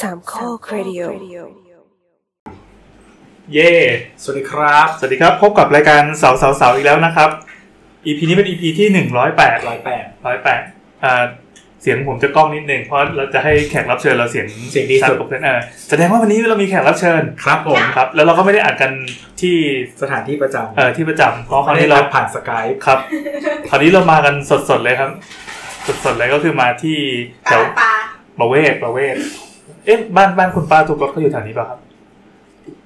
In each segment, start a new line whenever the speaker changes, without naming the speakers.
สามข้อครดิโอ
เย่
สวัสดีครับ
สวัสดีครับ พบกับรายการเสาเสาเสาอีกแล้วนะครับ EP นี้เป็น EP ที่หนึ่งร้อยแปด
ร้อยแปด
ร้อยแปดเสียงผมจะกล้องนิดหนึ่งเพราะเราจะให้แขกรับเชิญเราเสียง
เสียงดีสุด
ปกติเออแสดงว่าวันนี้เรามีแขกรับเชิญ
ครับผม
ครับ แล้วเราก็ไม่ได้อัดกันที่
สถานที่ประจำ
เออที่ประจำเพราะคราว
ไม่ได้
นี้เรา
รับผ่านสกาย
ครับ คราวนี้เรามากันสดๆเลยครับ สดๆเลยก็คือมาที่
ป
แถ
ลาว ปลา
บาเวศบาเวศเอ๊ะบ้านบ้านคุณป้าทุบรถเขาอยู่แถวนี้ป่ะครับ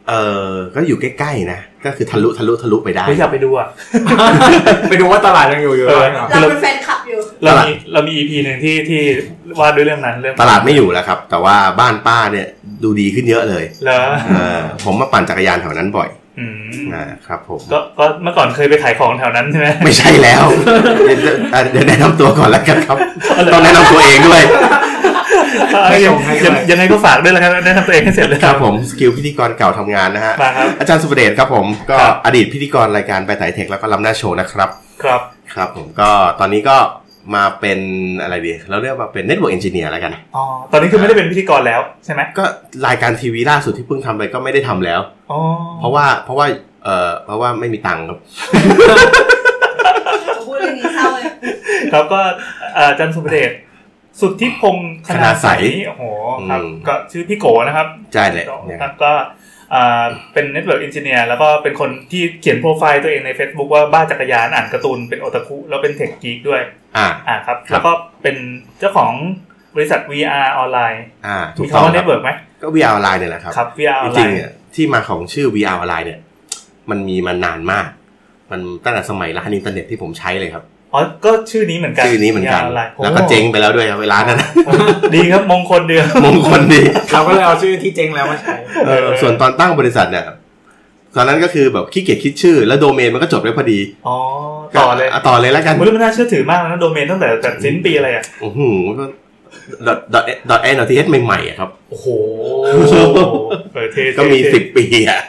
เออก็อยู่ใกล้ๆนะ ก็คือทะลุทะลุทะลุไปได้
ไม่อยากไปดูอ่ะ
ไปดูว่าตลาดยังอยู่อยู่
เอ
ไห
อ
มครับ
เราเป็นแฟนคลับอยู่
เรามีเรามีอีพีหนึ่งที่ที่ว่าด้วยเรื่องนั้นเรื่อง
ตลาดไม่อยู่แล้วครับ แต่ว่าบ้านป้าเนี่ยดูดีขึ้นเยอะเลย
แล้ว
เออผมมาปั่นจักรยานแถวนั้นบ่อย
อืม
นะครับผม
ก็ก็เมื่อก่อนเคยไปขายของแถวนั้นใช่ไหม
ไม่ใช่แล้ว เดี๋ยวเอ่อเดี๋ยวแนะนำตัวก่อนแล้วกันครับ
เอาเลย
ต้องแนะนำตัวเองด้วย
ไม่
ยั
ส่
ง
งให้
ยัง
เลย
ยังไงก็ฝากด้วยแล้วครับแนะนำตัวเองให้เสร็จเลย
ครับผมสกิลพิธีกรเก่าทำงานนะฮะ
มาครับ
อาจารย์สุประเดชครับผมก็
ครับ
อดีตพิธีกรรายการไปไต่เทคแล้วก็ลำหน้าโชว์นะครับ
ครับ
ครับผมก็ตอนนี้ก็มาเป็นอะไรดีเราเรียกว่าเป็นเน็ตเวิร์กเอนจิเนียร์แล้วกัน
อ๋อ ตอนนี้คือไม่ได้เป็นพิธีกรแล้วใช่ไหม
ก็รายการทีวีล่าสุดที่เพิ่งทำไปก็ไม่ได้ทำแล้ว
อ๋อ
เพราะว่าเพราะว่าเอ่อเพราะว่าไม่มีตังค์ครับ
ผมพูดเรื่องนี้เศร้าเลย
ครับก็อ่าอาจันสุภเดชสุทธิพงศ์คณาใสยโอ้โหครับ
อืม
ก็ชื่อพี่โกนะครับ
ใช่แหละ
ค
นะค
รั
รั
บบ ก็อ่าเป็นเน็ตเวิร์กเอนจิเนียร์แล้วก็เป็นคนที่เขียนโปรไฟล์ตัวเองใน Facebook ว่าบ้าจักรยานอ่านการ์ตูนเป็นโอตาคุแล้วเป็นเทคกีกด้วย
อ่า
อ่าครับ
ครับ
แล้วก็เป็นเจ้าของบริษัท VR ออนไลน์
อ่าถู
มี
กต้อง
คำว่า
ค
เน็
รับ
ตเวิร์กไหม
ก็ VR ออนไลน์เนี่ยแหละครับ
ครับ VR อ
จ
อนไล
ริงๆ
น์
เนี่ยที่มาของชื่อ VR ออนไลน์เนี่ย มันมีมานานมาก มันตั้งแต่สมัยร้านอินเทอร์เน็ตที่ผมใช้เลยครับ
อ๋อก็ชื่อนี้เหมือนกัน
ชื่อนี้เหมือนกัน
VR ออนไลน์
แล้วก็เจ๊งไปแล้วด้วยครับเวลานั้น นะ
โอ้โหดีครับมงคลเดือน
มงคลดี
เราก็เลยเอาชื่อที่เจ๊งแล้วมาใช้
เออ
เออ
ส่วนตอนตั้งบริษัทเนี่ยตอนนั้นก็คือแบบขี้เกียจคิดชื่อ แล้วโดเมนมันก็จดไว้พอดี
อ๋อต่อเลย
ะต่อเลยแล้วกัน
มันรู้มันน่าเชื่อถือมากนะโดเมนตั้งแต่แต่สิ้นปีอะไรอ่ะ
โอ้โหก็ดอทดอทดอทแอนดอททีเอสใหม่ๆอะครับ
โอ้โหเออเท่ๆ
ก็มีสิบปีอะ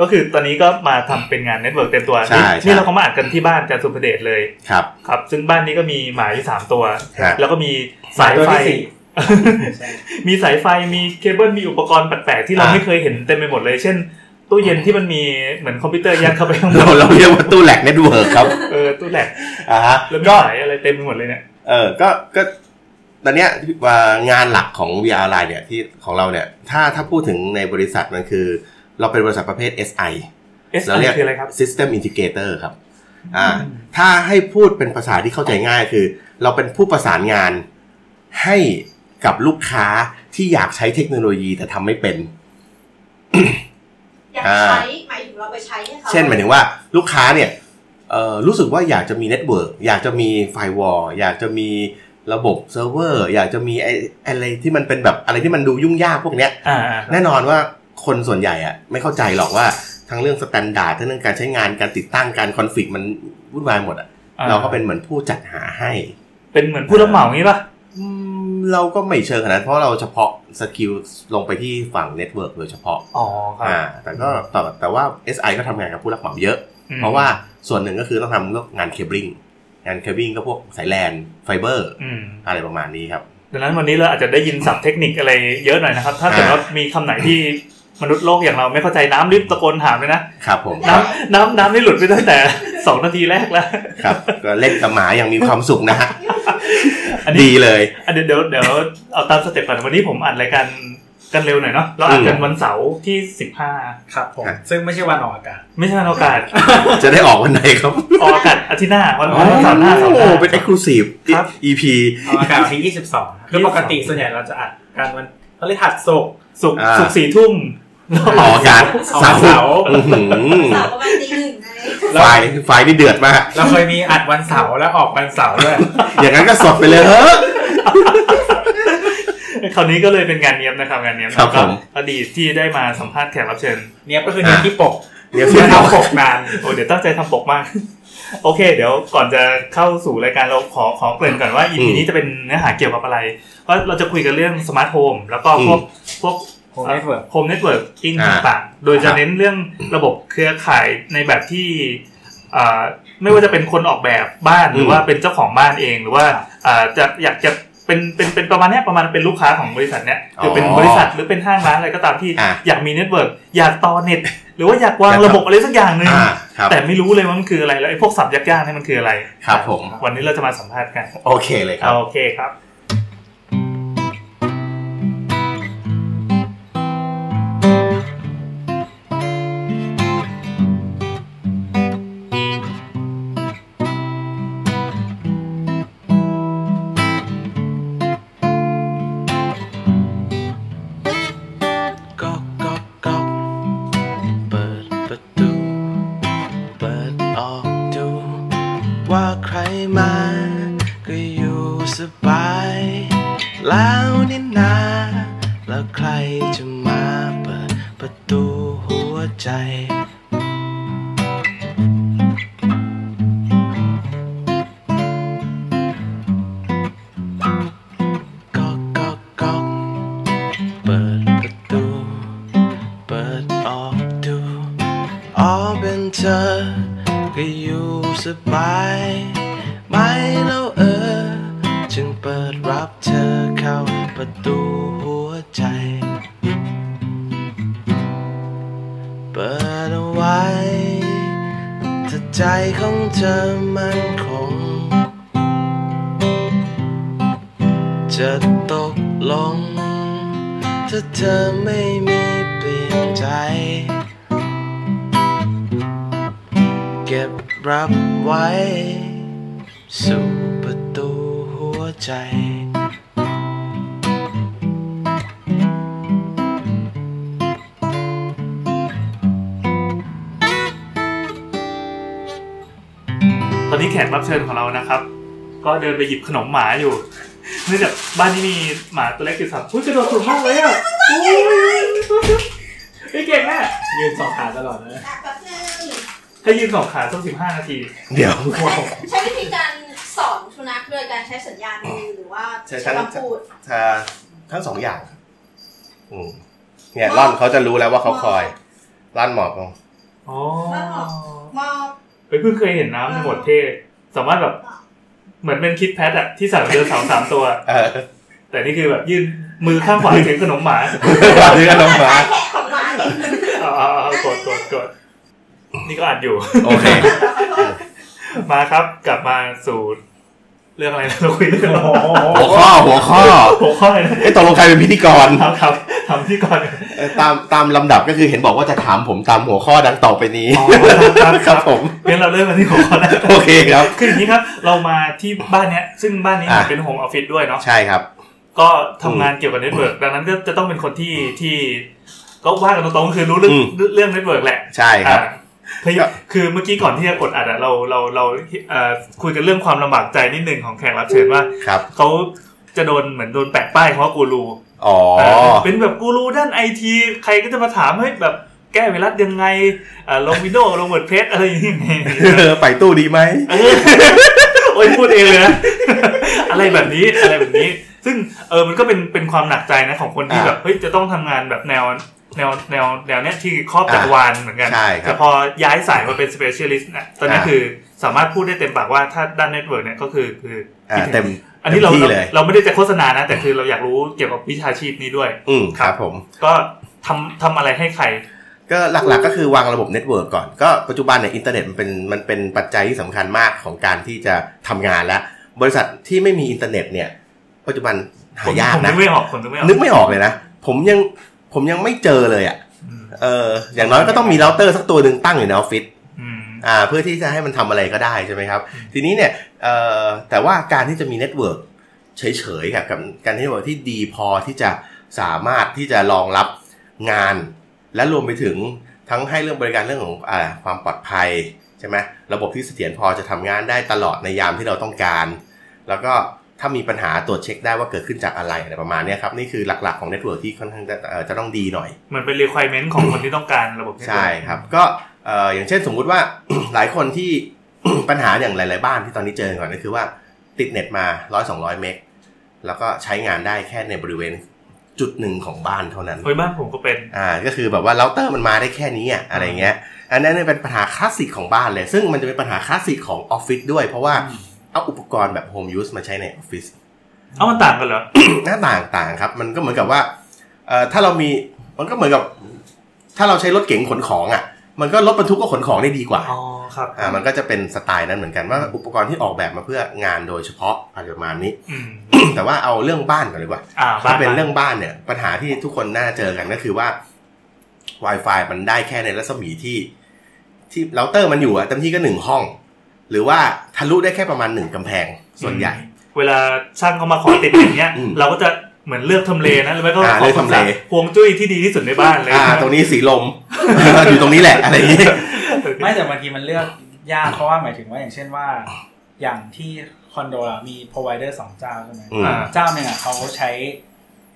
ก็คือตอนนี้ก็มาทำเป็นงานเน็ตเวิร์กเต็มตัว
ใช่
นี่
ใช่
นี่เราก็มาอัดกันที่บ้านอาจารย์สุภเดชเลย
ครับ
ครับ ซึ่งบ้านนี้ก็มีหมาอยู่สามตัว
ฮะ
แล้วก็มีสาย
ตัว
ไฟ
ที่สี่
มีสายไฟมีเคเบิลมีอุปกรณ์แปลกๆที่เรา
อ่า
ไม่เคยเห็นเต็มไปหมดเลย เช่น ตู้เย็นที่มันมีเหมือนคอมพิวเตอร์ยัดเข้าไปข้างบ
เรา
น
เราเรียกว่าตู้แหลกเน็ตเวิร์กครับ
เออตู้แหลก
อ่าฮะ
แล้วมี
ก็
สายอะไรเต็มไปหมดเลยเนี่ย
เออก็ก็ตอนเนี้ยว่างานหลักของ VR Line เนี่ยที่ของเราเนี่ย ถ้าถ้าพูดถึงในบริษัทมันคือ เราเป็นบริษัทประเภท SI
S
เราเรียก
คืออะไรครับ
System Integrator ครับอ่าถ้าให้พูดเป็นภาษาที่เข้าใจง่ายคือ เราเป็นผู้ประสานงานให้กับลูกค้าที่อยากใช้เทคโนโลยีแต่ทำไม่เป็น
อยากใช้หมายถึงเราไปใช้ให้เขา
เช่นหมายถึงว่าลูกค้าเนี่ยเอ่อรู้สึกว่าอยากจะมีเน็ตเวิร์กอยากจะมีไฟวอลอยากจะมีระบบเซิร์ฟเวอร์อยากจะมีไอ้อะไรที่มันเป็นแบบอะไรที่มันดูยุ่งยากพวกเนี้ย
อ่าอ่า
แน่นอนว่าคนส่วนใหญ่อะไม่เข้าใจหรอกว่าทั้งเรื่องสแตนดาร์ดทั้งเรื่องการใช้งานการติดตั้งการคอนฟ lict มันวุ่นวายหมดอะ
อ่
เราก็เป็นเหมือนผู้จัดหาให้
เป็นเหมือนผู้รับเหมางี้ป่ะ
อืมเราก็ไม่เชิงขนาดนั้นเพราะเราเฉพาะสกิลลงไปที่ฝั่งเน็ตเวิร์กโดยเฉพาะ
อ๋อครับ
อ่าแต่ก็แต่แต่ว่า SI ก็ทำงานกับผู้รับเหมาเยอะ
อืม
เพราะว่าส่วนหนึ่งก็คือต้องทำเรื่องงานเคเบิลงานเคเบิลก็พวกสายแลนไฟเบอร์
อืม
อะไรประมาณนี้ครับ
ดังนั้นวันนี้เราอาจจะได้ยินศัพท์เทคนิคอะไรเยอะหน่อยนะครับ ถ้าเกิดว่ามีคำไหนที่มนุษย์โลกอย่างเราไม่เข้าใจน้ำรีบตะโกนถามเลยนะ
ครับผม
น้ำน้ำน้ำนี่หลุดไปตั้งแต่ สองนาทีแรกแล้ว
ครับ ก็เล่นกับหมาอย่างมีความสุขนะฮะ
อันนี้
ดีเลย
อ่ะเดี๋ยวเดี๋ยวเดี๋ยวเอาตามสเต็ปก่อนวันนี้ผมอัดรายการกันเร็วหน่อยเนาะเราอัดกัน
อืม
วันเสาร์ที่สิบห้า
ครับผม ซึ่งไม่ใช่วันออกอากาศ
ไม่ใช่วันโอ กาส
จะได้ออกวันไหนครับ
ออกอากาศอาทิตย์หน้าวัน
โอ้
วันเสาร์หน้าเสาร์ห
โห
น้า
เป็นเอ็กซ์คลูซีฟ
ครับ
EP
ออกอากาศวันที่ยี่สิบสองคือปกติส่วนใหญ่เราจะอัดการวันพฤหัสศุกร์
ศุกร์
อ่า
ศุกร์สี่ทุ่ม
ออกอากาศ
ออกวัน
เสาร์
เสาร์
อื้อหือ
สาวประมาณตีหนึ่งไง
ไฟล์ไฟล์นี่เดือดมาก
เราเคยมีอัดวันเสาร์แล้วออกวันเสาร์ด้วย
อย่างนั้นก็สดไปเลยเฮ้
คราวนี้ก็เลยเป็นงานเนี้ยบนะครับงานเนี้ยบ
ครับผม
ก็อดีตที่ได้มาสัมภาษณ์แขกรับเชิญ
เนี้ยก็คือเนี้ยที่ปก
เดี๋ยว
เนี้
เพื่อย น
เรา
เรา
ปกนาน
โอ้เดี๋ยวตั้งใจทำปกมาก โอเค เดี๋ยวก่อนจะเข้าสู่รายการเราขอขอเกริ่นก่อนว่า EP นี้จะเป็นเนื้อหาเกี่ยวกับอะไรก็เราจะคุยกันเรื่องสมาร์ทโฮมแล้วก็พวกพวก
โฮมเน็ตเวิร์ก
โฮมเน็ตเวิร์กอิงต่างๆ โดยจะเน้นเรื่องระบบเครือข่ายในแบบที่อ่าไม่ว่าจะเป็นคนออกแบบบ้านหรือว่าเป็นเจ้าของบ้านเองหรือว่าอ่าจะอยากจะไป เป็นเป็นเป็นประมาณเนี้ยประมาณเป็นลูกค้าของบริษัทเนี้ยหรืออ
อ
เป็นบริษัทหรือเป็นห้างร้านอะไรก็ตามที่
อ่ะ
อยากมีเน็ตเวิร์กอยากต่อเน็ตหรือว่าอยากวาง
อยากต่อ
ระบบอะไรสักอย่างหนึ่ง
อ่าครับ
แต่ไม่รู้เลยว่ามันคืออะไรแล้วไอ้พวกสับยากๆเนี่ยมันคืออะไร
ครับผม
วันนี้เราจะมาสัมภาษณ์กัน
โอเคเลยครับ
โอเคครับ
ก๊อกก๊อกก๊อกเปิดประตู เปิดออกดู ว่าใครมา ก็อยู่สบาย แล้วนี่นา แล้วใครจะมาเปิดประตูหัวใจ ก๊อกก๊อกก๊อก เปิดประตู เปิดออกดูอ๋อเป็นเธอ ก็อยู่สบายไหม่แล้วเออ จึงเปิดรับเธอเข้าประตูหัวใจ เปิดเอาไว้ถ้าใจของเธอมันคง จะตกลง ถ้าเธอไม่มีเปลี่ยนใจ เก็บรับไว้ สู่ประตูหัวใจ
ตอนนี้แขกรับเชิญของเรานะครับ ก็เดินไปหยิบขนมหมาอยู่เนื่องจากบ้านนี้มีหมาตัวเล็กอยู่สามอุ้ยกระโดดถูกห้องเลยอ่ะโอ้ยไอ้ยเก่งแม่
ยืนสองขาตลอดนะ
อ่ะแป๊บนึง
ถ้ายืนสองขาสักสิบห้านาที
เดี๋ยว
ใช้วิธีการสอนสุนัขโดยการใช้สัญญาณมือหรือว่า
ใช้
ใช้
ทั้ง
คำพูด
ถ้าทั้งสองอย่างอืมเนี่ยร่อนเขาจะรู้แล้วว่าเขาคอยร่อนหมอบลง
อ๋อ
มอบ
เฮ้ยเพิ่งเคยเห็นน้ำในหมวดเท่สามารถแบบ เหมือนเป็นคิดแพทอะที่สั่งเดินสาวสามตัว
เออ
แต่นี่คือแบบยื่นมือข้างขวาถึงขนมหมา
เรื่องน้องหมา
แขกของร้านเนี่ย
เอาเอาเอากดกดกดนี่ก็อัดอยู่
โอเค
มาครับกลับมาสู่เรื่องอะไรนะเราคุยเรื่องอะไร
หัวข้อหัวข้อ
หัวข้อเลยนะ
ไอ้ยตกลงใครเป็นพิธีกร
ครับครับทำที่ก่อน
เอ่อตามตามลำดับก็คือเห็นบอกว่าจะถามผมตามหัวข้อดังต่อไปนี้ ครับผม
งั้นเราเริ่มกันที่หัวข้อแรก
โอเคครับ
คืออย่างนี้ครับ เรามาที่บ้านเนี้ย ซึ่งบ้านนี้
อ่ะ
เป็นโฮมออฟฟิศด้วยเนาะ
ใช่ครับ
ก็ทำงานเกี่ยวกับเน็ตเวิร์กดังนั้นก็จะต้องเป็นคนที่ที่ก็ว่ากันตรงๆคือรู้เรื่อง
อืม
เรื่องเน็ตเวิร์กแหละ
ใช่ครับ
อ่ะคือคือเมื่อกี้ก่อนที่จะกดอัดอะเราเราเราเอ่อคุยกันเรื่องความลำบากใจนิดหนึ่งของแขกรับเชิญว่า
ครับ
เขาจะโดนเหมือนโดนแปะป้ายเขาว่ากูรู
อ๋อ
เป็นแบบกูรูด้านไอทีใครก็จะมาถามเฮ้ยแบบแก้ไวรัสยังไงอ่าลงวินโดว์ลงเวิร์ดเพสอะไรอย่างเงี้ย
ไปตู้ดีไหม
เออโอ้ยพูดเองเลยนะ อะไรแบบนี้อะไรแบบนี้ ซึ่งเออมันก็เป็นเป็นความหนักใจนะของคนที่
อ่า
แบบเฮ้ยจะต้องทำงานแบบแนวแนวแนวแนวเนี้ยที่ครอบจักรวาลเหมือนกัน
ใช่ครับ
แต่พอย้ายสายมาเป็น specialist นะตอนนี้
อ่า
คือสามารถพูดได้เต็มปากว่าถ้าด้านเน็ตเวิร์กเนี่ยก็คือคืออ
อ่าเต็ม
อันนี้เรา
ต็มที่
เรา
เลย
เราไม่ได้จะโฆษณานะ แต่คือเราอยากรู้เกี่ยวกับวิชาชีพนี้ด้วย
อืมครับผม
ก็ทำทำอะไรให้ใคร
ก็หลักๆก็คือวางระบบเน็ตเวิร์กก่อน ก็ปัจจุบันเนี่ยอินเทอร์เน็ตมันเป็นมันเป็นปัจจัยที่สำคัญมากของการที่จะทำงานและ บริษัทที่ไม่มีอินเทอร์เน็ตเนี่ย ปัจจุบันหา
ผม
ยาก
ผม
นะ
นึกไม่ออกผมนึกไม่ออก
นึกไม่ออกเลยนะ ผมยังผมยังไม่เจอเลยอ่ะ
อืม
เอออย่างน้อยก็ต้องมีเราเตอร์สักตัวหนึ่งตั้งอยู่ในออฟฟิศ
อืม
อ่าเพื่อที่จะให้มันทำอะไรก็ได้ใช่ไหมครับ ทีนี้เนี่ยเอ่อแต่ว่าการที่จะมีเน็ตเวิร์กเฉยๆครับกับการที่เวิร์กที่ดีพอที่จะสามารถที่จะรองรับงาน และรวมไปถึงทั้งให้เรื่องบริการเรื่องของอาความปลอดภัยใช่ไหมระบบที่เสถียรพอจะทำงานได้ตลอดในยามที่เราต้องการ แล้วก็ถ้ามีปัญหาตรวจเช็คได้ว่าเกิดขึ้นจากอะไรอะไรประมาณเนี้ยครับนี่คือหลักๆของเน็ตเวิร์กที่ค่อนข้างจะเอ่อจะต้องดีหน่อย
เหมือนเป็น requirement ของคนที่ต้องการระบบเน็ตเวิ
ใช่
ก
ครับก็เอ่ออย่างเช่นสมมุติว่า หลายคนที่ ปัญหาอย่างหลาย ๆ บ้านที่ตอนนี้เจอก่อนก็คือว่าติดเน็ตมาร้อยสองร้อยเมกแล้วก็ใช้งานได้แค่ในบริเวณจุดหนึ่งของบ้านเท่านั้น
เฮ้ยบ้านผมก็เป็น
อ่าก็คือแบบว่าเราเตอร์มันมาได้แค่นี้อะอะไรเงี้ย อันนั้นเนี่ยเป็นปัญหาคลาสสิกของบ้านเลย ซึ่งมันจะเป็นปัญหาคลาสสิกของออฟฟิศด้วย เพราะว่าเอาอุปกรณ์แบบโฮมยูสมาใช้ในออฟฟิศ
เอามันต่างกันเหรอ
หน้าต่างต่างครับ มันก็เหมือนกับว่าเอ่อถ้าเรามีมันก็เหมือนกับ ถ้าเราใช้รถเก๋งขนของอ่ะ มันก็รถบรรทุกก็ขนของได้ดีกว่า
อ๋อครับ
อ่ามันก็จะเป็นสไตล์นั้นเหมือนกันว่าอุปกรณ์ที่ออกแบบมาเพื่องานโดยเฉพาะอะไรประมาณนี้
อืม
แต่ว่าเอาเรื่องบ้านก่อนดีกว่า
อ่าบ้า
ถ้าน เป็นเรื่องบ้านเนี่ยปัญหาที่ทุกคนน่าเจอกันก็คือว่า Wi-Fi มันได้แค่ในรัศมีที่ ที่เราเตอร์มันอยู่อะเต็มที่ก็หนึ่งห้อง หรือว่าทะลุได้แค่ประมาณหนึ่งกำแพงส่วนใหญ่
เวลาช่างเขามาขอติดอย่างเงี้ย
อืม
เราก็จะเหมือนเลือกทำเลนะหรือไม่ก็
อ่า
ขอ
เลือกทำเล
พวงจุ้ยที่ดีที่สุดในบ้านเลย
อ่า ตรงนี้สีลม อยู่ตรงนี้แหละอะไรอย่างนี้
ไม่แต่บางทีมันเลือกยากเพราะว่าหมายถึงว่าอย่างเช่นว่า อย่างที่คอนโดเรามี provider สองเจ้าใช่ไหม
อืม
อ่า
เจ้าหนึ่งอ่ะเขาใช้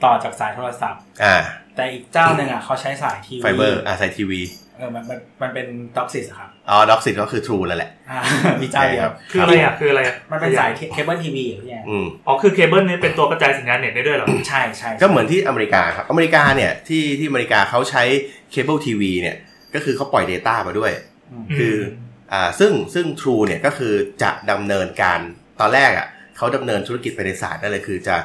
ต่อจากสายโทรศัพท์
อ่า
แต่อีกเจ้าหนึ่งอ่ะเขาใช้สายทีวี
ไฟเบอร์อ่าใส่ทีวี
เออมันมันมันเป็นด็อกซิสครับ
อ๋อด็อกซิตก็คือทรูนั่น แหละ
อ่ามีเจ้าเดียว
คืออะไรอ่ะคืออะไรอ่ะ
มันเป็นสายเคเบิลทีวีอย่างเงี้ย
อืม
อ๋อคือเคเบิลนี่เป็นตัวกระจายสัญญาณเน็ตได้ด้วยเหรอ
ใช่ใช่
ก็เหมือนที่อเมริกาครับ อเมริกาเนี่ยที่ที่อเมริกาเขาใช้เคเบิลทีวีเนี่ย ก็คือเขาปล่อย Data มาด้วย
ม
คือ อ่าซึ่งซึ่ง True เนี่ยก็คือจะดำเนินการตอนแรกอะ่ะเขาดำเนินธุรกิจไปในศาสตร์นั่นเลยคือจะ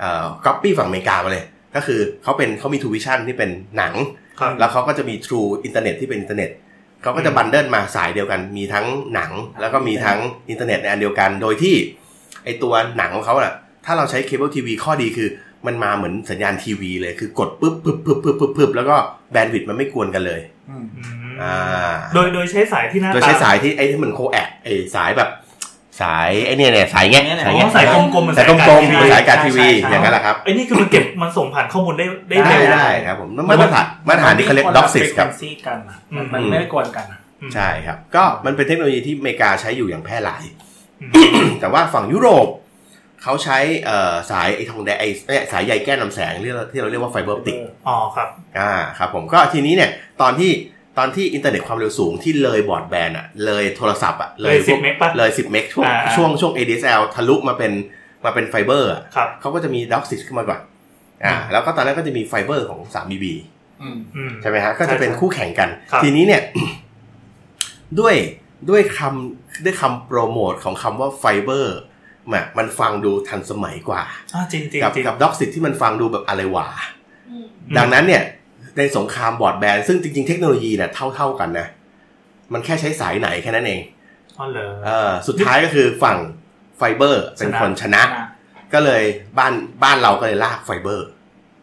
เอ่อ copy ฝั่งอเมริกามาเลย ก็คือเขาเป็นเขามี True Vision ที่เป็นหนัง
ครับ
แล้วเขาก็จะมี True Internet ที่เป็นอินเทอร์เน็ตเขาก็จะบันเดิลมาสายเดียวกันมีทั้งหนัง แล้วก็มีทั้งอินเทอร์เน็ตในอันเดียวกัน โดยที่ไอตัวหนังของเขาอะถ้าเราใช้เคเบิลทีวีข้อดีคือมันมาเหมือนสัญญาณทีวีเลยคือกดปึ๊บปึ๊บปึ๊บปึ๊บปึ๊บปึ๊บแล้วก็แบนด์วิดต์มันไม่กวนกันเลย
อืม
อืม
อ่า
โดยโดยใช้สายที่หน้า
โดย
ตา
ใช้สายที่ไอ้ที่มันโคแอกไอ้สายแบบสายไอ้เนี่ยเนี่ยสายแงะ
อ๋
สา
อ
ยแงะ
สายกลมๆเหมือน
สายกลม
ที
ๆ
วี
สายการทีวีอย่างนั้นแหละครับ
ไอ้นี่คือมันเก็บมันส่งผ่านข้อมูลได้ได้
ได้
เร็ว
ได้ครับผมมาตรฐานมาตรฐานที่เขาเรียกด็อกซิสครั
มั
บ
นไม่นละ frequency กันอะ
อืม
มันไม่ได้กวนกันอะ
อืม
ใช่ครับ ก็มันเป็นเทคโนโลยีที่อเมริกาใช้อยู่อย่างแพร่หลาย
อืม
แต่ว่าฝั่งยุโรปเขาใช้เอ่อสายไอ้ทองแดงไอ้เนี่ยสายใยแก้วลำแสงที่เราที่เราเรียกว่าไฟเบอร์ออปติก
อ๋อครับ
อ่าครับผมก็ทีนี้เนี่ยตอนที่ตอนที่อินเทอร์เน็ตความเร็วสูงที่เลยบอร์ดแบนด์อะเลยโทรศัพท์อะ
เลย10
พว
เมกปะ
เลย 10 เมกช่วง
อ่า
ช่วงช่วง ADSL ทะลุมาเป็นมาเป็นไฟเบอร์อะ
ครับ
เขาก็จะมีด็อกซิสขึ้นมาก่อนอ่า
อืม
แล้วก็ตอนนั้นก็จะมีไฟเบอร์ของ 3BB
อืม
อืม
ใช่ไหมฮะก็จะเป็นคู่แข่งกัน
ครับ
ทีนี้เนี่ย ด้วยด้วยคำด้วยคำโปรโมทของคำว่าไฟเบอร์มันฟังดูทันสมัยกว่า
อ่าจริงจริง
กับ
จริง
กับด็อกซิสที่มันฟังดูแบบอะไรหวา
อืม
อืม
ดังนั้นเนี่ยในสงครามบอร์ดแบนซึ่งจริงๆ เทคโนโลยีเนี่ยเท่าๆกันนะ มันแค่ใช้สายไหนแค่นั้นเอง
อ๋อเหรอ
เออสุดท้ายก็คือฝั่งไฟเบอร์เป็นคนชนะ
นะ
ก็เลยบ้านบ้านเราก็เลยลากไฟเบอร์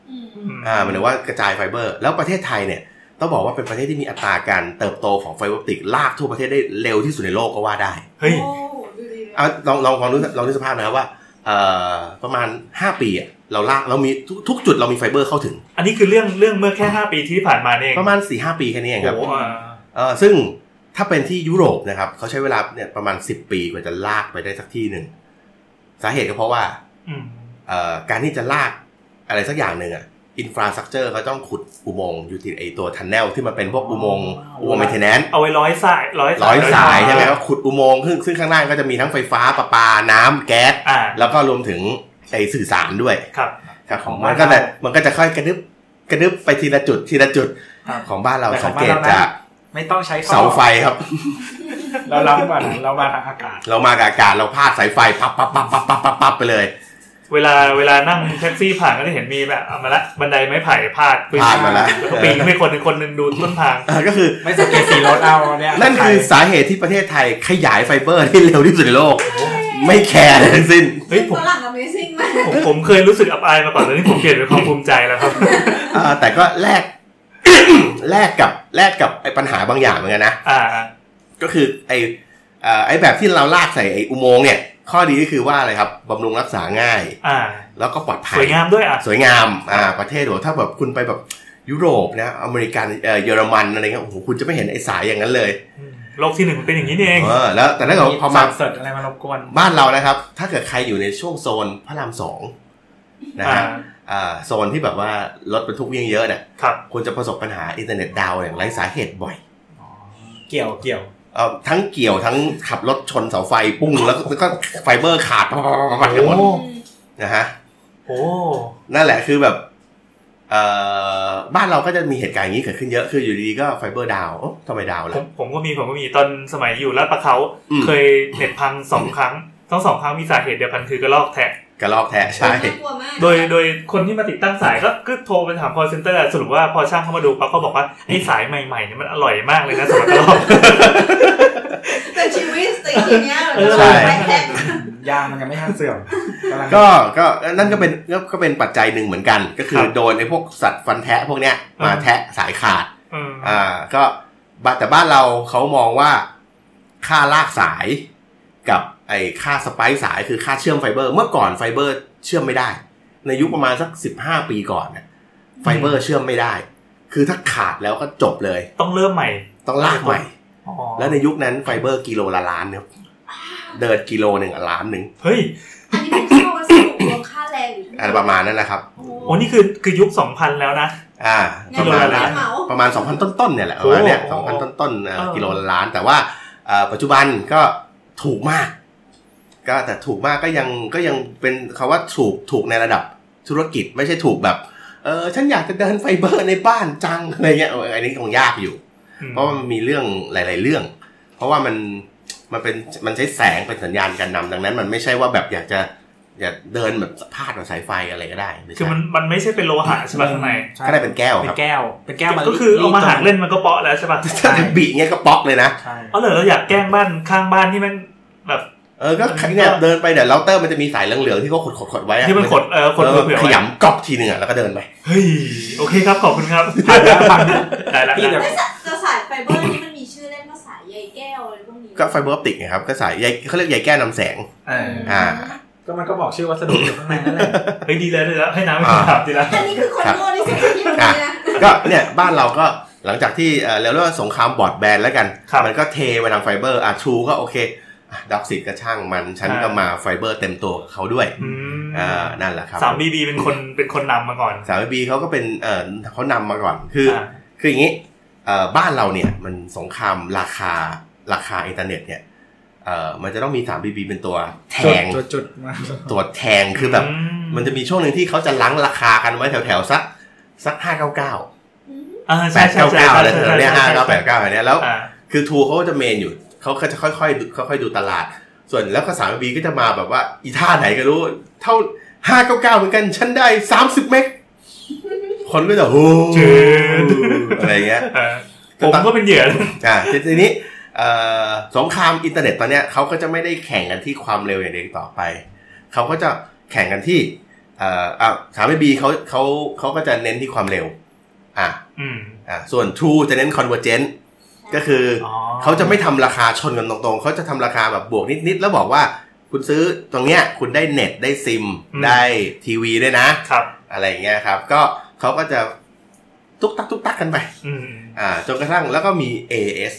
อืม
อ่าหมายถึงว่ากระจายไฟเบอร์ แล้วประเทศไทยเนี่ยต้องบอกว่าเป็นประเทศที่มีอัตราการเติบโตของไฟเบอร์ออปติกลากทั่วประเทศได้เร็วที่สุดในโลกก็ว่าได้
เฮ้ย
โอ้ดูดิ
เอาลองลองลองดูลองดูสภาพนะครับว่าเอ่อประมาณ 5 ปีอะเราลากเรามีทุกทุกจุดเรามีไฟเบอร์เข้าถึง
อันนี้คือเรื่องเรื่องเมื่อแค่ 5 ปีที่ผ่านมาเนี่ยเอง
ประมาณ4-5ปีแค่นี้เองครับ
โอ้โหอ่า
เออซึ่งถ้าเป็นที่ยุโรปนะครับเขาใช้เวลาเนี่ยประมาณ 10 ปีกว่าจะลากไปได้สักที่หนึ่งสาเหตุก็เพราะว่า
อืม
เอ่อการที่จะลากอะไรสักอย่างหนึ่งอะอินฟราสตรักเจอร์เขาต้องขุดอุโมงค์อยู่ที่ไอตัวทันแนลที่มันเป็นพวกอุโมงค์
อ๋ออุ
อุโมงค์เมนเทนแนน
เอาไว้ร้อยสายร้อย
ร้อยสาย
ร้
ใช่ไหมครับขุดอุโมงค์ซึ่งซึ่งข้างล่างก็จะมีทั้งไฟฟ้าประปาน้ำแก๊ส
อ่า
แล้วก็รวมถึงไอสื่อสารด้วย
ครับ
ครับของ
ของ
มั
บ้าน น
ก็
เรา
จะมันก็จะค่อยกระดึบกระดึบไปทีละจุดทีละจุด
ครับ
ของบ้านเรา
แต่ข
สั
อง งบ้านเรานะ
เกตจาก
ไม่ต้องใช้ท่อ
เสาไฟครับ
เราเรามาเรามาทางอากาศ
เรามากับอากาศเราพาดสายไฟปั๊บปั๊บปั๊บปั๊บปั๊บปั๊บปั๊บไปเลย
เวลาเวลานั่งแท็กซี่ผ่านก็จะเห็นมีแบบเอามาละบันไดไม้ไผ่พาด
พาดมาแล้ว
แล้วก็ปีนขึ้นไปคนหนึ่งคนหนึ่งดูต้นทาง
เออก็คือ
ไม่สังเกตสีรถเอาเนี่ย
นั่นคือสาเหตุที่ประเทศไทยขยายไฟเบอร์ที่เร็วที่สุดในโลก ไม่แคร์อะไรทั้งสิ้น
เฮ้ยผม
ฝรั่ง Amazing มาก
ผมผมเคยรู้สึกอับอายมาก่อนตอนนี้ผมเปลี่ยนเป็นความภูมิใจแล้วครับ
เออแต่ก็แลก แลกกับแลกกับไอ้ปัญหาบางอย่างเหมือนกันนะ
อ่า
ก็คือไอ้เอ่อไอ้แบบที่เราลากใส่ไอ้อุโมงค์เนี่ย ข้อดีก็คือว่าอะไรครับบำรุงรักษาง่าย
อ่า
แล้วก็ปลอดภั
สวย ยงามด้วยอ่ะ
สวยงาม อ่า ประเทศโหถ้าแบบคุณไปแบบยุโรปนะ อเมริกันเอ่อเยอรมันอะไรเงี้ย โอ้โห คุณจะไม่เห็นไอ้สายอย่างนั้นเลย
โลกที่หนึ่งมันเป็นอย่างนี้นี่เอง
เออ แล้ว แต่ถ้าเกิดว่าพอมา
เสิร์ชอะไรมารบกวน
บ้านเรานะครับ ถ้าเกิดใครอยู่ในช่วงโซนพระรามสองนะ
อ่า
ฮะอ่าโซนที่แบบว่ารถบรรทุกวิ่งเยอะเนี่ย
ครับ
คุณจะประสบปัญหาอินเทอร์เน็ตดาวน์อย่างไร้สาเหตุบ่อย
เกี่ยวเกี่ยว
เอ่อทั้งเกี่ยวทั้งขับรถชนเสาไฟปุ้งแล้วแล้วก็ไฟเบอร์ขาดปั๊บปั๊บปั๊บปั๊บไปหมด
โอ้
อืม
นะฮะ
โอ้
นั่นแหละคือแบบเอ่อบ้านเราก็จะมีเหตุการณ์อย่างนี้เกิดขึ้นเยอะคืออยู่ดีๆก็ไฟเบอร์ดาวน์โอ๊ะทำไมดาวน์
ผ
ล่ะ
มผมก็มีผมก็มีตอนสมัยอยู่ลาดประเขา
อืม
เคยเน็ตพังสองครั้งทั้งสองครั้งมีสาเหตุเดียวกันคือกระลอกแทะ
กระรอกแทะใช่
น่ากลัวมาก
โดยโดยคนที่มาติดตั้งสายก็ก็โทรไปถาม call center อะสรุปว่าพอช่างเข้ามาดูปั๊บเขาบอกว่าไอ้สายใหม่ๆเนี่ยมันอร่อยมากเลยนะสำหรับก ระรอก
แต่ชีวิตสิ่งทีเนี้ยเราจะ
ใช่
ไปแทะ
ยางมันยังไม่ทันเสื่อมกำลัง
ก็ก็นั่นก็เป็นก็ก็เป็นปัจจัยหนึ่งเหมือนกัน ก็คื
ค
อ
รับ
โดนไอ้พวกสัตว์ฟันแทะพวกเนี้ย
อ่าม
มาแทะสายขาด
อืม
อ่าก็บ้านแต่บ้านเราเขามองว่าค่าลากสายกับไอ้ค่าสไปซ์สายคือค่าเชื่อมไฟเบอร์ เมื่อก่อนไฟเบอร์เชื่อมไม่ได้ ในยุคประมาณสัก 15 ปีก่อนเนี่ยไฟเบอร์เชื่อมไม่ได้ คือถ้าขาดแล้วก็จบเลย
ต้องเริ่มใหม่
ต้องลากใหม่
อ๋อ
แล้วในยุคนั้นไฟเบอร์กิโลละล้านครับเดินกิโลหนึ่งอะล้านหนึ่ง
เฮ้ย
อันนี้เป็นข้าววัสดุรวมค่าแรงอยู่
อะไรประมาณนั้นนะครับ
โอ้นี่คือคือยุค 2000 แล้วนะ
อ่า
งั้
ป
น
ระมาณ
เร
นั้น
เหมา
ประมาณ 2,000 ต้นๆเนี่ยแหละประมาณเนี่ย
โอ้
2,000 ต้นๆเอ่อ
เออ
กิโลละล้าน แต่ว่าเอ่อปัจจุบันก็ถูกมาก ก็แต่ถูกมากก็ยังก็ยังเป็นคาว่าถูกถูกในระดับธุรกิจไม่ใช่ถูกแบบเออฉันอยากจะเดินไฟเบอร์ในบ้านจังอะไรเงี้ยเอออันนี้คงยากอยู่
อืม
เพราะมันมีเรื่องหลาย ๆ เรื่อง เพราะว่ามันมันเป็นมันใช้แสงเป็นสัญญาณการนำดังนั้น มันไม่ใช่ว่าแบบอยากจะอยากเดินแบบพาดกับสายไฟอะไรก็ได้ไม่ใช่
คือมันมันไม่ใช่เป็นโลหะใช่ป่ะข้างใน
ใช่
ก็ได้เป็นแก้ว
เป็
คน รับ
แก้ว เป็นแก้วมัน
ก็คือเอามาหักเล่นมันก็เปาะแล้วใช่ป่ะ
ถ้าจะบีเงี้ยก็ป๊อกเลยนะ
ใช่
อ๋อเหรอเราอยากแกล้งบ้านข้างบ้านที่มันแบบ
เออ ก็
มันก็
เนี่ยเดินไปเดี๋ยวเราเตอร์มันจะมีสายเหลืองๆที่เขาขดๆๆไว้อะ
ที่มันขดเออขด
เออ
เผื่อ
ข
ไว้
ยำกรอบทีหนึ่งอะแล้วก็เดินไป
เฮ้ยโอเคครับขอบคุณครับ
ผ่านแล้วฟังนะ
ได้ละ
พี่เดี๋ยว
จะสายไฟเบอร์นี่มันมีชื่อเล่นว่าสายใยแก้วอะไรพวกนี้
ก็ไฟเบอร์ออปติกไงครับ ก็สายใยเขาเรียกใยแก้วนำแสง
เออ
อ่า
ก็มันก็บอกชื่อวัสดุอยู่ข้างในนั่นแหละ
เฮ้ยดีแล้วดีแล้วให้น้ำเป็นคำถามดีแล้ว
อันนี้คือคนโง่ที่สุดที่มันมีนะ
ก็เนี่ยบ้านเราก็หลังจากที่เอ่อเรียกว่าสงครามบอร์ดแบนแล้วกัน
ครับ
มันก็เทไปทางไฟเบอร์ อ่ะทูก็โอเคด็อกซิตก็ช่างมัน ฉันก็มาไฟเบอร์เต็มตัวกับเขาด้วย
อืม
อ่า นั่นแหละครับ
สามบีบีเป็นคนเป็นคนนำมาก่อน
สามบีเขาก็เป็นเออเขานำมาก่อน คืออ
า
คืออย่างนี้เอ่อบ้านเราเนี่ยมันสงครามราคาราคาอินเทอร์เน็ตเนี่ยเอ่อมันจะต้องมี3 BB เป็นตัวแทง
จุดจุดๆๆมา
ตัวแทงคือแบบ มันจะมีช่วงหนึ่งที่เขาจะลังราคากันไว้แถวๆสักสักห้าเก้าเก้า
อ่า
แป
ใช่
ด
ใช่
เก้า
ใช่
เก้าอะไร
ใช่
แถวๆเนี้ย
ใช่
ห้า
ใช่
เก้าแปดเก้าอะไรเนี้ยแล้ว
อ่า
คือทูเขาก็จะเมนอยู่เขาก็จะค่อยๆดูค่อยๆดูตลาด ส่วนแล้วก็สามบีก็จะมาแบบว่าอีท่าไหนก็รู้ เท่าห้าเก้าเก้าเหมือนกันฉันได้สามสิบเมกคนก็จะโอ้โหอะไรเงี้ย
เออผมก็เป็นเหยื่อ
อ่าทีทีนี้เอ่อสงครามอินเทอร์เน็ตตอนเนี้ยเขาก็จะไม่ได้แข่งกันที่ความเร็วอย่างเดียวอีกต่อไป เขาก็จะแข่งกันที่เอ่ออ่ะสามบีเขาเขาเขาก็จะเน้นที่ความเร็วอ่ะ
อืม
อ่ะส่วน True จะเน้น Convergent ก็คืออ
อ๋อ
เขาจะไม่ทำราคาชนกันตรงๆ เขาจะทำราคาแบบบวกนิด ๆ แล้วบอกว่าคุณซื้อตรงเนี้ยคุณได้เน็ตได้ซิม ได้ทีวีด้วยนะ
ครับ
อะไรอย่างเงี้ยครับ ก็เขาก็จะตุ๊กตักตุ๊กตักกันไป
อืม
อ่าจนกระทั่งแล้วก็มี AS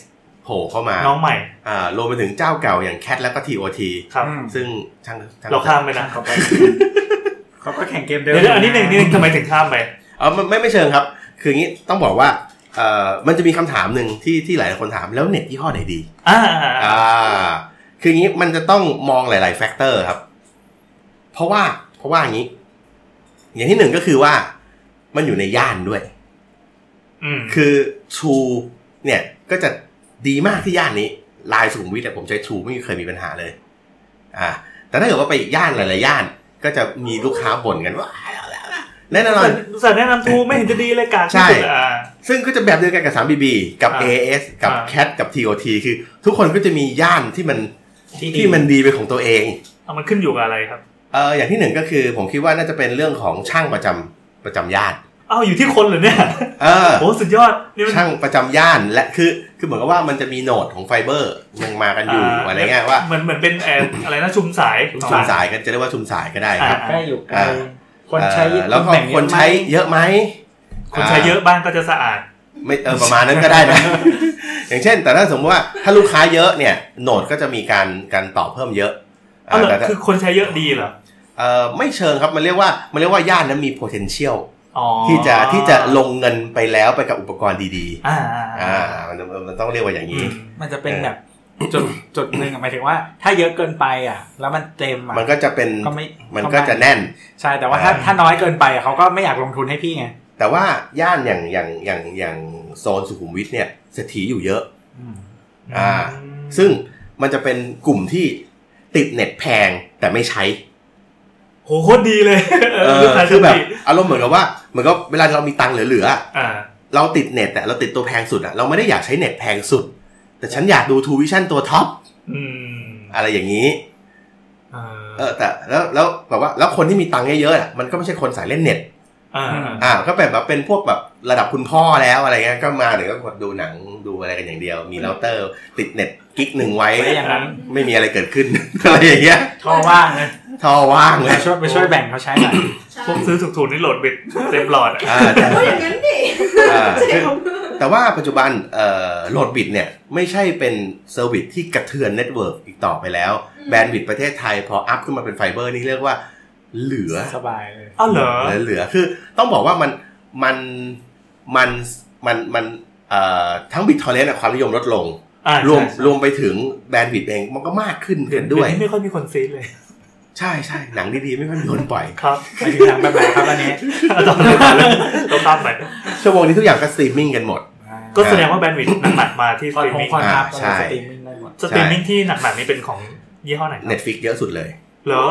โผล่เข้ามา
น้องใหม่
อ่ารวมไปถึงเจ้าเก่าอย่างแคทแล้วก็ TOT
ครับ
อืม
ซึ่งช่างช่าง
เราข้ามไปนะ
เขาไปเขาก็แข่งเกมเดิม
เดี๋ยวเดี๋ยวอันนี้หนึ่งนิดนึงทำไมถึงข้ามไป
อ๋อไม่ไม่ไม่เชิงครับ คืออย่างนี้ต้องบอกว่าเอ่อมันจะมีคำถามหนึ่งที่ที่หลายคนถามแล้วเน็ตยี่ห้อไหนดี
อ่า
อ่าคืออย่างนี้มันจะต้องมองหลาย ๆ แฟกเตอร์ครับ เพราะว่าเพราะว่าอย่างนี้ อย่างที่หนึ่งก็คือว่ามันอยู่ในย่านด้วย
อืม
คือทูเนี่ยก็จะดีมากที่ย่านนี้ลายสุขุมวิทแต่ยผมใช้ทูไม่เคยมีปัญหาเลย อ่า แต่ถ้าเกิดว่าไปอีกย่านหลายๆย่าน ก็จะมีลูกค้าบ่นกันว่าแน่นอน
สารแนะนำทูไม่เห็นจะดีเลยกากที่สุด
ใช่
อ่า
ซึ่งก็จะแบบเดียวกันกับ 3BB กับ
อ่า
AS กับ
อ่า
CAT กับ TOT คือ ทุกคนก็จะมีย่านที่มัน
ที่ดี
ที่มันดีเป็นของตัวเอง
เอามันขึ้นอยู่กับอะไรครับ
เอออย่างที่หนึ่งก็คือผมคิดว่าน่าจะเป็นเรื่องของช่างประจำประจำย่าน
อ้าวอยู่ที่คนเหรอเนี่ย
เออ
โอ้สุดยอดนี่มัน
ช่างประจำย่านและคือคือเหมือนกับว่ามันจะมีโหนดของไฟเบอร์ยังมากันอยู่
อ่า
อะไรเงี้ยว่า
เหมือนเหมือนเป็นแอบอะไรนะชุมสาย
ชุมสายกันจะเรียกว่าชุมสายก็ได้ครับ
ใกล้อยู่ไกล
อ่า
คนใช้
เอ่อแล้วก็
แบ่งเยอะ
คน
มาก
ใช้เยอะไหม
คนใช้เยอะบ้านก็จะสะอาด
ไม่เออประมา ณนั้นก็ได้นะ อย่างเช่น แต่ถ้าสมมติว่าถ้าลูกค้าเยอะเนี่ยโหนดก็จะมีการการต่อเพิ่มเยอะ
เอา
อ่า
เหร
แต่
อ
ถ้า
คือคนใช้เยอะดีเหรอ
เออไม่เชิงครับมันเรียกว่ามันเรียกว่าย่านนั้นมี potential
อ๋อ
ที่จะที่จะลงเงินไปแล้วไปกับอุปกรณ์ดี
อ่า
ๆ
อ่า
อ่ามันมันต้องเรียกว่าอย่าง
อื
นี้
ม
มันจะเป็นแบบจุดจุดหนึ่งอะหมายถึงว่า ถ้าเยอะเกินไปอ่ะ แล้วมันเต็มอ่ะ
มันก็จะเป็น
ก็ไม่
มันก็จะแน่น
ใช่แต่ว่าถ้าถ้าน้อยเกินไปอะเขาก็ไม่อยากลงทุนให้พี่ไง
แต่ว่าย่านอย่างอย่างอย่างอย่างโซนสุขุมวิทเนี่ยเศรษฐีอยู่เยอะ
อืม
อ่า ซึ่งมันจะเป็นกลุ่มที่ติดเน็ตแพงแต่ไม่ใช้
โหโคตรดีเลย
เออ
ลูกค้า
คือแบบ
ชั้นดี
อารมณ์เหมือนกับว่าเหมือนกับเวลาเรามีตังค์เหลือๆอะ
อ่า
เราติดเน็ตอะเราติดตัวแพงสุดอะเราไม่ได้อยากใช้เน็ตแพงสุด แต่ฉันอยากดูทูวิชั่นตัวท็อป
อืม
อะไรอย่างนี้
อ่า
เออแต่แล้วแล้วแบบว่าแล้วคนที่มีตังค์เยอะๆอะมันก็ไม่ใช่คนสายเล่นเน็ต
อ่า
อ่าก็เป็นแบบเป็นพวกแบบระดับคุณพ่อแล้วอะไรเงี้ยก็มาเดี๋ยวก็กดดูหนังดูอะไรกันอย่างเดียว มีเราเตอร์ ติดเน็ตกิ๊กหนึ่งไว้
ไม่อย่างนั้น
ไม่มีอะไรเกิดขึ้น อะไรอย่างเงี้ย
ท่อว่างเลย
ท่อว่างเล
ไป
ย
ช่วยไปช่วยแบ่งเขาใช้หน่อย
ใช่
พวกซื้อถูกๆนี่โหลดเบ็ดเต็มหลอดอะ
อ่าแต่
ก็อย่างนั้นดิ
อ่า
เจ๋ง
แต่ว่าปัจจุบันเอ่อโหลดบิตเนี่ย ไม่ใช่เป็นเซอร์วิสที่กระเทือนเน็ตเวิร์กอีกต่อไปแล้ว แบนด์วิดต์ประเทศไทยพออัพขึ้นมาเป็นไฟเบอร์นี่เรียกว่าเหลือ
สบายเลย
อ้าวเหรอ
ลือเหลือคือต้องบอกว่ามันมันมันมันมันเอ่อทั้งบิตทอร์เรนต์ความนิยมลดลง
อ่าร
วม
ใช่
รวมไปถึงแบนด์วิดต์เองมันก็มากขึ้น
ใช่
ขึ้นด้วย
เไม่ค่อยมีคนซีดเลย
ใช่ใช่หนังดีๆ ไม่ค่อยมีคนปล่อย
ครับ
ไปถึงทางแบบไหนครับอันนี้
เอาต่อเลยต่อเลย เราข้ามไป
ชั่วโมงนี้ทุกอย่างก็สตรีมมิ่งกันหมด
ก็แสดงว่าแบ นด์วิดต์หนักๆมาที่ส
คอน
ตรีม
ทง
มิ่ง
คอนทับ
ใช่
สตรีมมิ่งได้หมด
สตรีมมิ่งที่หนักๆนี่เป็นของยี่ห้อไหนครับ
Netflix เยอะสุดเลย
เหรอ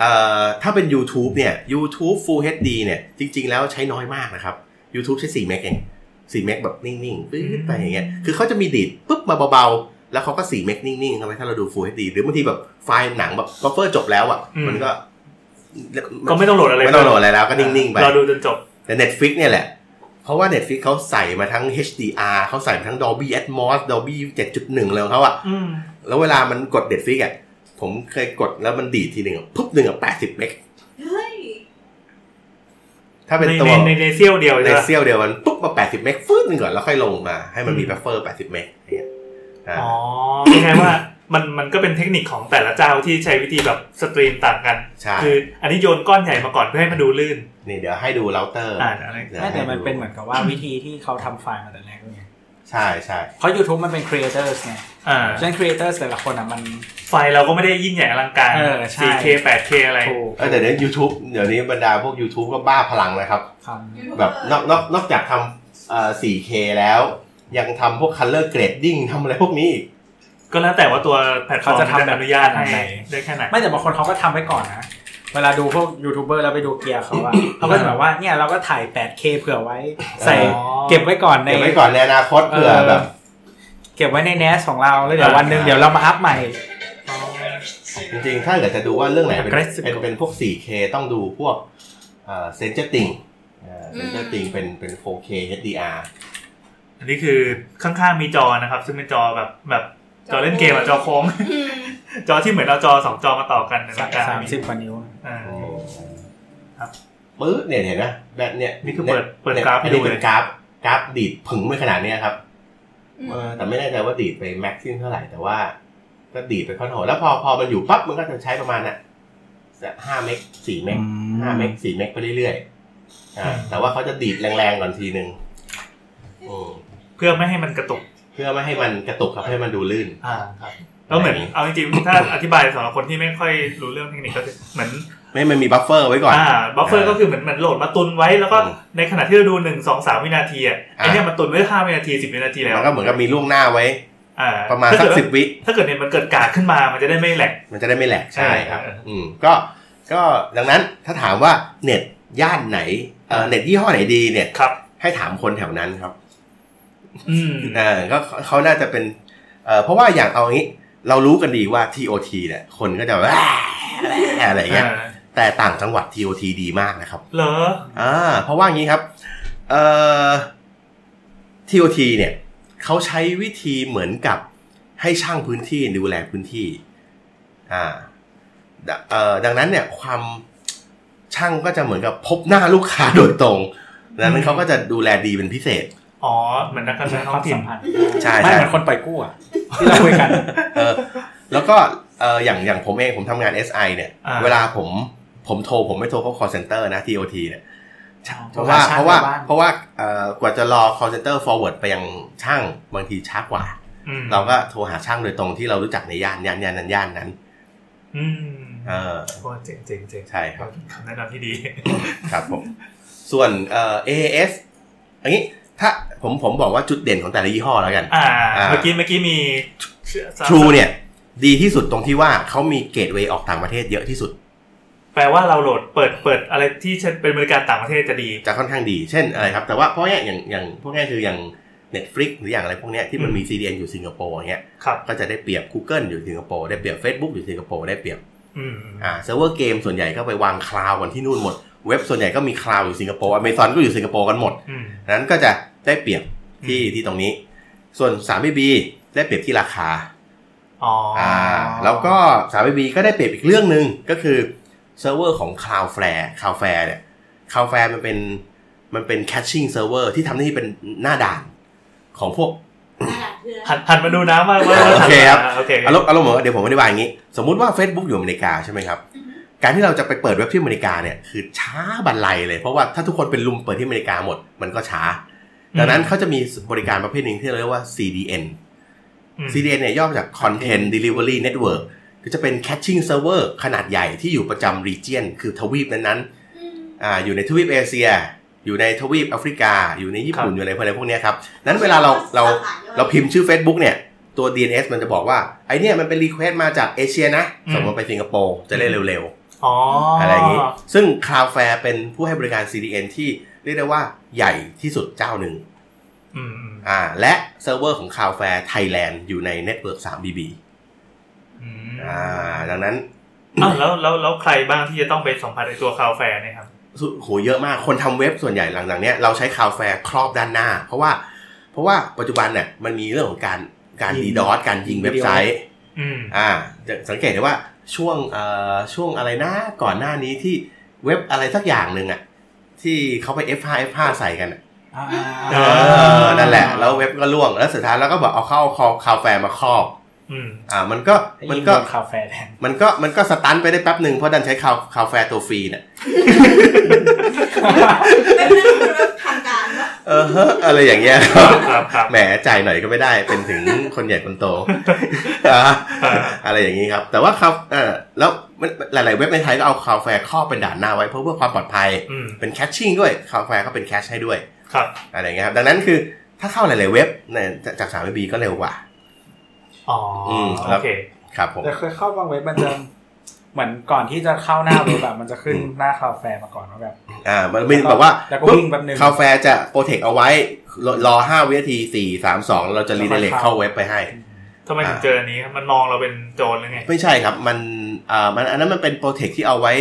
เอ่อถ้าเป็น YouTube เนี่ย YouTube Full HD เนี่ยจริงๆ แล้วใช้น้อยมากนะครับ YouTube ใช้ 4 เมกเอง 4 เมกแบบนิ่งๆปื๊ดไปอย่างเงี้ยคือเขาจะมีดีดปุ๊บมาเบาๆ แล้วเขาก็ 4 เมกนิ่งๆทำไมถ้าเราดู Full HD หรือบางทีแบบไฟล์หนังแบบบัฟเฟอร์จบแล้วอ่ะมันก็
ก็ไม่ต้องโหลดอะไร
ไม่ต้องโหลดอะไรแล้วก็นิ่ง ๆ ไป
เราดูจนจบ
แต่ Netflix เนี่ยแหละ เพราะว่า Netflix เขาใส่มาทั้ง HDR เขาใส่มาทั้ง Dolby Atmos Dolby 7.1 เลยของเขาอะ
อืม
แล้วเวลามันกด Netflix อะผมเคยกดแล้วมันดีดทีหนึ่งอะปุ๊บหนึ่งอะ80 เมก
เฮ้ย
ถ้าเป็น
ใน
ตัว
ในในในเซี่ยวเดียว
ใน
ใช่ปะ
เซียวเดียวมันปุ๊บมา 80 เมกฟืดหนึ่งก่อนแล้วค่อยลงมาให้มันมีบัฟเฟอร์ 80 เมกอย่างเงี้ยอ่า
อ๋อไม่ใช่ว่ามันมันก็เป็นเทคนิคของแต่ละเจ้าที่ใช้วิธีแบบสตรีมต่างกัน
ใช่
คืออันนี้โยนก้อนใหญ่มาก่อนเพื่อให้มันดูลื่น
นี่เดี๋ยวให้ดูเราเตอร์
อ่าอะไร
ไม่แต่มันเป็นเหมือนกับว่าวิธีที่เขาทำไฟล์มาแต่แรกด้วยไง
ใช่ใช่
เพราะ YouTube มันเป็น creators ไง
อ่า
ฉะนั้น creators แต่ละคนอ่ะมัน
ไฟล์เราก็ไม่ได้ยิ่งใหญ่อลังการ
เออใช่
4K 8K อะไร
ถูก
เออแต่เดี๋ยว YouTube เดี๋ยวนี้บรรดาพวก YouTube ก็บ้าพลังนะครับ
คำ
แบบนอกนอกนอกจากทำเอ่อ 4K แล้ว ยังทำพวก color grading ทำอะไรพวกนี้อีก
ก็แล้วแต่ว่าตัวแพลตฟอร์ม
เขาจะทำแบ
อ
บ
นุญาตให้
ไหน
ได้แค่ไหน
ไม่แต่บางคนเขาก็ทำไว้ก่อนนะ เวลาดูพวกยูทูบเบอร์แล้วไปดูเกียร์เขาอะ เขาก็จะแบบว่าเนี่ยเราก็ถ่าย 8K เผื่อไว้ ใส่
อ๋อ
เก็บไว้ก่อนใน
เดี๋ยวไว้ก่อนในอนาคตเผื่อแบบ
เก็บไว้ในเนสของเราแล้วเดี๋ยววันหนึ่ง
อ่า
เดี๋ยวเรามาอัพใหม่
จริงๆ ถ้าเกิดจะดูว่าเรื่องไหนเป็น
Aggressive
เป็นเป็นพวก 4K ต้องดูพวกเซนเจอร์ติงเซนเจอร์ติงเป็นเป็น 4K HDR
อันนี้คือข้างๆมีจอนะครับ ซึ่งเป็นจอแบบแบบจอเล่นเกมอะจอโค้ง
อืม
จอที่เหมือนเอาจอสองจอมาต่อกันในหลักการ
สามสิบกว่านิ้ว
อ่า ครับ
ปื๊ดเนี่ยเห็นไหมแบบเนี่ย
นี่คือเปิดเปิดกราฟให้
ให้
ดู
ดู
เล
เป็
ย
นกราฟกราฟดีดผึ่งไปขนาดเนี้ยครับ
อืม
เออแต่ไม่แน่ใจว่าดีดไปแม็กซ์ที่เท่าไหร่แต่ว่า ก็ดีดไปค่อนโหดแล้วพอพอมันอยู่ปั๊บมันก็จะใช้ประมาณน่ะห้าเมกสี่เมกห้าเมกสี่เมกไปเรื่อยๆอ่าแต่ว่าเขาจะดีดแรงๆก่อนทีนึงอืม
เพื่อไม่ให้มันกระตุก
เพื่อไม่ให้มันกระตุกครับให้มันดูลื่น
อ่าครับแล้วเหมือน
อะไรอย่า
เอาจ
งงี้
ริงๆถ้าอธิบายสำหรับคนที่ไม่ค่อยรู้เรื่องเทคนิคก็คือเหมือน
ไม่มันมีบัฟเฟอร์ไว้ก่อน
อ่าบัฟเฟอร์ก็คือเหมือนเหมือนโหลดมาตุนไว้แล้วก็
อืม
ในขณะที่เราดูหนึ่งสองสามวินาทีอ่ะ
อ่า
ไอเนี่ยมันตุนไว้ห้าวินาทีสิบวินาทีแล้ว
มันก็เหมือนกับมีล่วงหน้าไว้
อ่า
ประมาณสักสิบวิ
ถ้าเกิดเนี่ยมันเกิดกากขึ้นมามันจะได้ไม่แหลก
มันจะได้ไม่แหลก
ใช่ครับ
อืมก็ก็ดังนั้นถ้าถามว่าเน็ตย่านไหนเอ่อเน็ตยี่ห้อไหนดีเนี่ย
ครับ
ให้ถามคนแถวนั้นครับ
อืม
เออก็เขาเขาน่าจะเป็นเออเพราะว่าอย่างเอางี้ เรารู้กันดีว่า TOT เนี่ยคนก็จะแบบ ว่าอะไรเงี้ย
อ่า
แต่ต่างจังหวัด TOT ดีมากนะครับ
เหรอ
อ่า เพราะว่างี้ครับ เอ่อ TOT เนี่ยเขาใช้วิธีเหมือนกับให้ช่างพื้นที่ดูแลพื้นที่ อ่าดะเอ่อดังนั้นเนี่ยความช่างก็จะเหมือนกับพบหน้าลูกค้าโดยตรงดังนั้นเขาก็จะดูแลดีเป็นพิเศษ
อ๋อเหมือนนักการเมืองท้
ค
อ
วาง ม
ถิ่น
สัมพันธ์
ใช่
ไม่
ใช่
เหมือนคนปล่อยกู้อะที่เราคุยกัน
เออแล้วก็เอออย่างอย่างผมเองผมทำงาน SI เนี่ย
อ่า
เวลาผมผมโทรผมไม่โทรเข้า call center นะ TOT เนี่ยเพ
อ๋อ
ราะว่า
ช่าง
เพราะว่า
ในบ้าน
เพราะว่าเอ่อกว่าจะรอ call center forward ไปยังช่างบางทีช้ากว่า
อืม
เราก็โทรหาช่างโดยตรงที่เรารู้จักในย่านย่านย่านนั้นย่านนั้น
อืม
เออ
โอ้เจ๋งเจ๋งเจ๋ง
ใช่ครับ
คำแนะนำที่ดี
ครับผมส่วนเอ่อ AAS อันนี้ถ้าผมผมบอกว่าจุดเด่นของแต่ละยี่ห้อแล้วกัน
อ่า
อ่า
เมื่อกี้เมื่อกี้มี
True เนี่ยดีที่สุดตรงที่ว่าเขามีเกตเวย์ออกต่างประเทศเยอะที่สุด
แปลว่าเราโหลดเปิดเปิดอะไรที่เป็นบริการต่างประเทศจะดี
จะค่อนข้างดีเช่นอะไรครับ แต่ว่าเพราะเนี่ยอย่างอย่างพวกเนี้ยคืออย่าง Netflix หรืออย่างอะไรพวกเนี้ยที่มันมี CDN อยู่สิงคโปร์อย่างเงี้ย
ครับ
ก็จะได้เปรียบ Google อยู่สิงคโปร์ได้เปรียบ Facebook อยู่สิงคโปร์ได้เปรียบ
อืม
อ่าเซิร์ฟเวอร์เกมส่วนใหญ่ก็ไปวางคลาวกันที่นู่นหมด เว็บส่วนใหญ่ก็มีคลาวอยู่สิงคโปร์อเมซอนก็อยู่สิงคโปร์กันหมด
อืม
นั้นก็จะได้เปรียบที่
อืม
ที่ตรงนี้ ส่วน3 b b ได้เปรียบที่ราคา
อ๋ออ่
าแล้วก็3 b b ก็ได้เปรียบอีกเรื่องหนึ่งก็คือเซิร์ฟเวอร์ของ Cloudflare Cloudflare เนี่ย Cloudflare มันเป็นมันเป็น caching server ที่ทำหน้าที่เป็นหน้าด่านของพวก
นั่นแหละเพื่อน
หันหันมาดูน้ำมากว่า
โอเคครับ
โอเค
อารมณ์อารมณ์เหมือนว่าเดี๋ยวผมอธิบายอย่างนี้ สมมุติว่า Facebook อยู่อเมริกาใช่ไหมครับ การที่เราจะไปเปิดเว็บที่อเมริกาเนี่ยคือช้าบันไลเลยเพราะว่าถ้าทุกคนเป็นลุมเปิดที่อเมริกาหมดมันก็ช้า ดังนั้นเขาจะมีบริการประเภทหนึ่งที่เรียกว่า CDN
อืม
CDN เนี่ยย่อมาจาก Content Delivery Network ก็จะเป็น Caching Server ขนาดใหญ่ที่อยู่ประจำ region คือทวีปนั้น
อืม
ๆอ่าอยู่ในทวีปเอเชีย อยู่ในทวีปแอฟริกา อยู่ในญี่ปุ่น
ครับ
อยู่ในอะไรพวกเนี้ยครับ นั้นเวลาเราเรา เราพิมพ์ชื่อ Facebook เนี่ย ตัว DNS มันจะบอกว่า ไอเนี่ยมันเป็นรีเควสต์มาจากเอเชียนะ
อืม
สมมติไปสิงคโปร์จะได้เร็ว
อ๋ออะ
ๆอะไรอย่างนี้ ซึ่ง Cloudflare เป็นผู้ให้บริการ CDN ที่เรียกได้ว่าใหญ่ที่สุดเจ้าหนึ่ง
อืมอืม
อ่าและเซิร์ฟเวอร์ของ Cloudflare Thailand อยู่ใน Network 3 BB
อืม
อ่าดังนั้น
อ้าวแล้วแล้วแล้วใครบ้างที่จะต้องไปสัมผัสในตัวคาแฟเนี่ยครับ
สุโหเยอะมากคนทำเว็บส่วนใหญ่หลังๆเนี้ยเราใช้ Cloudflare ครอบด้านหน้า เพราะว่าเพราะว่าปัจจุบันเนี่ยมันมีเรื่องของการการ
ยิง
ดีดอสการยิงเว็บไซต์
อืม
อ่าจะสังเกตได้ว่าช่วงเอ่อช่วงอะไรนะก่อนหน้านี้ที่เว็บอะไรสักอย่างหนึ่งอะที่เขาไป F5 F5 ใส่กันอะ
อ่า
เอ
เออนั่นแหละ แล้วเว็บก็ล่วงแล้วสุดท้ายแล้วก็บอกเอาเข้าคอคาแฟมาครอบ
อืม
อ่ามันก็
มั
มัน น
ก็
ก็
คาเฟแทน
มันก็มันก็สตันไปได้แป๊บหนึ่งเพราะดันใช้คาคาแฟตัวฟรีเนี่ย
ไม่เป็นไรเรื่องทางการวะ
เออเฮ้ออะไรอย่างเงี้ย
ครับครับ
แหมจ่ายหน่อยก็ไม่ได้ เป็นถึงคนใหญ่คนโตอ่าอะไรอย่างนี้ครับ แต่ว่าครับเออแล้วมันหลาย ๆ เว็บในไทยก็เอาคาแฟครอบเป็นด่านหน้าไว้เพื่อเพื่อความปลอดภัย
อืม
เป็นแคชชิ่งด้วยคาแฟก็เป็นแคชให้ด้วย
ครับ
อะไรอย่างเงี้ยครับดังนั้นคือถ้าเข้าหลายๆเว็บเนี่ยจากสามบีก็เร็วกว่า
อ๋ออ
มค
โอ
รับ
เค
ครับผม
แต่เคยเข้าบางเว็บมันจะเหมือนก่อนที่จะเข้าหน้าเว็บแบบมันจะขึ้นหน้าคาเฟมาก่อนว่าแบบ
อ่ามันมีแบบว่า
แล้วก็วิ่งแป๊บนึง
คาแฟจะโปรเทคเอาไว้รอรอห้าวินาทีสี่สามสองเราจะรีเดเลกเข้าเว็บไปให้
ทำไมถึงเจออันนี้ครับมันมองเราเป็นโจรหรือไง
ไม่ใช่ครับ มันอ่ามันอันนั้นมันเป็นโปรเทคที่เอาไว้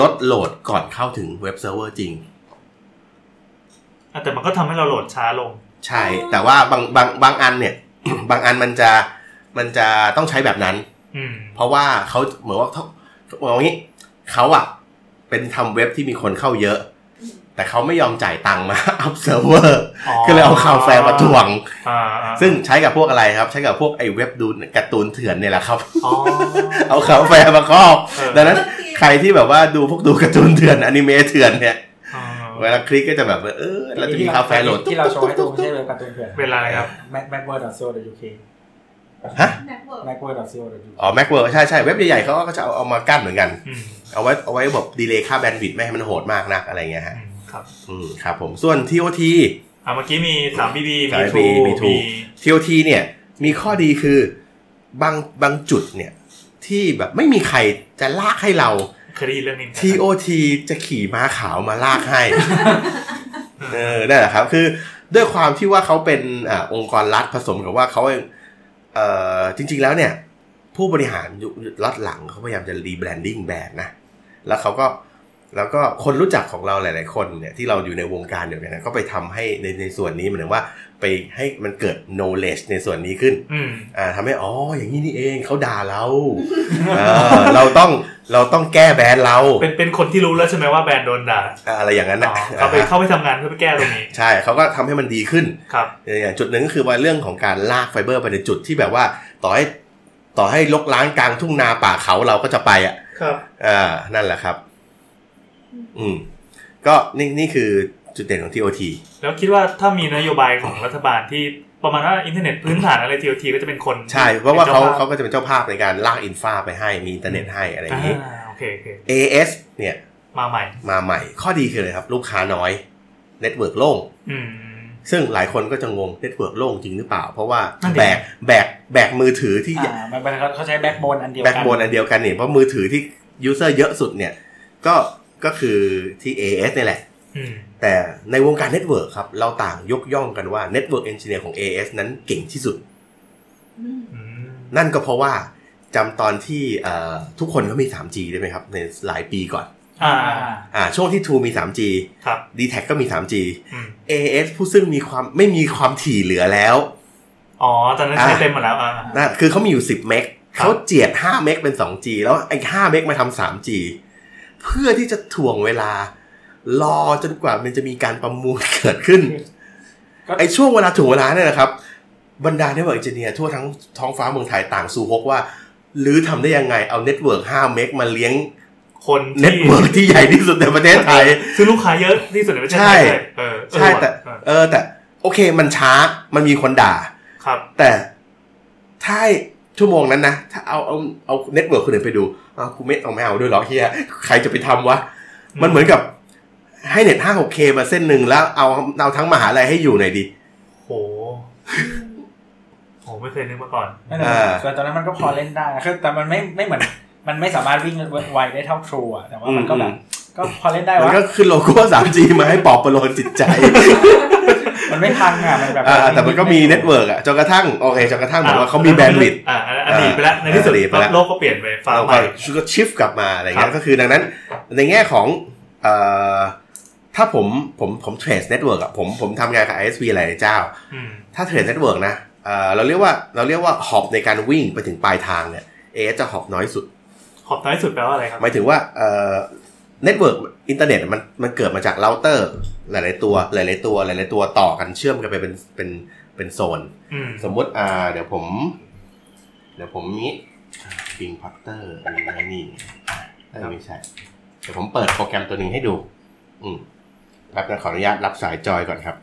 ลดโหลดก่อนเข้าถึงเว็บเซิร์ฟเวอร์จริง
อ่ะแต่มันก็ทำให้เราโหลดช้าลง
ใช่ แต่ว่าบางบางบางอันเนี่ย บางอันมันจะมันจะต้องใช้แบบนั้น
อืม
เพราะว่าเขาเหมือนว่าเขาเหมือนว่างี้เขาอะเป็นทำเว็บที่มีคนเข้าเยอะ แต่เขาไม่ยอมจ่ายตังค์มา อัพเซิร์ฟเวอร์
อ๋อ
ก็เลยเอาคาวแฟร์มาถ่วง
อ่า
ซึ่งใช้กับพวกอะไรครับ ใช้กับพวกไอ้เว็บดูการ์ตูนเถื่อนเนี่ยแหละครับ
อ๋อ
เอาคาวแฟร์มาครอบ
เออ
ดังนั้นใครที่แบบว่าดูพวกดูการ์ตูนเถื่อนอนิเมะเถื่อนเนี่ย
อ๋อ
เวลาคลิกก็จะแบบว่าเออเราจะมีคาวแฟร์โหลด
ที่เราโชว์ให้ดูไม่ใช่เว็บการ์ตูนเถื่อน
เวลาอะไรครับ
แม็กแม็กเวิร์ดดอทโซ่ดอทยูเค
ฮะ
แม็กเวิร์ก
แม็กเวิร์ดดอทโซ่ดอทยู
อ๋อแม็กเวิร์ใช่ใช่เว็บใหญ่ๆเขาก็จะเอาเอามากั้นเหมือนกัน
อืม
เอาไว้เอาไว้แบบดีเลย์ค่าแบนด์วิดต์ไม่ให้มันโหดมากนักอะไรเงี้ยฮะ
อืมครับ
อืมครับผมส่วน TOT
อ่ะเมื่อกี้มีสามบีบีมี
3BB
ทู
มี True
มี
TOT เนี่ยมีข้อดีคือบางบางจุดเนี่ย ที่แบบไม่มีใครจะลากให้เรา
เคยได้ยินเรื่องนี้ไหม
TOT จะขี่ม้าขาวมาลากให้ เออนั่นแหละครับ คือด้วยความที่ว่าเขาเป็นอ่าองค์กรรัฐผสมกับว่าเขาเองเอ่อจริง ๆ แล้วเนี่ย ผู้บริหารยุครัฐหลังเขาพยายามจะรีแบรนดิ้งแบรนด์นะ แล้วเขาก็แล้วก็คนรู้จักของเราหลาย ๆ คนเนี่ยที่เราอยู่ในวงการเดียวกันนะก็ไปทำให้ในในส่วนนี้เหมือนว่าไปให้มันเกิด knowledge ในส่วนนี้ขึ้น
อืม
อ่าทำให้อ๋ออย่างนี้นี่เองเขาด่าเรา เออเราต้องเราต้องแก้แบรนด์เรา
เป็นเป็นคนที่รู้แล้วใช่ไหมว่าแบรนด์โดนด่า
อ่าอะไรอย่างนั้น
อ๋
นะ
อเขาไปเข้าไปทำงานเพื่อไปแก้ตรงนี้
ใช่เขาก็ทำให้มันดีขึ้น
ครับ
อย่างจุดหนึ่งก็คือว่าเรื่องของการลากไฟเบอร์ไปในจุดที่แบบว่าต่อให้ต่อให้ลกล้างกลางทุ่งนาป่าเขาเราก็จะไปอ่ะ
ครับ
อ่านั่นแหละครับ อืม ก็นี่นี่คือจุดเด่นของ TOT
แล้วคิดว่าถ้ามีนโยบายของรัฐบาลที่ประมาณว่าอินเทอร์เน็ตพื้นฐานอะไรทีโอทีก็จะเป็นคน
ใช่ เพราะว่าเขา
ป็นจ้ภพ
เขาก็จะเป็นเจ้าภาพในการลากอินฟาไปให้มีอินเทอร์เน็ตให้อะไรอย่างนี้
อ่าโอเคโอเค
AS เนี่ย
มาใหม่
มาใหม่ ข้อดีคืออะไรครับ ลูกค้าน้อยเน็ตเวิร์กโล่ง
อืม
ซึ่งหลายคนก็จะงงเน็ตเวิร์กโล่งจริงหรือเปล่า เพราะว่า
นั่นดิ
แบกแบกแบกมือถือที่
อ่ามันเป็นเขาใช้แบ็กโบนอันเดียวกั
แบ็กโบนอันเดียวกันเนี่ยเพราะมือถือที่ยูเซอร์เยอะสุดเนี่ย ก็ก็คือที่ AS นี่แหละ
อืม
แต่ในวงการเน็ตเวิร์กครับ เราต่างยกย่องกันว่าเน็ตเวิร์กเอนจิเนียร์ของ AS นั้นเก่งที่สุด
อืม
นั่นก็เพราะว่าจำตอนที่เอ่อทุกคนเขามี 3G ได้ไหมครับ ในหลายปีก่อน
อ่า
อ่าช่วงที่ True มี 3G
ครับ
d t แทก็มี 3G
อืม
AS ผู้ซึ่งมีความไม่มีความถี่เหลือแล้ว
อ๋อตอนนั้นใช้
อ่า
เต็มหมดแล้วอ่า
นะคือเขามีอยู่ 10 เมก
ครับ
เขาเจียด 5 เมกเป็น 2G แล้วไอ้5เมกมาทำ 3G เพื่อที่จะถ่วงเวลา รอจนกว่ามันจะมีการประมูล เกิดขึ้น
ก็
ไอ้ช่วงเวลาถ่วงเวลาเนี่ยนะครับ บรรดาเน็ตเวิร์กเจเนียทั่วทั้งท้องฟ้าเมืองไทยต่างสู่ฮกว่า หรือทำได้ยังไงเอาเน็ตเวิร์ก5เมกมาเลี้ยง
คน
เน็ต
ที่
เวิร์กที่ใหญ่ที่สุดในประเทศไทย
ซื้อลูกค้าเยอะที่สุดในประเทศไทยเลยเออเออ
ใช่แต่
เออ
เออแต่โอเคมันช้ามันมีคนด่า
ครับ
แต่ถ้าชั่วโมงนั้นนะ ถ้าเอาเอาเอาเน็ตเวิร์กคนอื่นไปดูเอากูไม่เอาไม่เอาด้วยเหรอเฮียใครจะไปทำวะ มันเหมือนกับให้เน็ต 56K มาเส้นหนึ่งแล้วเอาเอาทั้งมหาลัยให้อยู่หน่อยดิ
โหโหไม่เคยนึกมาก่อน
นั่นแหละ
อ่า
ส่วนตอนนั้นมันก็พอเล่นได้คือแต่มันไม่ไม่เหมือน มันไม่สามารถวิ่งไวได้เท่าทรูอะแต่ว่ามันก็แบบก็พอเล่นได้
มัน
วะ
ก็ขึ้นโลโก้ 3G มาให้ปอบประโลนจิตใจ
มันไม่พังอะมันแบบ
อ่าแต่มันก็มีเน็ตเวิร์กอะจนกระทั่งโอเคจนกระทั่งเหมือนว่าเขามีแบนด์วิดต์
อ่าอันนั้นอดีตไปแล้วในที่สุด
อ่าอดีตไปแล้ว
โลกก็เปลี่ยนไปฟ้า
เรา
ให
ก็
ม่
ก็ชิฟกลับมาอะไร
ครั
เงี้
บ
ยก็คือดังนั้นในแง่ของเอ่อถ้าผมผมผมเทรดเน็ตเวิร์กอะผมผมทำงานกับ ISP หลายๆเจ้า
อืม
ถ้าเทรดเน็ตเวิร์กนะเอ่อเราเรียกว่าเราเรียกว่าหอบในการวิ่งไปถึงปลายทางเนี่ยเอจะหอบน้อยสุด
ขอบน้อยสุดแปลว่าอะไรครับ
หมายถึงว่าเอ่อเน็ตเวิร์กอินเทอร์เน็ตมันมันเกิดมาจากเราเตอร์ หลาย ๆ ตัว หลาย ๆ ตัว หลาย ๆ ตัวต่อกันเชื่อมกันไปเป็นเป็นเป็นโซน
อืม
สมมติอ่าเดี๋ยวผม เดี๋ยวผมนี้ปิงพัตเตอร์อะไรนี่เอ้ยไม่ใช่ เดี๋ยวผมเปิดโปรแกรมตัวหนึ่งให้ดู อืมรับนะขออนุญาตรับสายจอยก่อนครับ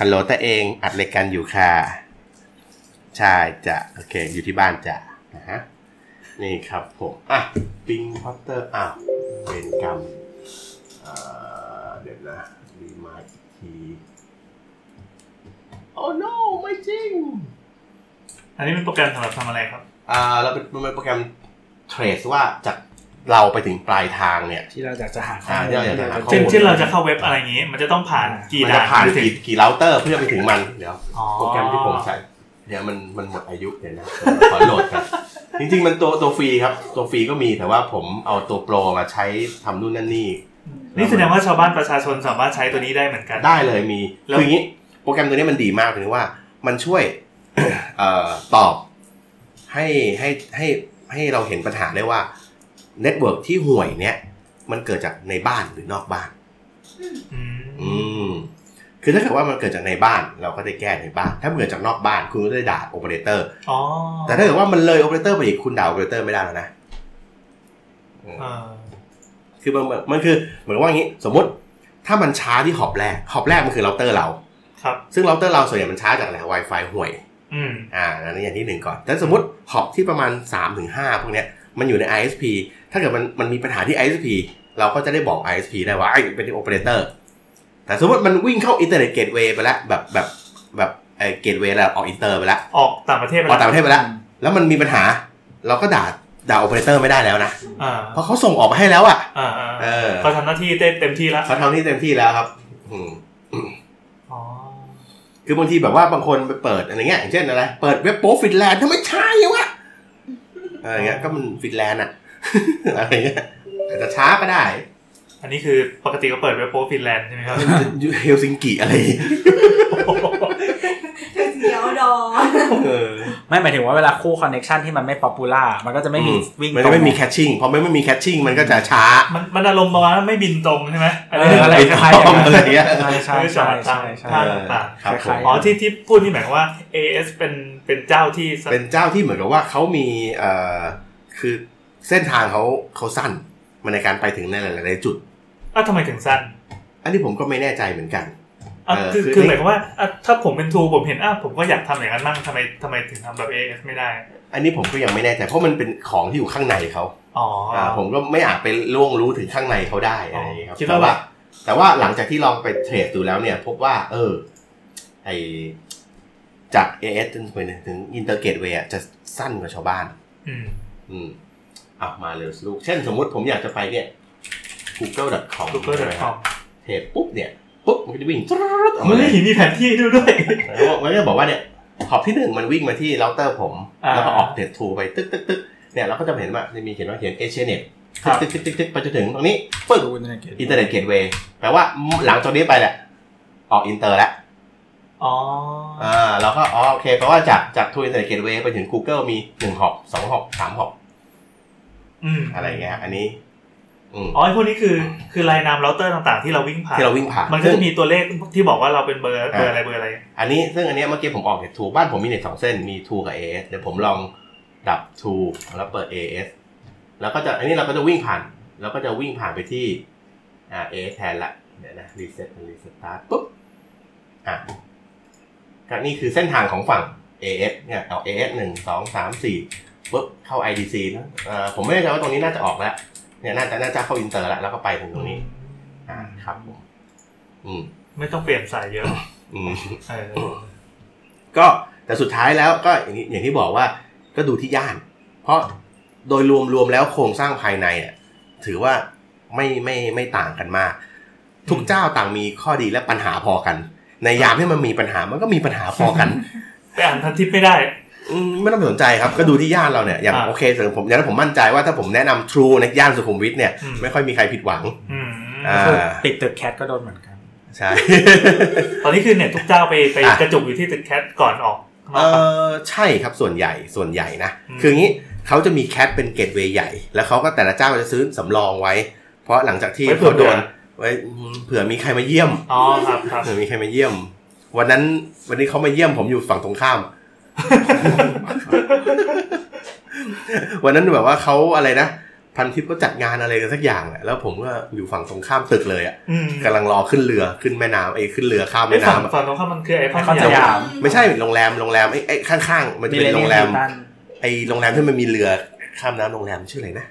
ฮัลโหลตาเองอัดรายการอยู่ค่ะ ใช่จ้ะโอเค อยู่ที่บ้านจ้ะนะฮะนี่ครับผมอ่ะปิงพัตเตอร์อ้าวเป็นกรรมอ่าเดี๋ยวนะรีมาอีกทีโอ้ no ไม่จริง
อันนี้เป็นโปรแกรมสำหรับทำอะไรครับ
อ่าเราเป็นมันเป็นโปรแกรมเทรสว่าจากเราไปถึงปลายทางเนี่ย
ที่เราอยากจะหา
อ่าที่เราอยากจะหาข้อมู
เช่นเช่นเราจะเข้าเว็บอะไรอย่างงี้ มันจะต้องผ่านกี่
มัน
ด่า
จะ
น
ผ่าน
ถึง
กี่กี่เราเตอร์เพื่อไปถึงมันเดี๋ยว
อ๋อ
โปรแกรมที่ผมใช้เดี๋ยวมันมันหมดอายุเดี๋ยวนะขอโหลดครับจริงๆมันตัวตัวฟรีครับ ตัวฟรีก็มีแต่ว่าผมเอาตัวโปรมาใช้ทำนู่นนั่นนี่
นี่แสดงว่าชาวบ้านประชาชนสามารถใช้ตัวนี้ได้เหมือนกัน
ได้เลยมี
แล้ว
คืออย่างนี้โปรแกรมตัวนี้มันดีมากตรงที่ว่ามันช่วย เออตอบให้ให้ให้ให้เราเห็นปัญหาได้ว่าเน็ตเวิร์กที่ห่วยเนี้ยมันเกิดจากในบ้านหรือนอกบ้าน
อืม
อืม คือถ้าเกิดว่ามันเกิดจากในบ้านเราก็ได้แก้ในบ้าน ถ้ามันเกิดจากนอกบ้านคุณก็ได้ด่าโอเปอเรเตอร์
อ๋อ
แต่ถ้าเกิดว่ามันเลยโอเปอเรเตอร์ไปอีกคุณด่าโอเปอเรเตอร์ไม่ได้แล้วนะ
เออ
คือมันมันคือเหมือนว่าอย่างนี้ สมมติถ้ามันช้าที่หอบแรกหอบแรกมันคือเราเตอร์เรา
ครับ
ซึ่งเราเตอร์เราส่วนใหญ่มันช้าจากแหล่ง Wi-Fi ห่วย
อืม
อ่าอันนี้อย่างที่หนึ่งก่อน แต่สมมติฮอปที่ประมาณ 3-5ถึงพวกเนี้ย มันอยู่ใน ISP ถ้าเกิดมันมันมีปัญหาที่ ISP เราก็จะได้บอก ISP ได้ว่าไอ้เป็นโอเปอเรเตอร์ แต่สมมติมันวิ่งเข้าอินเทอร์เน็ตเกตเวย์ไปแล้ว แบบแบบแบบไอ้เกตเวย์แล้วออกอินเตอร์ไปแล้ว
ออกต่างประเทศไป
ออก
แล้
ต่าง
ว
ประเทศไปแล้ว แล้วมันมีปัญหา เราก็ด่าด่าโอเปอเรเตอร์ไม่ได้แล้วนะ
อ่า
เพราะเขาส่งออกมาให้แล้วอ่ะ
อ่า
เอ
อ่า
อ
เขาทำหน้าที่ได้เต็มที่แล้ว
เขาทำที่เต็มที่แล้วครับ อืม
อ๋อ
คือบางทีแบบว่าบางคนไปเปิดอะไรเงี้ยอย่างเช่นอะไร เปิดเว็บโป๊ฟินแลนด์ทำไมใช่วะอะไรเงี้ยก็มันฟินแลนด์อะ อะไรเงี้ยอาจจะช้าก็ได้
อันนี้คือปกติก็เปิดเว็บโป๊ฟินแลนด์ใช่ไหมครับ
เฮลซิงกิอะไร
เดี๋ยวดอ
เออ
ไม่หมายถึงว่าเวลาคู่คอนเน็ชันที่มันไม่ป๊อปปูล่ามันก็จะไม่มีวิ่ง
มัน
ตร
จะ
ง
ไม่มีแคชชิ่งพอไม่มีแคชชิ่งมันก็จะช้า
มันมันอารมณ์ประมาณว่าไม่บินตรงใช่ไหมอัน
เ
นี้
อะไร
ป
คล้ายๆอย่างนั้น
อะไรเงี้ย
ใช่ใช่
ไม่
ใช่
สามารถตาม
ใช่ใช่
ท่าต่าง
ครับผม
ๆอ๋อที่ที่พูดนี่หมายความว่า AS เป็นเป็นเจ้าที่ส
เป็นเจ้าที่เหมือนกับว่าเขามีเอ่อคือเส้นทางเขาเขาสั้นมันในการไปถึงในหลายๆจุด
อ่ะทำไมถึงสั้น
อันนี้ผมก็ไม่แน่ใจเหมือนกัน
อ่ะ
เออ
คือ
คือ
คือ
ใน
หมายความว่าอ่ะถ้าผมเป็นทูผมเห็นอ่ะผมก็อยากทำอย่างนั้นบ้างทำไมทำไมถึงทำแบบ AS ไม่ได้
อันนี้ผมก็ยังไม่แน่ใจเพราะมันเป็นของที่อยู่ข้างในเขา
อ๋อ
อ่าผมก็ไม่อาจไปล่วงรู้ถึงข้างในเขาได้อะไรอย่างเงี้ยครับ
คิด
แต่
ว่า
ว่า แต่ว่าหลังจากที่ลองไปเทรดดูแล้วเนี่ย พบว่า เออ ไอจาก AS จนไปถึงอินเตอร์เกตเวย์จะสั้นกว่าชาวบ้าน
อืม
อืมอ่ะมาเร็วสลูก เช่นสมมติผมอยากจะไปเนี่ย google.com
google.com
เทปปุ๊บเนี่ยปุ๊บมันก็จะวิ่งตุ๊ดๆออก
มั
มาน เล
ได้
ย
เห็นมีแผนที่ด้วยด้วย
แล้วบอกมันก็จะบอกว่าเนี่ยขอบที่หนึ่งมันวิ่งมาที่เราเตอร์ผม
อ่า
แล้วก็ออกเน็ตทูไปตึ๊กตึ๊กตึ๊กเนี่ยเราก็จะเห็นว่าจะมีเขียนว่าเขียนเอเชียเน็ต
ครับ
ตึ๊กตึ๊กตึ๊กตึ๊กไปจนถึงตรงนี้ปึ๊บ
ดูในเกต
อินเตอร์เน็ตเกตเวย์แปลว่าหลังจากนี้ไปแหละออกอินเตอร์แล้ว
อ๋อ
อ่าเราก็อ๋อโอเคแปลว่าจากจากทูอินเตอร์เน็ตเกตเวย์ไปถึง Google มีหนึ่งหอกสองหอกสามหอก
อืม
อะไรอย่างเงี้ยอันนี้ อืม
อ๋อไอ้พวกนี้คือคือรายนามเราเตอร์ต่างๆ ที่เราวิ่งผ่าน
ที่เราวิ่งผ่าน
มันก็จะมีตัวเลขที่บอกว่าเราเป็นเบอร์เบอร์อะไรเบอร์อะไร
อันนี้ซึ่งอันเนี้ยเมื่อกี้ผมออกเน็ตทูบ้านผมมีเน็ตสองเส้นมีทูกับเอสเดี๋ยวผมลองดับทูแล้วเปิดเอสแล้วก็จะอันนี้เราก็จะวิ่งผ่านเราก็จะวิ่งผ่านไปที่อ่าเอสแทนละเดี๋ยวนะรีเซ็ตรีสตาร์ทปุ๊บอ่ะ ครับนี่คือเส้นทางของฝั่ง AS เนี่ยเอา AS หนึ่งสองสามสี่ปุ๊บเข้า IDC นะเอ่อผมไม่แน่ใจว่าตรงนี้น่าจะออกแล้วเนี่ยน่าจะน่าจะเข้าอินเตอร์แล้วแล้วก็ไปถึงตรงนี้ อ่าครับผมอืม
ไม่ต้องเปลี่ยนสายเยอะ
อืม
เออ
ก็แต่สุดท้ายแล้วก็อย่างที่อย่างที่บอกว่าก็ดูที่ย่าน เพราะโดยรวมรวมแล้วโครงสร้างภายในอ่ะถือว่าไม่ไม่ไม่ต่างกันมาก ทุกเจ้าต่างมีข้อดีและปัญหาพอกัน ในยามที่มันมีปัญหามันก็มีปัญหาพอกัน
ไปอ่านพันทิปไม่ได้
อืมไม่ต้องไปสนใจครับ ก็ดูที่ย่านเราเนี่ยอย่าง
อ่า
โอเคสำหรับผมอย่างนั้นผมมั่นใจว่าถ้าผมแนะนำ True ในย่านสุขุมวิทเนี่ย
อืม
ไม่ค่อยมีใครผิดหวัง
อืม
อ่า
ติดตึกแคทก็โดนเหมือนกัน
ใช่
ตอนนี้คือเน็ตทุกเจ้าไปไป
อ่ะ
กระจุกอยู่ที่ตึกแคทก่อนออกข้างน
เอ
อกปะ
อใช่ครับส่วนใหญ่ส่วนใหญ่นะ
อืม
คืองี้เขาจะมีแคทเป็นเกตเวย์ใหญ่ แล้วเขาก็แต่ละเจ้าจะซื้อสำรองไว้ เพราะหลังจากที่
ไว้เผื่
เขา
อ
โดนไว้อืมเผื่อมีใครมาเยี่ยม
อ๋อครับครับ
เผื่อมีใครมาเยี่ยม วันนั้นวันนี้เขามาเยี่ยมผมอยู่ฝั่งตรง ข้าม วันนั้นแบบว่าเขาอะไรนะ พันทิพย์ก็จัดงานอะไรกันสักอย่างแหละแล้วผมก็อยู่ฝั่งตรงข้ามตึกเลยอ่ะ
อืม
กำลังรอขึ้นเรือขึ้นแม่น้ำไอ้ยขึ้นเรือข้าม
ไอ้
แม่
ฝั่ง
น้ำอะ
ฝั่งตรงข้ามมันคือไอ้
ไอ้ข้อ
ข้าม
สยาม
ไม่ใช่โรงแรมโรงแรมไอ้ไอ้ข้างๆ มันจะเป็นโรงแรม ไอ้โรงแรมที่มันมีเรือข้ามน้ำโรงแรมชื่ออะไรนะ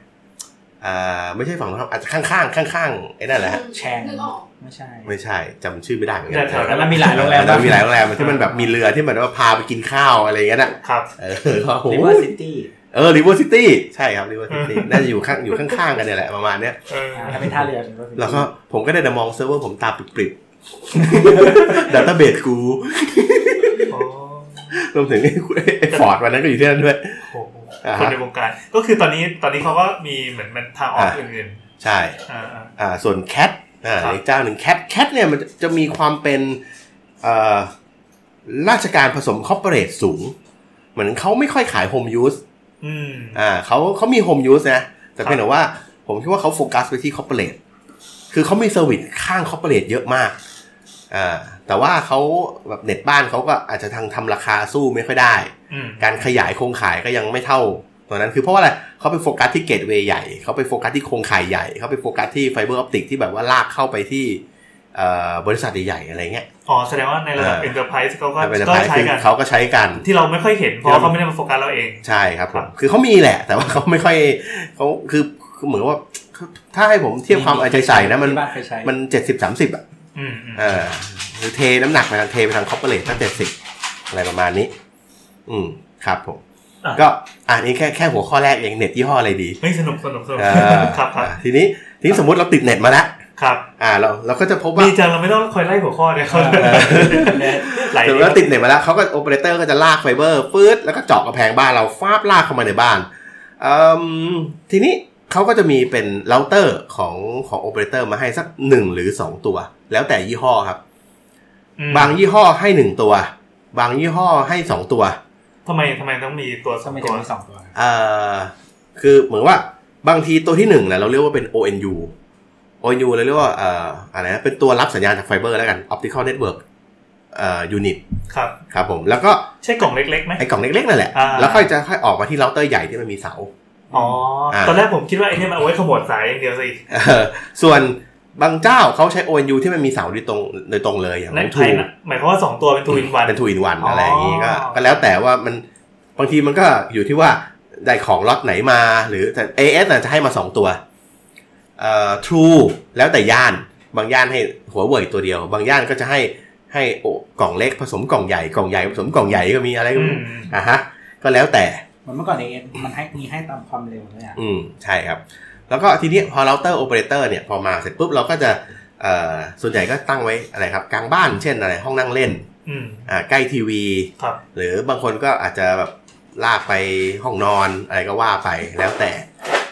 อ่าไม่ใช่ฝั่งตรงข้ามอาจจะข้างๆข้างๆไอ้นั่นแหละฮะ
แชง
งนึกออก
ไม่ใช่
ไม่ใช่จำชื่อไม่ได้เหมือนกั
แต่แถวนั้น
มั
มันน
มีหลายโรงแรม
แต่มันมีหลายโรงแรมที่มันแบบมีเรือที่มันว่าพาไปกินข้าวอะไรอย่างเงี้ยน่ะ
ครับ
เออก็โอ้โห
ลิเวอร์ซิตี้
เออริเวอร์ซิตี้ใช่ครับริเวอร์ซิตี้น่าจะอยู่ข้างอยู่ข้างๆกันเนี่ยแหละประมาณเนี้ย
เออ
อ่าแล้วเป็นท่าเรือถึงก็
แล้วก็ผมก็ได้แต่มองเซิร์ฟเวอร์ผมตาปริบๆดัตต้าเบสกู
โอ้
รวมถึงไอ้ไอ้ฟอร์ดวันนั้นก็อยู่ที่นั่นด้วย
โห
อ่าฮะ
คนในวงการ ก็คือตอนนี้ตอนนี้เขาก็มีเหมือนมันทางออกอื่น
ใช่
ๆอ่าอ่า
อ่าส่วนแคทอ่า
ครับ
อีกเจ้าหนึ่งแคทแคทเนี่ยมันจะจะมีความเป็นเอ่อราชการผสมคอร์เปอเรทสูง เหมือนเขาไม่ค่อยขายโฮมยูส
อืม
อ่าเขาเขามีโฮมยูสนะ แต่
ครับ
เพียงแต่ว่าผมคิดว่าเขาโฟกัสไปที่คอร์เปอเรทคือเขามีเซอร์วิสข้างคอร์เปอเรทเยอะมากอ่าแต่ว่าเขาแบบเน็ตบ้านเขาก็อาจจะทางทำราคาสู้ไม่ค่อยได้
อืม
การขยายโครงข่ายก็ยังไม่เท่าตัวนั้นคือเพราะว่าอะไรเขาไปโฟกัสที่เกตเวย์ใหญ่เขาไปโฟกัสที่โครงข่ายใหญ่เขาไปโฟกัสที่ไฟเบอร์ออปติกที่แบบว่าลากเข้าไปที่เอ่อบริษัทใหญ่ๆอะไรเงี้ย
อ๋อแสดงว่าในระดับ
เออ
enterprise เขาก็
แต่เป็น
ก็
ราย
ใช้
คือ
กัน
เขาก็ใช้กัน
ที่เราไม่ค่อยเห็นเพราะ
ที่เรา
เขาไม่ได้มาโฟกัสเราเอง
ใช่ครับ
ค
ผ
รั
ม
บ
คือเขามีแหละ แต่ว่าเขาไม่ค่อยเขาคือคือเหมือนว่าถ้าให้ผมเทียบความเอาใจใส่นะมัน
ที่บ้านเคยใช้
มันเจ็ดสิบสามสิบอ่ะ
อืมอืม
เออหรือเทน้ำหนักไปทางเทไปทางคอร์เปอเรทตั้งเจ็ดสิบอะไรประมาณนี้ อืมครับผม
ะ
ก็อ่านนี้แค่แค่หัวข้อแรกเองเน็ตยี่ห้ออะไรดี
ไม่สนุกสนุกสนุก
อ่า
ครับครับ
ทีนี้ทีนี้สมมติเราติดเน็ตมาแล้ว
ครับ
อ่าเราเราก็จะพบว่า
ดีจังเราไม่ต้องคอยไล่หัวข้อเนี่ยเขา
เออ
ไหล
สมมติเราติดเน็ตมาแล้วเขาก็โอเปอเรเตอร์ก็จะลากไฟเบอร์ฟืดแล้วก็เจาะกระแพงบ้านเราฟาบลากเข้ามาในบ้านอืมทีนี้เขาก็จะมีเป็นเราเตอร์ของของโอเปอเรเตอร์มาให้สักหนึ่งหรือสองตัว แล้วแต่ยี่ห้อครับ
อืม
บางยี่ห้อให้หนึ่งตัว บางยี่ห้อให้สองตัว
ทำไมทำไมต้องมีตัวส
ทำ
อง
ไมถึ
ตั
ง
ว
มีสองตัว
เอ่อคือเหมือนว่าบางทีตัวที่หนึ่งนะเราเรียกว่าเป็น ONU ONU เราเรียกว่าเอ่ออะไรนะเป็นตัวรับสัญญาณจากไฟเบอร์แล้วกัน Optical Network เอ่อ unit
ครับ
ครับผม แล้วก็
ใช่กล่องเล็กๆไหม
ไอ้กล่องเล็กๆนั่นแหละ
อ่า
แล้วค่อยจะค่อยออกมาที่เราเตอร์ใหญ่ที่มันมีเสา
อ๋ออา ตอนแรกผมคิดว่าไอ้เนี่ยมันเอาไว้ขโมยสายอย่างเดียวสิ
เอ่อส่วนบางเจ้าเขาใช้ ONU ที่มันมีเสาโดยตรงโดยตรงเลยอย่าง
ใน
ของ
ไท
ทู
ยนะหมายความว่าสองตัวเป็นทูอินวัน
เป็นทูอินวัน
อ๋ออ
อะไรอย่างงี้ก็ก็แล้วแต่ว่ามันบางทีมันก็อยู่ที่ว่าได้ของล็อตไหนมาหรือแต่ AS น่ะจะให้มาสองตัวเอ่อ True แล้วแต่ย่าน บางย่านให้หัวเว่ยตัวเดียว บางย่านก็จะให้ให้โอกล่องเล็กผสมกล่องใหญ่กล่องใหญ่ผสมกล่องใหญ่ก็มีอะไรก็มี
อืม
อ่ะฮะก็แล้วแต่
เหมือนเมื่อก่อนเอเอมันให้มีให้ตามความเร็วเลยอ่ะ
อืมใช่ครับ แล้วก็ทีนี้พอเราเตอร์โอเปอเรเตอร์เนี่ยพอมาเสร็จปุ๊บเราก็จะเอ่อส่วนใหญ่ก็ตั้งไว้อะไรครับกลางบ้านเช่นอะไรห้องนั่งเล่น
อืม
อ่าใกล้ทีวี
ครับ
หรือบางคนก็อาจจะแบบลากไปห้องนอนอะไรก็ว่าไปแล้วแต่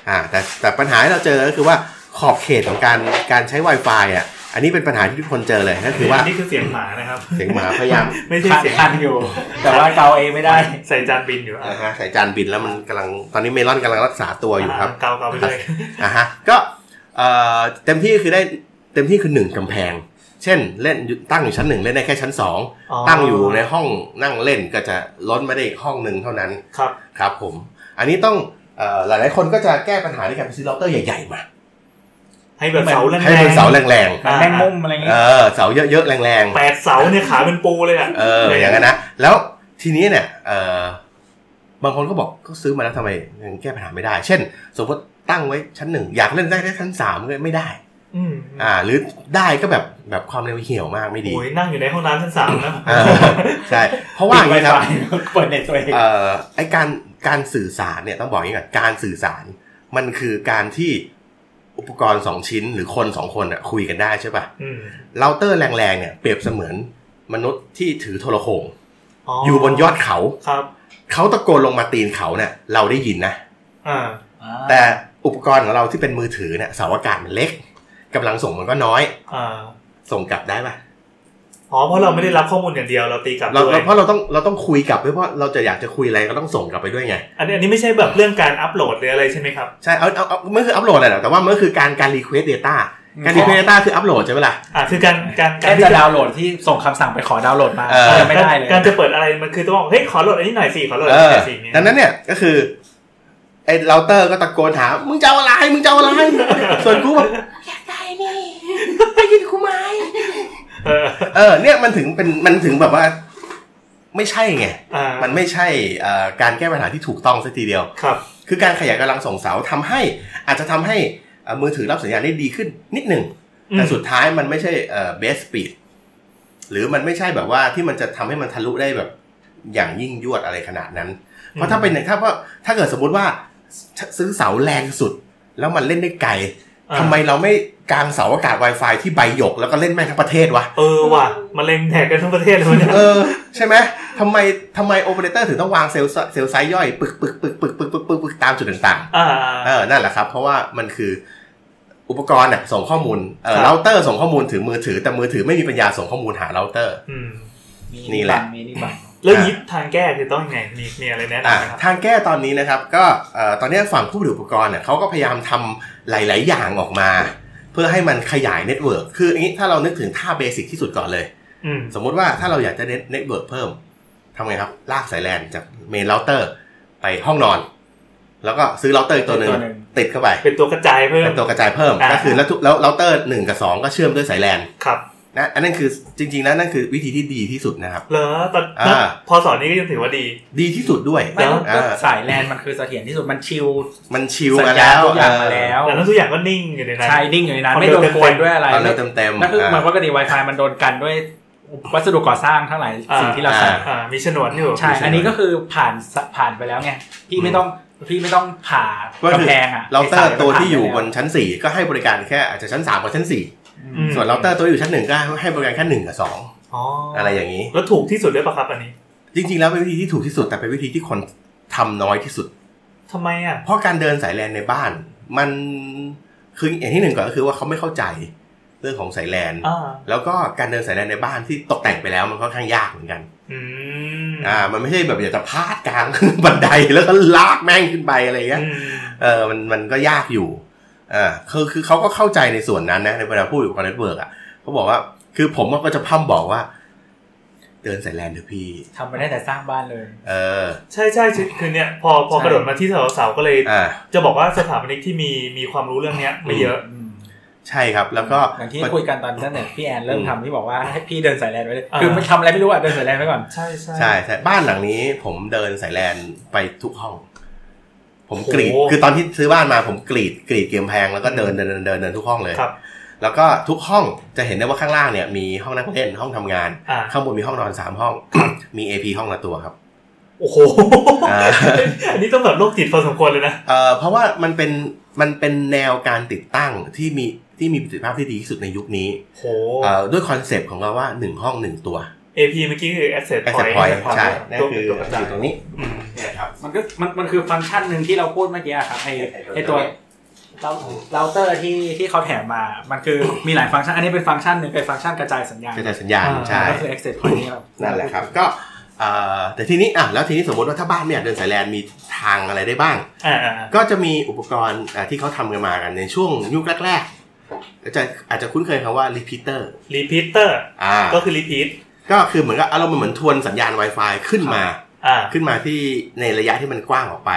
อ่าแต่แต่ปัญหาที่เราเจอก็คือว่าขอบเขตของการการใช้ Wi-Fi อ่ะอันนี้เป็นปัญหาที่ทุกคนเจอเลยก็คือว่า
นี่คือเสียงหมานะครับ
เสียงหมาพ ยายาม
ไม่ใช่
คัน
เสียง
คันอยู่ แต่ว่าเกาเองไม่ได้
ใส่จานบินอยู่อ่ะ
นะฮะใส่จานบินแล้วมันกำลังตอนนี้เมลอนกำลังรักษาตัวอยู่ครับ
เกาเกาไปเลย
อ่ะฮะก็เอ่อเต็มที่คือได้เต็มที่คือหนึ่งกำแพง เช่นเล่นอยู่ตั้งอยู่ชั้นหนึ่งเล่นได้แค่ชั้นสองตั้งอยู่ในห้องนั่งเล่นก็จะล้นมาได้อีกห้องหนึ่งเท่านั้น
ครับ
ครับผม อันนี้ต้องเอ่อหลายๆคนก็จะแก้ปัญหาด้วยการไปซื้อเราเตอร์ใหญ่ๆมา
ให้แบบเสาแรงๆ
ให้เป็นเสาแรง
มันแมงมุมอะไรอย่าง
ๆ
งี้
เออเสาเยอะๆแรง
แปดเสาเนี่ยขาเป็นปูเลยอ่ะ
ๆเอออย่างนั้นนะแล้วทีนี้เนี่ยเอ่อบางคนก็บอกก็ซื้อมาแล้วทำไมยังแก้ปัญหาไม่ได้ เช่น สมมติตั้งไว้ชั้นหนึ่งอยากเล่นได้แค่ชั้นสามก็ไม่ได้
อืม
อ่าหรือได้ก็แบบแบบความเร็วเหี่ยวมากไม่ดี
โอ้ยนั่งอยู่ในห้องน้ำชั้นสามนะ
เออใช่เพราะว่าอย่างนี้ครับ
ปิด Wi-Fi เปิดเน็ตตัวเอง
เอ่อไอการการสื่อสารเนี่ยต้องบอกอย่างนี้ก่อนการสื่อสาร มันคือการที่อุปกรณ์สองชิ้นหรือคนสองคนอะคุยกันได้ใช่ป่ะ
อืม
เราเตอร์แรงๆเนี่ยเปรียบเสมือนมนุษย์ที่ถือโทรโขง
อ๋อ
อยู่บนยอดเขา
ครับ
เขาตะโกนลงมาตีนเขาเนี่ยเราได้ยินนะ
อ่า
แต่อุปกรณ์ของเราที่เป็นมือถือเนี่ยเสาอากาศมันเล็กกำลังส่งมันก็น้อย
อ่า
ส่งกลับได้ป่ะ
อ๋อ เพราะเราไม่ได้รับข้อมูลอย่างเดียวเราตีกลับ
เรา
ด้วย
เราเพราะเราต้องเราต้องคุยกลับด้วยเพราะเราจะอยากจะคุยอะไรก็ต้องส่งกลับไปด้วยไง
อันนี้อันนี้ไม่ใช่แบบเรื่องการอัปโหลดหรืออะไรใช่ไหมครับ
ใช่เอาเอาเอาไม่คืออัปโหลดอะไรหรอกแต่ว่ามันก็คือการการรีเควสต์เดต้า
อืม
การรีเควสต์เดต้าคืออัปโหลดใช่ไหมล่ะ
อ่า คือการการกา
แค่
ร
จะดาวน์โหลดที่ส่งคำสั่งไปขอดาวน์โหลดมา
เออ
ยังไม่ได้เลย
การจะเปิดอะไรมันคือต้องบอกเฮ้ยขอโหลดอันนี้หน่อยสิขอโหลด
เอ
อันนี้หน่
อ
อยสิอย่างเงี้ย
ดังนั้นเนี่ยก็คือไอ้เราเตอร์ก็ตะโกนถามมึงจะเอาอะไรมึงจะเอาอะไร ส่วนกูแบบ
เออ
เออเนี่ยมันถึงเป็นมันถึงแบบว่า ไม่ใช่ไง
อ่า
มันไม่ใช่เอ่อการแก้ปัญหาที่ถูกต้องสักทีเดียว
ครับ
คือการขยายกำลังส่งเสาทำให้ อาจจะทำให้เอ่อมือถือรับสัญญาณได้ดีขึ้นนิดหนึ่ง
อืม
แต่สุดท้ายมันไม่ใช่เอ่อ best speed หรือมันไม่ใช่แบบว่าที่มันจะทำให้มันทะลุได้แบบอย่างยิ่งยวดอะไรขนาดนั้น เพราะถ้าเป็นอย่างถ้าว่าถ้าเกิดสมมุติว่าซื้อเสาแรงสุด แล้วมันเล่นได้ไกล
อ่า
ทำไมเราไม่กางเสาอากาศ Wi-Fi ที่ใบหยกแล้วก็เล่นแม่งทั้งประเทศวะ
เออว่ะมะเร็งแตกกันทั้งประเทศเลยวะเนี่ย
เออ ใช่ไหมทำไมทำไมโอเปอเรเตอร์ถึงต้องวางเซลล์เซลล์ไซส์ย่อยปึกปึกปึกปึกปึกปึกปึกปึกตามจุดต่างๆ
อ่า
เออ นั่นแหละครับ เพราะว่ามันคืออุปกรณ์น่ะส่งข้อมูล เออ
ครับ
เราเตอร์ส่งข้อมูลถึงมือถือ แต่มือถือไม่มีปัญญาส่งข้อมูลหาเราเตอร์
อืม
นี่แหละ
มีนี่บัง
แล้วอยางนี้ทางแก้คือต้องยังไงมีมีอะไรแนะ
อ่ะ
นำไหมครับ
ทางแก้ตอนนี้นะครับ ก็เอ่อตอนนี้ฝั่งผู้ผลิตอุปกรณ์เนี่ยเขาก็พยายามทำหลาย ๆ อย่างออกมา เพื่อให้มันขยายเน็ตเวิร์กคืออย่างนี้ถ้าเรานึกถึงท่าเบสิกที่สุดก่อนเลย
อืม
สมมุติว่าถ้าเราอยากจะเน็ตเวิร์กเพิ่มทำไงครับ ลากสายแลนจากเมนเราเตอร์ไปห้องนอน แล้วก็ซื้อเราเตอร์อีกตัวหนึ่งติดเข้าไป
เป็นตัวกระจายเพิ่ม
เป็นตัวกระจายเพิ่ม
อ่า
ก็คือแล้วทุกแล้วเราเตอร์หนึ่งกับสองก็เชื่อมด้วยสายแลน
ครับ
นะอันนั้นคือจริงๆแล้วนั่นคือวิธีที่ดีที่สุดนะครับ
เหรอตอน
อ่า
พอสอนนี้ก็ยังถือว่าดี
ดีที่สุดด้วย
ไม่
นะ
ก็
อ่า
สายแลนมันคือเสถียรที่สุดมันชิล
มันชิล
สัญ
มา
ญาณ
แล้ว
ทุกอย่างมาแล้ว
แต่นั้นทุกอย่างก็นิ่งอยู่ในนั้น
ใชายนิ่งอยู่ในนั้
ค
น
วาม
ไม่
เร็
โด
วน
กวนด้วยอะไร
เออตอนเร็วเต็มๆ
ก็คือ
อ่า
มันปกติ Wi-Fi มันโดนกันด้วยวัสดุก่อสร้างทั้งหลาย
อ่า
สิ่งที่เราใส่
อ่า
อ่ามีฉนวนอยู่
ใช่ อันนี้ก็คือผ่านสะผ่านไปแล้วไงพี่ไม่ต้องพี่ไม่ต้องผ่า
ก็คื
กำ
อ
แพงอะ
เราเตอ
ไส
ร์ตัวที่
ผ่า
อยู่
ไป
บนชั้น 4 ก็ให้บริการแค่อาจจะชั้น 3 กับชั้น
อืม
4 ส่วนเราเตอร์ตัวที่อยู่ชั้น 1 ก็ให้บริการแค่ 1 กับ
อ๋อ
2
อะ
อะไรอย่างนี้
แล้วถูกที่สุดด้วยปะครับอันนี้
จริงๆแล้วเป็นวิธีที่ถูกที่สุดแต่เป็นวิธีที่คนทำน้อยที่สุด
ทำไมอ่ะ
เพราะการเดินสายแลนในบ้าน มันคืออย่างที่หนึ่งก่อนก็คือว่าเขาไม่เข้าใจเรื่องของสายแลน
อ่า
แล้วก็การเดินสายแลนในบ้านที่ตกแต่งไปแล้วมันค่อนข้างยากเหมือนกัน
อืม
อ่ามันไม่ใช่แบบอยากจะพาดกลาง บันไดแล้วก็ลากแม่งขึ้นไปอะไรอย่างเงี้ย
อืม
เออมันมันก็ยากอยู่อ่าคือคือเขาก็เข้าใจในส่วนนั้นนะในเวลาพูดอยู่กับเน็ตเวิร์กอ่ะเขาบอกว่าคือผมก็จะพร่ำบอกว่า เดินสายแลนเถอะพี่
ทำไปได้แต่สร้างบ้านเลย
เออ
ใช่ใช่คือคือเนี่ย พอพอ
ใช่
กระโดดมาที่สาวๆก็เลย
อ่า
จะบอกว่าสถาปนิกที่มีมีความรู้เรื่องเนี้ยไม่เยอะ
อืม
ใช่ครับ แล้วก็
อย่างที่คุยกันตอนตั้งแต่พี่แอนเริ่มทำที่บอกว่า ให้พี่เดินสายแลนไว้เลย
อ่า
คือมันทำอะไรไม่รู้อ่ะเดินสายแลนไว้ก่อน
ใช่ใช่
ใช่ใช่บ้านหลังนี้ผมเดินสายแลนไปทุกห้อง ผมกรีด
โอ้โห
คือตอนที่ซื้อบ้านมาผมกรีดกรีดเกมแพงแล้วก็เดินเดินเดินเดินเดินทุกห้องเลย
ครับ
แล้วก็ทุกห้องจะเห็นได้ว่าข้างล่างเนี่ยมีห้องนั่งเล่นห้องทำงาน
อ่า
ข้างบนมีห้องนอนสามห้อง มี AP ห้องละตัวครับ
โอ้โห
อ่า
อันนี้ต้องแบบโรคจิตพอสมควรเลยนะ
เอ่อเพราะว่ามันเป็น มันเป็นแนวการติดตั้งที่มีที่มีประสิทธิภาพที่ดีที่สุดในยุคนี้
โห
เอ่อด้วยคอนเซปต์ของเราว่าหนึ่งห้องหนึ่งตัว
AP เมื่อกี้คือ asset
ไอ้ส
point
ปอย
ความ
ใช่
รู้
นั่นคือ
ตัวกระจาย
อยู่ตรงนี้
อืม
เนี่ยครับ
มันก็มันมันคือฟังก์ชันหนึ่งที่เราพูดเมื่อกี้อะครับไอไอตัวเราเราเตอร์ที่ที่เขาแถมมา มันคือมีหลายฟังก์ชัน อันนี้เป็นฟังก์ชันหนึ่งเป็นฟังก์ชันกระจายสัญญาณ
กระจายสัญญาณใช่
ก็คือ exit point นี่ครับ
นั่นแหละครับก็เอ่อแต่ทีนี้อ่ะแล้วทีนี้สมมติว่าถ้าบ้านไม่อยากเดินสายแลนมีทางอะไรได้บ้าง
อ่าอ่า
ก็จะมีอุปกรณ์อ่ะที่เขาทำกันมากันในช่วงยุคแรกๆอาจจะอาจจะคุ้นเคยคำว่า repeater
รีพีเตอร์
อ่า
ก็คือรีพีท
ก็คือเหมือนกับอารมณ์เหมือนทวนสัญญาณ Wi-Fi ขึ้นมา
อ่า
ขึ้นมาที่ในระยะที่มันกว้างออกไป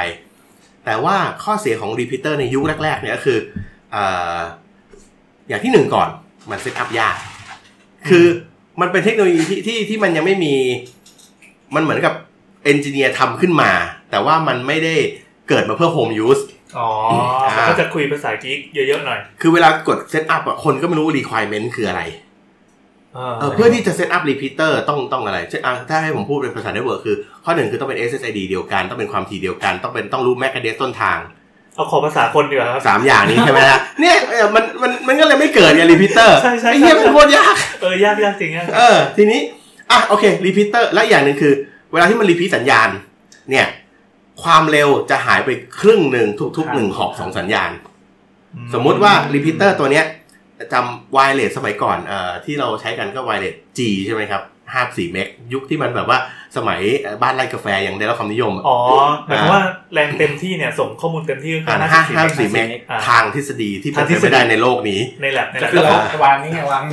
แต่ว่าข้อเสียของรีพิเตอร์ในยุคแรกๆเนี่ยก็คือเอ่ออย่างที่หนึ่งก่อนมันเซตอัพยาก คือมันเป็นเทคโนโลยีที่ที่ที่มันยังไม่มี มันเหมือนกับเอนจิเนียร์ทำขึ้นมา แต่ว่ามันไม่ได้เกิดมาเพื่อโฮมยูส
อ๋อ
อ่า
ก็จะคุยภาษากิ๊กเยอะๆหน่อย
คือเวลากดเซตอัพอะคนก็ไม่รู้รีคว i r เมนต์คืออะไร เออเพื่อที่จะเซตอัพรีพิเตอร์ต้องต้องอะไรเช่นอ่ะถ้าให้ผมพูดเป็นภาษาเน็ตเวิร์กคือ ข้อหนึ่งคือต้องเป็น SSID เดียวกันต้องเป็นความถี่เดียวกัน ต้องเป็นต้องรู้แมกกาเดสต้นทาง
เอาขอภาษาคนดีกว่าครับ
สามอย่างนี้ใช่ไหมฮะ เนี่ยเออมันมันมันก็เลยไม่เกิดไงรีพิเตอร์
ใช่ใช่
ไอ้เหี้ย
ใช่
มันโคตรยาก
เออยากยากจริงยาก
เออ ทีนี้ อ่ะ โอเครีพิเตอร์และอีกอย่างหนึ่งคือ เวลาที่มันรีพิสัญญาณ เนี่ย ความเร็วจะหายไปครึ่งหนึ่งทุก
ครับ
ๆหนึ่งหอบสองสัญญาณ สมมุติว่ารีพิเตอร์ตัวเนี้ยจำไวเลสสมัยก่อนเอ่อที่เราใช้กันก็ไวเลส G ใช่ไหมครับห้าสี่เมกยุคที่มันแบบว่าสมัยเอ่อบ้านไร่กาแฟยังได้รับความนิยมอะ
อ๋อหมายความว่าแรงเต็มที่เนี่ยส่งข้อมูลเต็มที่ก็คื
อ่า
อนห้าสิบ
ห้าห้า
สี่
สี่เม
เม
ก
กอ่า
ทางทฤษฎีที่เป็
ทาน งทฤษฎี
ไปได้ในโลกนี้
ในแลบในแลบ
คือเราวางนี่ไงวาง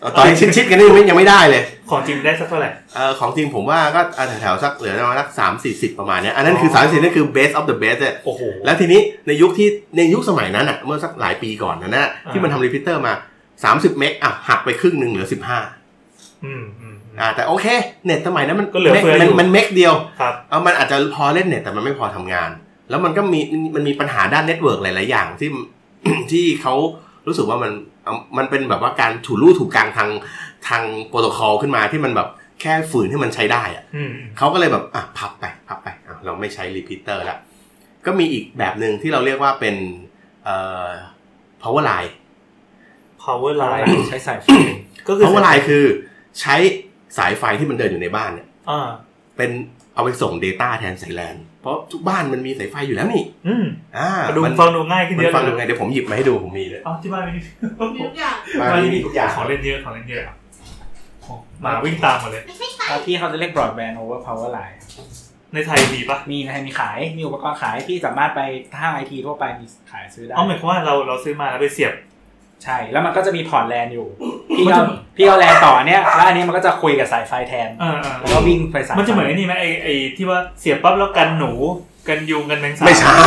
เอ่อตอนนี้ชิดๆกันนี่ยังไม่ยังไม่ได้เลย
ของจริงได้สักเท่าไหร่
เออของจริงผมว่าก็อ่ะแถวๆสักเหลือประมาณสักสามสี่สิบประมาณเนี้ยอันนั้นคือ
อ๋
สาม
อ
สิบนั่นคือ best of the best เลย
โอ้โห
แล้วทีนี้ในยุคที่ในยุคสมัยนั้นอ่ะเมื่อสักหลายปีก่อนนะนะที่มันทำรีพิเตอร์มา 30 เมกอ่ะหักไปครึ่งหนึ่งเหลือ 15
อืมอืมอืม
อ่าแต่โอเค เน็ตสมัยนั้นมัน
ก็เหลือเฟือ
มัน
อยู่
มันเมกเดียว
ครับ
เอามันอาจจะพอเล่นเน็ตแต่มันไม่พอทำงาน แล้วมันก็มีมันมีปัญหาด้านเน็ตเวิร์กหลายๆอย่าง ที่ ที่เขารู้สึกว่ามันเอามันเป็นแบบว่าการถูลู่ถูกกลางทางทางโปรโตคอลขึ้นมาที่มันแบบแค่ฝืนให้มันใช้ได้อะ
อืม
เขาก็เลยแบบ อ่ะ พับไป พับไปอ่ะเราไม่ใช้รีพิเตอร์ละก็มีอีกแบบหนึ่งที่เราเรียกว่าเป็นเอ่อ power line
พาวเวอร์ไลน์
ใช้สายไฟ
ก็คือ
power line คือใช้สายไฟที่มันเดินอยู่ในบ้านเนี่ย
อ่า
เป็นเอาไปส่ง Data แทนสายแลนเพราะทุกบ้านมันมีสายไฟอยู่แล้วนี่
อืม
อ่า
ดู
มัน
ฟังดูง่ายขึ้น
มั
เย
น
อะ
ฟังดู
เลย
ไงเดี๋ยวผมหยิบมาให้ดูผมมีเลย
อ๋อที่บ้านไม่มี
มีทุกอย่าง
บ้านนี้มีทุกอย่าง
ของเล่นเยอะของเล่นเยอะหมาวิ่งตามหมาเลย
ที่เขาจะเรียก broadband over power line
ในไทยมีปะ
มีนะฮะมีขาย มีอุปกรณ์ขายพี่สามารถไปห้างไอทีทั่วไปมีขายซื้อได้
อ๋อหมายความว่าเราเราซื้อมาแล้วไปเสียบ
ใช่ แล้วมันก็จะมีพอร์ตแลนอยู่ พี่เอาพี่เอาแลนต่ออันเนี้ย แล้วอันนี้มันก็จะคุยกับสายไฟแทน
เออเออ
แล้วก็วิ่งไปสายไฟ
มันจะเหมือนไอ้นี่ไหมไอไอที่ว่าเสียบปั๊บแล้วกันหนูกันยุงกันแมงสาบ
ไม่ใช่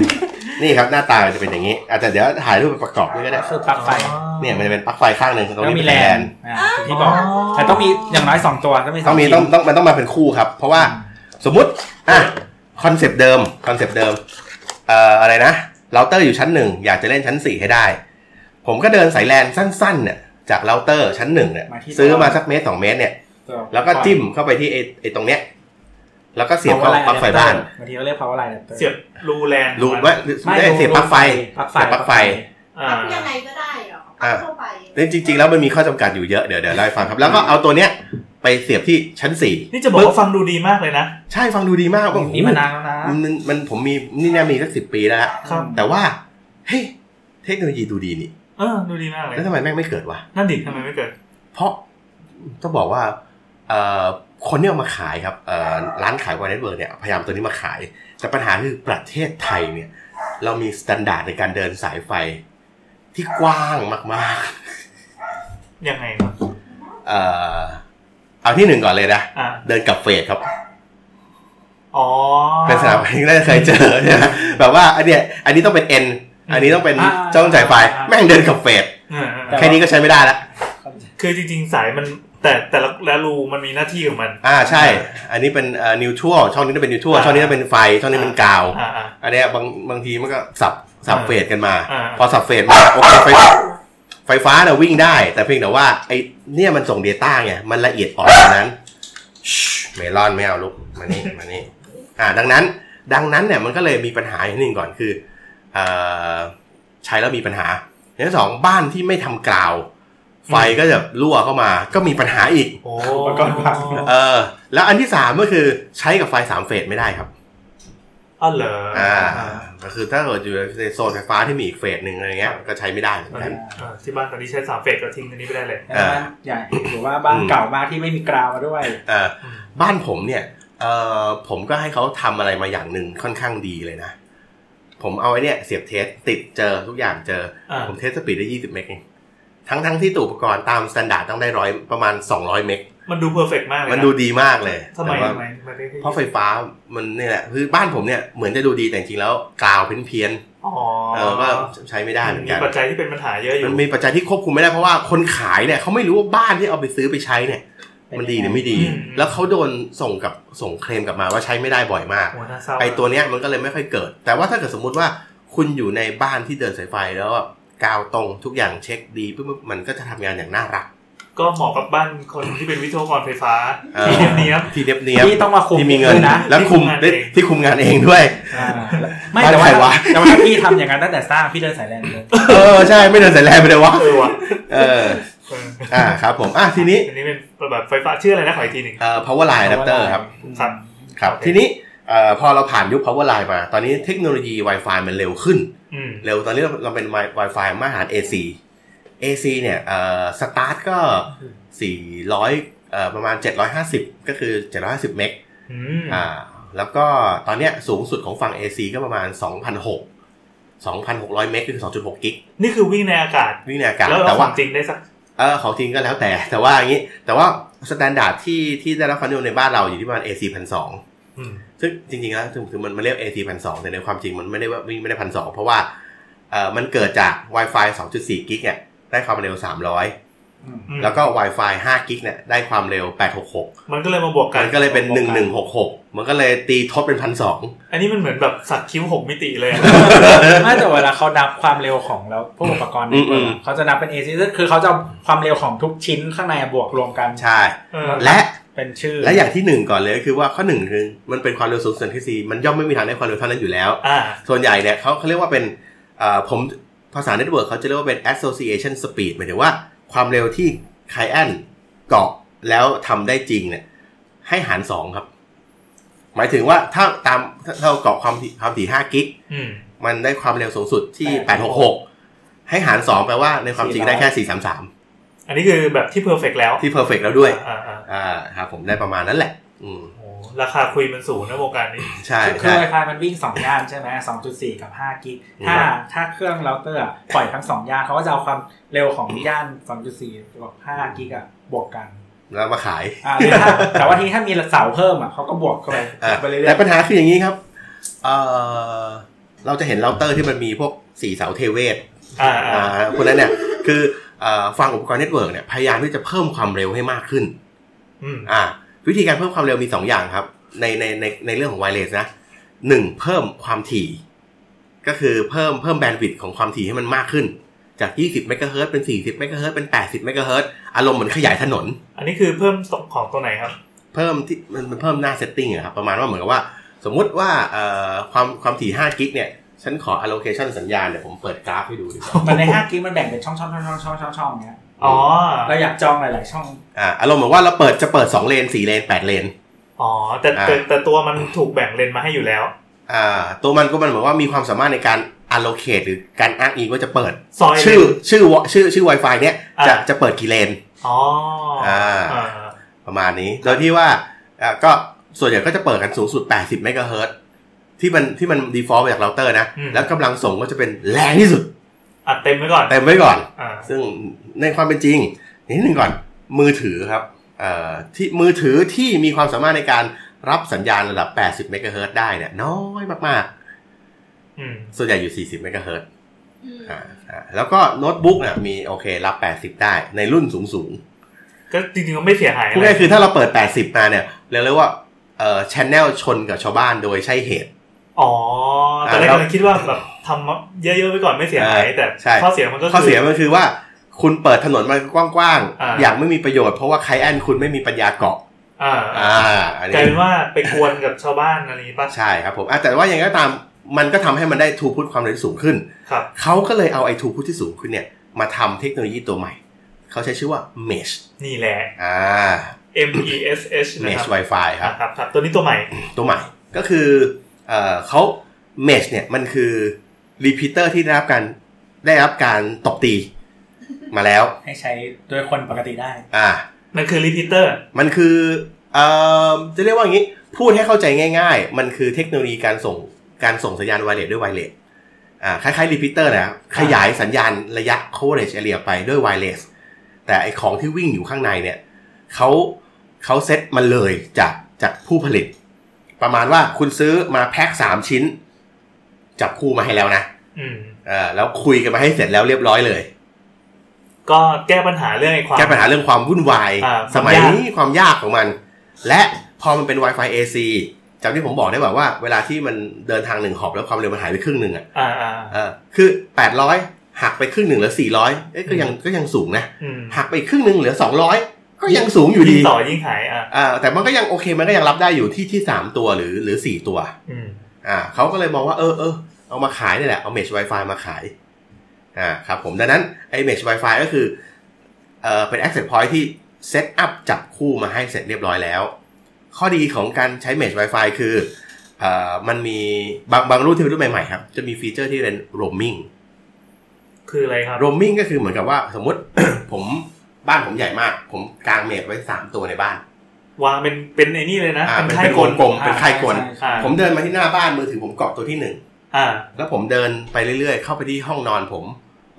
นี่ครับหน้าตามันจะเป็นอย่างนี้ อาจจะเดี๋ยวถ่ายรูปไปประกอบด้วยก็ได้
คือปลั๊กไฟ
เนี่ยมันจะเป็นปลั๊กไฟข้างหนึ่งตรง
แล้ว
นี้
มี
เป็น
แล
แล
น
น
อ่าที่บอก แต่ต้องมีอย่างน้อยสองตัวต้องมีส
ต้องมี
ชิ้น
ต้องต้องมันต้องมาเป็นคู่ครับ เพราะว่าสมมติอ่ะคอนเซปต์เดิมคอนเซปต์เดิมเอ่ออะไรนะเราเตอร์อยู่ชั้นหนึ่งอยากจะเล่นชั้นสี่ให้ได้ ผมก็เดินสายแลนสั้นๆเนี่ยจากเราเตอร์ชั้นหนึ่งเนี่ยซื้อมาสักเมตรสองเมตรเนี่ย
ตัว
แล้วก็จิ้มเข้าไปที่ไอ้ไอ้ตรงเนี้ยแล้วก็เสียบเข้าปลั๊กไฟบ้าน
บางทีเขาเรียก power line adapter
เสียบรูแลน
รูว่าไม่ได้เสียบปลั๊กไฟ
ปลั๊กไฟ
เสียบปลั๊กไฟ
อ่า
ทำยังไงก็ได้เหรอเอาเข้าไป
แต่จริง ๆ แล้วมันมีข้อจำกัดอยู่เยอะเดี๋ยวเดี๋ยวเล่าให้ฟังครับ แล้วก็เอาตัวเนี้ยไปเสียบที่ชั้นสี่
นี่จะบอกว่าฟังดูดีมากเลยนะ
ใช่ฟังดูดีมากบอก
มีมานานแล้วนะ
มันมันผมมีนี่เนี่ยมีสักสิบปีแล้วฮะ
ครับ
แต่ว่าเฮ้ยเทคโนโลยีดูดีนี่
เออดูดีมากเลย
แล้วทำไมแม่งไม่เกิดวะ
นั่นดิทำไมไม่เกิด
เพราะต้องบอกว่าเอ่อคนที่เอามาขายครับเอ่อร้านขายวายเน็ตเวิร์กเนี่ยพยายามตัวนี้มาขาย แต่ปัญหาคือประเทศไทยเนี่ย เรามีมาตรฐานในการเดินสายไฟที่กว้างมาก
ยังไงครับ
ๆเอ่อเอาที่หนึ่งก่อนเลยนะ
อ่ะ
เดินกับเฟสครับ
อ๋อ
เป็นสนามแข่งที่น่าจะเคยเจอใช่ไหมแบบว่าอันเนี้ยอันนี้ต้องเป็นเอ็นอันนี้ต้องเป็น
อ่า
เจ้าต้องจ่ายไฟแม่งเดินกับเฟส
เออเออ
แต่
แค่นี้ก็ใช้ไม่ได้ละ
คือจริง ๆ สายมันแต่แต่ละและรูมันมีหน้าที่ของมัน
อ่าใช่ อันนี้เป็นเอ่อนิวทรัลช่องนี้ต้องเป็นนิวทรัล
อ่า
ช่องนี้ต้องเป็นไฟ ช่องนี้เป็นกาว
อ่าอ่า
อันเนี้ยบางบางทีมันก็สับสับ
อ่า
เฟสกันมา
อ่า
พอสับเฟสมาโอเคไฟไฟฟ้าน่ะวิ่งได้ แต่เพียงแต่ว่าไอเนี่ยมันส่ง Data ไงมันละเอียดอ่อนกว่านั้นชู้เมลอนไม่เอา ลูกมานี่มานี่อ่าดังนั้นดังนั้นเนี่ยมันก็เลยมีปัญหาอย่างหนึ่งก่อนคือ เอ่อใช้แล้วมีปัญหาอย่างที่สองบ้านที่ไม่ทำกราว ไฟก็จะรั่วเข้ามา ก็มีปัญหาอีก
โอ้
อุปกรณ์พัง
เออ แล้วอันที่สามก็คือใช้กับไฟสามเฟสไม่ได้ครับ
อ๋อเหรอ
อ่า
อ่า
ก็คือถ้าเกิดอยู่ในโซนไฟฟ้าที่มีอีกเฟสหนึ่งอะไรเงี้ยก็ใช้ไม่ได้เหมือน
ตอน
กัน
นี้เออที่บ้านตอนนี้ใช้สามเฟสก็ทิ้งอันนี้ไม่ได้เลย
เออ
อย่างหรือว่าบ้านเก่ามากที่ไม่มีกราวมาด้วย
เออบ้านผมเนี่ยเออผมก็ให้เขาทำอะไรมาอย่างหนึ่งค่อนข้างดีเลยนะ ผมเอาไอ้เนี่ยเสียบเทสติดเจอทุกอย่างเจอ
อ่า
ผมเทสสปีดได้ 20 เมกเองทั้งทั้งที่ตัวอุปกรณ์ตามสแตนดาร์ดต้องได้ร้อยประมาณ 200 เมก
มันดูเพอร์เฟกต์มากเลยะ
มันดูดีมากเลย
ทำไม
แต่ว่า
ทำไมทำไมไม่ให้
เพราะไฟฟ้ามันเนี่ยแหละคือบ้านผมเนี่ยเหมือนจะดูดีแต่จริงๆแล้วกราวเพี้ยน
อ๋อ
ๆเออก็ใช้ไม่ได้เหมือน
มี
กัน
ปัจจัยที่เป็นปัญหาเยอะอยู่
มันมีปัจจัยที่ควบคุมไม่ได้เพราะว่าคนขายเนี่ยเขาไม่รู้ว่าบ้านที่เอาไปซื้อไปใช้เนี่ย มันดีหรือไม่ดี แล้วเขาโดนส่งกับส่งเคลมกลับมาว่าใช้ไม่ได้บ่อยมาก
โอ้น่าเศร้า
ไอตัวเนี้ยมันก็เลยไม่ค่อยเกิด แต่ว่าถ้าเกิดสมมุติว่าคุณอยู่ในบ้านที่เดินสายไฟแล้วอะกาวตรงทุกอย่างเช็คดีปุ๊บมันก็จะทำงานอย่างน่ารัก
ก็เหมาะกับบ้านคนที่เป็นวิทยากรไฟฟ้า
เออ
ที่เนี้ยบ
ที่เนียบเนียบ
ที่ต้องมาคุม
ที่มีเงิน
ด้วยนะ
แล้วคุม
ที่คุมงานเอง
ที่คุมงานเองด้วย
อ่าไม่แต่
บ้านใครวะ
ว่าแต่ว่าถ้าพี่ทำอย่างนั้นตั้งแต่สร้างพี่เดินสายแลนเลย
เออใช่ไม่เดินสายแลนไปเลยวะ
ๆเออว่ะ
เออ
เออ
อ่าครับผมอ่ะทีนี้
อันนี้เป็นแบบไฟฟ้าชื่ออะไรนะขออีกทีหนึ่ง
เอ่อ power line adapter ครับ
ครับ
ครับ ทีนี้เอ่อพอเราผ่านยุค power line มาตอนนี้เทคโนโลยี Wi-Fi มันเร็วขึ้น
อืม
เร็วตอนนี้เราเราเป็น Wi- Wi-Fi มาตรฐาน AC AC เนี่ยเอ่อสตาร์ทก็ 400เอ่อประมาณ 750 ก็คือ 750 เมก
อืม
อ่าแล้วก็ตอนเนี้ยสูงสุดของฝั่ง AC ก็ประมาณ 2,600 2,600 เมกก็คือ 2.6 กิก
นี่คือวิ่งในอากาศ
วิ่งในอากาศ
แล้ว
แต่
เราข
ว่า
องจริงได้สัก
เออของจริงก็แล้วแต่ แต่ว่าอย่างนี้ แต่ว่าสแตนดาร์ดที่ที่ได้รับความนิยมในบ้านเราอยู่ที่ประมาณ AC 1,200
อืม
ซึ่งจริงๆแล้วถึงถึงมันมาเรียก AC พันสองแต่ในความจริงมันไม่ได้ว่าวิ่งไม่ได้พันสองเพราะว่าเอ่อมันเกิดจาก Wi-Fi 2.4 กิกเนี่ยได้ความเร็ว 300 แล้วก็ Wi-Fi 5 กิกเนี่ยได้ความเร็ว 866
มันก็เลยมาบวกกั
กัน นก็เลยเป็น 1166 มันก็เลยตีทบเป็นพันสอง
อันนี้มันเหมือนแบบสักคิ้วหกมิติเลย อะ
ไม่แต่เวลาเขานับความเร็วของแล้วพวกอุปกรณ์ในตัวเขาจะนับเป็น AC คือเขาจะเอาความเร็วของทุกชิ้นข้างในบวกรวมกัน
ใช่
เออ
และ
เป็นชื่อ
และอย่างที่หนึ่งก่อนเลยก็คือว่าข้อหนึ่งคือมันเป็นความเร็วสูงสุดที่ 4 มันย่อมไม่มีทางได้ความเร็วเท่านั้นอยู่แล้ว
อ่า
ส่วนใหญ่เนี่ยเขาเขาเรียกว่าเป็นเอ่อผมภาษาเน็ตเวิร์กเขาจะเรียกว่าเป็น association speed หมายถึงว่าความเร็วที่ไคลแอนเกาะแล้วทำได้จริงเนี่ยให้หารสองครับ หมายถึงว่าถ้าตามถ้าถ้าเราเกาะความถี่ความถี่5กิก
อืม
มันได้ความเร็วสูงสุดที่ 866 ให้หาร 2 แปลว่าในความจริงได้แค่ 433
อันนี้คือแบบที่เพอร์เฟกแล้ว
ที่ perfect แล้วด้วย
อ่าอ่า
อ่าครับผมได้ประมาณนั้นแหละ อืม
โอ้ราคาคุยมันสูงนะวงการนี้
ใช่
คือ
ใช่
Wi-Fi มันวิ่ง 2 ย่านใช่ไหม2.4 กับ 5 กิก
อืม
ถ้าถ้าเครื่องเราเตอร์อะปล่อยทั้ง 2 ย่านเขาก็จะเอาความเร็วของย่าน 2.4 กับ 5 กิกอะบวกกัน
แล้วมาขาย
อ่าหรือถ้า แต่ว่าทีนี้ถ้ามีเสาเพิ่มอะเขาก็บวกเข้าไป
อ่ะ
ไปเรื่อ
แต่
ย
ปัญหาคืออย่างนี้ครับเอ่อเราจะเห็นเราเตอร์ที่มันมีพวกสี่เสาเทเวศ
อ่าอ่า
อ่าคนนั้นเนี่ย คือเอ่อฟังอุปกรณ์เน็ตเวิร์กเนี่ยพยายามที่จะเพิ่มความเร็วให้มากขึ้น
อืม
อ่า วิธีการเพิ่มความเร็วมี 2 อย่างครับ ในในในในเรื่องของไวเลสนะหนึ่งเพิ่มความถี่ ก็คือเพิ่มเพิ่มแบนด์วิดต์ของความถี่ให้มันมากขึ้น จาก 20เมกะเฮิรตซ์เป็น 40เมกะเฮิรตซ์เป็น 80เมกะเฮิรตซ์อารมณ์เหมือนขยายถนน
อันนี้คือเพิ่มตกของตรงไหนครับ
เพิ่มที่มันมันเพิ่มหน้าเซตติ้งอะครับประมาณว่าเหมือนกับว่า สมมุติว่าเอ่อความความถี่ 5 กิกเนี่ย ฉันขอ allocation สัญญาณเดี๋ยวผมเปิดกราฟให้ดูดีกว่า
ๆ มันใน 5 กิกมันแบ่งเป็นช่องๆช่องช่องช่องช่องช่องเนี้ย
อ๋อ
เราอยากจองหลาย ๆ ช่อง
อ่าอารมณ์เหมือนว่าเราเปิดจะเปิด 2 เลน 4 เลน 8 เลน
อ๋อ แต่
อ่า
แต่แต่ตัวมันถูกแบ่งเลนมาให้อยู่แล้ว
อ่าตัวมันก็มันเหมือนว่ามีความสามารถในการ allocate หรือการอ้างอิงว่าจะเปิด
ซอยเลน
ชื่อชื่อวชื่อชื่อ Wi-Fi เนี่ยจะ
อ่า
จะเปิดกี่เลน
อ๋ออ่า
อ่า
อ่า
ประมาณนี้ โดยที่ว่าอ่ะก็ส่วนใหญ่ก็จะเปิดกันสูงสุด 80 เมกะเฮิรตซ์ที่มันที่มัน default มาจากเราเตอร์นะแล้วกำลังส่งก็จะเป็นแรงที่สุด
อัดเต็มไว้ก่อน
เต็มไว้ก่อน
อ่า
ซึ่งในความเป็นจริงนิดหนึ่งก่อนมือถือครับเอ่อที่มือถือที่มีความสามารถในการรับสัญญาณระดับ 80 เมกะเฮิรตซ์ได้เนี่ยน้อยมาก
อืม
ๆ ส่วนใหญ่อยู่ 40 เมกะเฮิรตซ์
อืม
อ่าอ่าแล้วก็โน้ตบุ๊กเนี่ยมีโอเครับ 80 ได้ในรุ่นสูงสูง
ก็จริงๆก็ไม่เสียหาย
ๆ
อะ
พูด
ไร
ง่ายๆคือถ้าเราเปิด 80 มาเนี่ยเรียกเลยว่าเอ่อชแนลชนกับชาวบ้านโดยใช่เหตุ
อ๋อ แต่แรก
อ่าเรา
กำลังคิดว่าแบบทำเยอะๆไว้ก่อนไม่เสียหาย
อ่า
แต่
ใช่
ข้อเสียมันก็คื
ข้อเสียมันคือว่าคุณเปิดถนนมากว้าง
อ่า
ๆอย่างไม่มีประโยชน์เพราะว่าใครแอนคุณไม่มีปัญญาเกาะ
อ่า
อ่าอันนี้
กลายเป็นว่าไปกวนกับชาวบ้านอะไรอย่างงี้ป่ะ
ใช่ครับผมอ่ะแต่ว่ายังไงก็ตาม มันก็ทำให้มันได้ทูพุทความเร็วที่สูงขึ้น
ครับ
เขาก็เลยเอาไอ้ทูพุทที่สูงขึ้นเนี่ย มาทำเทคโนโลยีตัวใหม่ เขาใช้ชื่อว่า mesh
นี่แหละ
อ่า
M E S H นะครั
mesh
บ
Wi-Fi ค
อ่ะ
รับ
ครับครับ ตัวนี้ตัวใหม่
ตัวใหม่ก็คือเอ่อเขา mesh เนี่ยมันคือรีพิเตอร์ที่ได้รับการได้รับการตบตีมาแล้ว
ให้ใช้โดยคนปกติได้
อ่า
มันคือรีพิเตอร์
มันคือเอ่อจะเรียกว่าอย่างนี้ พูดให้เข้าใจง่าย ๆ มันคือเทคโนโลยีการส่งการส่งสัญญาณไวเลสด้วยไวเลสอ่าคล้ายๆรีพิเตอร์นะครับขยายสัญญาณระยะโคเรจเอเรียไปด้วยไวเลสแต่ไอของที่วิ่งอยู่ข้างในเนี่ยเขาเขาเซ็ตมันเลยจากจากผู้ผลิต ประมาณว่าคุณซื้อมาแพ็คสามชิ้น จับคู่มาให้แล้วนะ
อืม
เออแล้วคุยกันมาให้เสร็จแล้วเรียบร้อยเลย
ก็แก้ปัญหาเรื่องไอ้ความ
แก้ปัญหาเรื่องความวุ่นวาย
อ่า
สมัย
ความยาก
นี้ความยากของมัน และพอมันเป็น Wi-Fi AC จำที่ผมบอกได้แบบว่า เวลาที่มันเดินทางหนึ่งหอบแล้วความเร็วมันหายไปครึ่งหนึ่งอ่ะ
อ่าอ่า
เออคือ 800 หักไปครึ่งหนึ่งเหลือ 400เอ้ยก็ยังก็ยังสูงนะ
อืม
หักไปอีกครึ่งหนึ่งเหลือ 200 ก็ยังสูงอยู่ดี
งต่อยิ่งหายอ่ะ
อ่าแต่มันก็ยังโอเคมันก็ยังรับได้อยู่ที่ที่ 3 ตัวหรือหรือ 4 ตัว
อืม
อ่าเขาก็เลยมองว่าเออเออเอามาขายนี่แหละเอา mesh Wi-Fi มาขายอ่าครับผมดังนั้นไอ้ mesh Wi-Fi ก็คือ เอ่อเป็น access point ที่เซตอัพจับคู่มาให้เสร็จเรียบร้อยแล้ว ข้อดีของการใช้ mesh wifi คือเอ่อมันมีบางบางรุ่นที่เป็นรุ่นใหม่ๆครับ จะมีฟีเจอร์ที่เป็น roaming
คืออะไรครับ
roaming ก็คือเหมือนกับว่าสมมติ ผมบ้านผมใหญ่มาก ผมกางเมดไว้ 3 ตัวในบ้าน
วางเป็นเป็นไอ้นี่เลยนะ
อ่า
เป็น
เป็น
ไข้
เป็น
ก
ว
ล
งกลมเป็นไข่กล
อ่า
ผมเดินมาที่หน้าบ้านมือถือผมเกาะตัวที่
อ่า
1 แล้วผมเดินไปเรื่อยๆ เข้าไปที่ห้องนอนผม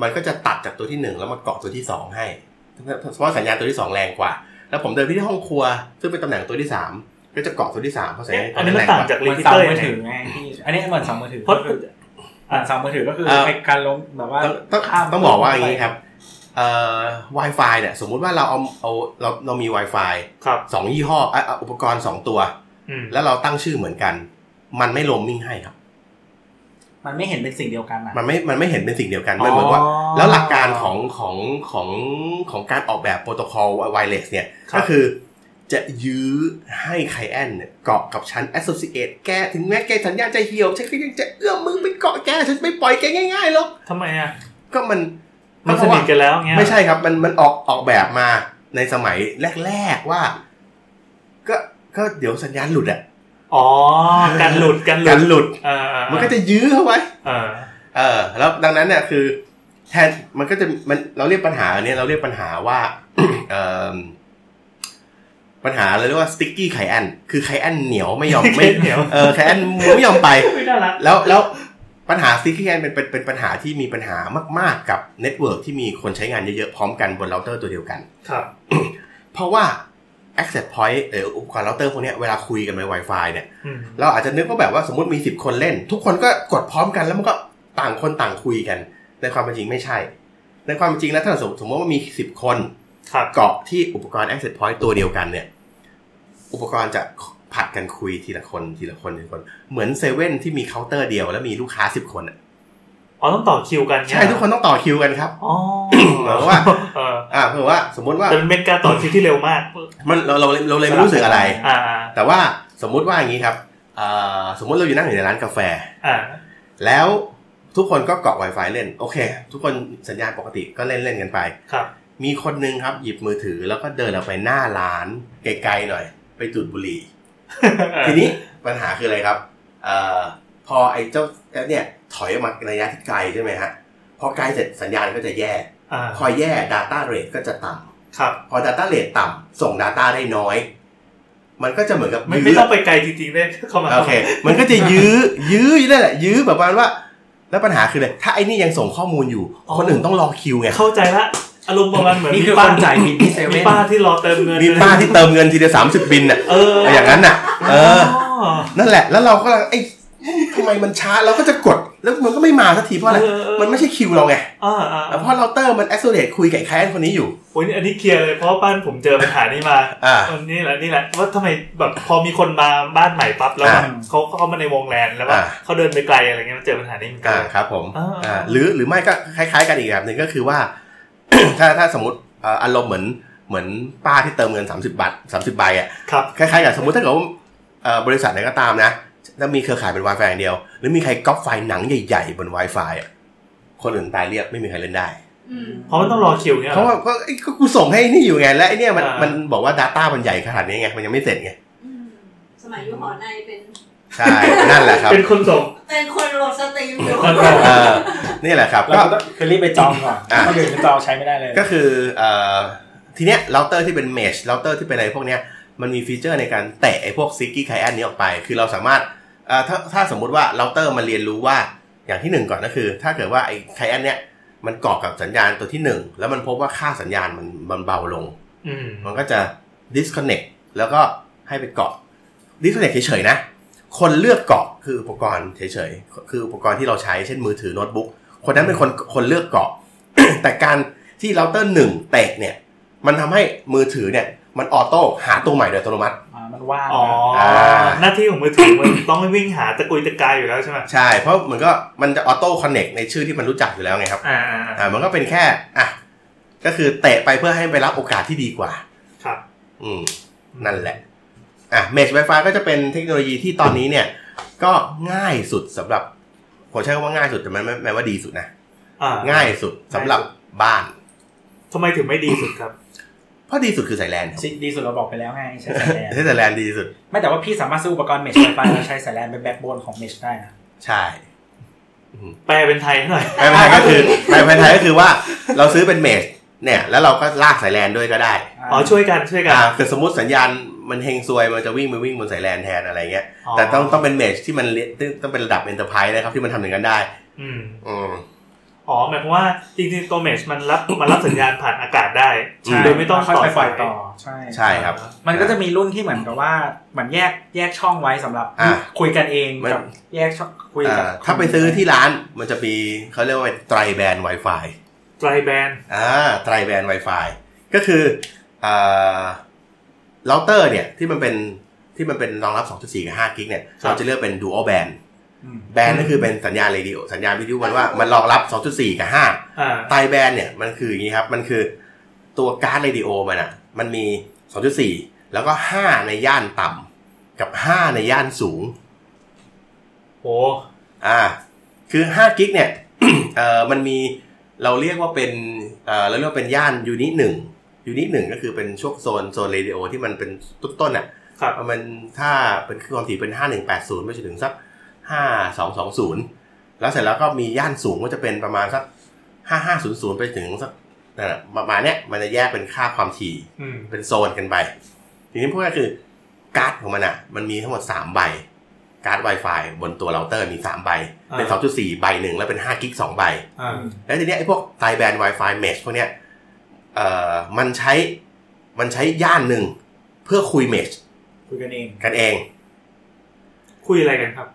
มันก็จะตัดจากตัวที่ 1 แล้วมาเกาะตัวที่ 2 ให้เพราะสัญญาณตัวที่ 2 แรงกว่า แล้วผมเดินไปที่ห้องครัว ซึ่งเป็นตำแหน่งตัวที่ 3 ก็จะเกาะตัวที่3เพราะสัญญาณ
เอ๊ะอันนี้มัน
แรงก
ต่าง
ว่า
จาก
เห
รี
มือน
พิ
เสา
เตอร์
มื
ยั
อง
ไง
ถือไงพี่อันนี้เหมือนเสามือถือ
เพราะ
ก็คือเหมือนเสามือถือก็คือ
เอ่อ
เป็นการล้มแบบว่า
ต้องต้อง
ข้าม
ต้องบอกว่าอย่างนี้ครับเอ่อ Wi-Fi เนี่ยสมมุติว่าเราเอาเอาเราเรามี Wi-Fi
ครับ
สองยี่ห้อเอ่อเอาอุปกรณ์ 2 ตัว
อืม
แล้วเราตั้งชื่อเหมือนกัน มันไม่โรมมิ่งให้ครับ
มันไม่เห็นเป็นสิ่งเดียวกันอะ
มันไม่มันไม่เห็นเป็นสิ่งเดียวกันมันเหมือนว่า แล้วหลักการของของของของการออกแบบโปรโตคอลไวเลสเนี่ย
ครับ
ก็คือจะยื้อให้ไคลแอนเนี่ยเกาะกับฉัน associate แกถึงแม้แกสัญญาณจะเหี่ยวฉันก็ยังจะเอื้อมมือไปเกาะแกฉันไม่ปล่อยแกง่ายๆหรอก
ทำไมอ่ะ
ก็มัน
มันสนิทกันแล้วเงี้ย
ไม่ใช่ครับ มันมันออกออกแบบมาในสมัยแรกๆว่า ก็ก็เดี๋ยวสัญญาณหลุดอ่ะ
อ๋อ การหลุดการหลุ
กา
ด
รหลุด
เออเออเออ
มันก็จะยื้อเข้าไว้
เออ
เออ แล้วดังนั้นเนี่ยคือแทนมันก็จะมันเราเรียกปัญหาอันเนี้ยเราเรียกปัญหาว่า เอ่อปัญหาเราเรียกว่าสติ๊กกี้ไข่แอนคือไข่แอนเหนียวไม่ยอมไม่
เหนียว
เออไข่แอนไม่ยอมไป
ไม่น่ารัก
แล้วแล้วปัญหาซิกแกนเป็นเป็นเป็นปัญหาที่มีปัญหามาก ๆ กับเน็ตเวิร์กที่มีคนใช้งานเยอะ ๆ พร้อมกันบนเราเตอร์ตัวเดียวกัน
ครับ
เพราะว่า access point หรืออุปกรณ์เราเตอร์พวกเนี้ยเวลาคุยกันใน Wi-Fi เนี่ย
อืม
เราอาจจะนึกว่าแบบว่าสมมติมี 10 คนเล่น ทุกคนก็กดพร้อมกันแล้วมันก็ต่างคนต่างคุยกัน ในความเป็นจริงไม่ใช่ ในความเป็นจริงนะถ้าสมมติสมมติว่ามี 10 คน
ครับ
เกาะที่อุปกรณ์ access point ตัวเดียวกันเนี่ย อุปกรณ์จะผัดกันคุยทีละคนทีละคนทีละคน เหมือนเซเว่นที่มีเคาน์เตอร์เดียวแล้วมีลูกค้า 10 คนอะ
อ๋อ ต้องต่อคิวกันเงี้ย
ใช่ทุกคนต้องต่อคิวกันครับ
อ๋อ
เหมือนว่า
เออ
อ่าเพื่อว่าสมมติว่า
แต่มันเป็นการต่อคิวที่เร็วมาก
มันเราเราเราเลยไม่รู้สึกอะไร
อ่า อ่า
แต่ว่าสมมุติว่าอย่างนี้ครับเอ่อสมมุติเราอยู่นั่งอยู่ในร้านกาแฟ
อ่า
แล้วทุกคนก็เกาะ Wi-Fi เล่น โอเค ทุกคนสัญญาณปกติก็เล่นเล่นกันไป
ครับ
มีคนนึงครับ หยิบมือถือแล้วก็เดินออกไปหน้าร้านไกลๆหน่อย ไปจุดบุหรี่ ทีนี้ปัญหาคืออะไรครับเอ่อพอไอ้เจ้าแอปเนี่ยถอยออกมาในระยะที่ไกลใช่ไหมฮะพอไกลเสร็จสัญญาณก็จะแย่
อ่า
พอแย่ Data Rate ก็จะต่
ครับ
ำพอ Data Rate ต่ำส่ง Data ได้น้อย มันก็จะเหมือนกับ
ไม่
ยื้
ไม่
อ
ต้องไปไกลจริงๆได้เข้ามา
โอเค มันก็จะยื้อ ยื้ออยู่นั่นแหละ ยื้อแบบว่าว่า แล้วปัญหาคืออะไร ถ้าไอ้นี่ยังส่งข้อมูลอยู่
อ๋อ
คนอื่นต้องรอคิวไง
เข้าใจละ อารมณ์ประมาณเหมือน
นี่คือ
มีป้
คนจ่ายบินที่เซเว่น
มีป้าที่รอเติมเงิน
มีป้าที่เติมเงินทีเดียวสามสิบบินน่ะ
เออ
อย่างนั้นน่ะ เออ
อ
นั่นแหละ แล้วเราก็เลยไอ้ทำไมมันช้า เราก็จะกด แล้วมันก็ไม่มาสักทีเพราะอะไร
เออเออ
มันไม่ใช่คิวเราไง
อ่าอ่า
แต่เพราะเราเตอร์มันแอสโซเลตคุยกับไอ้แคลนคนนี้อยู่
โอ้ยอันนี้เคลียร์เลยเพราะว่าบ้านผมเจอปัญหานี้มา
อ่า
อันนี้แหละนี่แหละว่าทำไมแบบพอมีคนมาบ้านใหม่ปั๊บแล้ว
อ่า
เขาเขาเข้ามาในวงแลนแล้วว่า
อ่า
เขาเดินไปไกลอะไรเงี้ยมันเจอปัญหานี้เหมือนกั
อ่าน ครับผม
อ่า
อ่าหรือหรือไม่ก็คล้าย ๆ กันอีกแบบหนึ่งก็คือว่า ถ้าถ้าสมมติเอ่ออารมณ์เหมือนเหมือนป้าที่เติมเงิน 30บาท30ใบอ่ะ
ครับ
คล้ายๆกับสมมติถ้าเกิดว่าเอ่อบริษัทไหนก็ตามนะ ถ้ามีเครือข่ายเป็น Wi-Fi อย่างเดียว หรือมีใครก๊อปไฟล์หนังใหญ่ ๆ บน Wi-Fi อ่ะคนอื่นตายเรียบไม่มีใครเล่นได้
อืม
เพราะมันต้องรอคิวเนี่ย
เพราะว่าก็ไอ้ก็กูส่งให้นี่อยู่ไงและไอ้เนี่ยมัน
อ่ามั
มันบอกว่า Data มันใหญ่ขนาดนี้ไงมันยังไม่เสร็จไง
อืมสมัยอยู่หอในเป็น
ใช่นั่นแหละครับ
เป็นคนส่ง
เป็นคนโรสตรีมอยู่
คนโร
เออนี่แหละครับ
เรา
ก็
ก็ต้องคือรีบไปจองก่อน
อ่ะ
ถ้าอื่นจองใช้ไม่ได้เลย
ก็คือเอ่อทีเนี้ยเราเตอร์ที่เป็นเมชเราเตอร์ที่เป็นอะไรพวกเนี้ยมันมีฟีเจอร์ในการแตะไอ้พวกซิกกี้ไคแอนนี้ออกไป คือเราสามารถเอ่อถ้าถ้าสมมุติว่าเราเตอร์มันเรียนรู้ว่าอย่างที่หนึ่งก่อนก็คือ ถ้าเกิดว่าไอ้ไคแอนเนี้ยมันเกาะกับสัญญาณตัวที่หนึ่งแล้วมันพบว่าค่าสัญญาณมันมันเบาลง
อืม
มันก็จะ disconnect แล้วก็ให้ไปเกาะ disconnect เฉยๆนะ คนเลือกเกาะคืออุปกรณ์เฉยๆ คืออุปกรณ์ที่เราใช้เช่นมือถือโน้ตบุ๊ก คนนั้นเป็นคนคนเลือกเกาะ แต่การที่เราเตอร์หนึ่งแตกเนี่ย มันทำให้มือถือเนี่ย มันออโต้หาตัวใหม่โดยอัตโนมัติ
อ่ามันว่าง
อ๋ออา หน้าที่ของมือถือมันต้องไม่วิ่งหาตะกุยตะกายอยู่แล้วใช่ไหม
ใช่ เพราะมันก็มันจะออโต้คอนเน็กในชื่อที่มันรู้จักอยู่แล้วไงครับ
อ่าอ่าอ่า
อ่า มันก็เป็นแค่ อ่ะ ก็คือเตะไปเพื่อให้ไปรับโอกาสที่ดีกว่า
ครับ
อืม นั่นแหละ อ่ะ Mesh Wi-Fi ก็จะเป็นเทคโนโลยีที่ตอนนี้เนี่ย ก็ง่ายสุดสำหรับผมใช้คำว่าง่ายสุดแต่มันไม่แม้ว่าดีสุดนะ
อ่า
ง่ายสุดสำหรับบ้าน
ทำไมถึงไม่ดีสุดครับ
เพราะดีสุดคือสายแลนครับ
สิดีสุดเราบอกไปแล้วไงใช้สายแลน
ใช้สายแลนดีสุด
ไม่แต่ว่าพี่สามารถซื้ออุปกรณ์เมชไฟแล้วใช้สายแลนเป็นแบ็คโบนของเมชได้นะ
ใช่
แปลเป็นไทยให้หน่อย
แปลภาษาไทยก็คือแปลภาษาไทยก็คือว่าเราซื้อเป็นเมชเนี่ย แล้วเราก็ลากสายแลนด้วยก็ได้
อ๋อช่วยกันช่วยกัน
อ่าแต่สมมติสัญญาณมันเฮงซวยมันจะวิ่งไปวิ่งบนสายแลนแทนอะไรเงี้ย
อ
แต่ต้องต้องเป็นเมชที่มันเรียต้องเป็นระดับเอ็นเตอร์ไพรส์นะครับที่มันทำอย่างนั้นได้
อืม
อืม
อ๋อหมายความว่าจริงๆตัวเมชมันรับมันรับสัญญาณผ่านอากาศได้
ใช่
โดยไม่ต้อง
ค่อย
ต่อ
ไปป
สา
ล่อย
ย
ต่อใช่
ใช่ครับ
มันก็จะมีรุ่นที่เหมือนกับว่าเหมือนแยกแยกช่องไว้สำหรับ
อ่ะ
คุยกันเอง
มัน
กับแยกช่องคุยกับ
อ่าถ้าไปซื้อที่ร้านมันจะมีเขาเรียกว่าไตรแบรนด์ Wi-Fi
ไตรแบน
อ่าไตรแบรนด์ Wi-Fi ก็คืออ่าเราเตอร์เนี่ยที่มันเป็นที่มันเป็นรองรับ 2.4 กับ 5 กิกเนี่ยเราจะเลือกเป็น dual band
อืม
แบนก็คือเป็นสัญญาณเรดิโอสัญญาณวิทยุมันว่ามันรองรับ 2.4 กับ
อ่า
5ไตรแบนเนี่ยมันคืออย่างนี้ครับ มันคือตัวการ์ดเรดิโอมันอ่ะ มันมี 2.4 แล้วก็ 5 ในย่านต่ำกับ 5 ในย่านสูง
โอ้
อ่า คือ5กิกเนี่ย เอ่อมันมีเราเรียกว่าเป็นเอ่อเราเรียกว่าเป็นย่านยูนิหนึ่งยูนิหนึ่งก็คือเป็นช่วงโซนโซนเรดิโอที่มันเป็นต้นต้นๆอ่ะ
ครับ
มันถ้าเป็นคือความถี่เป็น 5180ไปจนถึงสัก 5220 แล้วเสร็จแล้วก็มีย่านสูงก็จะเป็นประมาณสัก 5500 ไปถึงสักนั่นแหละประมาณเนี้ยมันจะแยกเป็นค่าความถี่
อืม
เป็นโซนกันไป ทีนี้พวกก็คือการ์ดของมันอ่ะ มันมีทั้งหมด 3 ใบ การ์ด Wi-Fi บนตัวเราเตอร์มี 3 ใบ เป็น 2.4 ใบหนึ่งแล้วเป็น5กิก2ใบ
อ่า
แล้วทีเนี้ยไอ้พวกไตแบน Wi-Fi mesh พวกเนี้ยเอ่อมันใช้มันใช้ย่านหนึ่งเพื่อคุย mesh
คุยกันเอง
กันเอง
คุยอะไรกันครับ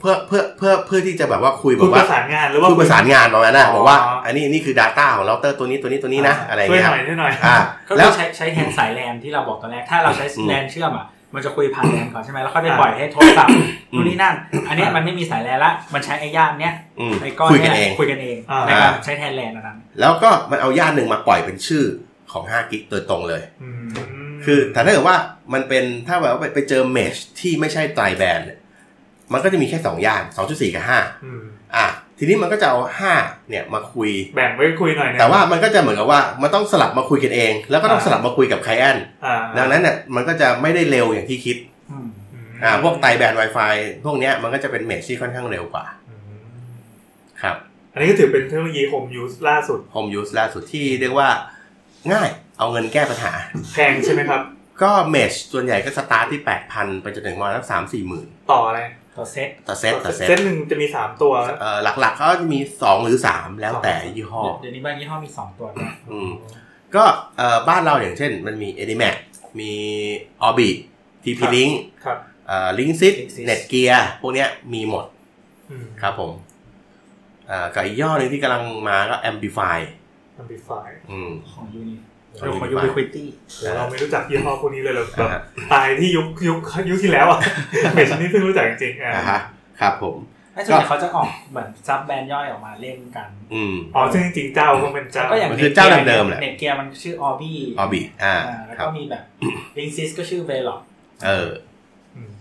เพื่อเพื่อเพื่อเพื่อที่จะแบบว่าคุยแบ
คุย
บ
ป
ว่า
ระสานงานหรือว่า
คุยประสานงานประมาณนั้นอะ
อ๋อ
บอกว่า อันนี้นี่คือ Data ของเราเตอร์ตัวนี้ตัวนี้ตัวนี้นะอะไร
ช่วย
เงี้ย
ห
ค
น่อยช่วย
รับ
หน่อย
อ่า
ก็
แล้
คื
ว
อใช้ใช้แทนสายแลนที่เราบอกตอนแรกถ้าเราใช้
อืม
แลนเชื่อมอ่ะมันจะคุยผ่านแลนก่อนใช่ไหมแล้วค่อยไปปล่อยให้โทรศัพท์
อืม
นู่นนี่นั่น อันเนี้ยมันไม่มีสายแลนละมันใช้ไอ้ย่านเนี้ย
อืม
ไอ้ก้อน
คุยกั
เนี้ย
นเอง
คุยกันเอง
อ่า
ในการใช้แทนแลนอันนั้น
แล้วก็มันเอาย่านหนึ่งมาปล่อยเป็นชื่อของ5กิกโดยตรงเลย
อืม
คือแต่ถ้าเกิดว่ามันเป็นถ้าแบบว่าไปไปเจอเมชที่ไม่ใช่ไตรแบนเนี่ยมันก็จะมีแค่ 2 ย่าน 2.4 กับ 5
ม
อ่ะ ทีนี้มันก็จะเอา 5 เนี่ยมาคุย
แบ่งไว้คุยหน่อยนะ
แต่ว่ามันก็จะเหมือนกับว่ามันต้องสลับมาคุยกันเอง แล้วก็ต้องสลับมาคุยกับไคลเอนต์
อ่า
ดังนั้นเนี่ยมันก็จะไม่ได้เร็วอย่างที่คิด
อืม
อืม
อ่าพวกไตรแบน Wi-Fi พวกเนี้ยมันก็จะเป็นเมชที่ค่อนข้างเร็วกว่า
อืม
ครับ
อันนี้ก็ถือเป็นเทคโนโลยีโฮมยูสล่าสุด
Home Use ล่าสุดที่เรียกว่าง่ายเอาเงินแก้ปัญหา
แพงใช่ไหมครับ
ก็เมชส่วนใหญ่ก็สตาร์ทที่8,000ไปจนถึงประมาณสักสามสี่หมื่น
ต่ออะไร
ตัวเซ็ต
ต่อเซตต่อเซต
เซตหนึ่งจะมีสามตัว
เอ่อหลักๆเขาจะมี 2 หรือ 3 แล้วแต่ยี่ห้อ
เดี๋ยวนี้บางยี่ห้อมีสองตัวนะ
อืมก็เอ่อบ้านเราอย่างเช่น มันมี a d i m a c มี Orbit TP Link
ครับ
เอ่อ Link Sys Netgear พวกเนี้ยมีหมด
อืม
ครับผมเอ่อกับอีกย่อหนึ่งที่กำลังมาก็ Amplify
Amplify
อืม
ของยูนิ
ของ Uni
ของยูนิควิตี้
เดี๋ยวเราไม่รู้จักยี่ห้อพวกนี้เลยเราแบ
อ่า
บ
ฮะ
ตายที่ยุคยุคยุคที่แล้วอ่ะ เมชนี้เพิ่งรู้จักจริงๆอ่า
อ่าฮะครับผม
ไม่ส่วนใหญ่เขาจะออกเหมือนซับแบรนด์ย่อยออกมาเล่นกัน
อืม
อ๋อซึ่งจริงๆเจ้าก็เป็นเจ้า
ก็อย่าง
มันคือเจ้าเดิมๆแหละ
เน็ตเกียร์มันชื่อออบี้
Orbit อ่า
แล้ว
ครั
ก็
บ
มีแบบลิงซิสก็ชื่อเวล็อก
เออ
อืม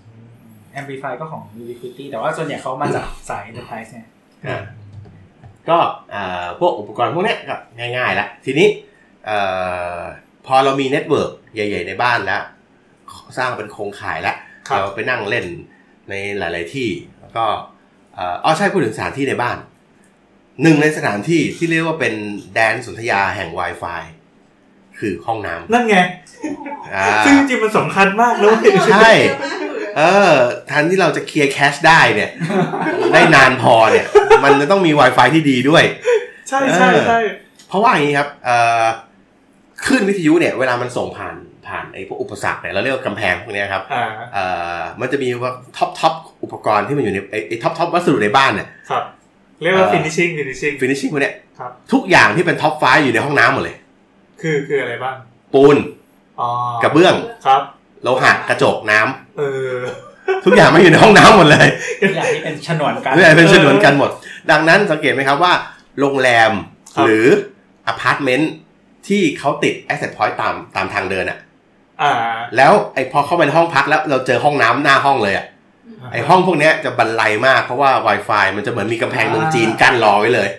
Amplify ก็ของ Ubiquiti แต่ว่าส่วนใหญ่เขามาจากสาย Enterprise เนี่ย
อ่ะก็เอ่อพวกอุปกรณ์พวกเนี้ยก็ง่ายๆละทีนี้เอ่อพอเรามีเน็ตเวิร์กใหญ่ ๆ ในบ้านแล้ว สร้างเป็นโครงข่ายแล้ว
ครับ
เราไปนั่งเล่นในหลาย ๆที่แล้วก็เอ่ออ๋อใช่พูดถึงสถานที่ในบ้าน หนึ่งในสถานที่ที่เรียกว่าเป็นแดนสนธยาแห่ง Wi-Fi คือห้องน้ำ
นั่นไง
อ่า
ซึ่งจริงๆมันสำคัญมากนะเลย
ใช่ เออทันที่เราจะเคลียร์แคชได้ เนี่ย ได้นานพอเนี่ย มันจะต้องมี Wi-Fi ที่ดีด้วย
ใช่ใช่ใช่
เพราะว่าอย่างนี้ครับเอ่อคลื่นวิทยุเนี่ยเวลามันส่งผ่านผ่านไอ้พวกอุปสรรคเนี่ยเราเรียกว่ากำแพงพวกเนี้ยครับ
อ่า
เอ่อมันจะมีว่าท็อปท็อปอุปกรณ์ที่มันอยู่ในไอ้ไอ้ท็อปท็อปวัสดุในบ้านเนี่ย
ครับ เรียกว่า
เอ่อ
finishing finishing
ฟินิชชิ่งพวกเนี้ย
ครับ
ทุกอย่างที่เป็นท็อปไฟอยู่ในห้องน้ำหมดเลย
คือคืออะไรบ้าง
ปูน
อ๋อก
ระเบื้อง
ครับ
โลหะกระจกน้ำ
เออ
ทุกอย่างไม่อยู่ในห้องน้ำหมดเลย
อย่างที่เป็นชนวนกัน
เรื่อยเป็นชนวนกันหมด ดังนั้นสังเกตไหมครับว่า โรงแรม
ครับ
หรืออพาร์ตเมนต์ที่เขาติด Asset Point ตามตามทางเดินอะ
อ่า
แล้วไอ้พอเข้าไปในห้องพักแล้วเราเจอห้องน้ำหน้าห้องเลยอะไอ้ห้องพวกเนี้ยจะบันไลมากเพราะว่า Wi-Fi มันจะเหมือนมีกำแพงเมืองจีนกั้นรอไว้เลย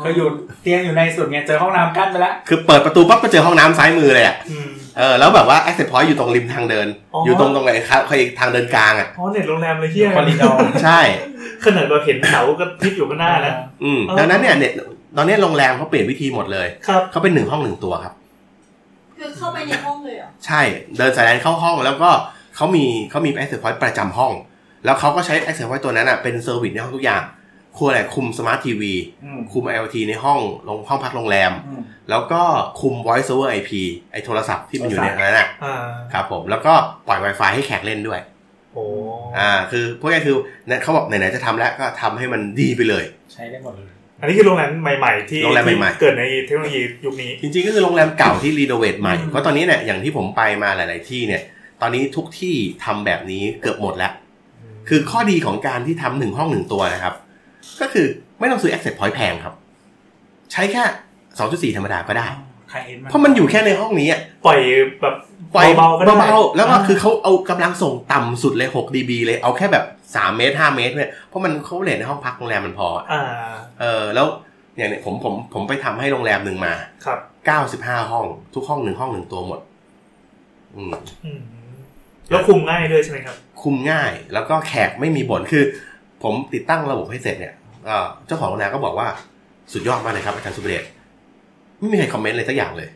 เคยอยู่เตียงอยู่ในสุดไงเจอห้องน้ำกั้นไปแล้ว
คือเปิดประตูปั๊บก็เจอห้องน้ำซ้ายมือเลยอะ
อืม
เออแล้วแบบว่า Asset Point อยู่ตรงริมทางเดิน
อ๋อ
อ
อ
ยู่ตรงตรงไหนครับไอ้ทางเดินกลางอะ
อ๋อเน็ตโรงแรมเลยเฮีย
คอริดอร์
ใช่
ขนาดเราเห็นเสาก็พลิบอยู่ข้างหน้าแล้ว
อืม
เออ
ดังนั้นเนี่ยเนี่ยตอนเนี้ยโรงแรมเขาเปลี่ยนวิธีหมดเลย
ครับ
เขาเป็นหนึ่งห้องหนึ่งตัวครับ
คือเข้าไปในห้องเลยเหรอ
ใช่ เดินสายแลนเข้าห้องแล้วก็เขามีเขามี access point ประจำห้อง แล้วเขาก็ใช้ access point ตัวนั้นอ่ะเป็นเซอร์วิสในห้องทุกอย่างครัวอะไรคุมสมาร์ททีวี
อืม
คุม IoT ในห้องโรงห้องพักโรงแรม
อืม
แล้วก็คุม voice over IP ไอโทรศัพท์ที่มันอยู่ในนั้นอ่ะ
อ่า
ครับผมแล้วก็ปล่อย Wi-Fi ให้แขกเล่นด้วย
โอ้
อ่าคือพวกนี้คือเนี่ยเขาบอกไหนๆจะทำแล้วก็ทำให้มันดีไปเลย
ใช้ได้หมดเลย
อันนี้คือโรงแรมใหม่ๆ ที่
โรงแรมใหม่ๆ
ที่เกิดในเทคโนโลยียุคนี้
จริงๆก็คือโรงแรมเก่าที่รีโนเวทใหม่เพราะตอนนี้เนี่ยอย่างที่ผมไปมาหลาย ๆ ที่เนี่ยตอนนี้ทุกที่ทำแบบนี้เกือบหมดแล้ว คือข้อดีของการที่ทำหนึ่งห้องหนึ่งตัวนะครับ ก็คือไม่ต้องซื้อ access point แพงครับ ใช้แค่ 2.4 ธรรมดาก็ได้
ใครเห็นมัน
เพราะมันอยู่แค่ในห้องนี้อะ
ปล่อยแบบ
ปล่อย
เบาๆก็ได้
เบาๆแล้วก็คือเขาเอากำลังส่งต่ำสุดเลย 6 dB เลยเอาแค่แบบ 3 เมตร 5 เมตรเนี่ยเพราะมันเขาเลทในห้องพักโรงแรมมันพออะ
อ่า
เออแล้วอย่างเนี่ยผมผมผมไปทำให้โรงแรมหนึ่งมา
ครับ
95 ห้อง ทุกห้องหนึ่งห้องหนึ่งตัวหมด อืม
อืมแล้วคุมง่ายด้วยใช่ไหมครับ
คุมง่ายแล้วก็แขกไม่มีบ่นคือ ผมติดตั้งระบบให้เสร็จเนี่ยเอ่อเจ้าของโรงแรมก็บอกว่าสุดยอดมากเลยครับอาจารย์สุเดชไม่มีใครคอมเมนต์เลยสักอย่างเลย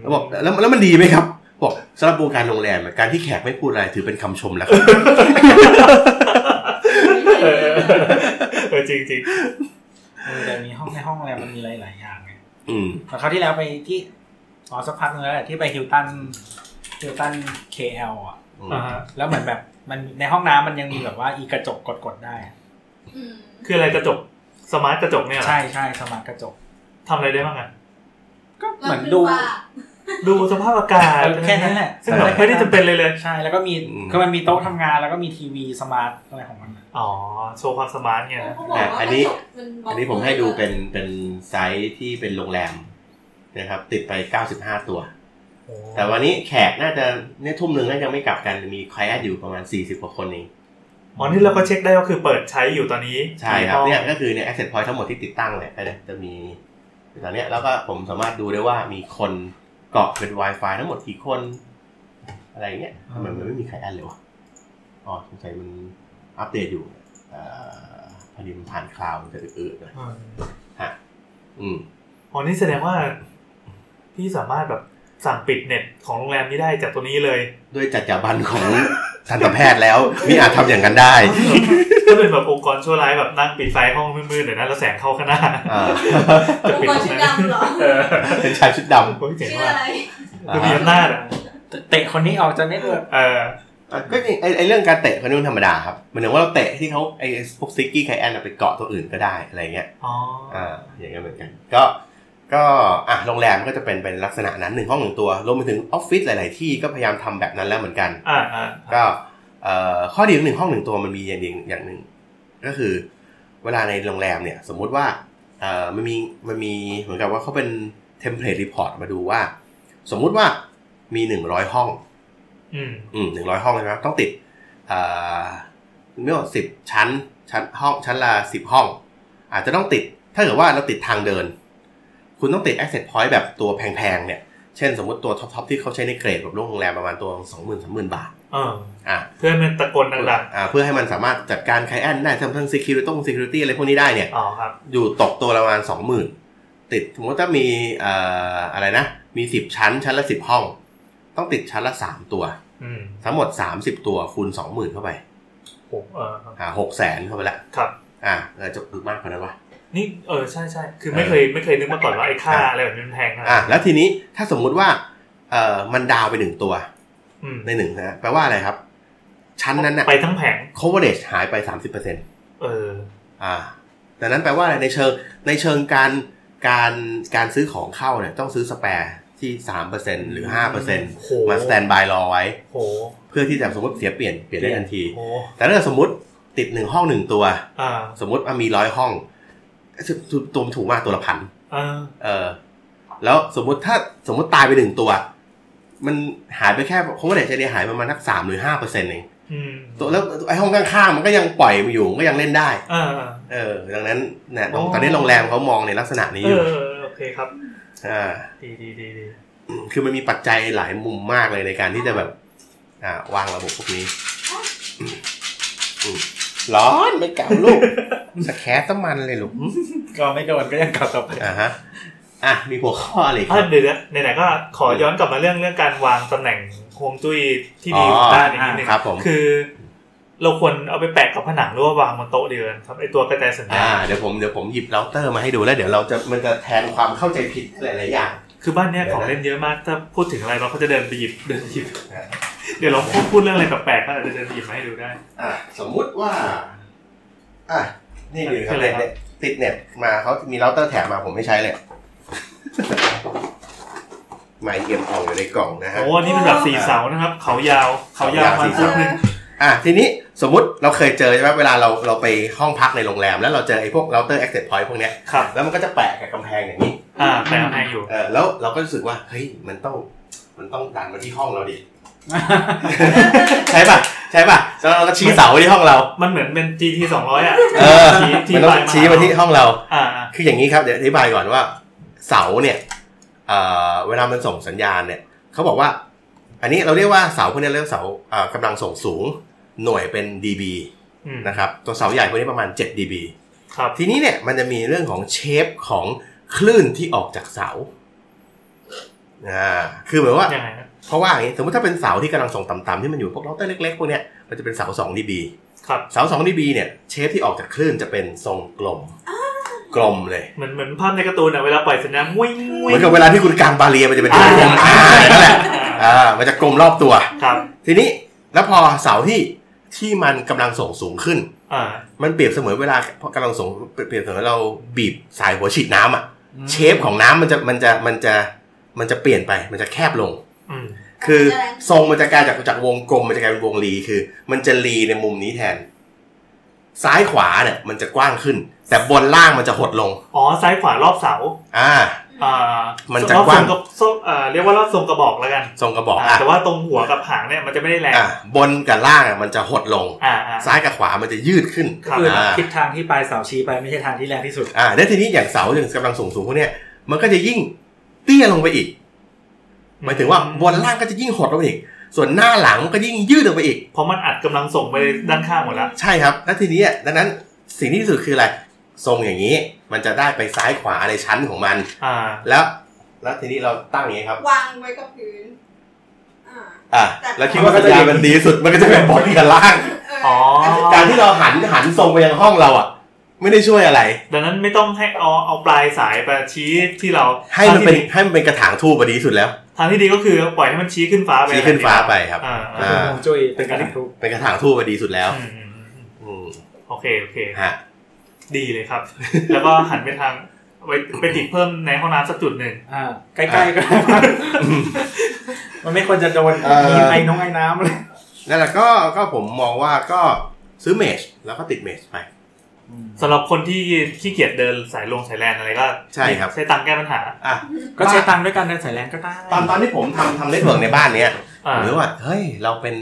แล้วบอกแล้วแล้วมันดีไหมครับ บอกสำหรับวงการโรงแรมอะการที่แขกไม่พูดอะไรถือเป็นคำชมแล้วครับ
เอ อเออจริงจริง
เออแต่มีห้องในห้องอะไรมันมีหลายๆอย่างไง
อืม
แต่คราวที่แล้วไปที่อ๋อสักพักนึงแล้วแหละที่ไปฮิลตันฮิลตัน KL อ่ะ
อืม
ๆอ่าฮะ
แล้วเหมือนแบบมันในห้องน้ำมันยังมีแบบว่าอีกระจกกดๆได้อะ
อืม
คืออะไรกระจก สมาร์ทกระจกเนี่ยเหรอ
ใช่ใช่สมาร์ทกระจก
ทำอะไรได้บ้างอ่ะ
ก็เห
แล้ว
มือน
ขึ้
ดู
ฟ้า
ดูสภาพอากาศ
เออแค่นั้นแหละ
ซึ่งมันไม่ได้จำเป็นเลยเลย
ใช่แล้วก็มี
อืม
คือมันมีโต๊ะทำงานแล้วก็มีทีวีสมาร์ทอะไรของมันอะ
อ๋อ โชว์ความสมาร์ทไงนะ
เขาบอกว่า
อันนี้
กระจกมันบล็ก
อันนี้ผมให้ดูเป็นเป็นไซส์ที่เป็นโรงแรมนะครับ ติดไป 95 ตัว แต่วันนี้แขกน่าจะเนี่ยทุ่มหนึ่งน่าจะไม่กลับกันมีใครแอดอยู่ประมาณ 40 กว่าคนเอง
อ๋อนี่เราก็เช็คได้ก็คือเปิดใช้อยู่ตอนนี้
ใช่ครับ
อ๋อ
เนี่ยก็คือเนี่ย access point ทั้งหมดที่ติดตั้งเนี่ยก็เนี่ยจะมีอยู่ตอนเนี้ยแล้วก็ผมสามารถดูได้ว่ามีคนเกาะเป็น Wi-Fi ทั้งหมดกี่คน อะไรอย่างเงี้ยทำไมมันไม่มีใครอันเลยวะอ๋อสงสัยมันอัปเดตอยู่เอ่อพอดีมันผ่านคลาวด์มันจะอืดๆหน่อย
อืม
อืม
อ๋อนี่แสดงว่า พี่สามารถแบบสั่งปิดเน็ตของโรงแรมนี้ได้จากตัวนี้เลย
ด้วยจัดจาบันของ ทันตแพทย์แล้วมีอาจทำอย่างนั้นได้
ถ้าเป็นแบบองค์กรชั่วร้ายแบบนั่งปิดไฟห้องมืดๆหน่อยนะแล้วแสงเข้าข้างหน้า
อ่า
จะ
อง
ปิด
ค์กร
ตรง
ชื่อ
นั้น
ดำเหรอ
เออ
เป็นชายชุดด
โอ้ยเจ๋ง
ชื่อ
ว่ะ
อะไร
ดูมีอำนาจอ่ะ
เตะคนนี้ออกจากเน็ตเวิร์ก
เออ
ำก็จริงไอ้ไอ้เรื่องการเตะคนนี้มันธรรมดาครับเหมือนว่าเราเตะที่เขาไอ้พวกซิกกี้ไคแอนนะไปเกาะตัวอื่นก็ได้อะไรเงี้ย
อ๋อ
อ่าอย่างนั้นเหมือนกันก็ก็อ่ะโรงแรมก็จะเป็นเป็นลักษณะนั้นหนึ่งห้องหนึ่งตัวรวมไปถึงออฟฟิศหลาย ๆ ที่ก็พยายามทำแบบนั้นแล้วเหมือนกัน
อ่าอ่า
ก็เอ่อข้อดีของหนึ่งห้องหนึ่งตัวมันมีอย่างดีอย่างหนึ่งก็คือ เวลาในโรงแรมเนี่ยสมมุติว่าเอ่อมันมีมันมีเหมือนกับว่าเขาเป็นเทมเพลตรีพอร์ตมาดูว่า สมมุติว่ามี 100 ห้อง
อืม
อืมหนึ่งร้อยห้องใช่ไหมต้องติด อ่าเนื่อสิบชั้นชั้นห้องชั้นละสิบห้อง อาจจะต้องติดถ้าเกิดว่าเราติดทางเดิน คุณต้องติด access point แบบตัวแพงๆเนี่ย เช่นสมมติตัวท็อปๆที่เขาใช้ในเกรดแบบโรงแรมประมาณตัวสองหมื่นสามหมื่นบาท
เออ
อ่ะ
เพื่อนมันตะโกนดัง
อ่าเพื่อให้มันสามารถจัดการไคลแอนได้ทำทั้ง security ต้อง security อะไรพวกนี้ได้เนี่ย
ๆอ๋อครับ
อยู่ตกตัวละประมาณสองหมื่นติดสมมติถ้ามีเอ่ออะไรนะ มีสิบชั้นชั้นละสิบห้อง ต้องติดชั้นละสามตัว
อืม
ทั้งหมดสามสิบตัวคูณสองหมื่นเข้าไป
โหเออครับ
อ่าหกแสนเข้าไปละ
ครับ
อ่าเออจะถึงมากกว่านั้นวะ
นี่เออใช่ใช่คือ
เออ
ไม่เคยไม่เคยนึกมาก่อนว่าไอ้ค่าอะไรแบบนี้มันแพงขนาด
อ่า
นั้น
แล้วทีนี้ถ้าสมมุติว่าเอ่อมันดาวไปหนึ่งตัว
อืม
ในหนึ่งนะแปลว่าอะไรครับ ชั้นนั้นน่ะ
ไปทั้งแผง
coverage หายไปสามสิบเปอร์เซ็นต
เออ
อ่าดังนั้นแปลว่าอะไรในเชิงในเชิงการการการซื้อของเข้าเนี่ยต้องซื้อสแปร์ที่สามเปอร์เซ็นหรือห้าเปอร์เซ็น
โห
มาสแตนบายรอไว้
โห
เพื่อที่จะสมมติเสียเปลี่ยนเปลี่ยนได้ทันที
โห
แต่ถ้าเกิดสมมติติดหนึ่งห้องหนึ่งตัว
อ่า
สมมติว่ามีร้อยห้องตัวมันถูกมากตัวละพัน
อ่า
เออแล้วสมมติถ้าสมมติตายไปหนึ่งตัว มันหายไปแค่เขาว่าไหนจะได้หายประมาณนักสามหรือห้าเปอร์เซ็นต์เอง
อืม
ตัวแล้วไอ้ห้องข้างๆมันก็ยังปล่อยมันอยู่มันก็ยังเล่นได้
อ่า
เออ ดังนั้นเนี่ยตรง
อ๋อ
ตอนนี้โรงแรมเขามองในลักษณะนี้
เอ
อยู่
อโอเคครับ
อ่า
ดีดีดีดี
คือมันมีปัจจัยหลายมุมมากเลยในการที่จะแบบ อ่าวางระบบพวกนี้อืมร้อนไม่กลับลูกสแคสต้ำมันเลยลูก
ก็ไม่โดนก็ยังกลับต่อไป
อ่าฮะ อ่ะ มีหัวข้ออะไรอีกค
อ่ะ
รับ
เดี๋ยวนะไหนๆก็ขอย้อนกลับมาเรื่องเรื่องการวางตำแหน่งฮวงจุ้ยที่ดี
อ๋อ
ของบ้านอีกนิดนึง
ครับผม
คือ เราควรเอาไปแปะกับผนังหรือว่าวางบนโต๊ะเดียวกันครับไอตัวกระจายสัญญา
อ่า
ณ
เดี๋ยวผมเดี๋ยวผมหยิบเราเตอร์มาให้ดูแล้วเดี๋ยวเราจะมันจะแทนความเข้าใจผิดหลายๆอย่าง
คือบ้านเนี้ย
เดี๋
ข
ยว
อ
นะ
งเล่นเยอะมากถ้าพูดถึงอะไรเราก็จะเดินไปหยิบเดินไปหยิบ เดี๋ยวเราพูดพูดเรื่องอะไรแปลกๆก็อาจจะเดินไปหยิบมาให้ดูได้
อ่ะสมมุติว่า อ่ะ นี่ดูครับ
อะไรครับ
เน็ตเนี่ยติดเน็ตมาเขามีเราเตอร์แถมมาผมไม่ใช้เลย ไมค์เอ็มออกอยู่ในกล่องนะฮะ
โอ้อันนี่เป็นแบบสี่เสานะครับ เขายาวเขายาวมา
เขายาวสี่
พุด
เสา
นึง
อ่ะ ทีนี้สมมติเราเคยเจอใช่ไหมเวลาเราเราไปห้องพักในโรงแรม แล้วเราเจอไอ้พวกเราเตอร์ access point พวกเนี้ย
ครับ
แล้วมันก็จะแปะกับกำแพงอย่างนี้
อ่าแปลงให้อยู่
เออแล้วเราก็รู้สึกว่า เฮ้ย มันต้อง มันต้องดันมาที่ห้องเราดิ ใช่ป่ะ ใช่ป่ะ แล้วเราก็ชี้เสาไว้ที่ห้องเรา
มันเหมือนเป็น GT สองร้อยอ่ะ
เออ
ชี้
มันต้องชี้มาที่ห้องเรา
อ่า
คืออย่างนี้ครับเดี๋ยวอธิบายก่อนว่าเสาเนี่ยเอ่อเวลามันส่งสัญญาณเนี่ยเขาบอกว่า อันนี้เราเรียกว่าเสาพวกนี้เรียกว่าเสาเอ่อกำลังส่งสูงหน่วยเป็น dB
อืม
นะครับตัวเสาใหญ่พวกนี้ประมาณ 7 dB
ครับ
ทีนี้เนี่ยมันจะมีเรื่องของเชฟของคลื่นที่ออกจากเสาอ่าคือเหมือนว่า
ยังไงนะ
เพราะว่าอย่างนี้สมมติถ้าเป็นเสาที่กำลังส่งต่ำๆที่มันอยู่พวกเราเตอร์เล็กๆพวกเนี้ยมันจะเป็นเสา2 dB
ครับ
เสา2 dB เนี่ยเชฟที่ออกจากคลื่นจะเป็นทรงกลมกลมเลย
เหมือนเหมือนภาพในการ์ตูนอ่ะเวลาปล่อยสัญญาณมุ้ยมุ้
เห
ย
มือนกับเวลาที่คุณกางบาเรียมันจะเป็นตัวกลมอ่านั่นแหละอ่ามันจะกลมรอบตัว
ครับ
ทีนี้แล้วพอเสาที่ที่มันกำลังส่งสูงขึ้น
อ่า
มันเปรียบเสมือนเวลากำลังส่งเปรียบเสมือนเราบีบสายหัวฉีดน้ำอ่ะเชฟของน้ำมันจะมันจะมันจะมันจะเปลี่ยนไปมันจะแคบลง
อืม
คือทรงมันจะกลายจากจากวงกลมมันจะกลายเป็นวงรีคือ มันจะรีในมุมนี้แทน ซ้ายขวาเนี่ยมันจะกว้างขึ้น แต่บนล่างมันจะหดลง
อ๋อซ้ายขวารอบเสา
อ่า
อ่า
มันจะ
รอบ
ก
ทร
ว้าง
งกระซอกเอ่อเรียกว่ารอบทรงกระบอกแล้วกัน
ทรงกระบอก
อ่า
อ่ะ
แต่ว่าตรงหัวกับหางเนี่ยมันจะไม่ได้แรง
อ่ะบนกับล่างอ่ะมันจะหดลง
อ่าอ่า
ซ้ายกับขวามันจะยืดขึ้น
ครับ
คือ
อ่า
ทิศทางที่ปลายเสาชี้ไปไม่ใช่ทางที่แรงที่สุด
อ่าแล้วทีนี้อย่างเสาอย่างกำลังสูงสูงพวกเนี้ยมันก็จะยิ่งเตี้ยลงไปอีกหมายถึงว่าบนล่างก็จะยิ่งหดลงไปอีก ส่วนหน้าหลังก็ยิ่งยืดลงไปอีก
เพราะมันอัดกำลังส่งไปด้านข้างหมดแล้ว
ใช่ครับ แล้วทีนี้อ่ะดังนั้นสิ่งที่ดีที่สุดคืออะไรทรงอย่างนี้ มันจะได้ไปซ้ายขวาในชั้นของมัน
อ่า
แล้ว แล้วทีนี้เราตั้งอย่างนี้ครับ
วางไว้กับพื้นอ่า
อ่า
แต่
แล้วคิดว่าสัญญาณมันดีสุดมันก็จะเป็นบนกับล่าง
เออ
อ๋อ
ก็คือ
การที่เราหันหันทรงไปยังห้องเราอ่ะ ไม่ได้ช่วยอะไร
ดังนั้นไม่ต้องให้เอาเอาปลายสายไปชี้ที่เรา
ให้มันเป็น
ทางที่ดี
ให้มันเป็นกระถางทูบดีที่สุดแล้ว
ทางที่ดีก็คือปล่อยให้มันชี้ขึ้นฟ้าไป
ชี้ขึ้นฟ้าไปครับ
อ่า
อ่า
ฮวงจุ้ยเป็นการทุก
เป็นกระถางทูบดีสุดแล้ว
อืมอืมอืม
อืม
โอเคโอเค
ฮะ
ดีเลยครับ แล้วก็หันไปทางไว้ไปติดเพิ่มในห้องน้ำสักจุดหนึ่ง
อ่าใกล้ ๆก็มันไม่ควรจะโดน
เออ
มีไอ้น้องไอ้น้ำเลย
นั่นแหละก็ก็ผมมองว่าก็ซื้อเมชแล้วก็ติดเมชไป
สำหรับคนที่ขี้เกียจเดินสายลงสายแลนอะไรก็
ใช่ครับ
ใช้ตังค์แก้ปัญหา
อ่ะ
ก็ใช้ตังค์ด้วยกันเดินสายแรงก็ได้
ตอนตอนที่ผมทำทำเน็ตเวิร์กในบ้านเนี้ย
อ่า
ผมรู้ว่าเฮ้ยเราเป็น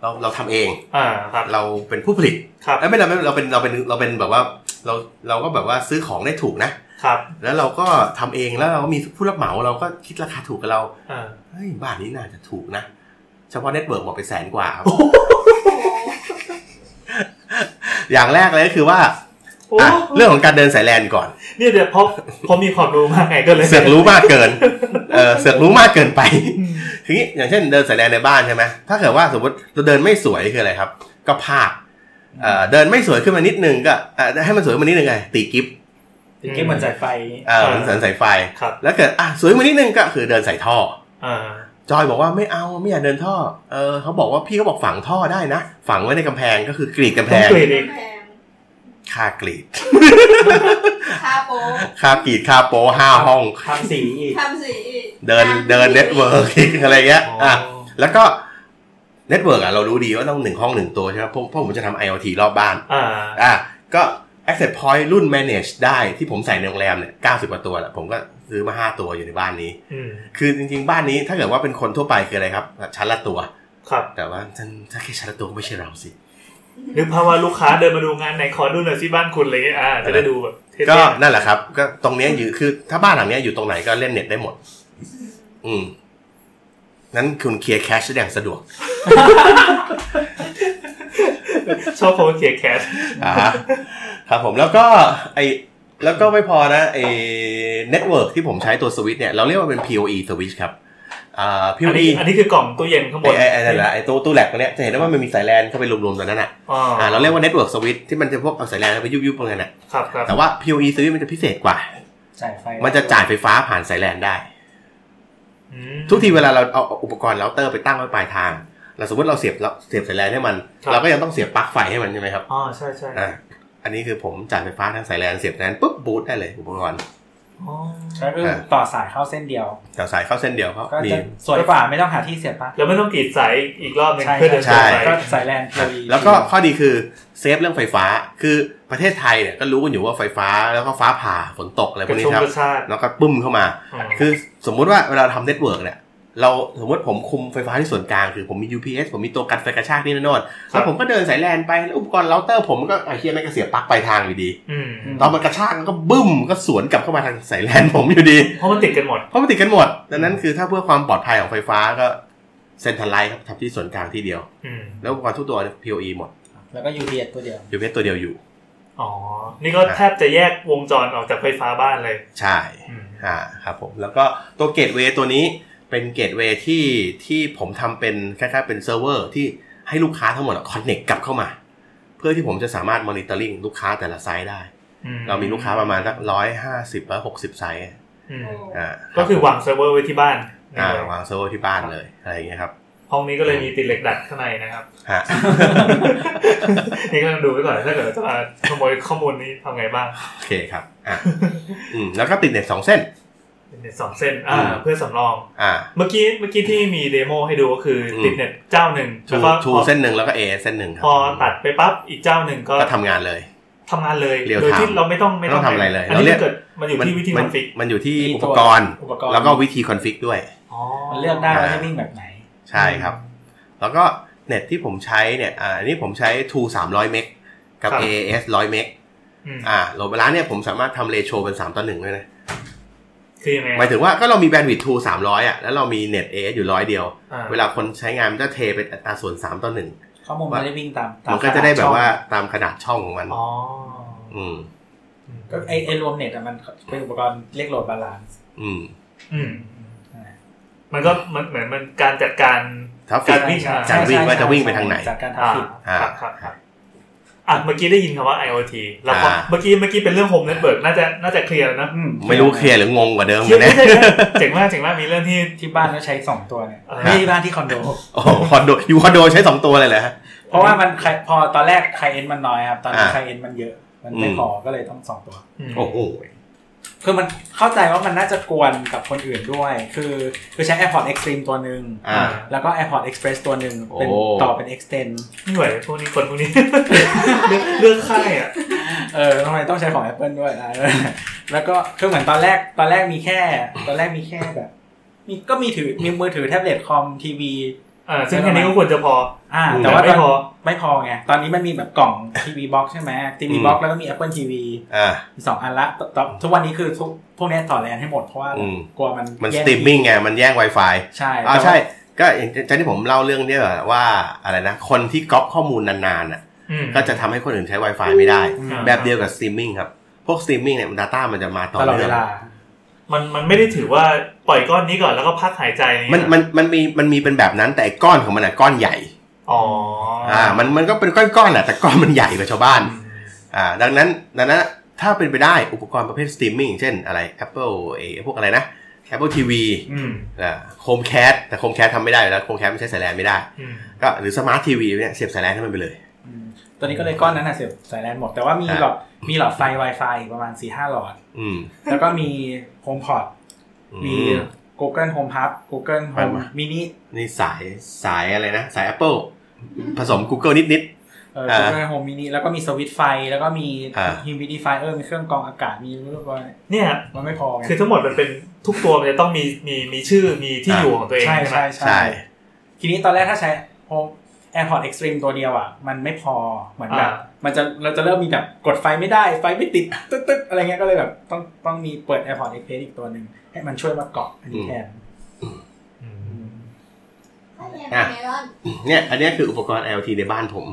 เรา เราเราทำเอง
อ่าครับ
เราเป็นผู้ผลิต
ครับ
เอ้ยไม่เราไม่เราเป็นเราเป็นเราเป็นแบบว่าเราเราก็แบบว่าซื้อของได้ถูกนะ
ครับ
แล้วเราก็ทำเองแล้วเราก็มีผู้รับเหมาเราก็คิดราคาถูกกับเรา
อ่า
เฮ้ยบ้านนี้น่าจะถูกนะ เฉพาะเน็ตเวิร์กบอกไปแสนกว่าครับ อย่างแรกเลยก็คือว่า
โอ้
อ่ะเรื่องของการเดินสายแลนก่อน
เนี่ยเดี๋ยวพอพอมีความรู้มากไงก็เลย
เสือกรู้มากเกินเอ อเสือกรู้มากเกินไป ทีนี้อย่างเช่นเดินสายแลนในบ้านใช่ไหมถ้าเกิดว่าสมมติเราเดินไม่สวยคืออะไรครับ ก็พลาดเอ่อเดินไม่สวยขึ้นมานิดนึงก็อ่ะให้มันสวยขึ้นมานิดนึงไงตีกิฟต์
ถึงที่เหมือนจ่ายไฟ
เออเหมือนเสนสายไฟ
ครับ
แล้วเกิดอ่ะสวยขึ้นมานิดนึงก็คือเดินสายท่อ
อ่า
จอยบอกว่าไม่เอาไม่อยากเดินท่อ เออเขาบอกว่าพี่เขาบอกฝังท่อได้นะ ฝังไว้ในกำแพงก็คือกรีดกำแพ
ต้อง
ง
เกรดเอง
แพง
ค่ากรีด
คาโปะ
ค่ากรีดค่าโป้ห้าห้อง
ทำสีอีก
ทำสีอีก
เดิน
ทำ
เดินเน็ตเวิร์กอะไรเงี้ย
อ๋อ
อ่ะแล้วก็เน็ตเวิร์กอ่ะเรารู้ดีว่าต้องหนึ่งห้องหนึ่งตัวใช่ไหมเพราะเพราะผมจะทำ IoT รอบบ้าน
อ่า
อ่ะก็ Access Point รุ่น Manage ได้ที่ผมใส่ในโรงแรมเนี่ย90กว่าตัวแหละผมก็ซื้อมาห้าตัวอยู่ในบ้านนี้
อืม
คือจริงๆ บ้านนี้ถ้าเกิดว่าเป็นคนทั่วไปคืออะไรครับชั้นละตัว
ครับ
แต่ว่าฉันถ้าแค่ชั้นละตัวก็ไม่ใช่เราสิ
นึกภาพว่าลูกค้าเดินมาดูงานไหนขอดูหน่อยสิบ้านคุณอะไรเลยอ่าจะได้ดูแบบเท่ๆ
ก็นั่นแหละครับก็ตรงเนี้ยอยู่คือถ้าบ้านหลังเนี้ยอยู่ตรงไหนก็เล่นเน็ตได้หมด อืมนั้นคุณเคลียร์แคชได้อย่างสะดวก
ชอบโพสเขียร์แคส
อ่าฮะครับผมแล้วก็ไอแล้วก็ไม่พอนะไอเน็ตเวิร์กที่ผมใช้ตัวสวิตช์เนี่ยเราเรียกว่าเป็น PoE สวิตช์ครับอ่า
อัน
PoE
นี้อันนี้คือกล่องตู้เย็นข้างบ
ไอน ไอไอ้นั่นแหละไอตู้ตู้แหลกตัวเนี้ยจะเห็นได้ว่ามันมีสายแลนเข้าไปรวมๆตอนนั้นอ่ะ
อ่
อ่า
า
เราเรียกว่าเน็ตเวิร์กสวิตช์ที่มันจะพวกเอาสายแลนไปยุบๆตรงนั้นอ่ะ
ครับครับ
แต่ว่า PoE สวิตช์มันจะพิเศษกว่า
จ่ายไฟ
มันจะจ่ายไฟฟ้าผ่านสายแลนได้
อืม
ทุกทีเวลาเราเอาอุปกรณ์เราเตอร์ไปตั้งไว้ปลายทางเราสมมติเราเสียบเราเสียบสายแลนให้มัน
ครับ
เราก็ยังต้องเสียบปลั๊กไฟให้มันใช่ไหมครับ
อ๋อใช่ใช่
อ่ะอันนี้คือผมจ่ายไฟฟ้าทางสายแลนเสียบนั้นปุ๊บบูตได้เลยอุปกรณ์
อ๋อ
ก็คือต่อสายเข้าเส้นเดียว
แต่สายเข้าเส้นเดียวเพราะ
ก็
มี
จะสวยกว่าไม่ต้องหาที่เสียบปลั๊ก
แล้วไม่ต้องกรีดสายอีกรอบหนึง
ใช่
เพื่อเดิน
ใช่
สายไฟ
ก็สายแลนทีวี
แล้วก็ข้อดีคือเซฟเรื่องไฟฟ้าคือประเทศไทยเนี่ยก็รู้กันอยู่ว่าไฟฟ้าแล้วก็ฟ้าผ่าฝนตกอะไร
ก
พว
ระ
กนี้
ชุ่ม
ครับ
กระชาก
แล้วก็ปุ้มเข้ามา คือสมมุติว่าเวลาทำเน็ตเวิร์กเนี่ยเราสมมติผมคุมไฟฟ้าที่ส่วนกลางคือผมมี UPS ผมมีตัวกันไฟกระชากนี่นนโนนแล้วผมก็เดินสายแลนไปแล้วอุปกรณ์เราเตอร์ผมก็ไอ้เฮียแม่งก็เสียบปลั๊กปลายทางอยู่ดี
อืม
ตอนมันกระชากมันก็บึ้มก็สวนกลับเข้ามาทางสายแลนผมอยู่ดี
เพราะมันติดกันหมด
เพราะมันติดกันหมด ดังนั้นคือถ้าเพื่อความปลอดภัยของไฟฟ้าก็เซ็นทรัลไลท์ครับทำที่ส่วนกลางที่เดียว
อืม
แล้วอุปกรณ์ทุกตัว POE หมด
แล้วก็ยูเีตัวเดียว
อยู่เพชรตัวเดียวอยู่
อ๋อ นี่ก็แทบจะแยกวงจรออกจากไฟฟ้าบ้านเลย
ใช่
อืม
อ่าครับผมแล้วก็ตัวเกตเวย์ตัวนี้เป็นเกตเวย์ที่ที่ผมทำเป็นคล้ายๆเป็นเซิร์ฟเวอร์ที่ให้ลูกค้าทั้งหมดคอนเน็กกลับเข้ามา เพื่อที่ผมจะสามารถมอนิเตอร์ลิงลูกค้าแต่ละไซส์ได้
อื
เรามีลูกค้าประมาณสักร้อยห้าสิบร้อยหกสิบไซส์
อืม
โอ้
อ่า
ก็คือวางเซิร์ฟเวอร์ไว้ที่บ้าน
อ่าวางเซิร์ฟเวอร์ที่บ้านเลยอะไรอย่างเงี้ยครับ
ห้องนี้ก็เลยมีติดเหล็กดัดข้างใน นะครับ
ฮะ
นี่กำลังดูไว้ก่อนถ้าเกิดจะมาขโมยข้อมูลนี้ทำไงบ้าง
โอเคครับ อ่ะ อืม แล้วก็ติดเน็ตสองเส้น
เป็นเน็ตสองเส้นอ่า
อืม
เพื่อสำรอง
อ่า
เมื่อกี้เมื่อกี้ที่มีเดโมให้ดูก็คืออ
ม
ติดเน็ตเจ้าหนึ่ง
ทู
แล้วก็
ทู
พอ
เส้นหนึ่งแล้วก็เอเส้นหนึ่งครับ
พอตัดไปปั๊บอีกเจ้าหนึ่งก็
ก็ทำงานเลย
ทำงานเลย
เรียล
โดยที่
ไทม์
เราไม่ต้องไม่ต้อง
ไม่ต้องทำอะไรเลย
อัน
เราเรี
นี้
ยก
เกิดมันอยู่ที่วิธีค
มั
อนฟิก
มันอยู่ที่
ที่
อุ
ตั
ป
ว
กรณ์
อุปกรณ์
แล้วก็วิธีคอนฟิกด้วย
อ๋อ
มันเลือกได้ว่าจะวิ่งแบบไหน
ใช่ครับ แล้วก็เน็ตที่ผมใช้เนี่ย อ่าอันนี้ผมใช้ทูสามร้อยเมก กับ
ครับ
AAS ร้อยเมก
อืม
อ่าโหลดเวลาเนี่ยผมสามารถทำเรโชเป็นสามต่อหนึ่งด้วยนะ
คือยังไง
หมายถึงว่าก็เรามีแบนด์วิดทูสามร้อยอ่ะ แล้วเรามีเน็ต AAS อยู่ร้อยเดียว
อ่า
เวลาคนใช้งานมันจะเทเป็นอัตราส่วนสามต่อหนึ่ง
ข้อมูลมันไม่ได้วิ่งตามตา
มันก็จะได้แบบว่าตามขนาดช่องของมัน
อ๋อ
อืม
ก็ไอไอรวมเน็ตอะมันเป็นอุปกรณ์เรียกโหลดบาลานซ์
อืม
อืมมันก็มันเหมือนมันการจัดการ
ถ้าฟิ
การ
ก
วิ่ง
การวิ่งว่าจะวิ่งไปทางไหน
จากการ
อ่า
ทำผิด
อ่า
ครับครับครับอ่ะเมื่อกี้ได้ยินคำว่า IoT แล้วพอ
อ่า
เมื่อกี้เมื่อกี้เป็นเรื่องโฮมเน็ตเ r ิร์กน่าจะน่าจะเคลียร์แล้วนะ
อื
ไม่รู้เคลียร์หรืองงกว่าเดิม
เยอะ
นะ
ไม่ใช่นะ เจ๋งมากเจ๋งมากมีเรื่องที่
ที่บ้านก็ใช้สองตัวเนี่ย
อ่า
ไม่ใช่บ้านที่คอนโด
โอ้โหคอนโดอยู่คอนโดใช้สองตัวเลยเหรอฮะ
เพราะว่ามันใครพอตอนแรกไคเอนมันน้อยครับ ตอนนี้
อ่า
ไคเอนมันเยอะ มันไม่
อืม
พอก็เลยต้องสองตัว
อืม
โอ้โห
คือมันเข้าใจว่ามันน่าจะกวนกับคนอื่นด้วย คือคือใช้ AirPods Extreme ตัวหนึ่ง
อ่า
แล้วก็ AirPods Express ตัวหนึ่งเป็น
โอ้
ต่อเป็น Extend
ไม่ไหวพวกนี้คนพวกนี้ เรื่องเรื่องค่ายอ่ะ
เออทำไมต้องใช้ของ Apple ด้วย อ่ะ แล้วก็คือเหมือนตอนแรกตอนแรกมีแค่ ตอนแรกมีแค่แบบ มีก็มีถือมีมือถือแท็บเล็ตคอมทีวี
เออซึ่งแค่นี้ก็ควรจะพอ
อ่า
อืม
แต่ว่า
ไม่พอ
ไม่พอไง ตอนนี้มันมีแบบกล่องทีวีบ็อกใช่ไหมทีวีบ็อกแล้วก็มี Apple TV
อ่า
มีสองอันละตตทุกวันนี้คือทุกพวกเนี้ยต่อแลนให้หมดเพราะว่า
อืม
กลัวมัน
มันส
แย่ง
ตรีมมิ่งไงมันแย่ง Wi-Fi
ใช่แต่
อ่า
ว่า
ใช่ ก็อย่างเช่นที่ผมเล่าเรื่องเนี้ยว่าอะไรนะ คนที่ก๊อปข้อมูลนานๆอ่ะ
อืม
ก็จะทำให้คนอื่นใช้ Wi-Fi ไม่ได้
อืม
อ่า
แบบเดียวกับสตรีมมิ่งครับ พวกสตรีมมิ่งเนี่ย Data มันจะมาต่อ
ตลอดเว
เนื่อง
ลา
มันมันไม่ได้ถือว่าปล่อยก้อนนี้ก่อนแล้วก็พักหายใจอย่างเงี้ย
มันมันมันมีมันมีเป็นแบบนั้นแต่ไอ้ก้อนของมันอ่ะก้อนใหญ่
อ๋ออ่า
อ่ามันมันก็เป็นก้อนๆแหละแต่ก้อนมันใหญ่กว่าชาวบ้านอ่าดังนั้นดังนั้นถ้าเป็นไปได้อุปกรณ์ประเภทสตรีมมิ่งเช่นอะไร Apple เอพวกอะไรนะ Apple TV
อืม
อ่าโคมแคสแต่โคมแคสทำไม่ได้อยู่แล้วโคมแคสมันใช้สายแลนไม่ได้
อืม
ก็หรือสมาร์ททีวีเนี่ยเสียบสายแลนให้มันไปเลย
อืมตอนนี้ก็เลยก้อนนั้นน่ะเสียบสายแลนหมด แต่ว่ามี
อ่า
หลอดมีหลอดไฟ Wi-Fi อีกประมาณ4ี่ห้าหลอด
อืม
แล้วก็มีโฮมพอดมี
อื
Google Home Hub Google
ไป
Home
มา
Mini
นี่สายสายอะไรนะ สาย Apple ผสม Google นิดนิด
เอ่อ
อ่า
Google Home Mini แล้วก็มีสวิตช์ไฟ แล้วก็มี
อ่า
humidifier มีเครื่องกรองอากาศมีรู้สึกว่า
เนี่ย
มันไม่พอไง
คือทั้งหมดมันเป็นทุกตัวมันจะต้องมีมีมีชื่อมีที่อยู่ของตัวเอง
ใช่
ใช่ไหม
ใช่
ใช่
ใช่ทีนี้ตอนแรกถ้าใช้ Home AirPod Extreme ตัวเดียวอ่ะ มันไม่พอเหมือนแบบมันจะเราจะเริ่มมีแบบกดไฟไม่ได้ไฟไม่ติดตึ๊ดตึ๊ดอะไรเงี้ยก็เลยแบบต้องต้องมีเปิด AirPod Extreme อีกตัวหนึ่งให้มันช่วยมาเกาะอันนี้แทน
อืม
อ่ะ
เมลอน
ๆเนี่ย อันเนี้ยคืออุปกรณ์ LT ในบ้านผม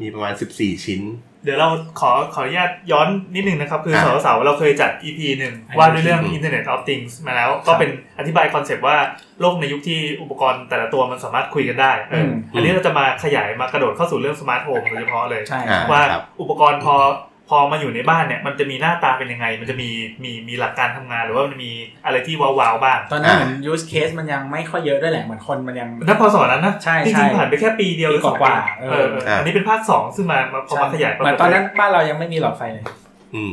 มีประมาณ 14 ชิ้น
เดี๋ยวเราขอขออนุญาตย้อนนิดนึงนะครับ คือ
อ่ะ
เสาร์เสาร์เราเคยจัด EP หนึ่งว่าด้วยเรื่อง Internet of Things มาแล้ว ก็เป็นอธิบายคอนเซปต์ว่าโลกในยุคที่อุปกรณ์แต่ละตัวมันสามารถคุยกันได้เอออ
ม
อันนี้เราจะมาขยายมากระโดดเข้าสู่เรื่องสมาร์ทโฮมโดยเฉพาะเลย
ใช่
อ่า
ว่า
ครับ
อุปกรณ์พอพอมาอยู่ในบ้านเนี่ยมันจะมีหน้าตาเป็นยังไง มันจะมีมีมีหลักการทำงานหรือว่ามันมีอะไรที่ว้าวๆบ้าง
ตอนนั้น
อ่า
เหมือน use case มันยังไม่ค่อยเยอะด้วยแหละเหมือนคนมันยัง
นักพอสอนนั้นนะ
ใช่
จ
ใช่
ริงๆผ่านไปแค่ปีเดียวหรือสอง
ปี
ปี
กว่าๆ
เอ
เอ
อ
อ
เอออันนี้เป็นภาคสองซึ่งมามาพอมาขยาย
เหมือนตอนนั้นบ้านเรายังไม่มีหลอดไฟเลย
อืม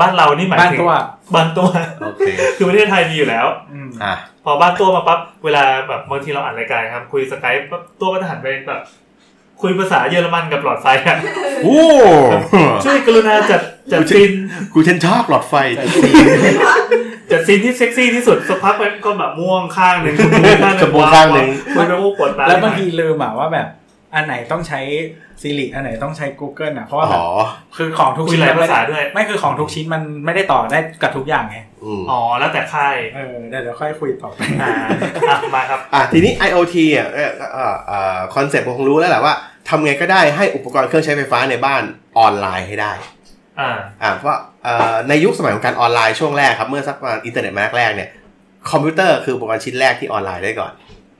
บ้านเรานี่หมาย
บ้าน
ถึง
ตัว
บ้านตัว
โอเค
คือประเทศไทยมีอยู่แล้ว
อืม
อ่ะ
พอบ้านตัวมาปั๊บเวลาแบบบางทีเราอ่านรายการครับ คุยสกายปั๊บตัวก็จะหันไปแบบคุยภาษาเยอรมันกับหลอดไฟ อะ
โอ้
ช่วยกรุณาจัดจัดซี น
กูฉันชอบหลอดไฟ
จัดซีนที่เซ็กซี่ที่สุดสักพักมันก็แบบม่วงข้างหนึ่ งชมพูข้างหนึ่ง
ชมพูข้างหนึ่ง
ว้าวมันก็ปวดตา
แล้วบางทีลืมอ่ะว่าแบบอันไหนต้องใช้ Siri อันไหนต้องใช้ Google อ่ะเพราะว่าแบ
อ๋
บ
อ
คือของทุก
คุย
ชิ้น
หลาย
มั
ภา
นไม่
ษา
ได้
ด้วย
ไม่คือของทุกชิ้นมันไม่ได้ต่อได้กับทุกอย่างไง
อืม
อ๋อแล้วแต่ค่าย
เออเดี๋ยวเดี๋ยวค่อยคุยต่อไป
อ่าอ่ะมาครับ
อ่ะทีนี้ IoT อ่ะเอ่อเอ่อเอ่อคอนเซ็ปต์คงรู้แล้วแหละว่าทำไงก็ได้ให้อุปกรณ์เครื่องใช้ไฟฟ้าในบ้านออนไลน์ให้ได้
อ่า
อ่าเพราะเอ่อในยุคสมัยของการออนไลน์ช่วงแรกครับ เมื่อสักประมาณอินเทอร์เน็ตมาแรกๆเนี่ยคอมพิวเตอร์คืออุปกรณ์ชิ้นแรกที่ออนไลน์ได้ก่อน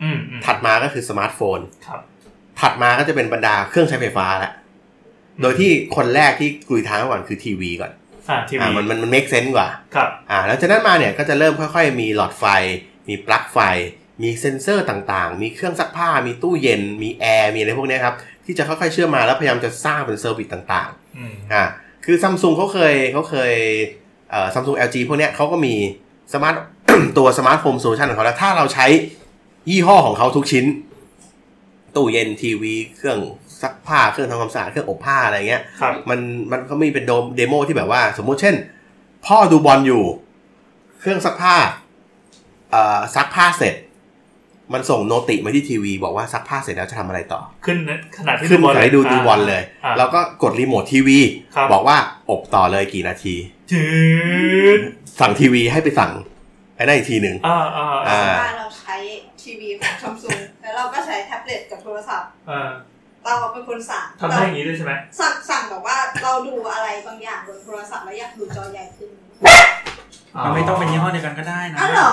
อืมอืม
ถัดมาก็คือสมาร์ทโฟน
ครับ
ถัดมาก็จะเป็นบรรดาเครื่องใช้ไฟฟ้าละโดยที่คนแรกที่กลุยทางก่อนคือทีวีก่อน
อ่าที
อ่า
วี
มันมันมันเมคเซนต์กว่า
ครับ
อ่าแล้วจากนั้นมาเนี่ยก็จะเริ่มค่อยๆ มีหลอดไฟ มีปลั๊กไฟ มีเซ็นเซอร์ต่างๆ มีเครื่องซักผ้า มีตู้เย็น มีแอร์ มีอะไรพวกเนี้ยครับที่จะค่อยๆเชื่อมมาแล้วพยายามจะสร้างเป็นเซอร์วิสต่างๆ
อืม
อ่าคือซัมซุงเขาเคยเขาเคยเอ่อซัมซุง LG พวกเนี้ยเขาก็มีสมาร์ท ตัวสมาร์ทโฟมโซลูชันของเขาแล้วถ้าเราใช้ยี่ห้อของเขาทุกชิ้น ตู้เย็นทีวี เครื่องซักผ้า เครื่องทำความสะอาด เครื่องอบผ้าอะไรเงี้ย
ครับ
มันมันก็มีเป็นโดมเดโมที่แบบว่า สมมุติเช่น พ่อดูบอลอยู่ เครื่องซักผ้าเอ่อซักผ้าเสร็จ มันส่งโนติมาที่ทีวี บอกว่าซักผ้าเสร็จแล้วจะทำอะไรต่อ
ขึ้นขนาดที่
ขึ้นไหนดูดูบอลเลย
อ่า
เราก็กดรีโมททีวี
ครับ
บอกว่าอบต่อเลยกี่นาที
จืด
สั่งทีวีให้ไปสั่งไอ้นั่นอีกทีหนึ่ง
อ่าอ่า
อ่
อ่า
บ้านเราใช้ทีวีของซัมซุงแล้วเราก็ใช้แท็บเล็ตกับโทรศัพท์
อ่า
เราเป็นคนสั่ง
ทำได้อย่างนี้ด้วยใช่ไหม
สั่งสั่งแบบว่าเราดูอะไรบางอย่างบนโทรศัพท์แล้วอยากดูจอใหญ่ขึ้น
มันไม่ต้องเป็นยี่ห้อเดียวกันก็ได้นะ
อ้าวเหรอ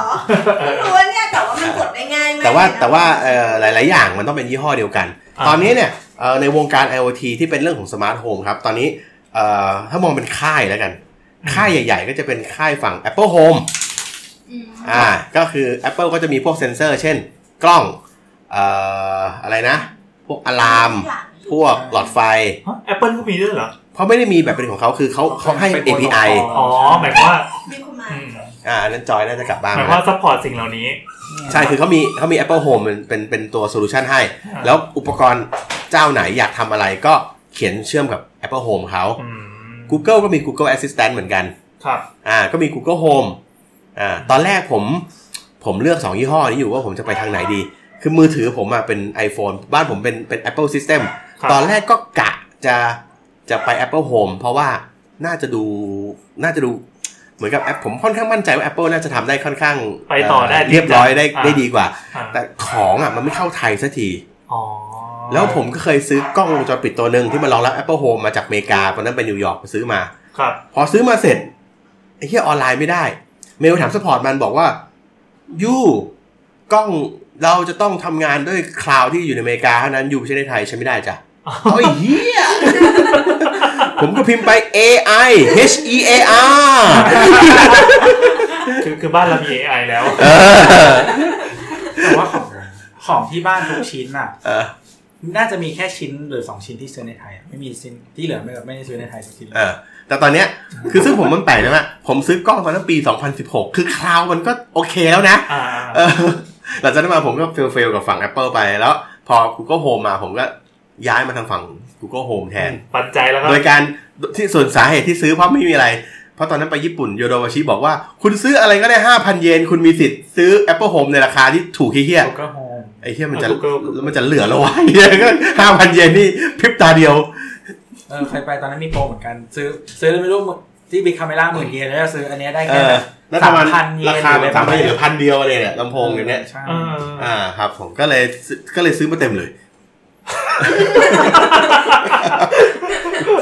เออ
ไม่รู้ว่าเนี่ยแต่ว่ามันกดได้ง่ายมาก
แต่ว่า
เลยนะ
แต่ว่าเอ่อหลาย ๆ อย่างมันต้องเป็นยี่ห้อเดียวกัน
อ่า
ตอนนี้เนี่ยเอ่อในวงการ IoT ที่เป็นเรื่องของสมาร์ทโฮมครับ ตอนนี้เอ่อถ้ามองเป็นค่ายแล้วกัน ค่ายใหญ่ ๆ ก็จะเป็นค่ายฝั่ง Apple Home
อืม
อ่าก็คือ Apple ก็จะมีพวกเซ็นเซอร์ เช่น กล้องเอ่ออะไรนะ พวกอะลาร์มพวกหลอดไฟ
แอปเปิลก็มีด้วยเหรอ
เพราะไม่ได้มีแบบเป็นของเขาคือเขาเขาให้
เป็น
API
อ๋อหมายความว่า
มีคนมา
อืม
อ่าอันนั้นจอยน่าจะกลับบ้าน
หมาย
มา
ความว่าซัพพอร์ตสิ่งเหล่านี้
ใช่ คือเขามีเขามี Apple Home เป็นเป็นเป็นตัวโซลูชันให้
อ่า
แล้วอุปกรณ์เจ้าไหนอยากทำอะไรก็เขียนเชื่อมกับ Apple Home เขา
อืม
Google ก็มี Google Assistant เหมือนกัน
ครับ
อ่าก็มี Google Home อ่าตอนแรกผมผมเลือก 2 ยี่ห้อนี้อยู่ว่าผมจะไปทางไหนดี คือมือถือผมอะเป็น iPhone บ้านผมเป็นเป็น Apple System
ครับ
ตอนแรกก็กะจะจะไป Apple Home เพราะว่าน่าจะดูน่าจะดูเหมือนกับแอปผมค่อนข้างมั่นใจว่า Apple น่าจะทำได้ค่อนข้าง
ไปต่อได้
เรียบร้อยได้
อ่า
ได้ดีกว่า
อ่า
แต่ของอ่ะมันไม่เข้าไทยสักที
อ๋อ
แล้วผมก็เคยซื้อกล้องวงจรปิดตัวหนึ่งที่มันรองรับ Apple Home มาจากอเมริกาตอนนั้นไปนิวยอร์กซื้อมา
ครับ
พอซื้อมาเสร็จไอ้เหี้ยออนไลน์ไม่ได้ เมลถามสปอร์ตมันบอกว่ายูกล้องเราจะต้องทำงานด้วยคลาวที่อยู่ในอเมริกาเท่านั้นยูใช้ในไทยใช้ไม่ได้จ้ะเอาไอ้เหี้ย ผมก็พิมพ์ไป AI H E A R
คือคือบ้านเรามี AI แล้ว
เออ
แต่ว่าของของที่บ้านทุกชิ้นอ่ะ
เออ
น่าจะมีแค่ชิ้นหรือสองชิ้นที่ซื้อในไทยอะไม่มีชิ้นที่เหลือไม่ไม่ได้ซื้อในไทยสักชิ้นเล
เอย อแต่ตอนเนี้ยคือซึ่งผมมันแปลกนะว่าผมซื้อกล้องมาตั้งปี 2016 คือคลาวมันก็โอเคแล้วนะ
อ่า
เออหลังจากนั้นมาผมก็เฟลเฟลกับฝั่ง Apple ไปแล้ว พอ Google Home มาผมก็ย้ายมาทางฝั่ง Google Home แทน
ปัจจัยแล้วครับ
โดยการที่ส่วนสาเหตุที่ซื้อเพราะไม่มีอะไร เพราะตอนนั้นไปญี่ปุ่นโยโดวาชิบอกว่า คุณซื้ออะไรก็ได้ 5,000 เยน คุณมีสิทธิ์ซื้อ Apple Home ในราคาที่ถูกเฮี้ย
โกเกิลโฮม
ๆไอ้เฮี้ยมันจะแล้วมันจะเหลือแล้ววะห้าพันเยนนี่พริบตาเดียว
เออเคยไปตอนนั้นมีโปรเหมือนกัน ซื้อซื้อแล้วไม่รู้ที่บิ๊กคาเมล่าหมื่นเยนแล้วจะซื้ออันเนี้ยได้
เอ
แค่
อ
แบบ
แล้ว
สา
ประ
ม
มาณ
พันเยน
ราคา
หอ
สามพันเยนหรือพันเดียวอะไรเนี่ยลำโพงอย่างเนี้ย
ใช่
เออ
อ่าครับ ผมก็เลยซื้อก็เลยซื้อมาเต็มเลย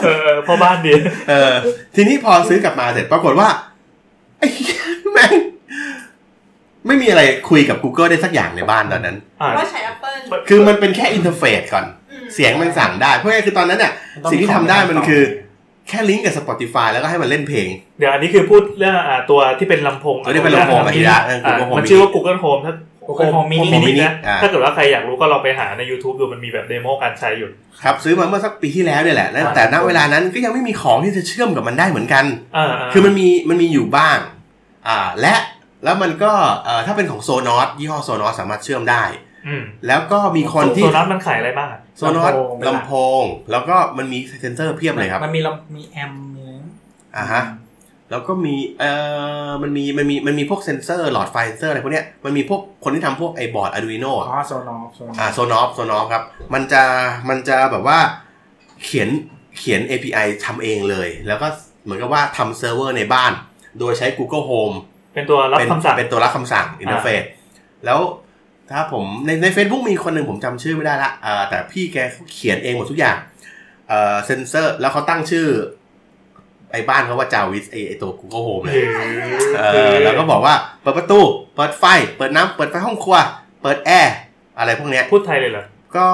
เออพ่อบ้านดี
เออทีนี้พอซื้อกลับมาเสร็จปรากฏว่าไอ้เหี้ยแม่งไม่มีอะไรคุยกับ Google ได้สักอย่างในบ้านตอนนั้น
อ่า
ว่าใช้ Apple
คือมันเป็นแค่อินเทอร์เฟซก่อน
อืม
เสียงมันสั่งได้ เพราะงั้นคือตอนนั้นเนี่ย สิ่งที่ทำได้มันคือ แค่ลิงก์กับ Spotify แล้วก็ให้มันเล่นเพลง
เดี๋ยวอันนี้คือพูดเรื่องอ่าตัวที่เป็นลำโพง
ตัวที่เป็นลำโพงอะฮิระเออ Google
อ่า
Home
มันชื่อว่า Google Home ถ้า
Google Home Mini
นะ
อ่า
ถ้าเกิดว่าใครอยากรู้ก็ลองไปหาใน YouTube ดูมันมีแบบเดโมการใช้อยู่
ครับ ซื้อมาเมื่อสักปีที่แล้วเนี่ยแหละแล้วแต่ณเวลานั้นก็ยังไม่มีของที่จะเชื่อมกับมันได้เหมือนกัน
อ่า
คือมันมีมันมีอยู่บ้าง อ่าและแล้วมันก็เอ่อถ้าเป็นของโซนอสยี่ห้อโซนอสสามารถเชื่อมได้
อืม
แล้วก็มีคนที่
โซนัสมันขายอะไรบ้างอะ
โซนอส
ลำโพง
ลำโพง แล้วก็มันมีเซนเซอร์เพียบเลยครับ
มันมีลำมีแอมมีอะไร
อ่าฮะแล้วก็มีเอ่อมันมีมันมีมันมีพวกเซนเซอร์หลอดไฟเซนเซอร์อะไรพวกเนี้ยมันมีพวกคนที่ทำพวกไอ้บอร์ด Arduino
อ๋อ
อะ
โซนอฟโซนอ
อ่า
ฟ
โซนอฟโซนอฟครับ มันจะมันจะแบบว่าเขียนเขียน API ทำเองเลย แล้วก็เหมือนกับว่าทำเซิร์ฟเวอร์ในบ้าน โดยใช้ Google Home
เป็นตัวรับ
เป็น
คำสั่ง
เป็นตัวรับคำสั่งอินเทอร์เฟซแล้วถ้าผมในใน Facebook มีคนหนึ่งผมจำชื่อไม่ได้ละอ่าแต่พี่แกเขียนเองหมดทุกอย่างเอ่อเซนเซอร์ แล้วเขาตั้งชื่อ ไอ้บ้านเขาว่าจาวิสไอ้ไอ้ตัว Google Home เลยเออแล้วก็บอกว่าเปิดประตู เปิดไฟ เปิดน้ำเปิดไฟห้องครัว เปิดแอร์อะไรพวกเนี้ย
พูดไทยเลยเหรอ
ก็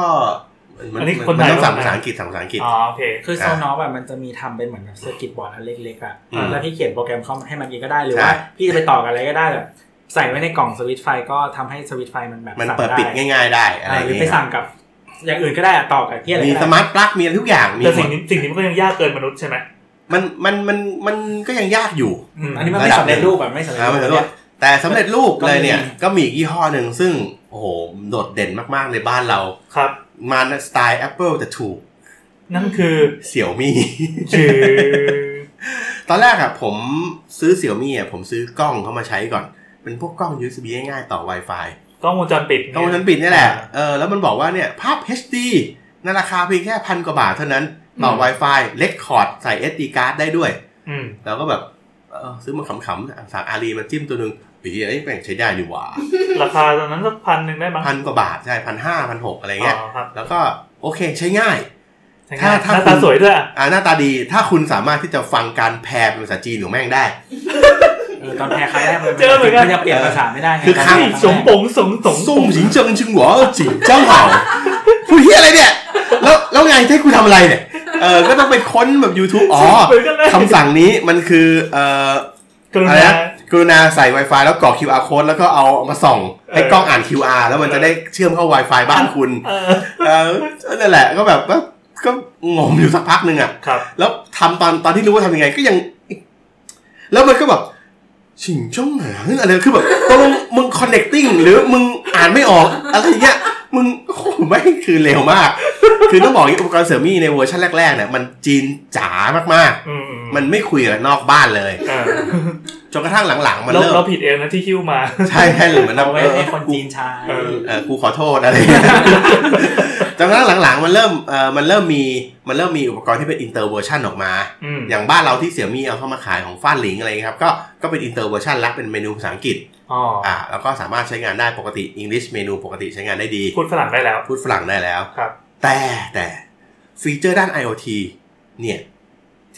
มั
อั
น
นนี้
มัน
คนไทย
มันต้องสั่ง
หรือเปล่า
ภาษาอังกฤษสั่งภาษาอังกฤษ
อ๋อโอเค
คือโซนอฟแบบมันจะมีทำเป็นเหมือนแบบเซอร์กิตบอร์ดอันเล็กๆอ่ะ
อืม
แล้วพี่เขียนโปรแกรมเข้ามาให้มันเองก็ได้หรือ
ใช่
ว่าพี่จะไปต่อกับอะไรก็ได้แบบใส่ไว้ในกล่องสวิตช์ไฟก็ทำให้สวิตช์ไฟมันแบบ
มัน
สั่ง
เปิด
ไ
ปิดง่าย ๆ ได้อะไร
อ่า
อ
ห
ย่าง
รือ
เงี้
ไป
ย
สั่งกับอย่างอื่นก็ได้อะต่อกับที่อะไร
มี
ก็ได้
สมาร์ทปลั๊กมีอะไรทุกอย่างมี
แต่
หม
สิ่ง
ด
นี้สิ่งนี้มันก็ยังยากเกินมนุษย์ใช่ไหม
มันมันมันมันก็ยังยากอยู่
อืมอันนี้มันไม่สำเร็จรูปแบบไม่สำเร็จ
อ่า
รู
มัน
ป
จะรวด
เนี่ย
แต่สำเร็จรูป
ก็มี
เลยเนี่ยก็มีอีกยี่ห้อหนึ่งซึ่ง โอ้โห โดดเด่นมากๆในบ้านเรา
ครับ
มาในสไตล์ Apple แต่ถูก
นั่นคือ
เสี่ยวมี่
ชื่อ
ตอนแรกอะผมซื้อเสี่ยวมี่อะผมซื้อกล้องเข้ามาใช้ก่อน เป็นพวกกล้อง USB ง่ายๆต่อ Wi-Fi
กล้องวงจรปิดเย
กล้องวงจรปิดเนี่ยแหละเออแล้วมันบอกว่าเนี่ยภาพ HD ในราคาเพียงแค่พันกว่าบาทเท่านั้น ต่อ Wi-Fi เล็กคอร์ดใส่ SD card ได้ด้วย
อืม
แล้วก็แบบเออซื้อมาขำๆนะสั่งอารีมาจิ้มตัวหนึ่งปีไอ้ยแม่งใช้ได้อยู่หว่า
ราคาตอนนั้นสักพันหนึ่งได้มั้ง
พันกว่าบาทใช่พันห้าพันหกอะไรเงี้ย
อ๋อครับ
แล้วก็โอเคใช้ง่าย ถ้า
ถ้า
ถ้า
ถ้า
คุ
ตา
ณ
สวยด้วยอะ
อ่าหน้าตาดีถ้าคุณสามารถที่จะฟังการแพร่เป็นภาษาจีนของแม่งได้
เออตอนแพ้ครั้งแรกมันมันจะเปลี่ยนภาษาไม่ได้ไง
คือครั้ง
นี่สมปงสมสม
ส่งหญิงเจิงชิงหัวจิงเจ้าเห่าคุณเฮียอะไรเนี่ย แล้วแล้วไงให้กูทำอะไรเนี่ยเออก็ต้องไปค้นแบบ YouTube อ๋อ
เหมือนกันเลย
คำสั่งนี้มันคือเอ่อก
รุ
อะไร
ณา
นะกรุณาใส่ Wi-Fi แล้วกรอก QR code แล้วก็เอามาส่องให้กล้องอ่าน QR แล้วมันจะได้เชื่อมเข้า Wi-Fi บ้านคุณ
เออ
เออนั่นแหละก็แบบว่าก็งงอยู่สักพักหนึ่งอ่ะ
ครับ
แล้วทำตอนตอนที่รู้ว่าทำยังไงก็ยัง แล้วมันก็แบบชิงช่องหางอะไรคือแบบตกลงมึง connecting หรือมึงอ่านไม่ออก อะไรเงี้ยมึงโอ้โหไม่งคือเร็วมาก คือต้องบอกอย่างนี้อุปกรณ์เสริมมีในเวอร์ชันแรกๆเนี่ยมันจีนจ๋ามาก
อืม
ๆ มันไม่คุยกับนอกบ้านเลย
อ่า
จนกระทั่งหลังๆ มัน
เรา
เริ่ม
เราผิดเองนะที่คิ้วมา
ใช่ใช่หรือมัน
เอา
เริ่
ไว้
มเออ
ให้คนจีนใช้
เออ
เออกูขอโทษอะไร จนกระทั่งหลังๆ มันเริ่มเออมันเริ่มมีมันเริ่มมีอุปกรณ์ที่เป็นอินเตอร์เวอร์ชันออกมา
อืม
อย่างบ้านเราที่เสี่ยมี่เอาเข้ามาขายของฟ้านหลิงอะไรเงี้ยครับก็ก็เป็นอินเตอร์เวอร์ชันละเป็นเมนูภาษาอังกฤษ
อ๋อ
อ่าแล้วก็สามารถใช้งานได้ปกติ English เมนูปกติใช้งานได้ดี
พูดฝรั่งได้แล้ว
พูดฝรั่งได้แล้ว
ครับ
แต่แต่ฟีเจอร์ด้าน IoT เนี่ย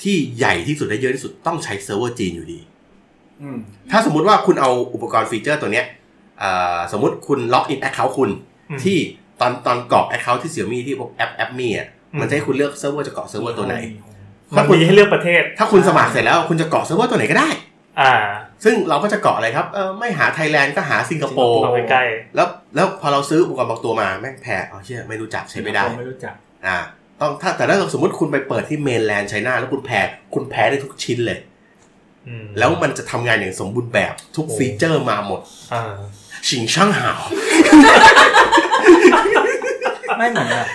ที่ใหญ่ที่สุดและเยอะที่สุดต้องใช้เซิร์ฟเวอร์จีนอยู่ดี
อืม
ถ้าสมมุติว่าคุณเอาอุปกรณ์ฟีเจอร์ตัวเนี้ยเอ่อสมมติคุณล็อกอินแอคเคาท์คุณ
อืม
ที่ตอนตอนกรอกแอคเคาท์ที่เสี่ยมี่ที่แอปแอปมี่อ่ะ
อืม
มันจะให้คุณเลือกเซิร์ฟเวอร์จะเกาะเซิร์ฟเวอร์ตัวไหน
มั
ถ้าน คุณ
มีให้เลือกประเทศ
ถ้าคุณสมัครเสร็จแล้วคุณจะเกาะเซิร์ฟเวอร์ตัวไหนก็ได้
อ่า
ซึ่งเราก็จะเกาะอะไรครับเออไม่หาไทยแลนด์ก็หาสิงคโปร์
สิงค
เอา
โป
ใกล้
แล้วแล้วพอเราซื้ออุปกรณ์บางตัวมาแม่งแพงเอาเชื่อไม่รู้จักใช้ไม่ได้
ผมไม่รู้จัก
อ่าต้องถ้าแต่ถ้าสมมติคุณไปเปิดที่เมนแลนด์ไชน่าแล้วคุณแพ้คุณแพ้ได้ทุกชิ้นเลย
ๆอืม
แล้วมันจะทำงานอย่างสมบูรณ์แบบทุกฟีเจอร์มาหมด
อ่า
ชิงช่างหาว
ไม่เหมือนแบบ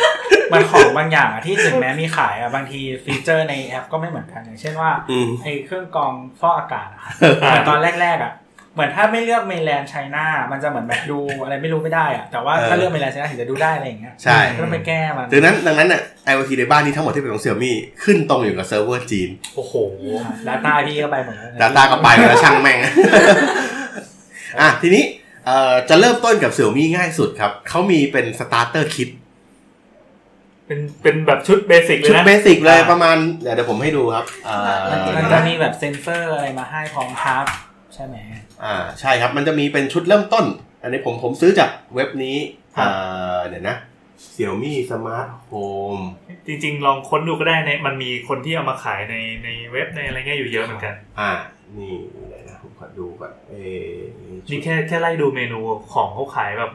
มันของบางอย่างอะที่ถึงแม้มีขายอะบางทีฟีเจอร์ในแอปก็ไม่เหมือนกันอย่างเช่นว่า
อืม
ไอ้เครื่องกรองฟอกอากาศ อะเหมือนตอนแรกๆอะเหมือนถ้าไม่เลือกเมลแลนด์ไชน่ามันจะเหมือนแบบดูอะไรไม่รู้ไม่ได้อะแต่ว่าถ้าเลือกเมลแลนด์ไชน่าถึงจะดูได้อะไรอย่างเงี้ย
ใช่
ก็ต้องไปแก้มัน
ดังนั้นดังนั้นน่ะ IoT ในบ้านนี้ทั้งหมดที่เป็นของเซี่ยมี่ขึ้นตรงอยู่กับเซิร์ฟเวอร์จีน
โอ้โห
ดาต้าพี่ก็ไปหมดแล้ว
ดาต้าก็ไปแล้วช่างแม่ง อ่ะทีนี้เอ่อจะเริ่มต้นกับเซี่ยมี่ง่ายสุดครับ เขามีเป็นสตาร์เตอร์คิ
เป็นเป็นแบบชุดเบสิกเลย
ชุด
นะ
เบสิกเลย
อ่า
ประมาณเดี๋ยวเดี๋ยวผมให้ดูครับอ่า
มันจะมีแบบเซ็นเซอร์อะไรมาให้พร้อมทับใช่ไหม
อ่าใช่ครับ มันจะมีเป็นชุดเริ่มต้น อันนี้ผมผมซื้อจากเว็บนี้
ครั
อ่
บ
าเดี๋ยวนะ Xiaomi Smart Home
จริง ๆ ลองค้นดูก็ได้ในมันมีคนที่เอามาขายในในเว็บในอะไรเงี้ยอยู่เยอะเหมือนกัน
อ่า นี่เดี๋ยวนะผมขอดูก่อนเอ๊ะ
นี่แค่แค่ไล่ดูเมนูของเขาขายแบบ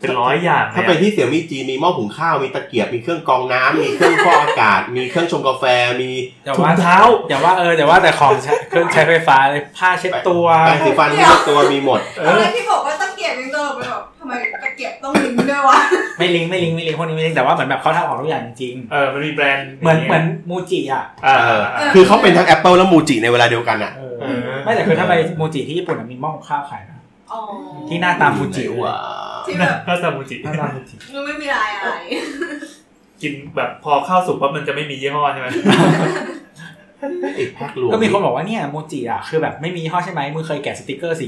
เป็นร้อยอย่าง
ถ้า
เล
ไป
ยอะ
ที่ Xiaomi จีนมีหม้อหุงข้าว มีตะเกียบ มีเครื่องกรองน้ำมีเครื่องฟอกอากาศ มีเครื่องชงกาแฟ มี
อย่า
ถุ
ว่าง
เท้า
อย่าว่าเอออย่าว่าแต่ของใช้เครื่องใช้ไฟฟ้าเลยผ้าเช็ดตัว
แปรงสีฟันที่ตัวมีหมด
ตอนแรกที่บอกว่าตะเกียบยังโดนไปแบบทำไมตะเกียบต้องลิงก์ด้วยวะ
ไม่ลิงก์ไม่ลิงก์ไม่ลิงก์พวกนี้ไม่ลิงก์แต่ว่าเหมือนแบบเขาทำของทุกอย่างจริง
เออ มันมีแบรนด์
ๆเหมือนเหมือนมูจิอ่ะ
อ่า
เออ
อ่า
คือเขาเป็นทั้ง Apple และ Muji ในเวลาเดียวกันอ่ะ
เอ
เอ
อ
อ
ไม่แต่คือถ้าไปมูจิที่ญี่ปุ่นอะมีหม้อหุงข้าวขายนะ
อ๋อ
ที่หน้าตามมูจิ
ไหนว่ะ
ที่แบบ
น่าซามูจิ
หน้าตามมูจิ
มันไม่มีลายอะไร
กินแบบพอข้าวสุกปั๊บมันจะไม่มียี่ห้อใช่ไหม
ไอ้แพ็ครวม
ก็มีคนบอกว่าเนี่ยมูจิอ่ะคือแบบไม่มียี่ห้อใช่ไหมมึงเคยแกะสติกเกอร์สี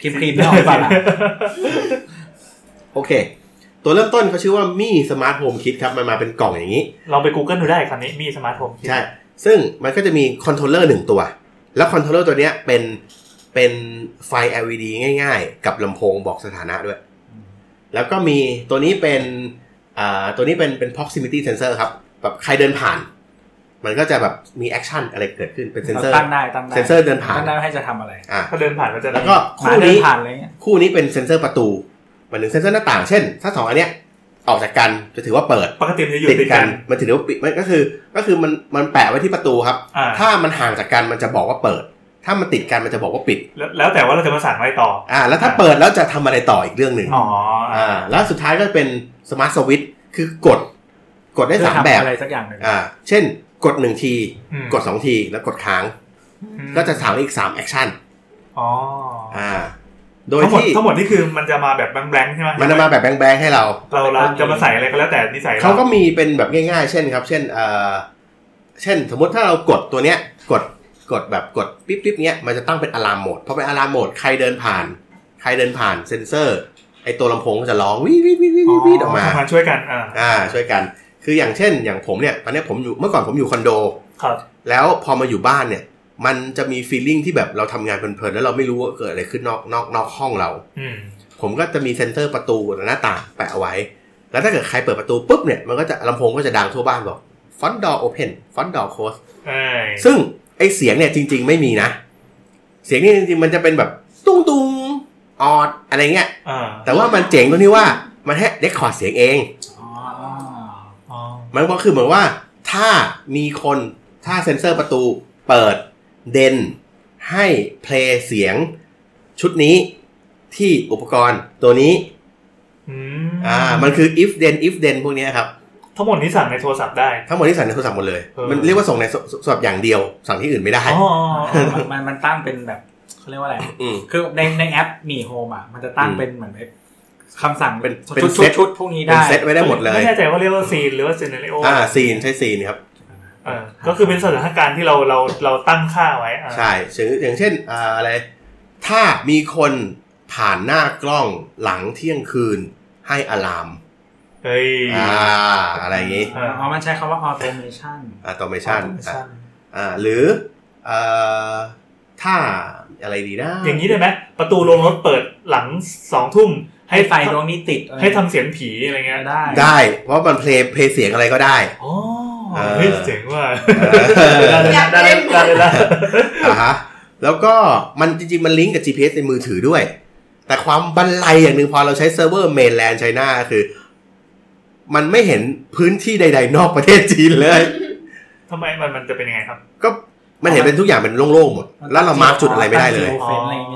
ครีมครีมไม่ออกหรือเปล่าล่ะ
โอเค ตัวเริ่มต้นเขาชื่อว่ามี่สมาร์ทโฮมคิดครับมันมาเป็นกล่องอย่างนี้
ลองไป Google ดูได้คำนี้มีสมาร์ทโฮม
ใช่ ซึ่งมันก็จะมีคอนโทรลเลอร์หนึ่งตัว แล้วคอนโทรลเลอร์ตัวเนี้ยเป็นเป็นไฟ LED ง่ายๆ กับลำโพงบอกสถานะด้วย แล้วก็มีตัวนี้เป็นอ่าตัวนี้เป็นเป็น proximity sensor ครับ แบบใครเดินผ่าน มันก็จะแบบมีแอคชั่นอะไรเกิดขึ้นเป็นเซนเซอร์
ตั้งได้ตั้งได้
เซ็นเซอร์เดินผ่าน
ตั้งได้ให้จะทำอะไร
อ่า
ถ้าเดินผ่านก็จะ
แล้วก็
หมา
คู่
เดิน
นี้
ผ่านอะไรเงี้ย
คู่นี้เป็นเซนเซอร์ประตูหมันถึงเซนเซอร์หน้าต่าง เช่น ถ้าสองอันเนี้ยออกจากกันจะถือว่าเปิด
ปกติมันจะอยู่
ติด
ติด
กั
กัน น
มันถือว่าปิดมันก็คือก็คือมันมันแปะไว้ที่ประตูครับ
อ่า
ถ้ามันห่างจากกันมันจะบอกว่าเปิด ถ้ามันติดกันมันจะบอกว่าปิด
แล้วแล้วแต่ว่าเราจะมาสั่งอะไรต่อ
อ่า แล้วถ้า
อ่า
เปิดแล้วจะทำอะไรต่ออีกเรื่องหนึ่ง
อ๋ออ่า
อ่าแล้วสุดท้ายก็เป็นสมาร์ทสวิตช์คือกด กดได้สามแบบ
อะไรสักอย่างหนึ่ง
อ่าเช่น กดหนึ่งที
อืม
กดสองทีแล้วกดค้าง
อืม
ก็จะถามอีกสามแอคชั่น
อ๋อ
อ่า โดย
ทั้งหมด
ที่
ทั้งหมดนี่คือมันจะมาแบบแบงค์ๆใช่ไหม
มันจะมาแบบแบงๆให้เรา
เราเราจะมาใส่อะไรก็แล้วแต่นิสัย
เขาก็มีเป็นแบบง่ายๆ เช่นครับ เช่นเอ่อเช่น สมมติถ้าเรากดตัวเนี้ย กด กดแบบกดปิ๊บปิ๊บเนี้ย มันจะตั้งเป็นอะลามโหมด เพราะเป็นอะลามโหมด ใครเดินผ่าน ใครเดินผ่านเซ็นเซอร์ ไอตัวลำโพงก็จะร้องวิววิววิววิววิวออกมา
ทำงานช่วยกันอ่า
อ่า ช่วยกัน คืออย่างเช่น อย่างผมเนี่ย ตอนเนี้ยผมอยู่ เมื่อก่อนผมอยู่คอนโด
ครับ
แล้วพอมาอยู่บ้านเนี่ย มันจะมีฟีลลิ่งที่แบบเราทำงานเพลินๆ แล้วเราไม่รู้ว่าเกิดอะไรขึ้นนอก นอก นอกห้องเรา
อืม
ผมก็จะมีเซ็นเซอร์ประตูหรือหน้าต่างแปะเอาไว้ แล้วถ้าเกิดใครเปิดประตูปุ๊บเนี่ย มันก็จะลำโพงก็จะดังทั่วบ้านบอกฟอนดอโอเพนฟอนดอโคส
เอ้ย
ซึ่งไอเสียงเนี่ยจริง ๆ ไม่มีนะ เสียงนี่จริงๆ มันจะเป็นแบบตุ้งตุงออดอะไรเงี้ย
อ่า
แต่ว่ามันเจ๋งตรงที่ว่ามันให้เรคคอร์ดเสียงเอง
อ๋อ
อ๋อ
มันก็คือเหมือนว่าถ้ามีคนถ้าเซ็นเซอร์ประตูเปิดเดนให้เพลย์เสียงชุดนี้ที่อุปกรณ์ตัวนี้
อืม
อ่า มันคือ if then if then พวกเนี้ยครับ
ทั้งหมดนี้สั่งในโทรศัพท์ได้
ทั้งหมดที่สั่งในโทรศัพท์หมดเลย
เออ
มันเรียกว่าส่งในโทรศัพท์อย่างเดียว สั่งที่อื่นไม่ได้
อ๋ออ๋ออ๋อ
มันมันมันตั้งเป็นแบบเขาเรียกว่าอะไร
อืม
คือในในแอปมีโฮมอ่ะ มันจะตั้ง
อืม
เป็นเหมือนแบบคำสั่ง
เป็น
ชุด
เป็น
ชุ
เซ็
ด
ต
ชุดพวกนี้
เป็น
ได้
เซตไว้ได้หมดเลย
ไม่แน่ใจว่าเรียกว่าซีนหรือว่าซีนาริโอ
อ่าซีนใช้ซีนครับ
เออก็คือเป็นสถานการณ์ที่เราเราเราตั้งค่าไว้อ่า
ใช่อย่างอย่างเช่นอ่าอะไร ถ้ามีคนผ่านหน้ากล้องหลังเที่ยงคืนให้อะลาม
เฮ้ย
อ่าอะไรอย่างงี้
อ่า
อ๋อ มันใช้คำว่า automation
automation อ่ะ
automation
อ่าหรือเอ่อถ้าอะไรดีนะ
อย่างนี้ได้ไหมประตูโรงรถเปิดหลังสองทุ่ม
ให้ไฟดวงนี้ติดอะไร
ให้ทำเสียงผีอะไรเงี้ย
ได้
ได้ เพราะมันเพลย์เพลย์เสียงอะไรก็ได้
อ๋อ
เออ
เฮ้ยเจ๋งว่ะ
เออ
ได้เลยนะได้เลยนะได้เลยนะ
อ่าฮะแล้วก็มันจริงๆ มันลิงก์กับ GPS ในมือถือด้วย แต่ความบันไลอย่างหนึ่งพอเราใช้เซิร์ฟเวอร์เมนแลนด์ไชน่าคือ มันไม่เห็นพื้นที่ใด ๆ นอกประเทศจีนเลย
ทำไมมันมันจะเป็นยังไงครับ
ก็มันเห็นเป็นทุกอย่างเป็นโล่งๆหมด แล้วเรามาร์กจุดอะไรไม่ได้เลย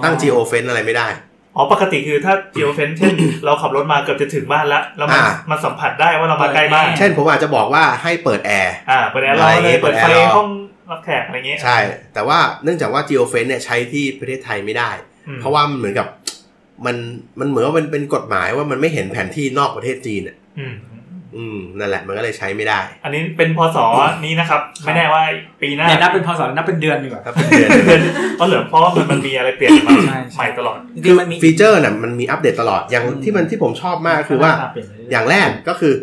ตั้ง geofence อะไรอย่างงี้
ตั้ง geo fence อะไรไม่ได้
อ๋อปกติคือถ้าเจียวเฟนเช่น เราขับรถมาเกือบจะถึงบ้านแล้วแล้วมัน
อ่า
มันสัมผัสได้ว่าเรามาใกล้บ้าน
เช่นผมอาจจะบอกว่าให้เปิดแอร์
อ่าเปิดแอร์รอ
อะไรอย่าง
เล
งี้
ยเปิดไฟ
เปิดแอร์รอ
ห้องรับแขกอะไรเงี้ย
ใช่ แต่ว่าเนื่องจากว่า geo fence เนี่ยใช้ที่ประเทศไทยไม่ได้
อืม
เพราะว่ามันเหมือนกับมันมันเหมือนว่ามันเป็นกฎหมายว่ามันไม่เห็นแผนที่นอกประเทศจีนอ่ะ
อืม
อืมนั่นแหละมันก็เลยใช้ไม่ได้
อันนี้เป็นพศนี้นะครับ ไม่แน่ว่าปีหน้า
เนี่ยนับเป็นพอสอนนับเป็นเดือนดีกว่า
ถ้าเป็นเดือน
เดือนก็เหลือเพราะว่ามันมันมีอะไรเปลี่ยนมา
ใช่
ใหม่ตลอด
จริงๆมันมี
ฟีเจอร์น่ะมันมีอัปเดตตลอดอย่าง
อืม
ที่มันที่ผมชอบมากคือว่า
เปลี่นไปเรื่อยๆ
อย่างแรกก็คือ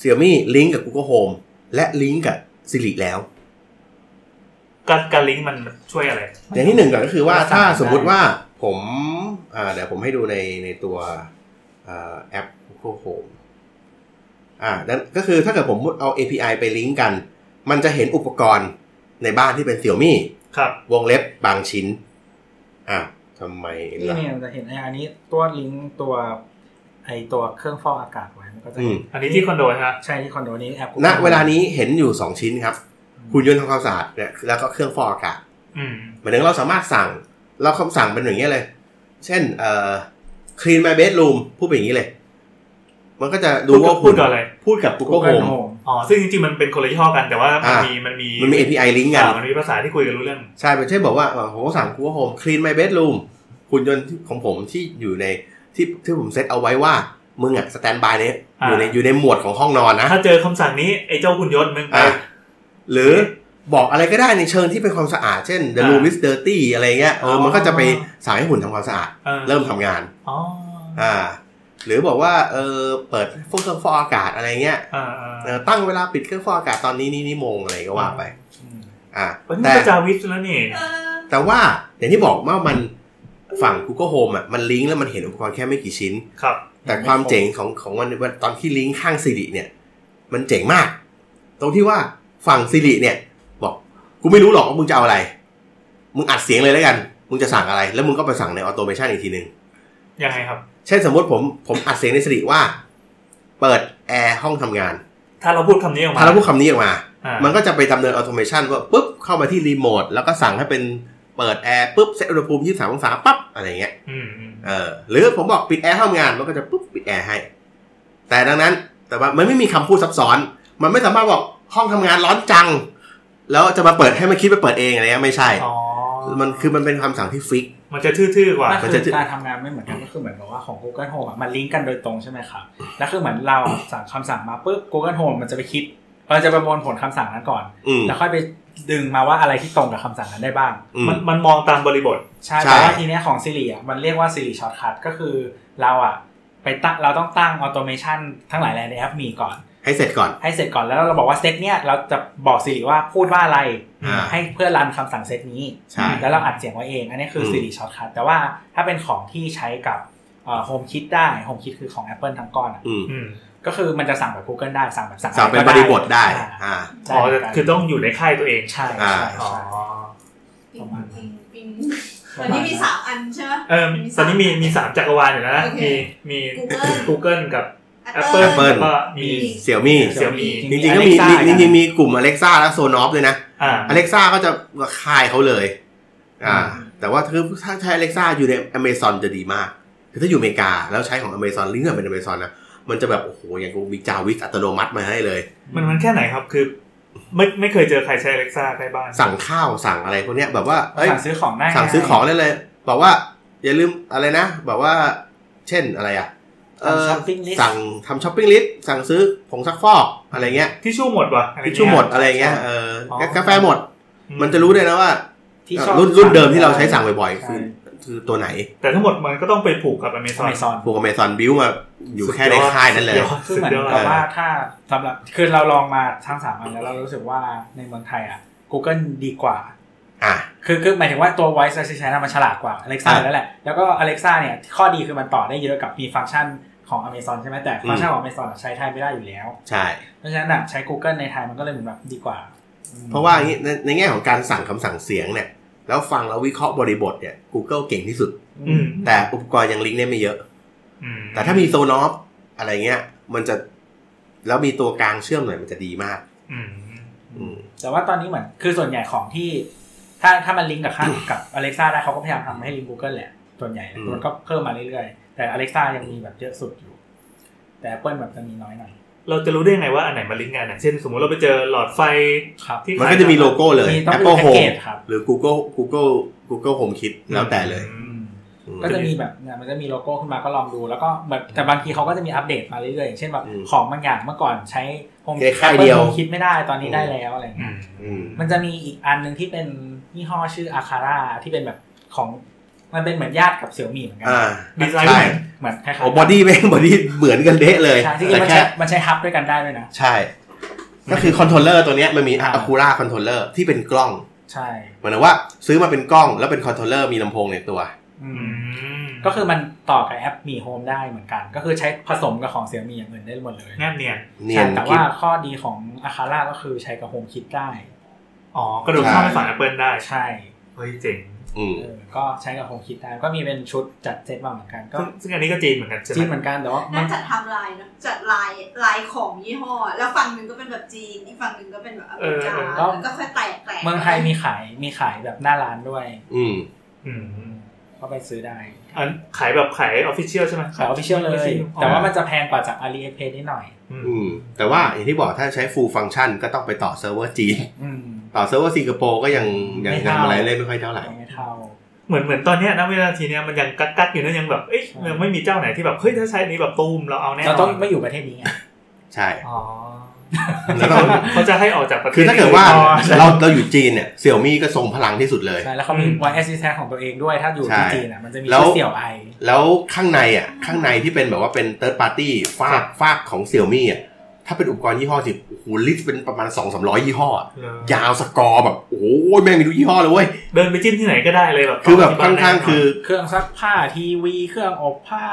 Xiaomi ลิงก์กับ Google Home และลิงก์กับ Siri แล้ว
การการลิงก์มันช่วยอะไร
อย่างที่หนึ่งก่อนก็คือว่า
ว่าสั่ง
ถ้า
ได้
สมมุติว่าผมอ่าเดี๋ยวผมให้ดูในในตัวอ่าแอป Google Home อ่านั้นก็คือถ้าเกิดผมเอา API ไปลิงก์กัน มันจะเห็นอุปกรณ์ในบ้านที่เป็น Xiaomi
ครับ
วงเล็บบางชิ้น อ่ะทำไม
นี่
ล่ะ
เนี่ยจะเห็นไอ้อันนี้ตัวลิงก์ตัวไอตัวเครื่องฟอกอากาศไว้มันก็จะ
อืม
อันนี้ที่คอนโดนะฮะ
ใช่ที่คอนโดนี้แอป
ณเวลานี้เห็นอยู่ 2 ชิ้นครับหุ่นยนต์ทำความสะอาดเนี่ยแล้วก็เครื่องฟอกอากาศ
อืม
หมายถึงเราสามารถสั่ง เราคำสั่งเป็นอย่างนี้ยเลย เช่นเอ่อ clean my bedroom พูดเป็นอย่างนี้เลย มันก็จะดูว่า
พูดกับอะไร
พูดกับ
กู
Google
เกิลโฮ
Home
ม
อ๋อ ซึ่งจริงๆ มันเป็นคนละยี่ห้อกันแต่ว่ามัน
อ่ามี
มีมันมี
มันมี API ลิงก์กั
อ่าน มันมีภาษาที่คุยกันรู้เรื่อง
ใช่เป็นเช่นบอกว่าเอ่อผมก็สั่ง Google Home clean my bedroom หุ่นยนต์ที่ของผมที่อยู่ในที่ที่ผมเซตเอาไว้ว่ามึงอะสแตนบายเนี่ยอยู่ใน
อ่า
อยู่ในหมวดของห้องนอนนะ
ถ้าเจอคำสั่งนี้ ไอ้เจ้าหุ่นยนต์มึงไป
อ่ะหรือบอกอะไรก็ได้ในเชิงที่เป็นความสะอาด เช่น the
อ่า
room is dirty อะไรเงี้ยเออ
อ
อมันก็จะไปสั่งให้หุ่นทำความสะอาด
เออ
เริ่มทำงาน
อ๋อ
อ่า หรือบอกว่าเออเปิดพวกเครื่องฟอกอากาศอะไรเงี้ย
อ่า
เออตั้งเวลาปิดเครื่องฟอกอากาศตอนนี้นี่นี่โมงอะไรก็ว่าไป อ่า
เอ้ยนี่
แต่
ก็จาวิสแล้วนี่
เออ
แต่ว่าอย่างที่บอกว่ามันฝั่ง Google Home อ่ะมันลิงก์แล้วมันเห็นอุปกรณ์แค่ไม่กี่ชิ้น
ครับ
แต่ความเจ๋งของของมันตอนที่ลิงก์ข้างซิริเนี่ย มันเจ๋งมาก ตรงที่ว่าฝั่งซิริเนี่ย บอกกูไม่รู้หรอกว่ามึงจะเอาอะไร มึงอัดเสียงเลยแล้วกัน มึงจะสั่งอะไร แล้วมึงก็ไปสั่งในออโตเมชันอีกทีหนึ่ง
ยังไงครับ
เช่นสมมติผมผมอัดเสียงในซิริว่า เปิดแอร์ห้องทำงาน
ถ้าเราพูดคำนี้ออกมา
ถ้าเราพูดคำนี้ออกมา
อ่า
มันก็จะไปดำเนินออโตเมชันว่าปุ๊บเข้ามาที่รีโมทแล้วก็สั่งให้เป็นเปิดแอร์ปุ๊บเซตอุณหภูมิยี่สิบสามองศาปั๊บอะไรอย่างเงี้ย
อืมอืม
เออหรือผมบอกปิดแอร์ห้องงานมันก็จะปุ๊บปิดแอร์ให้ แต่ดังนั้นแต่ว่ามันไม่มีคำพูดซับซ้อน มันไม่สามารถบอกห้องทำงานร้อนจัง แล้วจะมาเปิดให้มันคิดไปเปิดเองอะไรเงี้ยไม่ใช่
อ๋อ
มันคือมันเป็นคำสั่งที่ฟิก
มันจะทื่อๆกว่า
นั่น
มัน
คื
จะ
อการทำงานไม่เหมือนกันก็คือเหมือนกับว่าของ Google Home อ่ะมันลิงก์กันโดยตรงใช่ไหมครับแล้วคือเหมือนเราสั่งคำสั่งมาปุ๊บ Google Home มันจะไปคิดมันจะประมวลผลคำสั่งนั้นก่อน
อืม
แล้วค่อยไปดึงมาว่าอะไรที่ตรงกับคำสั่งนั้นได้บ้าง
อืม
มันมันมองตามบริบท
ใช่
ใช่
แต่ว่าทีเนี้ยของ Siri อ่ะมันเรียกว่า Siri Shortcut ก็คือเราอ่ะไปตั้งเราต้องตั้ง automation ทั้งหลายแหล่ในแอปมีก่อน
ให้เสร็จก่อน
ให้เสร็จก่อนแล้วเราบอกว่าเซตเนี้ยเราจะบอก Siri ว่าพูดว่าอะไร
อ่า
ให้เพื่อรันคำสั่งเซตนี้
ใช่
แล้วเราอัดเสียงไว้เอง อันนี้คือ
ม
Siri Shortcut แต่ว่าถ้าเป็นของที่ใช้กับเอ่อ HomeKit ได้ HomeKit คือของ Apple ทั้งก้อนอะ
อืม
อืม
ก็คือมันจะสั่งแบบ Google ได้สั่งแบบสั่ง
สั่งเป็น
อะ
บ
ไก็
ริบทได้
อ่า
อ่า
อ๋อแต่คือต้องอยู่ในค่ายตัวเอง
ใช่
อ่า
ใช่
อ๋อ
ปิ
ใช่
ง
ประมาณนั้
ปิ
น
งปิงตอนนี้มีสามอันใช่ไหม
เออตอนนี้มีมีสามจักรวาลอยู่แล้วนะ
โอเค
มีมี
Google
Google กับ
Apple
Apple แล้วก็มี
เสี่ยวมี่
Xiaomi
จริงๆก็มี
Alexa
มีมีมีกลุ่ม Alexa และ Sonos เลยนะ
อ่า
Alexa ก็จะคายเขาเลย อ่า แต่ว่าคือถ้าใช้ Alexa อยู่ใน Amazon จะดีมาก คือถ้าอยู่อเมริกาแล้วใช้ของ Amazon ลิงก์กับเป็น Amazon นะ มันจะแบบโอ้โหอย่างกับมีจาวิสอัตโนมัติมาให้เลย
มันมันแค่ไหนครับคือ ไม่ไม่เคยเจอใครใช้ Alexa ใกล้บ้าน
สั่งข้าวสั่งอะไรพวกเนี้ยแบบว่าเอ้ย
สั่งซื้อของได้
สั่งซื้อของได้เลย บอกว่า อย่าลืมอะไรนะบอกว่า เช่นอะไรอ่ะเออ
ช้อปปิ้งลิสต์
สั่งทำช้อปปิ้งลิสต์สั่งซื้อผงซักฟอกอะไรเงี้ย
ทิชชู่หมดว่ะอะไร
ทิ
เงี้ย
ชชู่หมดอะไรเงี้ยเออ
อ๋อ
กาแฟหมด
อื
มันจะรู้ได้นะว่า
ที่ชอบ
รุ่นรุ่นเดิมที่เราใช้สั่งบ่อยๆ
ใช่
คือคือตัวไหน
แต่ทั้งหมดมันก็ต้องไปผูกกับ Amazon
Amazon
พวกเมซอนบิวมาอยู่แค่ในค่ายนั้นเลย
สุดอด
คือเหมือน
สุดยอด
กับว่าถ้าสำหรับคือเราลองมาทั้งสามอันแล้วเรารู้สึกว่าในเมืองไทยอ่ะ Google ดีกว่า
อ่ะ
คือคือหมายถึงว่าตัว Voice Assistant อะมันฉลาดกว่า Alexa
อ่ะ
แล้วแหละ แล้วก็ Alexa เนี่ย ข้อดีคือมันต่อได้เยอะกับมีฟังก์ชันของ Amazon ใช่ไหมแต่ฟังก์ชันของ Amazon อะใช้ไทยไม่ได้อยู่แล้ว
ใช่
เพราะฉะนั้นอะใช้ Google ในไทยมันก็เลยเหมือนแบบดีกว่าอืม
เพราะว่าอย่างงี้ในในแง่ของการสั่งคำสั่งเสียงเนี่ย แล้วฟังแล้ววิเคราะห์บริบทเนี่ย Google เก่งที่สุด
อืม
แต่อุปกรณ์ยังลิงก์ได้ไม่เยอะ
อืม
แต่ถ้ามีโซนอฟอะไรเงี้ย มันจะแล้วมีตัวกลางเชื่อมหน่อยมันจะดีมาก
อืม
อืม
แต่ว่าตอนนี้เหมือนคือส่วนใหญ่ของที่ ถ้าถ้ามันลิงก์กับข้างกับ Alexa ได้เขาก็พยายามทำให้ลิงก์ Google แหละ ส่วนใหญ่นะมันก็เพิ่มมาเรื่อยๆแต่ Alexa ยังมีแบบเยอะสุดอยู่ แต่ Apple แบบจะมีน้อยหน่อย
เราจะรู้ได้ยังไงว่าอันไหนมาลิงก์กันอันไหนเช่นสมมติเราไปเจอหลอดไฟ
ครับ
ที่
มันก็จะมีโลโก้เลย
มีต้อง
Apple
เป็นแพ็กเก
Home
จครับ
หรือ Google Google Google Home Kit แล้วแต่เลย
อื
อื
ม
ม
อืม
ก็จะมีแบบเนี่ยมันจะมีโลโก้ขึ้นมาก็ลองดูแล้วก็แบบแต่บางทีเขาก็จะมีอัปเดตมาเรื่อยๆอย่างเช่นแบบ
อืม
ของบางอย่างเมื่อก่อนใช้โฮม
แค่ค่ายเดียว
คิดไม่ได้ตอนนี้ได้แล้วอะไร
อื
เงี้ย
ม
อืม
มันจะมีอีกอันหนึ่งที่เป็นยี่ห้อชื่ออาคาร่าที่เป็นแบบของมันเป็นเหมือนญาติกับเสี่ยวมี่เหมือนกั
อ่า
ดีไซน์
ใช่
เหมือนคล้ายๆ
โอ้บอดี้แม่งบอดี้เหมือนกันเดะเลย
ใช่ที่จริ
แต่
งมัน
แค่
ใช้มันใช้ฮับด้วยกันได้ด้วยนะ
ใช่ ก็คือคอนโทรลเลอร์ตัวเนี้ยมันมี
อ่า
อะคูล่าคอนโทรลเลอร์ที่เป็นกล้อง
ใช่
หมายถึงว่าซื้อมาเป็นกล้องแล้วเป็นคอนโทรลเลอร์มีลำโพงในตัว
อื
อื
ม
ม
ก็คือมันต่อกับแอปมีโฮมได้เหมือนกัน ก็คือใช้ผสมกับของเสี่ยวมี่อย่างอื่นได้หมดเลย
แนบเนียน
เนีย
ใช่
น
แต่
คิด
ว่าข้อดีของอาคาร่าก็คือใช้กับโฮมคิดได้
อ๋อกระโดดข้ามไปฝั่ง Apple ได้
ใช่
เฮ้ยเจ๋ง
อืม
เออก็ใช้กับโฮมคิดได้ก็มีเป็นชุดจัดเซตมาเหมือนกันก็
ซึ่งซึ่งอันนี้ก็จีนเหมือนกันใช่ไหม
จีนเหมือนกันแต่ว่ามั
น่าน จะทำลายเนอะจัดลายลายของยี่ห้อ แล้วฝั่งหนึ่งก็เป็นแบบจีนอีกฝั่งหนึ่งก็เป็นแบบอเมริกา
เออเออ
แล้วก็ค่อยแตกแตก
เมืองไทยมีขายมีขายแบบหน้าร้านด้วย
อืม
อืม
ก็ไปซื้อได้
อันขายแบบขายออฟฟิเชียลใช่ไหม
ขายออฟฟิเชียลเลย แต่ว่ามันจะแพงกว่าจากอาลีเอเพนิดหน่อย
อืม
อืม แต่ว่าอย่างที่บอกถ้าใช้ full function ก็ต้องไปต่อเซิร์ฟเวอร์จีน
อืม
ต่อเซิร์ฟเวอร์สิงคโปร์ก็ยังยัง
ไม่
ทำ
เท่า
อะไรเล่นไม่ค่อยเท่าไหร่
ยังไม่เท่า
เหมือนเหมือนตอนเนี้ยนะเวลาทีเนี้ยมันยังกักกักๆอยู่นะยังแบบเอ้ย
ใช่
ยังไม่มีเจ้าไหนที่แบบเฮ้ยถ้าใช้อันนี้แบบตูมเราเอาแน่น
เรา
อน
ต้องไม่อยู่ประเทศนี้ไง
ใช่
อ๋อ
แล้วก็
เขาจะให้ออกจากประเทศ
คือถ้าเกิดว่า
อ๋อใช่
เราเราอยู่จีนเนี่ยเสี่ยมี่ก็ทรงพลังที่สุดเลย
ใช่แล้วเขามี
อืม
ไวแอสซิสแทนของตัวเองด้วยถ้าอยู่
ใช่
ที่จีนอ่ะมันจะมี
แล้ว
ชื่อเสี่ยวไอ
แล้วข้างในอ่ะข้างในที่เป็นแบบว่าเป็น third party ฟากฟากของเสี่ยมี่อ่ะถ้าเป็นอุปกรณ์ยี่ห้อสิโอ้โหลิสต์เป็นประมาณ 2 3 0 0 ยี่ห้ออะ
เหรอย
าวสกอร์แบบ โอ้ยแม่งมีทุกยี่ห้อเลยเว้ย
เดินไปจิ้มที่ไหนก็ได้เลยแบบ
คือแบบค่อน
ที่
ข้าง
แน่นน
คือ
เครื่องซักผ้าทีวีเครื่องอบผ้า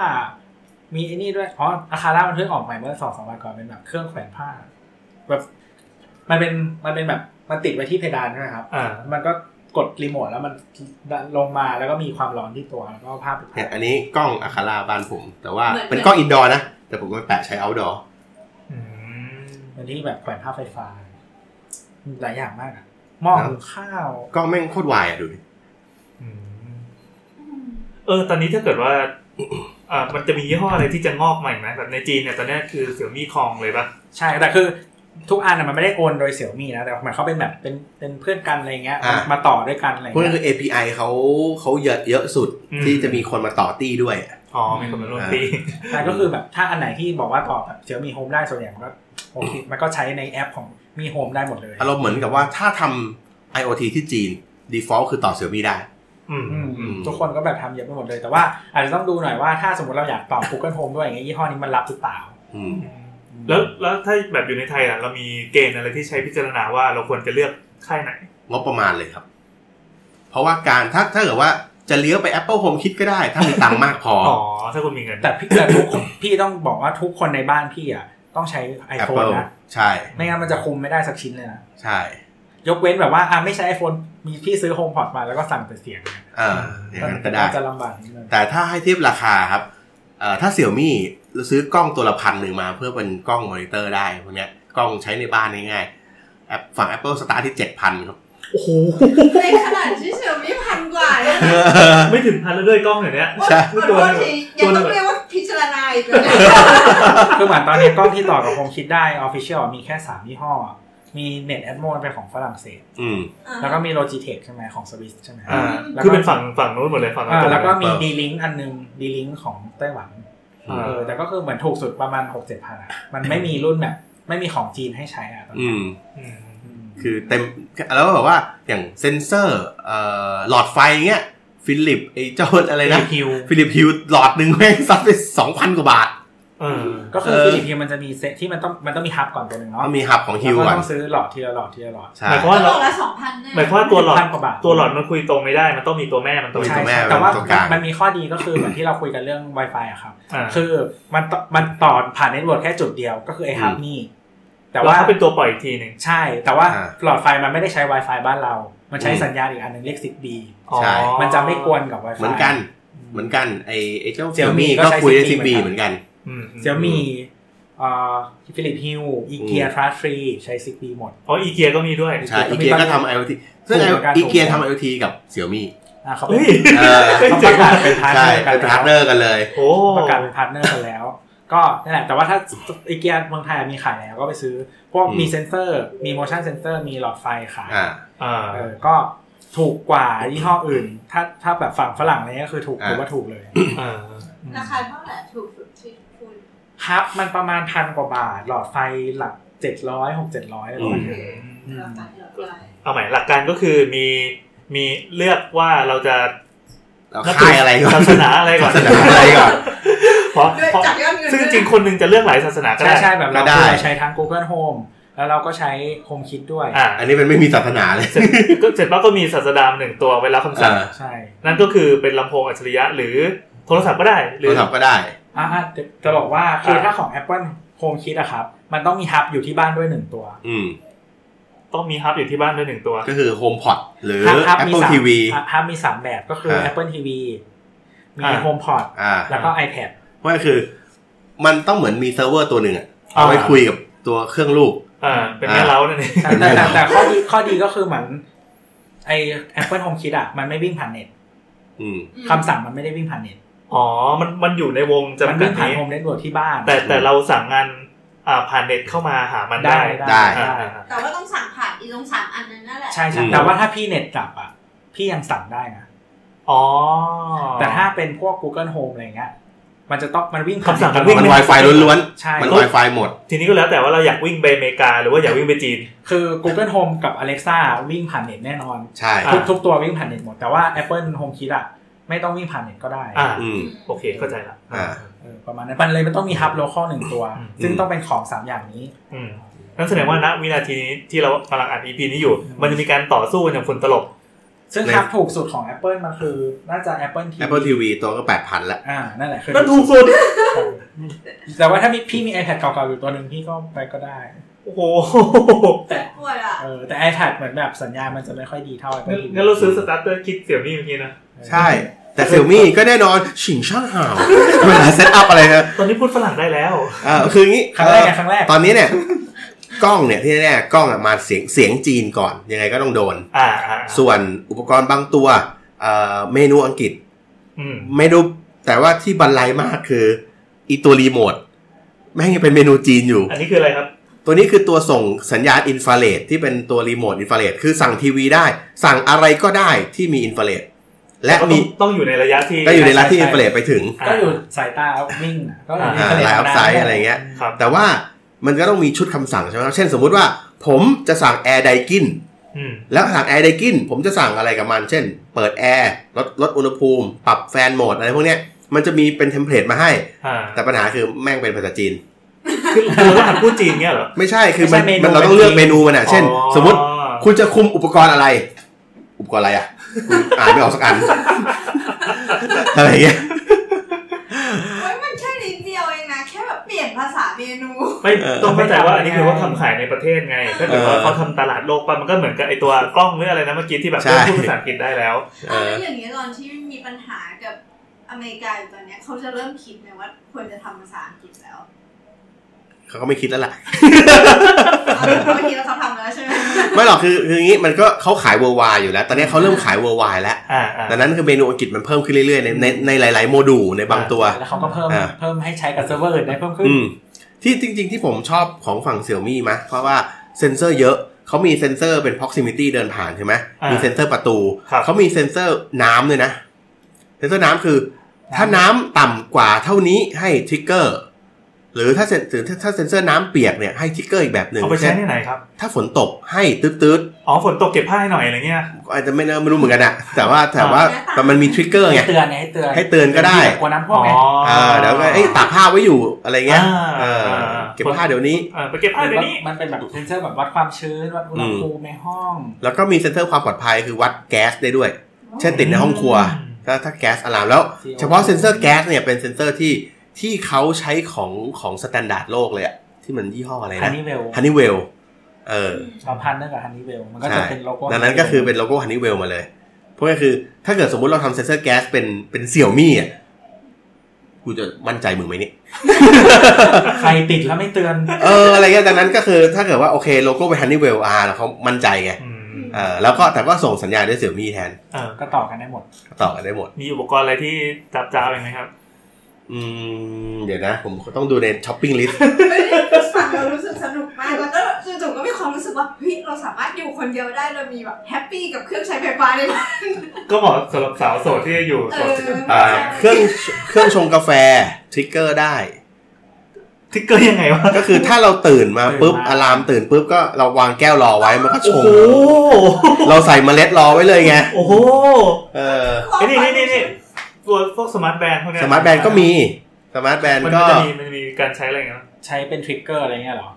มีไอ้นี่ด้วยอ๋ออาคาร่ามันเพิ่งออกใหม่เมื่อสองสามวันก่อนเป็นแบบเครื่องแขวนผ้า แบบมันเป็นมันเป็นแบบมันติดไว้ที่เพดานใช่ไหมครับ
อ่า
มันก็กดรีโมทแล้วมันลงมาแล้วก็มีความร้อนที่ตัวแล้วก็เอาภาพไป
เนี่
แปะ
ยอันนี้กล้องอะคาราบ้านผม แต่ว่าเป็นกล้องอินดอร์นะ แต่ผมไปแปะใช้ outdoor
อืม
เหมันที่แบบแขวนภาพไฟฟ้าหลายอย่างมากอะหม้อหุงข้าว
กล้องแม่งโคตรวายอ่ะดูดิ
อืม เออ ตอนนี้ถ้าเกิดว่า อ่า มันจะมียี่ห้ออะไรที่จะงอกใหม่ไหมแบบในจีนเนี่ยตอนนี้คือเสี่ยมี่คองเลยปะ
ใช่ แต่คือทุกอันอะมันไม่ได้โอนโดยเสี่ยวมี่นะ แต่หมายเขามเป็นแบบเป็นเป็นเพื่อนกันอะไรเงี้ย
อ่ะ
มาต่อด้วยกันอะไร
พวก
เงี้
นั้น
ย
คือ API เขาเขาเยอะเยอะสุดที่จะมีคนมาต่อตี้ด้วย
อ๋อมีคนมาร่วมตี
แต่ก็คือแบบถ้าอันไหนที่บอกว่าต่อแบบเสี่ยวมีโฮมได้ส่วนใหญ่มันก็โอเคมันก็ใช้ในแอปของมีโฮมได้หมดเลย
อารมณ์เหมือนกับว่าถ้าทำ IoT ที่จีน default คือต่อเสี่ยมีได้
อืม
อืม
อืม
ทุกคนก็แบบทำเยอะไปหมดเลย แต่ว่าอาจจะต้องดูหน่อยว่าถ้าสมมติเราอยากต่อ Google Home ด้วยอย่างเงี้ยยี่ห้อนี้มันรับหรือเปล่า
อืม
แล้วแล้วถ้าแบบอยู่ในไทยล่ะ เรามีเกณฑ์อะไรที่ใช้พิจารณาว่าเราควรจะเลือกค่ายไหน
งบประมาณเลยครับ เพราะว่าการถ้าถ้าเกิดว่าจะเลี้ยวไป Apple Home คิดก็ได้ ถ้ามีตังค์มากพอ
อ๋อ ถ้าคุณมีเงิน
แต่พี่แต่ทุกคนพี่ต้องบอกว่าทุกคนในบ้านพี่อ่ะต้องใช้ iPhone
Apple
นะ
ใช่
ไม่งั้นมันจะคุมไม่ได้สักชิ้นเลยนะ
ใช่
ยกเว้นแบบว่าอ่ะไม่ใช้ iPhone มีพี่ซื้อ HomePod มาแล้วก็สั่งแต่เสียงเนี่ย
เอออย่างนั้นก็ได้
จะลำบากนิดนึง
แต่ถ้าให้เทียบราคาครับเอ่อถ้าเสี่ยมี่ซื้อกล้องตัวละพันหนึ่งมา เพื่อเป็นกล้องมอนิเตอร์ได้พวกเนี้ยกล้องใช้ในบ้านง่ายๆแอปฝั่ง Apple Star ที่7,000ครับ
โอ้โห
ในขนาดที่เฉยมีพันกว่าเลยนะ
ไม่ถึงพันแล้วด้วยกล้องอย่างเนี้ย
โอ๊ย
ใช่
ขอโทษทียังต้องเรียกว่าพิจารณา อีกแล้ว
คือเหมือนตอนนี้กล้องที่ต่อกับผมคิดได้ออฟฟิเชียลมีแค่3ยี่ห้อ มี Net a t m o เป็นของฝรั่งเศส
อืม
อ่ะ
แล้วก็มี Logitech ใช่ไหมของสวิสใช่ไหม
อ่า
แล้วก็
คือเป็นฝั่งฝั่งนู้นหมดเลยฝั่ง
อ่า
ตะน
แล้วก็มี
เปิด
D-Link อันนึง D-Link ของไต้หวัน
อ่า
เออแต่ก็คือเหมือนถูกสุดประมาณหกเจ็ดพันอ่ะ มันไม่มีรุ่นแบบไม่มีของจีนให้ใช้อ่ะตอน
อื
นี้
ม
อืม
อืม
คือเต็มแล้วก็แบบว่าอย่างเซนเซอร์เอ่อหลอดไฟเงี้ยฟิลิปไอ้เจ้าอะไรนะ
ฮิว
ฟิลิปฮิวหลอดหนึ่งแม่งซัดไปสองพันกว่าบาท
เออ
ก็คือ
เออ
ฟิลิปฮิวมันจะมีเซตที่มันต้องมันต้องมีฮับก่อนตัวหนึ่งเนาะ
มันมีหับของฮิว
แล้วก็
ก่อน
ต้องซื้อหลอดทีละหลอดทีละหลอด
ใช่
หมายความ
แล้ว
ว่าเรา
บอกละสองพันเนี่ย
หมายความว่าตัวหลอด
พันกว่าบาท
ตัวหลอดมันคุยตรงไม่ได้มันต้องมีตัวแม่มันตรง
มี
ใช่
ตัวแม่
ใช่แต่ว่า
เป็นตัวกลาง
มันมีข้อดีก็คือ เหมือนที่เราคุยกันเรื่อง Wi-Fi อะครับ
อ่า
คือมันต่อมันต่อผ่านเน็ตเวิร์กแค่จุดเดียวก็คือไอ้ฮับนี่ แต่
แต่ว่า
ว่า
ถ้าเป็นตัวปล่อยอีกทีหนึ่ง
ใช่ แต่ว่า
อ่า
หลอดไฟมันไม่ได้ใช้ Wi-Fi บ้านเรา มันใช้
อืม
สัญญาณอีกอันหนึงเรียก 6B
อ๋อ
ใช่
มันจะไม่กวนกับ Wi-Fi
เหมือนกันเหมือนกันไอ้ไอ้เจ้าเซีย
Xiaomi
มี่
ก็
ก็
ใช้
คุยได้
CB
ซีบี
เห
เห
มื
มื
อ
อน น
กั
กัน น
อืมอืม
เซี่ยมี่เอ่อฟิลิปฮิลอีเกียทรัสฟรีใช้ซิกบีหมด
อ๋ออีเกียก็มีด้วย
ใช่
ก็
อี
มี
เกีย
ตอนนี้
ก็ทำไอโอทีซึ่ง
ถูกเหมือนกัน
อีเกียทำไอโอทีกับเซียมี่
อ่ะเขา
เฮ้
เป็
ย
น
เออ
เขาประกาศเป็นพาร์ทเน
ใช่
อร์กั
เป็นนพา
แล้ว
ร์ทเนอร์กันเลย
โอ้
ประกาศเป็นพาร์ทเนอร์กันแล้ว ก็นั่นแหละแต่ว่าถ้าอีเกียเมืองไทยมีขายแล้วก็ไปซื้อ พวกมีเซนเซอร์มี motion sensor มีหลอดไฟขาย
อ่า
อ่า
เออก็ถูกกว่ายี่ห้ออื่น ถ้าถ้าแบบฝั่งฝรั่งเนี่ยก็คือถูก
อ่า
ถือว่าถูกเลย
อ่า
ราคาเท่าไหร่ถูกสุดที่คุณ
ครับมันประมาณพันกว่าบาท หลอดไฟหลักเจ็ดร้อยหกเจ็ดร้อยอะไรประมาณนี้อืม
ราคาเท่าไหร่
เอาใหม่หลักการก็คือมีมีเลือกว่าเราจะ
เราค่ายอะไรก่อน
ศาสนาอะไรก่อน
ศาสนาอะไรก่อน
เพราะ
ด้วย
เพราะ
จากยอดเงิน
ซึ่งจริงๆคนหนึงจะเลือกหลายศาสนาก็
ใช่
ได้
ใช่แบบเรา
ก็ได้
คือเราใช้ทั้ง Google Home แล้วเราก็ใช้ Home Kit ด้วย
อ่า
อันนี้มันไม่มีศาสนาเลย
เสร็จก็เสร็จปั๊บก็มีศาสดาหนึ่งตัวเวลาคำ
เอ
สั่ง
อ
ใช่
นั่นก็คือเป็นลำโพงอัจฉริยะหรือโทรศัพท์ก็ได้ ห
โท
รื
ร
อ
ศัพท์ก็ได้
อ่ะอ่ะเดี๋ยวจะบอกว่าคือ
ครับ
ถ้าของ Apple Home Kit อะครับ มันต้องมีฮับอยู่ที่บ้านด้วยหนึ่งตัว
อืม
ต้องมีฮับอยู่ที่บ้านด้วยหนึ่งตัว
ก็คือ HomePod หรือ
Hub Hub มี
Apple
สาม
TV
อ่ะฮับมีสามแบบก็คือ
อ่า
Apple TV มี
อ่า
HomePod
อ่า
แล้วก็ iPad
ว่าคือ มันต้องเหมือนมีเซิร์ฟเวอร์ตัวหนึ่งอะเอาไว้คุยกับตัวเครื่องลูก
อ่าเป็นแม่เล้านั่นเอง
ใช่แต่แต่แต่ข้อดีข้อดีก็คือเหมือนไอ Apple Home Kit อะมันไม่วิ่งผ่านเน็ต
อืม
อืม
คำสั่งมันไม่ได้วิ่งผ่านเน็ต
อ๋อมันมันอยู่ในวง
มัน
จำกั
วิ่
ด
งผ่าน
นี้
Home Network ที่บ้าน
แต่แต่เราสั่งงานอ่าผ่านเน็ตเข้ามาหามัน
ได้
ได้
ได้
อ่า
ได้
อ่าอ่า
แต่ว่าต้องสั่งผ่านอีลงสามอันนั้นนั่นแหละ
ใช่
อื
ใช่
ม
แต่ว่าถ้าพี่เน็ตกลับอะพี่ยังสั่งได้นะ
อ๋อ
แต่ถ้าเป็นพวก Google Home อะไรเงี้ย มันจะต้องมันวิ่ง
คำสั่งมันวิ่ง
มัน Wi-Fi ล้วน
ใช่
ๆ มัน
ก็
Wi-Fi หมด
ทีนี้ก็แล้วแต่ว่าเราอยากวิ่งไปอเมริกาหรือว่าอยากวิ่งไปจีน
คือ Google Home กับ Alexa วิ่งผ่านเน็ตแน่นอน
ใช่
ทุก
อ่า
ทุกตัววิ่งผ่านเน็ตหมด แต่ว่า Apple Home Kit อะไม่ต้องวิ่งผ่านเน็ตก็ได้
อ่า
อืม
โอเคเข้าใจละ
อ่า
เออประมาณนั้นมันเลยมันต้องมีฮับโลคอลหนึ่งตัว
อืม
ซึ่งต้องเป็นของ 3 อย่างนี้
อืมนั่นแสดงว่าณวินาทีนี้ที่เรากำลังอัด EP นี้อยู่ มันจะมีการต่อสู้กันอย่างฝุ่นตลบ
ซึ่ง
ใน
ฮับถูกสุดของ Apple มันคือ น่าจะ Apple TV
Apple TV ตัวก็แปดพันละ
อ่านั่นแหละคือ
นั่นถูกสุด
ใช่ แต่ว่าถ้าพี่พี่มี iPad เก่าๆอยู่ตัวหนึ่งพี่ก็ไปก็ได้
โอ้โห
เจ็บปวดอ่ะ
เออแต่ iPad เหมือนแบบสัญญาณมันจะไม่ค่อยดีเท่า Apple
งั้น
TV
งั้นเราซื้อสตาร์เตอร์คิดเสี่ยมี่เมื่อกี้นะ
ใช่ แต่เซี่ยมี่ก็แน่นอน ชิงช่าง ห่าว เวลาเซตอัพอะไรนะ
ตอนนี้พูดฝรั่งได้แล้ว
อ่าคืออย่างนี้
ครั้งแรกไง
เอ่อ
ครั้งแรก
ตอนนี้เนี่ย กล้องเนี่ยที่แน่ๆกล้องอะมาเสียงเสียงจีนก่อน ยังไงก็ต้องโดน
อ่าอ่าอ่า
ส่วนอุปกรณ์บางตัวเอ่อเมนูอังกฤษ
อืม
เมนูแต่ว่าที่บรรลัยมากคืออีตัวรีโมทแม่งยังเป็นเมนูจีนอยู่
อันนี้คืออะไรครับ
ตัวนี้คือตัวส่งสัญญาณอินฟราเรดที่เป็นตัวรีโมทอินฟราเรดคือสั่งทีวีได้ สั่งอะไรก็ได้ที่มีอินฟราเรดและ
ก็ต้อ
มี
งต้องอยู่ในระยะที่
ก็อยู่ในรัฐที่
ใช่
อินฟราเรดไปถึง
ก็อยู่สายตาเอาวิ่งน่ะก็อยู่ใน
อ่า
ทะเล
ไลน์ออฟไซด์
ธมดา
อะไรเงี้ย
ครับ
แต่ว่ามันก็ต้องมีชุดคำสั่งใช่ไหมครับเช่นสมมุติว่าผมจะสั่งแอร์ไดกิน
อืม
แล้วสั่งแอร์ไดกินผมจะสั่งอะไรกับมัน เช่น เปิดแอร์ลดลดอุณหภูมิ ปรับแฟนโหมดอะไรพวกเนี้ยมันจะมีเป็นเทมเพลตมาให้
อ่า
แต่ปัญหาคือแม่งเป็นภาษาจีน
คือคือเราต้องหัดพูดจีนเงี้ยเหรอ
ไม่ใช่คือมัน
ไม่ใช่เมนู
มันเราต้องเลือก
เป็
เม
นจีน
นูมันอ่ะเช่น
อ๋อ
สมมติคุณจะคุมอุปกรณ์อะไร อุปกรณ์อะไรอ่ะคุณ อ่านไม่ออกสักอัน อะไรเงี้ย
เฮ้ยมันแค่นิดเดียวเองนะ แค่แบบเปลี่ยนภาษาเมนู
ไม่ต้องเข้าใจว่าอันนี้คือว่าทำขายในประเทศไงถ้าเกิดว่าเขาทำตลาดโลกไปมันก็เหมือนกับไอตัวกล้องหรืออะไรนะเมื่อกี้ที่แบบเริ่มพูดภาษาอังกฤษได้แล้ว
เอ
เอา
อ
แล้วอย่างเงี้ยตอนที่มีปัญหากับอเมริกาอยู่ตอนเนี้ยเขาจะเริ่มคิดไหมว่าควรจะทำภาษาอังกฤษแล้ว
เขาก็ไม่คิดแล้วล่ะ
เอาเมื่อกี้เราเขาทำแล้วใช่ไหม
ไม่หรอกคือคืออย่างนี้มันก็เขาขายเวอร์ไวอยู่แล้ว ตอนนี้เขาเริ่มขายเวอร์ไวแล้ว
อ่าอ่า
ดังนั้นคือเมนูอังกฤษมันเพิ่มขึ้นเรื่อยๆในในในหลาย ๆ โมดูลในบางตัว
แล้วเขาก็เพิ่ม
อ่า
เพิ่มให้ใช้กับเซิร์ฟเวอร์อื่นได้เพิ่มขึ้น
อืมที่จริง ๆ ที่ผมชอบของฝั่งเสี่ยมี่มะเพราะว่าเซนเซอร์เยอะเขามีเซนเซอร์เป็น proximity เดินผ่านใช่ไหม
อ่ามี
มีเซนเซอร์ประตู
ครับ
เขามีเซนเซอร์น้ำด้วยนะเซนเซอร์น้ำคือ ถ้าน้ำต่ำกว่าเท่านี้ให้ทริกเกอร์หรือถ้าเซนหรือถ้าถ้าเซนเซอร์น้ำเปียกเนี่ยให้ทริกเกอร์อีกแบบหนึ่ง
เอาไปใช้
เช่น
ที่ไหนครับ
ถ้าฝนตกให้ตืดๆ
อ๋อฝนตกเก็บผ้าให้หน่อยอะไรเงี้ย
อาจจะไม่นะไม่รู้เหมือนกันอะแต่ว่าแต่ว่าแต่มันมีทริกเกอร์ไง
ให้เตือนไงให้เตือน
ให้เตือนก็ได้
แบบกลัวน้ำท่วมไง
อ่าเดี๋ยวก็เอ้ยตากผ้าไว้อยู่อะไรเงี้ย
อ่า
เออ
อ่า
เก็บผ้าเดี๋ยวนี้
เออไปเก็บผ้าเดี๋ยวนี้
มันเป็นแบบเซนเซอร์แบบวัดความชื้นวัดอุณหภูมิในห้อง
แล้วก็มีเซ็นเซอร์ความปลอดภัยคือวัดแก๊สได้ด้วย เช่นติดในห้องครัว ถ้าถ้าแก๊สอะลามแล้ว เฉพาะเซ็นเซอร์แก๊สเนี่ยเป็นเซ็นเซอร์ที่ที่เขาใช้ของของสแตนดาร์ดโลกเลยอะที่มันยี่ห้ออะไร
ฮัน
นะ
นี่เวล
ฮันนี่เวลเออ
เราพันเนื่องกับฮันนี่เวลมันก็จะ
ใช่
เป็นโลโก้
ดังนั้นก็คือเป็นโลโก้ฮันนี่เวลมาเลยเพราะก็คือ ถ้าเกิดสมมติเราทำเซนเซอร์แก๊สเป็นเป็นเสี่ยวมี่อ่ะ กูจะมั่นใจมึงไหมเนี่ย
ใครติดแล้วไม่เตือน
เออ อะไรเงี้ยดังนั้นก็คือถ้าเกิดว่าโอเคโลโก้เป็นฮันนี่เวลอาร์เขามั่นใจไง
อืม
เออแล้วก็แต่ก็ส่งสัญญาณด้วยเสี่ยวมี่แทน
เออ
ก็ต่อกันได้หมด
ก็ต่อกันได้หมด
มีอุปกรณ์อะไรที่จับจ้าวอีกไหมครับ
อืม เดี๋ยวนะ ผมต้องดูในช้อปปิ้งลิสต์
เฮ้ยฟังเรารู้สึกสนุกมากแล้วก็จู่ๆก็มีความรู้สึกว่าเฮ้ยเราสามารถอยู่คนเดียวได้โดยมีแบบแฮปปี้กับเครื่องใช้ไฟฟ้าในบ้าน
ก็เหมาะสำหรับสาวโสดที่จะอยู่
เอ
โสด
อ
อ่า เครื่องเครื่องชงกาแฟทริกเกอร์ได้
ทิกเกอร์ยังไงวะ
ก็คือถ้าเราตื่นมาปุ๊บ
ตื่นมา
อะลามตื่นปุ๊บก็เราวางแก้วรอไว้มันก็ช
โอ้
ง
โห
เราใส่เมล็ดรอไว้เลยไง
โอ้โห
เออ
ไอ้นี่นี่นี่นี่ตัวพวกสมาร์ทแบนด์พวกเนี้ย
สมาร์ทแบนก็มี สมาร์ทแบน
มัน
ก็
จะมีมันจะมีการใช้อะไรอย่างเงี้ย
ใช้เป็นทริกเกอร์อะไรเงี้ยเหรอ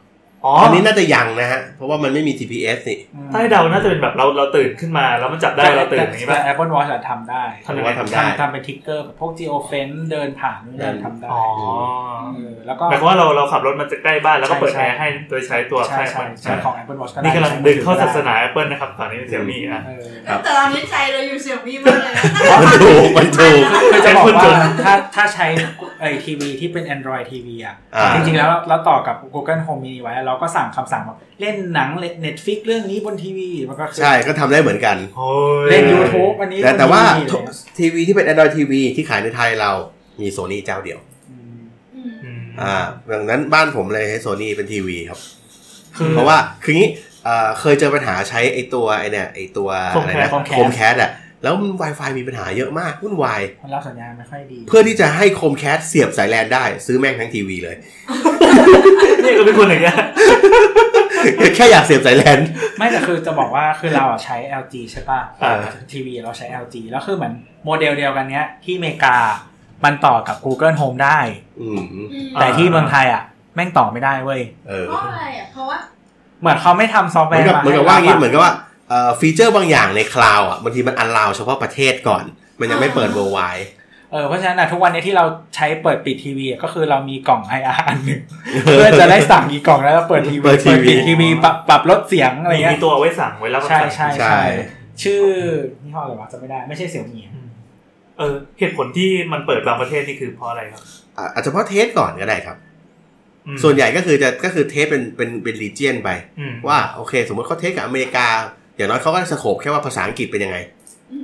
อ๋อ
อั
อั
น
น
นี้
นี้
น่าจะยังนะฮะ เพราะว่ามันไม่มี GPS นี่
อืม
ใต้เดาน่าจะเป็นแบบเราเราตื่นขึ้นมาแล้วมันจับได้เราตื่นอย่างงี้
แต่
ป่ะ
Apple Watch อะทำได้
ทำยังไง
ว่าทำได้
ทำทำเป็นทริกเกอร์แบบพวก geo fence เดินผ่านนู่นนั่นทำได้
อ๋อ
เออแล้วก็
หมายความว่าเราเราขับรถมาจะใกล้บ้านแล้วก็เปิดแอร์ให้โดยใช้ตัว
ใช่
แพ
ใช่
ร่
ใช้ของ Apple Watch ก็ได้
นี่กำลังดึงเข้าศาสนา
ใช้
แอปเปิลนะครับตอนนี้เป็นเสี่ยมี่อ่ะ
เออ
ครับ
แต่ตอนนี้ใจเราอยู่เสี่ยมี่มากเลยนะ
มันถู กมันถูก
คือจะบอก
เป็นคนจน
ว่าถ้าถ้าใช้ไอทีวีที่เป็น Android TV อ่ะ
อ่า
จริงๆแล้วเราต่อกับ Google Home Mini ไว้เราก็สั่งคำสั่งแบบเล่นหนังเล่น Netflix เรื่องนี้บนทีวีมันก็คือ
ใช่ก็ทำได้เหมือนกัน
โอ้ย
เล่น YouTube อันนี้
แต่แต่ว่า
บน TV อะไรเงี้ย
ทีวีที่เป็น Android TV ที่ขายในไทยเรามีโซนี่เจ้าเดียว
อืม
อืม
อ่าดังนั้นบ้านผมเลยให้โซนี่เป็นทีวีครับ
คือ
เพราะว่าคืองี้เอ่อเคยเจอปัญหาใช้ไอตัวไอเนี่ยไอตัวอะไรนะ
Chromecast
โคมแคสอะแล้วมัน Wi-Fi มีปัญหาเยอะมากวุ่นวาย
คนรับสัญญาณไม่ค่อยดี
เพื่อที่จะให้โคมแคสเสียบสายแลนได้ซื้อแม่งทั้งทีวีเลย
เนี่ยก็เป็นคนอย่างเงี้ย
แค่อยากเสียบสายแลน
ไม่แต่คือจะบอกว่าคือเราอะใช้ LG ใช่ป่ะ
อ่า
ทีวีเราใช้ LG แล้วคือเหมือนโมเดลเดียวกันเนี้ยที่อเมริกามันต่อกับ Google Home ได้
อืม
อืม
อ่า
แต่ที่เมืองไทยอ่ะ แม่งต่อไม่ได้เว้ย
เออ
เพราะอะไรอ่ะเพราะว่า
เหมือนเขาไม่ทำซอฟต์
เห
แว
มือน
ร์
กับ
มา
เหมือนกับว่าอย่างงี้เหมือนกับว่าเอ่อฟีเจอร์บางอย่างในคลาวอ่ะบางทีมันอันลาวเฉพาะประเทศก่อน มันยังไม่เปิด
อ่า
worldwide
เออเพราะฉะนั้นอะทุกวันนี้ที่เราใช้เปิดปิดทีวีอะก็คือเรามีกล่อง IR อันหนึ่งเพื่อจะได้สั่งอีกกล่องแล้วก็เปิดทีวี
เปิดทีวี
ปิดทีวีปรับปรับลดเสียงอะไร
มี
เงี้ย
มีตัวเอาไว้สั่งไว้รับ
ใช่
คำสั่ง
ใช่
ใช่
ใช่ชื่อนี่ห้ออะไรวะจะไม่ได้ไม่ใช่เสี่ยวมี
อืมเออ เหตุผลที่มันเปิดบางประเทศนี่คือเพราะอะไรครับ
อ่ะอาจจะเฉพาะเทสก่อนก็ได้ครับ
อืม
ส่วนใหญ่ก็คือจะก็คือเทสเป็นเป็นเป็นรีเจียนไป
อืม
ว่าโอเค สมมติเขาเทสกับอเมริกา อย่างน้อยเขาก็สโคบแค่ว่าภาษาอังกฤษเป็นยังไง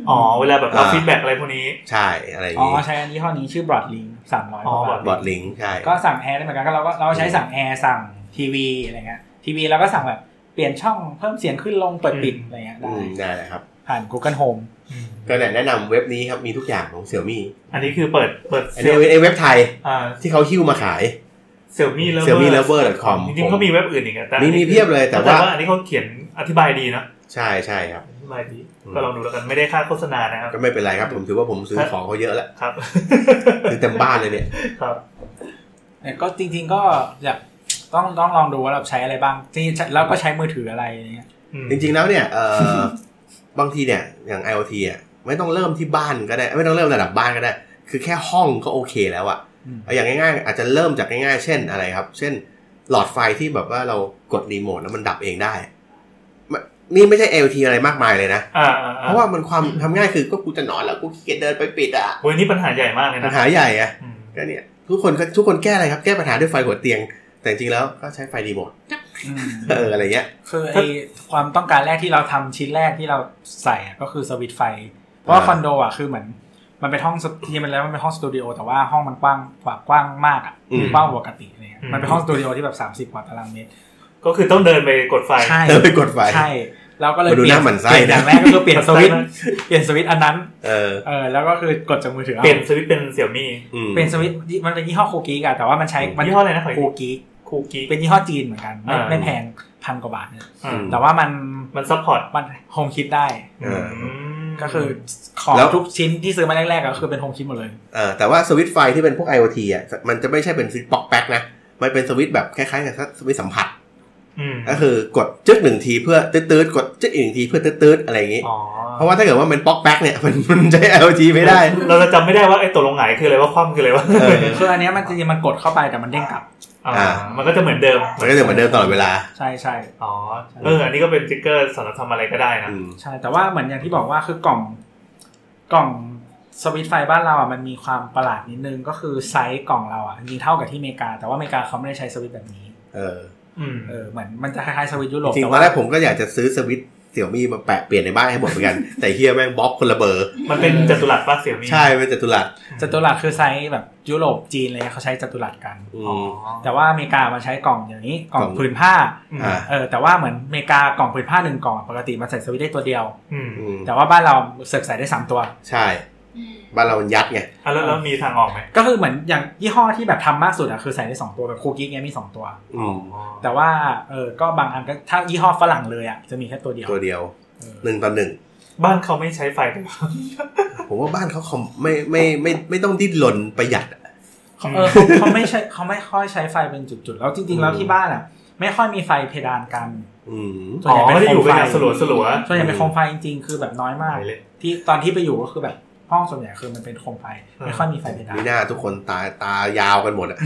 ม
อ๋อ เวลาแบบเรา
อ่า
ฟีดแบ็กอะไรพวกนี้
ใช่อะไรอย่าง
อ๋อ
งี้
ใช้อันยี่ห้อนี้ชื่อบรอดลิงสามร้อย
อ๋อ
บอดลิงใช่
ก็สั่งแอร์ได้เหมือนกันก็เราก็เราใช้สั่งแอร์สั่งทีวีอะไรเงี้ยทีวีเราก็สั่งแบบเปลี่ยนช่องเพิ่มเสียงขึ้นลงเปิดปิด
อืม
อะไรเงี้ย
อื
ได้
มได้เลยครับ
ผ่าน Google Home
อืม
ก็เนี่ยแนะนำเว็บนี้ครับมีทุกอย่างของเสี่ยมี่
อันนี้คือเปิดเปิด
อันนี้เป็นไอ้เว็บไทย
อ่า
ที่เขาหิ้วมาขาย
เซี่ยมี่เล
Xiaomi Lover com
จริงๆเขามีเว็บอื่นอีกอะแต่
มีมีเพียบเลยแต่ว่า
อันนี้เขาเขียนอธิบายดีเนอะ
ใช่ใช่ครับ
อธิบายดี
อืม
ก็ลองดูแล้วกันไม่ได้ค่าโฆษณานะครับ
ก็ไม่เป็นไรครับผมถือว่าผมซื้อของเขาเยอะแล้ว
ครับ
ซื้อเต็มบ้านเลยเนี่ย
ครับ
แต่ก็จริง ๆ ก็อยากต้องต้องลองดูว่าเราใช้อะไรบ้างจริงๆแล้วก็ใช้มือถืออะไรอะไรเงี้ย
อืม
จริงๆแล้วเนี่ยเอ่อ บางทีเนี่ยอย่าง IoT อ่ะไม่ต้องเริ่มที่บ้านก็ได้ ไม่ต้องเริ่มระดับบ้านก็ได้ คือแค่ห้องก็โอเคแล้วอะ
อืม
เอาอย่างง่ายๆ อาจจะเริ่มจากง่ายๆ เช่นอะไรครับ เช่นหลอดไฟที่แบบว่าเรากดรีโมทแล้วมันดับเองได้มันนี่ไม่ใช่ IoT อะไรมากมายเลยนะ
อ่าอ่
เพราะว่ามันความทำง่ายคือก็กูจะนอนแล้วกูขี้เกียจเดินไปปิดอ่ะ
โอ้ยนี่ปัญหาใหญ่มากเลย
ปั
นะ
ญหาใหญ่ไง
อืม
ก็เนี่ยทุกคนก็ทุกคนแก้อะไรครับแก้ปัญหาด้วยไฟหัวเตียง แต่จริงๆแล้วก็ใช้ไฟดีหมด
อืม
เอออะไรเงี้ย
คือไอความต้องการแรกที่เราทำชิ้นแรกที่เราใส่อะก็คือสวิตช์ไฟ เพราะว่า
อ่า
คอนโดอ่ะคือเหมือน มันเป็นห้องสตูจริงๆมันแล้วมันเป็นห้องสตูดิโอแต่ว่าห้องมันกว้างกว่ากว้างมากอ่ะ
อืม
กว้างกว่าปกติอะไรเลย
อืม
มันเป็นห้องสตูดิโอที่แบบ30กว่าตารางเมตร
ก็คือต้องเดินไปกดไฟ
ใช่
เออไปกดไฟ
ใช่เราก็เลย
มาดู
เปลี่ย
หน้าหมั่นไส้
เปลี่ยนอ
นะ
ย่างแรกก็คือเปลี่ยนสวิตช์เปลี่ยนสวิตช์อันนั้น
เออ
เออแล้วก็คือกดจากมือถืออา
เปลี่ยนสวิตช์เป็นเสี่ยมี่
อืม
เปลี่ยนสวิตช์มันเป็นยี่ห้อโคกิกอะแต่ว่ามันใช้มัน
ยี่ห้ออะไรนะขอ
โค
อีก
กิก
คูกิก
เป็นยี่ห้อจีนเหมือนกันไม่
อ่า
ไม่แพงพันกว่าบาทเนี่ย
อ่า
อืม
แต่ว่ามัน
มันซัพพอร์ต
มันโฮมคิดได้
เออ
ม
ก็คือของ
แล้ว
ทุกชิ้นที่ซื้อมาแรกๆก็คือเป็นโฮมคิดหมดเลย
เออแต่ว่าสวิตช์ไฟที่เป็นพวก IoT อ่ะมันจะไม่ใช่เป็นสวิตช์ปอกแป๊กนะมันเป็นสวิตช์แบบคล้ายๆกับสวิตช์สัมผัส
อืม
ก็คือกดจึ๊กหนึ่งทีเพื่อตืดๆกดจึ๊กอีกหนึ่งทีเพื่อตืดๆอะไรอย่างงี้
อ๋อ
เพราะว่าถ้าเกิดว่ามันปอกแป๊กเนี่ยมันมันใช้ IoT ไม่ได้
เราจะจำไม่ได้ว่าไอ้ตกลงไหนคืออะไรว่าคว่ำคืออะไรว่า
เออ
คืออันเนี้ยมันจริงๆมันกดเข้าไปแต่มันเด้งกลับ
อ่า
อ่า
มันก็จะเหมือนเดิม
มันก็จะเหมือนเดิมตลอดเวลา
ใช่ใช่
อ๋อเอออันนี้ก็เป็นสติ๊กเกอร์สำหรับทำอะไรก็ได้นะ
อืม
ใช่ แต่ว่าเหมือนอย่างที่บอกว่าคือกล่องกล่องสวิตช์ไฟบ้านเราอ่ะมันมีความประหลาดนิดนึงก็คือไซส์กล่องเราอ่ะจริงๆเท่ากับที่อเมริกา แต่ว่าอเมริกาเขาไม่ได้ใช้สวิตช์แบบนี้
เออ
อืม
เออเหมือนมันจะคล้ายๆสวิตช์ยุโรป
จริง
แต่
ๆตอ
ว่าน
แรกผมก็อยากจะซื้อสวิตเสี่ยมี่มาแปะเปลี่ยนในบ้านให้หมดเหมือนกัน แต่เฮียแม่งบล็อกคนละเบอร์
มันเป็นจัตุรัสป่ะเสี่ยมี่
ใช่เป็นจัตุรัส
จัตุรัสคือไซส์แบบยุโรปจีนอะไรเลยเขาใช้จัตุรัสกัน
อื
อ๋อ
ม
แต่ว่าอเมริกามันใช้กล่องอย่างนี้กล่อง
กล่อง
ผืนผ้า
ม
อ่า
เออแต่ว่าเหมือนอเมริกากล่องผืนผ้าหนึ่งกล่องปกติมันใส่สวิตช์ได้ตัวเดียว
อืม
อืม
แต่ว่าบ้านเราเสอกใส่ได้สามตัว
ใช่บ้านเรามันยัดไง
อ่ะแล้วแล้วมีทางออกไหม
ก็คือเหมือนอย่างยี่ห้อที่แบบทำมากสุดอะคือใส่ได้สองตัวแบบคูกิ๊กเนี่ยมีสองตัว
อืม
แต่ว่าเออก็บางอันก็ถ้ายี่ห้อฝรั่งเลยอะจะมีแค่ตัวเดียว
ตัวเดียว
เออ
หนึ่งต่อหนึ่ง
บ้านเขาไม่ใช้ไฟกัน
ผมว่าบ้านเขาคอมไม่ไม่ไม่ไม่ต้องดิ้นรนประหยัดอะ
เขาเออ เขาเขาไม่ใช่เขาไม่ค่อยใช้ไฟเป็นจุดๆ แล้วจริงๆแล้ว
อืม
ที่บ้านอะไม่ค่อยมีไฟเพดานกัน
อืม
ส่วนใหญ่
อ๋อไม่
เป็น
ได้
โค
อยู่
มไฟ
กันแบบสลัวๆ
ส่วนใหญ่เป็นโคมไฟจริงๆคือแบบน้อยมาก
ไปเลย
ที่ตอนที่ไปอยู่ก็คือแบบห้องส่วนใหญ่คือมันเป็นโคมไฟไม่ค่อยมีไฟเพดาน
มีหน้าทุกคนตาตายาวกันหมดอะ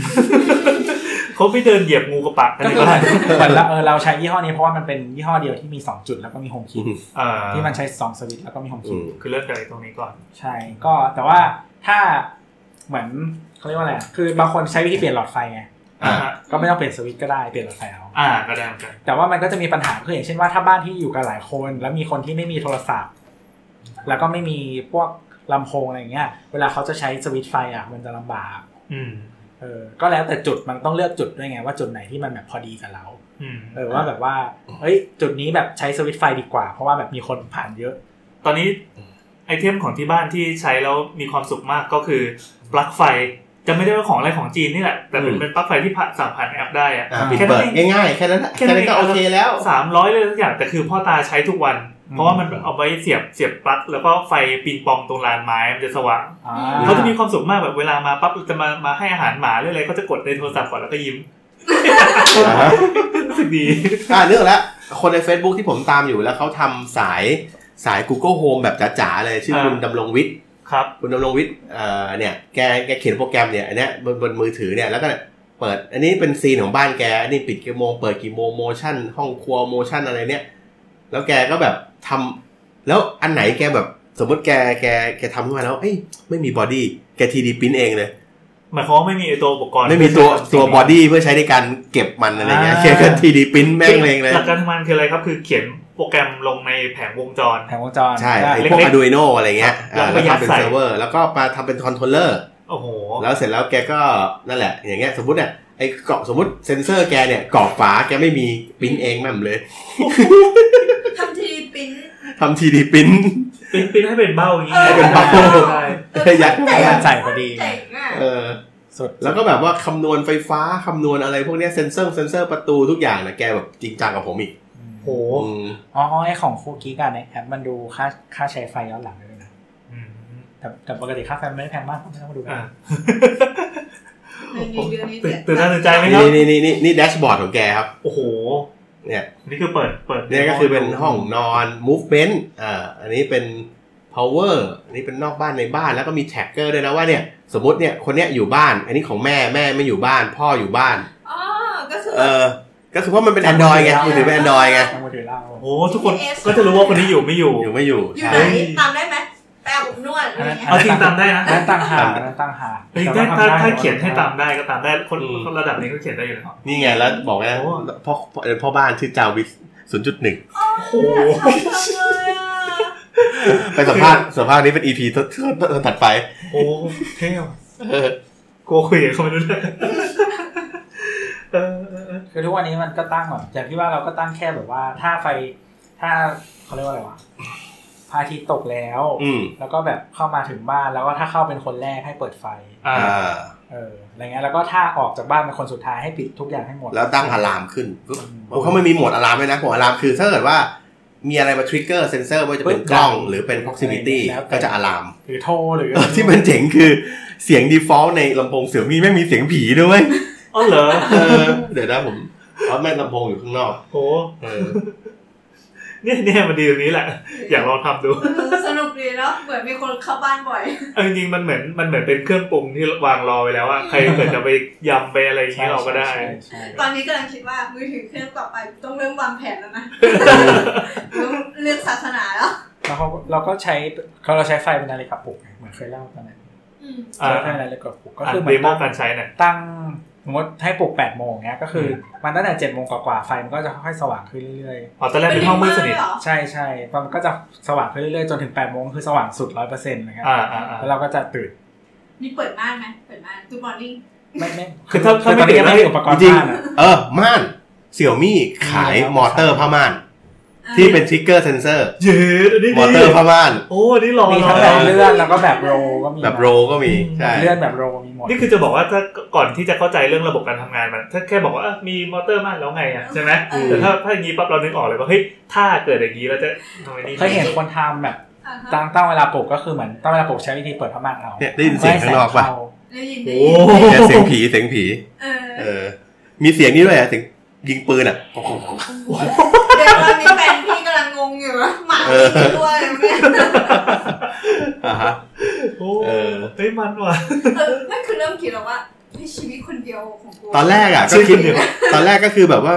เขาไปเดินเหยียบงูกระปะกัน
ก็
ใน
คือเห
บ้าน
มื อนเหมือนเราเออเราใช้ยี่ห้อนี้เพราะว่ามันเป็นยี่ห้อเดียวที่มี 2 จุดแล้วก็มีโฮมคิด
อืม
อ่า
ที่มันใช้ 2 สวิตช์แล้วก็มีโฮมคิ
อื
ด
ม
คือเลือกจากไอ้ตรงนี้ก่อน
ใช่ก็แต่ว่าถ้าเหมือนเขาเรียกว่าอะไรอะคือบางคนใช้วิธีเปลี่ยนหลอดไฟไง
อ่า
ก็ไม่ต้องเปลี่ยนสวิตช์ก็ได้เปลี่ยนหลอดไฟเอา
อ่าก็ได้เหมือนกัน
แต่ว่ามันก็จะมีปัญหาคืออย่างเช่นว่าถ้าบ้านที่อยู่กันหลายคน แล้วมีคนที่ไม่มีโทรศัพท์ แล้วก็ไม่มีพวกลำโพงอะไรอย่างเงี้ยเวลาเขาจะใช้สวิตช์ไฟอ่ะมันจะลำบาก
อืม
เออก็แล้วแต่จุดมันต้องเลือกจุดด้วยไงว่าจุดไหนที่มันแบบพอดีกับเรา
อืม
เออว่าแบบว่าเอ้ย จุดนี้แบบใช้สวิตช์ไฟดีกว่า เพราะว่าแบบมีคนผ่านเยอะ
ตอนนี้ไอเทมของที่บ้านที่ใช้แล้วมีความสุขมากก็คือปลั๊กไฟจะไม่ได้ว่าของอะไรของจีนนี่แหละ แต่เป็น
อืม
เป็นปลั๊กไฟที่ผ่านสั่งผ่านแอปได้อะ
อ่าปิด
แค่นั้
เปิ
น
ด
เอง
ง่ายๆ แค่นั้นแหละ
แค่
แค่
นั้
นั้น นก็
เอง
โอเคแล้ว
สามร้อยเลยทุกอย่างแต่คือพ่อตาใช้ทุกวัน
อืม
เพราะว่ามันเอาไว้เสียบเสียบปลั๊กแล้วก็ไฟปิงปองตรงลานไม้มันจะสว่าง
อ่า
เขาจะมีความสุขมากแบบเวลามาปั๊บจะมามาให้อาหารหมาหรืออะไรเขาจะกดในโทรศัพท์ก่อนแล้วก็ยิ้ม
อ่าฮะ
รู้สึกดี
อ่าเรื่องละคนใน Facebook ที่ผมตามอยู่แล้วเขาทำสายสาย Google Home แบบจ๋าๆเลยชื่ออา คุณดำรงวิทย์
ครับ
คุณดำรงวิทย์เอ่อเนี่ยแกแกเขียนโปรแกรมเนี่ยอันเนี้ยบนบนมือถือเนี่ยแล้วก็เปิด อันนี้เป็นซีนของบ้านแกอันนี้ปิดกี่โมงเปิดกี่โมงโมชั่น ห้องครัวโมชั่นอะไรเนี่ย แล้วแกก็แบบทำแล้วอันไหนแกแบบสมมติแกแกแกทำขึ้นมาแล้วเอ้ยไม่มีบอดี้แกทีดีพิมพ์เองเลย
หมายความว่าไม่มีไอ้ตัวอุปกรณ์
ไม่มีตัวตัวบอดี้เพื่อใช้ในการเก็บมันอะไรเงี้ยแค่ก็ทีดีพิมพ์แม่งเองเลย
หลักการทำงานคืออะไรครับ คือเขียนโปรแกรมลงในแผงวงจร
แผงวงจร
ใช่
ได้
ไอพวก
เล็กๆ
Arduino อะไรเงี้ยอ่า
แล้
แล้ว ว
ก็ยัด
ทำเป็น
ใส่
เซิร์ฟเวอร์แล้วก็มาทำเป็นคอนโทรลเลอร์
โอ้โห
แล้วเสร็จแล้วแกก็นั่นแหละ อย่างเงี้ยสมมติเนี่ยไอ้กรอบสมมติเซนเซอร์แกเนี่ยกรอบฝาแกไม่มีปริ้นเองแม่มเลย
ทำทีปิ้น
ทำทีดีปริ้น
ปิ้นปิ้นให้เป็นเบ้าอย่างนี้
ให้เป็นเบ้า
ใช่
ยัดเข้าไป
งานใส่พอดี
เจ๋งอ่ะ
เออ
สุด
แล้วก็แบบว่าคำนวณไฟฟ้าคำนวณอะไรพวกเนี้ยเซนเซอร์เซนเซอร์ประตูทุกอย่างนะแกแบบจริงจังกับผมอีก
โอ้โห
อืม
อ๋อไอของคู่กิ๊กอะในแอปมันดูค่าค่าใช้ไฟย้อนหลังด้วยนะ
อืม
แต่แต่ปกติค่าไฟมันไม่ได้แพงมากไม่ต้องมาดูกั
อ่ะ
น
ในเดือนนี้
ตื่
เจ็
น
ด
ตื่นตาตื่นใจไหมครับ
นี่นี่นี่นี่นี่แดชบอร์ดของแกครับ
โอ้โห
เนี่ย
นี่คือเปิดเปิด
เนี่ยก็คือเป็นห้องนอน movement อ่า อันนี้เป็น power อันนี้เป็นนอกบ้านในบ้านแล้วก็มีแท็กเกอร์ด้วยนะว่าเนี่ย สมมติเนี่ยคนเนี้ยอยู่บ้าน อันนี้ของแม่แม่ไม่อยู่บ้าน พ่ออยู่บ้าน
อ๋อก็คือ
เออ ก็คือเพราะมันเป็น Android ไงมือถือเป็น Android ไง
ทางมือถือเรา
โอ้โหทุกคนก็จะรู้ว่าคนนี้อยู่ไม่อยู่
อยู่ไม่อยู่
อยู่
ใช่
ไหนตามได้ไหม แปลผมนวดอะไรเงี้ย
เอาจริงตามได้นะ
นั่นต่างหากนั่นต่างหาก
เฮ้ย
แต่
ถ้า
ว่ทำ
ถ้า
ได้
ถ้าเขียนให้ตามได้ก็ตามได้คน
อืม
คนระดับนี้ก็เขียนได้อยู่แล้ว
นี่ไงแล้วบอกไงพ่อพ่อพ่อบ้านชื่อจาวิสศูนย์จุดหนึ่ง
โอ้โห
ชอบจังเลยอ่ะ
ไปสัมภาษณ์สัมภาษณ์นี้เป็นอีพีถัดไป
โอ้โหเท่ว่ะ
เออ
กูคุยกับเขาไม่รู้เรื่องเออเออเออ
คือทุกวันนี้มันก็ตั้งแบบอย่างที่ว่าเราก็ตั้งแค่แบบว่า ถ้าไฟถ้าเขาเรียกว่าอะไรวะพระอาทิตย์ตกแล้ว
อืม
แล้วก็แบบเข้ามาถึงบ้านแล้วก็ถ้าเข้าเป็นคนแรกให้เปิดไฟ
อ่า
อ่า
เอออะไรเงี้ยแล้วก็ถ้าออกจากบ้านเป็นคนสุดท้ายให้ปิดทุกอย่างให้หมด
แล้วตั้งอะลามขึ้นปุ๊บ
อืม
เขาไม่มีโหมดอะลามเลยนะโหมดอะลามคือถ้าเกิดว่า มีอะไรมาทริกเกอร์เซนเซอร์ว่าจะเป็น
ปึ๊บ
กล้อง
ดัง
หรือเป็น proximity
แล้วแต่
ก็จะอะลาม
หรือโทรหรือ
ที่มันเจ๋งคือเสียง default ในลำโพงเสี่ยมี่แม่งมีเสียงผีด้วย
อ๋อเหรอ
เออเดี๋ยวนะผมเพราะแม่งลำโพงอยู่ข้างนอก
โอ้
เออ
เนี่ยเนี่ยมันดีตรงนี้แหละ อยากลองทำดู
เออสนุกดีเนาะเหมือนมีคนเข้าบ้านบ่อย
เออจริงๆมันเหมือนมันเหมือนเป็นเครื่องปรุงที่วางรอไว้แล้วอะใครเกิดจะไปยำไปอะไรอย่างนี้เราก็ได้
ใช่ใช่
ต
ใช่
อนนี้กำลังคิดว่ามือถือเครื่องต่อไปต้องเริ่มวางแผนแล้วนะต้องเลือกศาสนาแล้ว
แล้วเขาเราก็ใช้เขาเราใช้ไฟเป็นนาฬิกาปลุกไงเหมือนเคยเล่าตอนนั้น
อืม
อ่า
ใช้ไฟเป็นนาฬิกาปลุกก็
อ่ะ
คือเหมื
เด
อน
โม
ตั้ง
การใช้เนี่ย
ตั้งสมมติให้ปลุกแปดโมงเนี้ยก็คืออ
ม
มันตั้งแต่เจ็ดโมงกว่าๆไฟมันก็จะค่อยๆสว่างขึ้นเรื่อย
อ๋อตอนแรกเป็นห้องมืดสนิท
เหรอ
ๆ ใช่ใช่มันก็จะสว่างขึ้นเรื่อยๆจนถึงแปดโมงคือสว่างสุดร้อยเปอร์เซ็นต์นะครับ
อ่าอ่าอ่า
แล้วเราก็จะตื่น
นี่เปิดม่านไหมเปิดม่านทุกมอร์นิ่ง
ไม่ไม่
คือถ้าถ้า
ตอน
ไม่
นี้ยังไม่
ตื่น
มีอุปกรณ์
จริง
บ้านอะ
ๆเออ ม่านเสี่ยมี่ขายมอเตอร์ผ้าม่าน
ออ
ที่เป็นทริกเกอร์เซนเซอร์
เย้อันนี้
มอ
ดี
เตอร์ผ้าม่าน
โอ้อันนี่รอ
มี
รอ
ทั้งแบบเลื่อนแล้วก็แบบโรลก็มี
แบบโรก็มีใช่
เลื่อนแบบโรลมีหมด
นี่คือจะบอกว่าถ้าก่อนที่จะเข้าใจเรื่องระบบการทำงานมัน ถ้าแค่บอกว่าเอ้อมีมอเตอร์มากแล้วไงอะใช่ไหม
อืม
แต่ถ้าถ้าอย่างนี้ปั๊บเรานึกออกเลยว่าเฮ้ยถ้าเกิดอย่างนี้เราจะทำไงดี
เคยเห็นคนทำแบบ
อ่าฮะ
ตั้งตั้งเวลาปลุกก็คือเหมือนตั้งเวลาปลุกใช้วิธีเปิดผ้าม่านเอา
เนี่ยได้ยินเสียงข้างนอกปะ
ได้ยินได้
โอ้
ยิน
เนี่ยเสียงผีเสียงผี
เออ
เออ มีเสียงนี้ด้วยอะเสียงยิงปืนอ่ะ
เดี๋ยวตอนนี้แฟนพี่กำลังงงอยู่ว่าหมากี่ตัวเลยเนี่ย
อ่าฮะ
โอ้
เออ
เฮ้ยมันว่ะ
เออนั่นคือเริ่มคิดแล้วว่าเฮ้ยชีวิตคนเดียวของกู
ตอนแรกอ่ะก็
ชื่อ
คิด
คนเดียว
ตอนแรกก็คือแบบว่า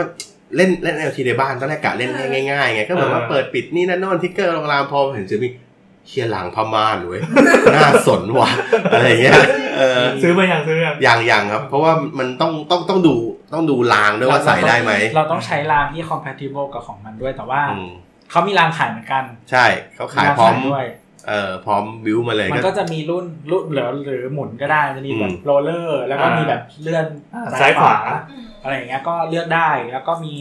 เล่นเล่นเอลทีในบ้านตอนแรกกะเล่นง่ายๆไงก็แบบว่า
เออ
เปิดปิดนี่นั่นโน่นทิกเกอร์ลงรามพอเห็นจะมีเชียหลังพม่านเว้ย น่าสนว่ะอะไรอย่างเงี้ยเออ
ซื้อมาอย่างซื้อมาอย่าง
อย่างอย่างครับ เพราะว่ามันต้องต้องต้องดูต้องดูรางด้วยว่าใส่ได้ไหม
เราต้องใช้รางที่ compatible กับของมันด้วยแต่ว่า
อืม
เขามีรางขายเหมือนกัน
ใช่เขาขายพร้อม
งด้วย
เอ่อพร้อมบิวมาเลย
มัน
ก็
ก็จะมีรุ่นรุ่นหรือหรือหมุนก็ได้จะมีแบ
อื
บ
ม
โรลเลอร์ แล้วก็มีแบบเลื่อน
ซ้ายขวา
อืม
อะไรอย่างเงี้ยก็เลือกได้แล้วก็มี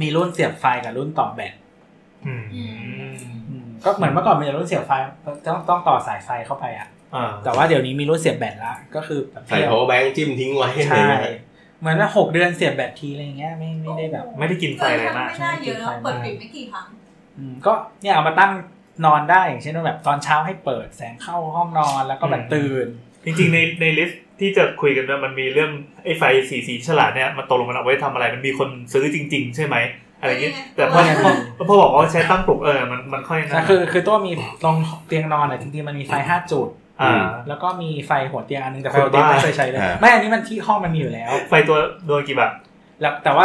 มีรุ่นเสียบไฟกับรุ่นต่อแบต
อืม
อืมก็เหมือนเมื่อก่อนมีรุ่นเสียบไฟต้องต้องต่อสายไฟเข้าไปอ่ะ
อ่า
แต่ว่าเดี๋ยวนี้มีรุ่นเสียบแบตละก็คือแบบ
ใส่โพแบงค์จิ้มทิ้งไว้อะไร
ใช่
เงี้ย
เหมือนว่าหกเดือนเสียบแบตทีอะไรอย่างเงี้ยไม่ไม่ได้แบบ
ไม่ได้กินไฟ
เออ
อะ
ทำ
ไรมาก
ไม่ได้เยอะแล้วเปิดปิดไม่กี่ครั้ง
อืมก็เนี่ยเอามาตั้งนอนได้อย่างเช่นว่าแบบตอนเช้าให้เปิดแสงเข้าห้องนอนแล้วก็แบบตื่น
จริงๆในในลิสต์ที่จะคุยกันเนี่ยมันมีเรื่องไอ้ไฟสีสีฉลาดเนี่ยมันตกลงมันเอาไว้ทำอะไรมันมีคนซื้อจริง ๆ ใช่ไหมอะไรอย่างเงี้ยแต่พอ
ไม่ได้
พอพอบอกว่าใช้ตั้งปลุกเออมันมันค่อย
แต่
นะ
คือคือตัวมีตรงเตียงนอนอ่ะจริงๆมันมีไฟห้าจุด
อ่า
แล้วก็มีไฟหัวเตียงอันนึงแต่ไฟหัวเตียงไม่เคยใช้เลยไม่อันนี้มันที่ห้องมันมีอยู่แล้ว
ไฟตัวโดนกี่บาท
แล้วแต่ว่า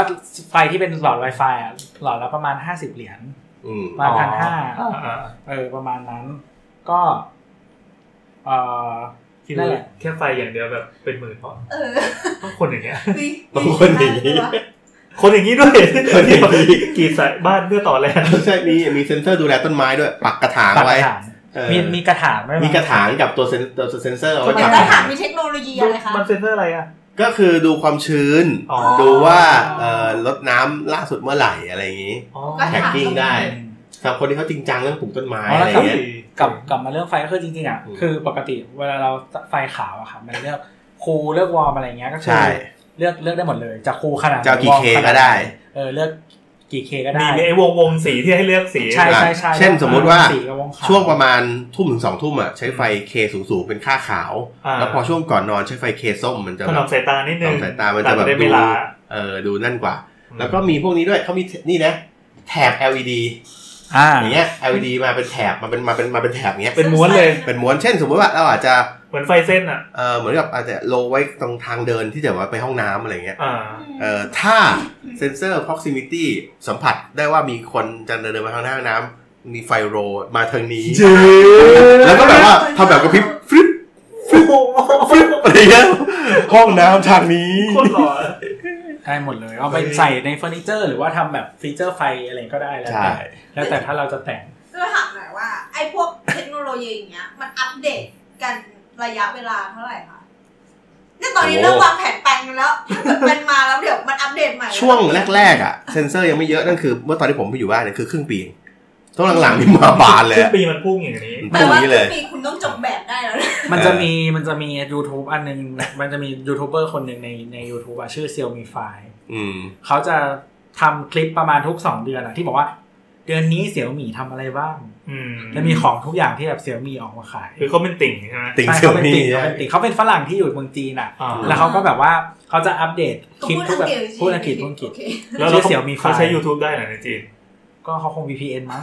ไฟที่เป็นหลอด Wi-Fi อ่ะหลอดละประมาณห้าสิบเหรียญ
อืม
ประมาณพันห้า
อ่าอ่า
เออประมาณนั้นก็ เออ
คิด
นั่
ว่าน
แหละ
แค่ไฟอย่างเดียวแบบเป็นหมื่นเพราะ
เออ
ต้องคนอย่างเงี้ย
มี
บางคนหนี
คนอย่างนี้ด้วย
คนอย่างนี้
กรีดสาย บ้านเพื่อต่อแรง
ใช่มีมีเซนเซอร์ดูแลต้นไม้ด้วย ปักกระถาง
ตัด
ไว้
กระถาง
เออ
มีมีกระถางด้วยมั้ย
มีกระถางกับตัวเซนตัวเซนเซอร์เอาไว้
เดี๋ย
จั
ว
บ
จะถามมีเทคโนโลยีอะไรคะ
มันเซ็นเซอร์อะไรอ่ะ
ก็คือดูความชื้น
อ๋อ
ดูว่าเอ่อลดน้ำล่าสุดเมื่อไหร่อะไรอย่างนี้
อ๋อ
แฮกกิ้งได้
อืม
สำหรับคนที่เขาจริงจังเรื่องปลูกต้นไม้
อ๋อ
อะ
แล้ว
ไร
เฮ้ย
เงี้ย
กลับกลับมาเรื่องไฟก็คือจริงๆอ่ะ
อืม
คือปกติเวลาเราไฟขาวอะค่ะมันเลือกคูลเลือกวอร์มอะไรเงี้ยก็คื
ใช่
เลือกเลือกได้หมดเลย จะคูลขนาดไหน
จะเอากี่
วอร์ม
K
ขนา
ก็ได้
เออเลือกกี่เคก็ได้
มีมีไอ้วงวงสีที่ให้เลือกสี
ใช่ใช่ใช่
เช่นสมมุติว่า
สีกับวงขาว
ช่วงประมาณทุ่มถึงสองทุ่มอ่ะใช้ไฟ K สูงๆเป็นค่าขาว
า
แล้วพอช่วงก่อนนอนใช้ไฟ K ส้มมันจะ
ถ
แบ
นอบ มสายตานิดนึง
มสายตามันจะแบบ
ได้
ดู
เวลา
เออดูนั่นกว่า แล้วก็มีพวกนี้ด้วยเขามีนี่นะแถบ LED
อ่า
อย่างเงี้ย LED มาเป็นแถบมาเป็นมาเป็นมาเป็นแถบเงี้ย
เป็นม้วนเลย
เป็นม้วนเช่น สมมติว่าเราอาจจะ
เหมือนไฟเส้นอ่ะ
เออเหมือนกับอาจจะโลไว้ตรงทางเดินที่จะว่าไปห้องน้ำอะไรเงี้ย
อ่า
เออถ้าเซนเซอร์ proximity สัมผัสได้ว่ามีคนจะเดินไปทางหน้าห้องน้ำ มีไฟโรมาทางนี้
เจ๊
แล้วก็แบบว่าทำแบบกระพริบฟลิป
โอ้โห
อะไรเงี้ยห้องน้ำทางนี้
โคนหล่อ
ได้หมดเลย เอาไปใส่ในเฟอร์นิเจอร์ หรือว่าทำแบบฟีเจอร์ไฟอะไรก็ได้แล้ว
ใช่
แต่แล้วแต่ถ้าเราจะแต่ง
จะถามหน่อยว่า ไอ้พวกเทคโนโลยีอย่างเงี้ย มันอัปเดตกันระยะเวลาเท่าไหร่คะเนี่ยตอนนี้เริ่มวางแผนแปลงกันแล้วถ้าเกิดมันมาแล้วเดี๋ยวมันอัปเดตใหม่
ช่วงแรกๆอ่ะเซนเซอร์ยังไม่เยอะนั่นคือเมื่อตอนที่ผมไปอยู่บ้านเนี่ยคือครึ่งปีเองช่วงหลังๆนี่มาบานเลย
ขึ้น
อะ
ปีมันพุ่งอย่างนี้
มัน
แปล
พุ่งอ
ว่า
ย่างนี้เลย
ปีคุณต้องจบแบบได้แล้วนะ
มันจะมีมันจะมี YouTube อันหนึง มันจะมียูทูบเบอร์คนหนึ่งในใน YouTube อะชื่อเซียวมีไฟ
อืม
เขาจะทำคลิปประมาณทุก 2 เดือนอะที่บอกว่า เดือนนี้เสี่ยวหมีทำอะไรบ้าง
อืม
จะมีของทุกอย่างที่แบบเสี่ยวหมีออกมาขาย
คือเขาเป็นติ่งใช่ไหม
ติ่ง
ใช่
เสี่ยว
เขาเป็น
มี่
ติ่งเขาเป็นติ่งเขาเป็นฝรั่งที่อยู่เมืองจีนอ่ะ
อ่า
แล้วเขาก็แบบว่าเขาจะอัปเดตคลิปทุ
พูด
กแบ
อั
บ
งกฤษ
พูดอังกฤษพูดอังกฤษ
โอเค
แล้วเรา
ชื่อเสี่ยวมีไฟ
เขาใช้ YouTube ได้เหรอในจีน
ก็เขาคง VPN มั้ง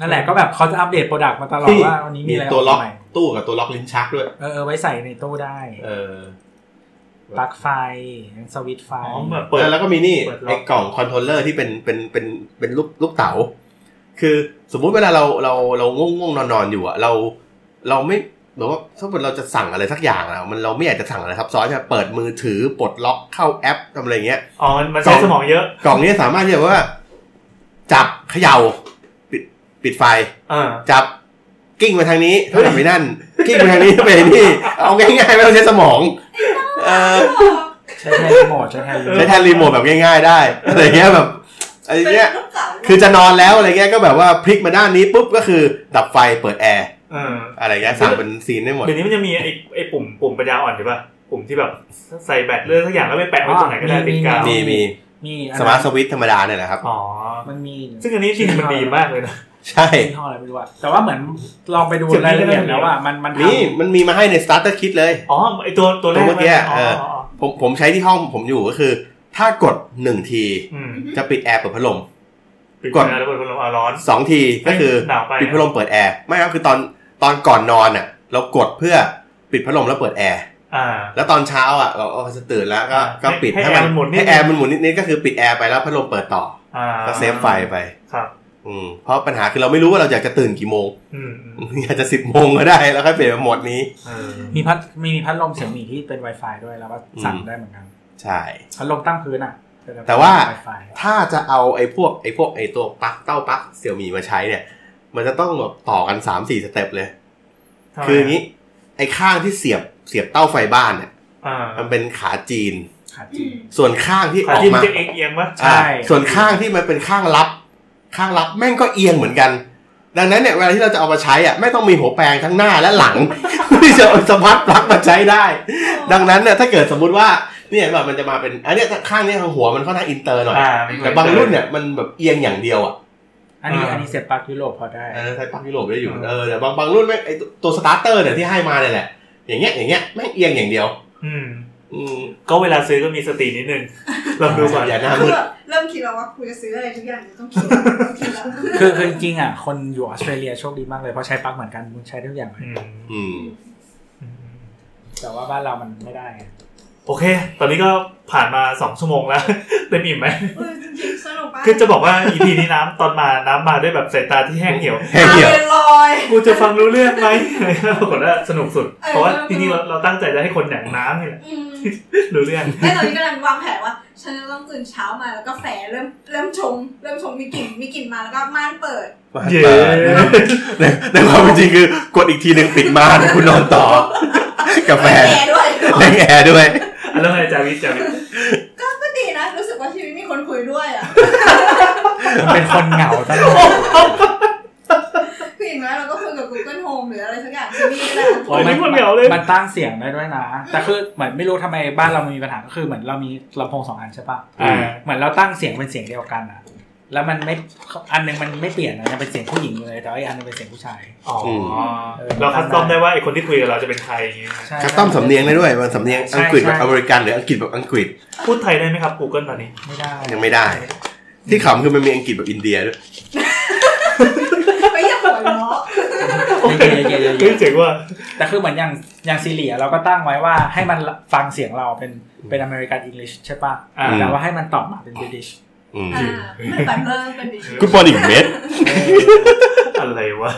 นั่นแหละก็แบบเขาจะอัปเดตโปรดักต์มาตลอด
ที่
ว่าวันนี้มี
มี
อะไร
ตัวล็อก
ใหม่
ตู้กับตัวล็อกลิ้นชักด้วย
เออเออไว้ใส่ในตู้ได้
เออ
ปลั๊กไฟสวิตช์ไฟ
อ๋อแบบเปิด
แล้วก็มีนี่
เปิดล็อก
ไอ้กล่องคอนโทรลเลอร์ที่เป็นเป็นเป็นเป็นลูกลูกเต๋า คือสมมุติเวลาเราเราเราง่วงง่วงนอนนอนอยู่อะเราเราไม่แบบว่าถ้าเกิดเราจะสั่งอะไรสักอย่างอะมันเราไม่อยากจะสั่งอะไรซับซ้อนใช่ไหมเปิดมือถือปลดล็อกเข้าแอปทำอะไรอย่างเงี้ย
อ๋อ มันใช้สมองเยอะ
กล่องนี้สามารถที่จะว่า จับเขย่าปิดปิดไฟ
อ่า
จับกิ้งไปทางนี้จับไปนั่น กิ้งไปทางนี้ไปนี่ เอาง่ายๆไม่ต้องใช้สมอง เออ
ใช้แทนรีโมทใช้แทนรีโม
ใช้
ท
แทนรีโมทแบบง่าย ๆ ได้อะไรเงี้ยแบบไอ้
เป็น
เงี้ย
ลูกเต๋า
คือจะนอนแล้วอะไรเงี้ยก็แบบว่าพลิกมาด้านนี้ปุ๊บก็คือดับไฟเปิดแอร์
เออ
อะไรเงี้ยสั่งเป็นซีนได้หมด
เดี๋ยวนี้มันจะมีไอ้ไอ้ปุ่มปุ่มปัญญาอ่อนใช่ป่ะ ปุ่มที่แบบใส่แบตเลื่อนสักอย่างแล้วไปแปะไว้ตรงไหนก็ได้ติดกาว
มีมี
มี
สมาร์ทสวิตช์ธรรมดาเนี่ยแหละครับ
อ๋อ
มันมี
ซึ่งอันนี้จริงๆมันดีมากเลยนะ
ใช่
ยี่ห้ออะไรไม่รู้อะแต่ว่าเหมือนลองไปดูรายละเอียดแล้วอะมันมันทำ
นี่มันมีมาให้ในสตาร์เตอร์คิดเลย
อ๋อ ไอตัวตัวแรก
ตัวเมื่อกี้อะ
อ๋อ
เออ
อ๋ออ๋อ
ผมผมใช้ที่ห้องผมอยู่ก็คือ ถ้ากดหนึ่งที
อืม
จะปิดแอร์เปิดพัดลม
ปิด
ก
ก
ด
ดแล้วเปิดพัดลมอ่ะร้อน
สองทีก็คือ
หนาวไป
ปิดพัดลมเปิดแอร์ไม่ครับคือตอนตอนก่อนนอนอ่ะ เรากดเพื่อปิดพัดลมแล้วเปิดแอร์
อ่า
แล้วตอนเช้าอ่ะเราเราจะตื่นแล้วก็
ให้
ก็ปิด
ให้แอร์มันหมุนนิด
ให้แอร์มันหมุนนิดๆก็คือปิดแอร์ไปแล้วพัดลมเปิดต่อ
อ่า
อก็เซฟไฟไป
ครับ
อืมเพราะปัญหาคือเราไม่รู้ว่าเราอยากจะตื่นกี่โมง
อืมอืม
อยากจะสิบโมงก็ได้แล้วค่อยเปลี่ยนโหมดนี้
เออ
มีพัดมีพัดลมเสียงหมีที่เป็น Wi-Fi ด้วยแล้วก็สั่ง
อืม
ได้เหมือนกัน
ใช่
พัดลมตั้งพื้นอ่ะเป็นบบ
แต่ว่า
Wi-Fi
ถ้าจะเอาไอ้พวกไอ้พวกไอ้ตัวปลั๊กเต้าปลั๊กเสี่ยมีมาใช้เนี่ย มันจะต้องแบบต่อกันสามสี่สเต็ปเลย คืออย่างนี้ไอ้ข้างที่เสียบเสียบเต้าไฟบ้านเนี่ย
อ่า
มันเป็นขาจีน
ขาจีน
ส่วนข้างที่อ
ขา
อก
ที่มั
มาน
จะเอียงๆปะ
ใช่
อ่าส่วนข้างที่มันเป็นข้างรับ ข้างรับแม่งก็เอียงเหมือนกัน ดังนั้นเนี่ยเวลาที่เราจะเอามาใช้อ่ะไม่ต้องมีหัวแปลงทั้งหน้าและหลัง ที่จะเอาสมาร์ทปลั๊กมาใช้ได้ ดังนั้นเนี่ยถ้าเกิดสมมุติว่าเนี่ยแบบมันจะมาเป็นอันเนี้ยข้างเนี้ยทางหัวมันค่อนข้างอินเตอร์หน่อย
อ่ามี
แต่บางรุ่นเนี่ยมันแบบเอียงอย่างเดียวอ่ะ
อันนี้
อ่า
อันนี้เสียบปลั๊กยุโรปพอได้
อันนั้นใช้ปลั๊กยุโรปได้อยู่เออแต่บางบางรุ่นแม่งไอตัวตัวสตาร์เตอร์เนี่ยที่ให้มาเนี่ยแหละ อย่างเงี้ยอย่างเงี้ยแม่งเอียงอย่างเดียว
อืม
อืม
ก็เวลาซื้อก็มีสตินิดนึงลองดูก่อน
อย่าหน้า
คื
มื
อ
ด
แบบเริ่มคิดแล้วว่ากูจะซื้ออะไรทุกอย่างต้องคิดต้องคิดแล้ว
คือคือจริงๆอ่ะคนอยู่ออสเตรเลียโชคดีมากเลยเพราะใช้ปลั๊กเหมือนกันคุณใช้ทุกอย่างเลย
อืม
อืม
แต่ว่าบ้านเรามันไม่ได้ไง
โอเค ตอนนี้ก็ผ่านมาสองชั่วโมงแล้ว เต็มอิ่มไหม
เออจริงๆสนุกมาก
คือจะบอกว่า EP นี้น้ำตอนมาน้ำมาด้วยแบบสายตาที่แห้งเหี่ยว
แห้งเหี่ยว
ตาป็นรอย
กูจะฟังรู้เรื่องไหม ปรากฏว่าสนุกสุด เพราะว่าจริงๆเราเราตั้งใจจะให้คนอย่างน้ำนี่แหละ
อืม
รู้เรื่อง
แล้วตอนนี้กำลังวางแผนว่า ฉันจะต้องตื่นเช้ามาแล้วก็แฝเริ่มเริ่มชง เริ่มชงมีกลิ่นมีกลิ่นมาแล้วก็ม่านเปิด
เย้
ในในความเป็นจริงคือกดอีกทีหนึ่งปิดม่านคุณนอนต่อ กาแฟ
แอร์ด้วย
เล่นแอร์ด้วย
อ่ะแล้วไงจาวิทจาวิท
ก็ดีนะ รู้สึกว่าชีวิตมีคนคุยด้วยอ่ะ
มันเป็นคนเหงาตั้ง
คืออย่างน้อยเราก็คุยกับ Google Home หรืออะไรสักอย่างที่นี่ก็ได้
โอ้ยไม่คนเหงาเลย
มันตั้งเสียงได้ด้วยนะ แต่คือเหมือนไม่รู้ทำไมบ้านเรามีปัญหาก็คือเหมือนเรามีลำโพงสองอันใช่ปะ
อ่า
เหมือนเราตั้งเสียงเป็นเสียงเดียวกันอ่ะ แล้วมันไม่อันหนึงมันไม่เปลี่ยนนะยังเป็นเสียงผู้หญิงอยู่เลยแต่ว่าอีกอันหนึงเป็นเสียงผู้ชาย
อ๋ออ
ม
เราคัดตอมได้ว่าไอคนที่คุยกับเราจะเป็นใครอย่างเงี้ย
ใช่
คัสตอมสำเนียงได้ด้วยมันสำเนียง
ใช่
อังกฤษแบบ
ใช่
อเมริกันหรืออังกฤษแบบอังกฤษ
พูดไทยได้ไหมครับ Google ตอนนี้
ไม่ได้
ยังไม่ได้ ที่ขำคือมันมีอังกฤษแบบอินเดียด้วย
ไม่อยากหัวเราะ
โอเค
เยอะๆเยอะๆเยอะๆ
เฮ้ยเจ๋งว่ะ
แต่คือเหมือนอย่างอย่างซีเรียเราก็ตั้งไว้ว่าให้มันฟังเสียงเราเป็นเป็นอเมริกันอังกฤษใช่ปะ
อ่า
แต่ว่าให้มันตอบมาเป็นบริ i ิช
อืม
อ่าไม่แบบเออเป็นดิจิ
กูปอนอีกเม็ด
อะไรวะ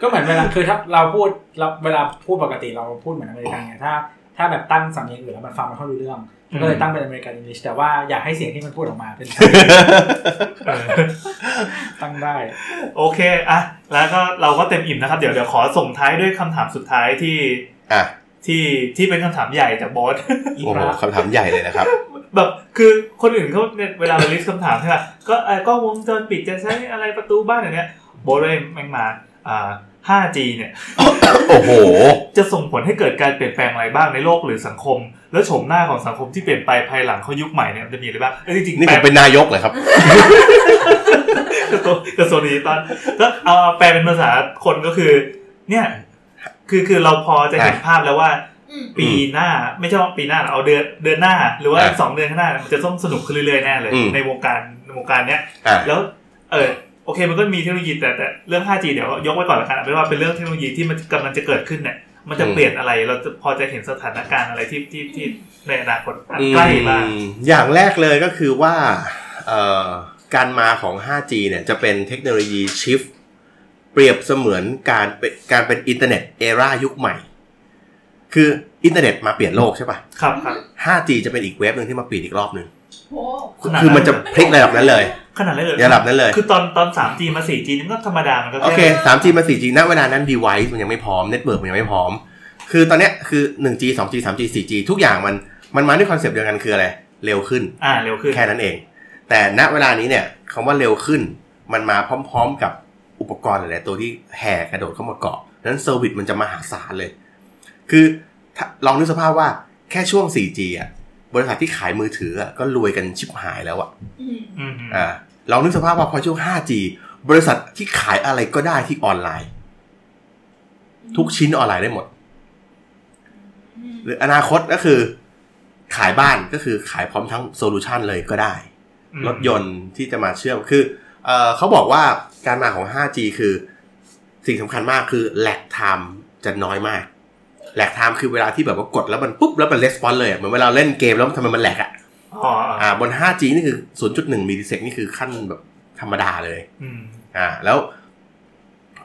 ก็เหมือนเวลาคือถ้าเราพูดเราเวลาพูดปกติเราพูดเหมือนอเมริกันไงถ้า ถ้าแบบตั้งสำเนียงอื่นแล้วมันฟังไม่ค่อยรู้เรื่อง
อืม
ก็เลยตั้งเป็นอเมริกันอังกฤษแต่ว่าอยากให้เสียงที่มันพูดออกมาเป็น
เออ
ตั้งได้
โอเคอะแล้วก็เราก็เต็มอิ่มนะครับเดี๋ยวเดี๋ยวขอส่งท้ายด้วยคำถามสุดท้ายที่
อ่ะ
ที่ที่เป็นคำถามใหญ่จากบอส
อีก
โอ้โห
แล้ว
คำถามใหญ่เลยนะครับ
แบบคือคนอื่นเขาเนี่ยเวลาเราลิสต์คำถามใช่ป่ะก็เอ่อกล้องวงจรปิดจะใช้อะไรประตูบ้านอย่างเนี้ยโบเลยแมงมาอ่า 5G เนี่ย
โอ้โห
จะส่งผลให้เกิดการเปลี่ยนแปลงอะไรบ้างในโลกหรือสังคม แล้วโฉมหน้าของสังคมที่เปลี่ยนไปภายหลังเขายุคใหม่เนี่ยมันจะมีอะไรบ้างเอ้ยจริงๆ
นี่
แปล
ผมเป็นนายกเลยครับ
กระทรวงกระทรวงดิจิตอลแล้วเอาแปลเป็นภาษาคนก็คือ เนี่ย คือคือเราพอจะเห็นภาพแล้วว่า
อืม
ปีหน้าไม่ใช่ว่าปีหน้าหรอกเอาเดือนเดือนหน้า หรือว่า
อ่ะ
สองเดือนข้างหน้ามันจะต้องสนุกขึ้นเรื่อยๆแน่เลย
อืม
ในวงการในวงการเนี้ย
อ่ะ
แล้วเออโอเคมันก็มีเทคโนโลยีแต่แต่เรื่อง 5G เดี๋ยวยกไว้ก่อนละกันเอาเป็นว่าเป็นเรื่องเทคโนโลยีที่มันกำลังจะเกิดขึ้นเนี่ยมันจะ
อืม
เปลี่ยนอะไรเราจะพอจะเห็นสถานการณ์อะไรที่ที่ที่ในอนาคตอันใกล้บ้าง
อืมอย่างแรกเลยก็คือว่าเอ่อการมาของ 5G เนี่ยจะเป็นเทคโนโลยีชิฟเปรียบเสมือนการเป็นการเป็นอินเทอร์เน็ตเอรายุคใหม่ คืออินเทอร์เน็ตมาเปลี่ยนโลกใช่ปะ
ครับครับ
5G จะเป็นอีกเวฟหนึ่งที่มาเปลี่ยนอีกรอบหนึ่ง
โอ้
ขนาดนั้น
คือมันจะพลิกระดับนั้นเลย
ขนาดนั้นเลย
ระดับนั้นเลย
คือตอนตอน 3G มา 4G นี่มันก็ธรรมดามันก็
โอ
แค่
เค 3G มา 4G ณ เวลานั้น device มันยังไม่พร้อม network มันยังไม่พร้อม คือตอนเนี้ยคือ 1G 2G 3G 4G ทุกอย่างมันมันมาด้วยคอนเซปต์เดียวกันคืออะไร เร็วขึ้น
อ่าเร็วขึ้น
แค่นั้นเอง แต่ณเวลานี้เนี่ยคำว่าเร็วขึ้น มันมาพร้อมๆกับอุปกรณ์หลายๆตัวที่แห่กระโดดเข้ามาเกาะดังนั้นเซอร์วิสมันจะมหาศาลเลย คือถ้าลองนึกสภาพว่าแค่ช่วง 4G อ่ะ บริษัทที่ขายมือถืออะก็รวยกันชิบหายแล้วอ่ะ
อืม
อืม
อ่าลองนึกสภาพว่าพอช่วง 5G บริษัทที่ขายอะไรก็ได้ที่ออนไลน์ ทุกชิ้นออนไลน์ได้หมด
อืม
หรืออนาคตก็คือ ขายบ้านก็คือขายพร้อมทั้งโซลูชันเลยก็ได้
อืม
รถยนต์ที่จะมาเชื่อมคือเออเขาบอกว่าการมาของ 5G คือ สิ่งสำคัญมากคือแลกไทม์จะน้อยมากแลกไทม์คือเวลาที่แบบว่ากดแล้วมันปุ๊บแล้วมันレスปอนเลยอะเหมือนเวลาเล่นเกมแล้วทำไมมันแลกอะ
อ๋ออ่ะ
อ่าบน 5G นี่คือ 0.1มิลลิเซกนี่คือขั้นแบบธรรมดาเลย
อืม
อ่าแล้ว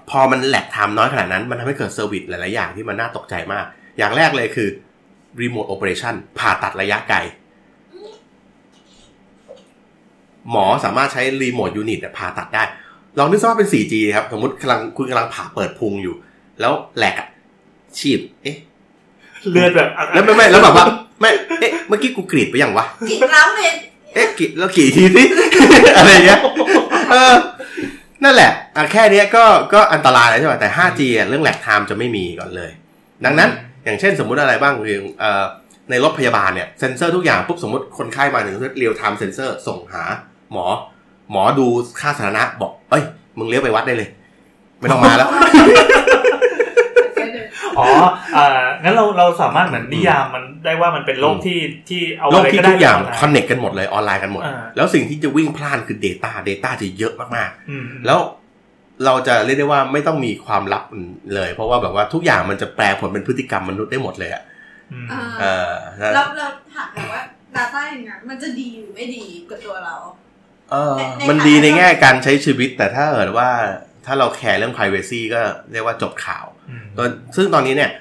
พอมันแหลกไทม์น้อยขนาดนั้น มันทำให้เกิดเซอร์วิสหลาย ๆ อย่างที่มันน่าตกใจมาก อย่างแรกเลยคือรีโมทโอเปอเรชันผ่าตัดระยะไกล หมอสามารถใช้รีโมทยูนิตผ่าตัดได้ ลองนึกซะว่าเป็น 4G นะครับ สมมติกำลังคุณกำลังผ่าเปิดพุงอยู่ แล้วแหลกอะฉีดเอ๊ะ
เลือดแบบ
แล้วไม่ไม่แล้วแบบว่า ไม่เอ๊ะเมื่อกี้กูกรีดไปยังวะ
กรีดน้ำเป็น
เอ๊ะกี่เรากี่ทีสิ อะไรเงี้ยเออนั่นแหละอ่ะแค่เนี้ยก็ก็อันตรายแล้วใช่ป่ะแต่ 5G อ่ะเรื่องแหลกไทม์จะไม่มีก่อนเลย ดังนั้นอย่างเช่นสมมุติอะไรบ้างคือเอ่อในรถพยาบาลเนี่ยเซ็นเซอร์ทุกอย่างปุ๊บสมมติคนไข้มาถึงเรียวไทม์เซ็นเซอร์ส่งหา หมอ หมอดูค่าสถานะบอก เอ้ย มึงเลี้ยวไปวัดได้เลย ไม่ต้องมาแล้ว
อ๋ออ่างั้นเราเราสามารถเหมือนนิยามมันได้ว่ามันเป็นโลกที่ที่เอา
โล
อะ
ก
ไร
ที่
ก็ได้
ทุกอย่าง
ม
คอนเน็กกันหมดเลยออนไลน์กันหมด
า
แล้วสิ่งที่จะวิ่งพล่านคือ Data Data จะเยอะมากๆ
อืม
แล้วเราจะเรียกได้ว่าไม่ต้องมีความลับเลย เพราะว่าแบบว่าทุกอย่างมันจะแปลผลเป็นพฤติกรรมมนุษย์ได้หมดเลยอ่ะ
อืม
อ่
เอา อนะ
เราเราถามหน่อยว่า Data อย่างนั้นมันจะดีหรือไม่ดีกับตัวเรา
เออ
ในใน
มันดีในแง่การใช้ชีวิต แต่ถ้าเกิดว่าถ้าเราแคร์เรื่อง p r i เวซีก็เรียกว่าจบข่าว
อืม
ตอนซึ่งตอนนี้เนี่ย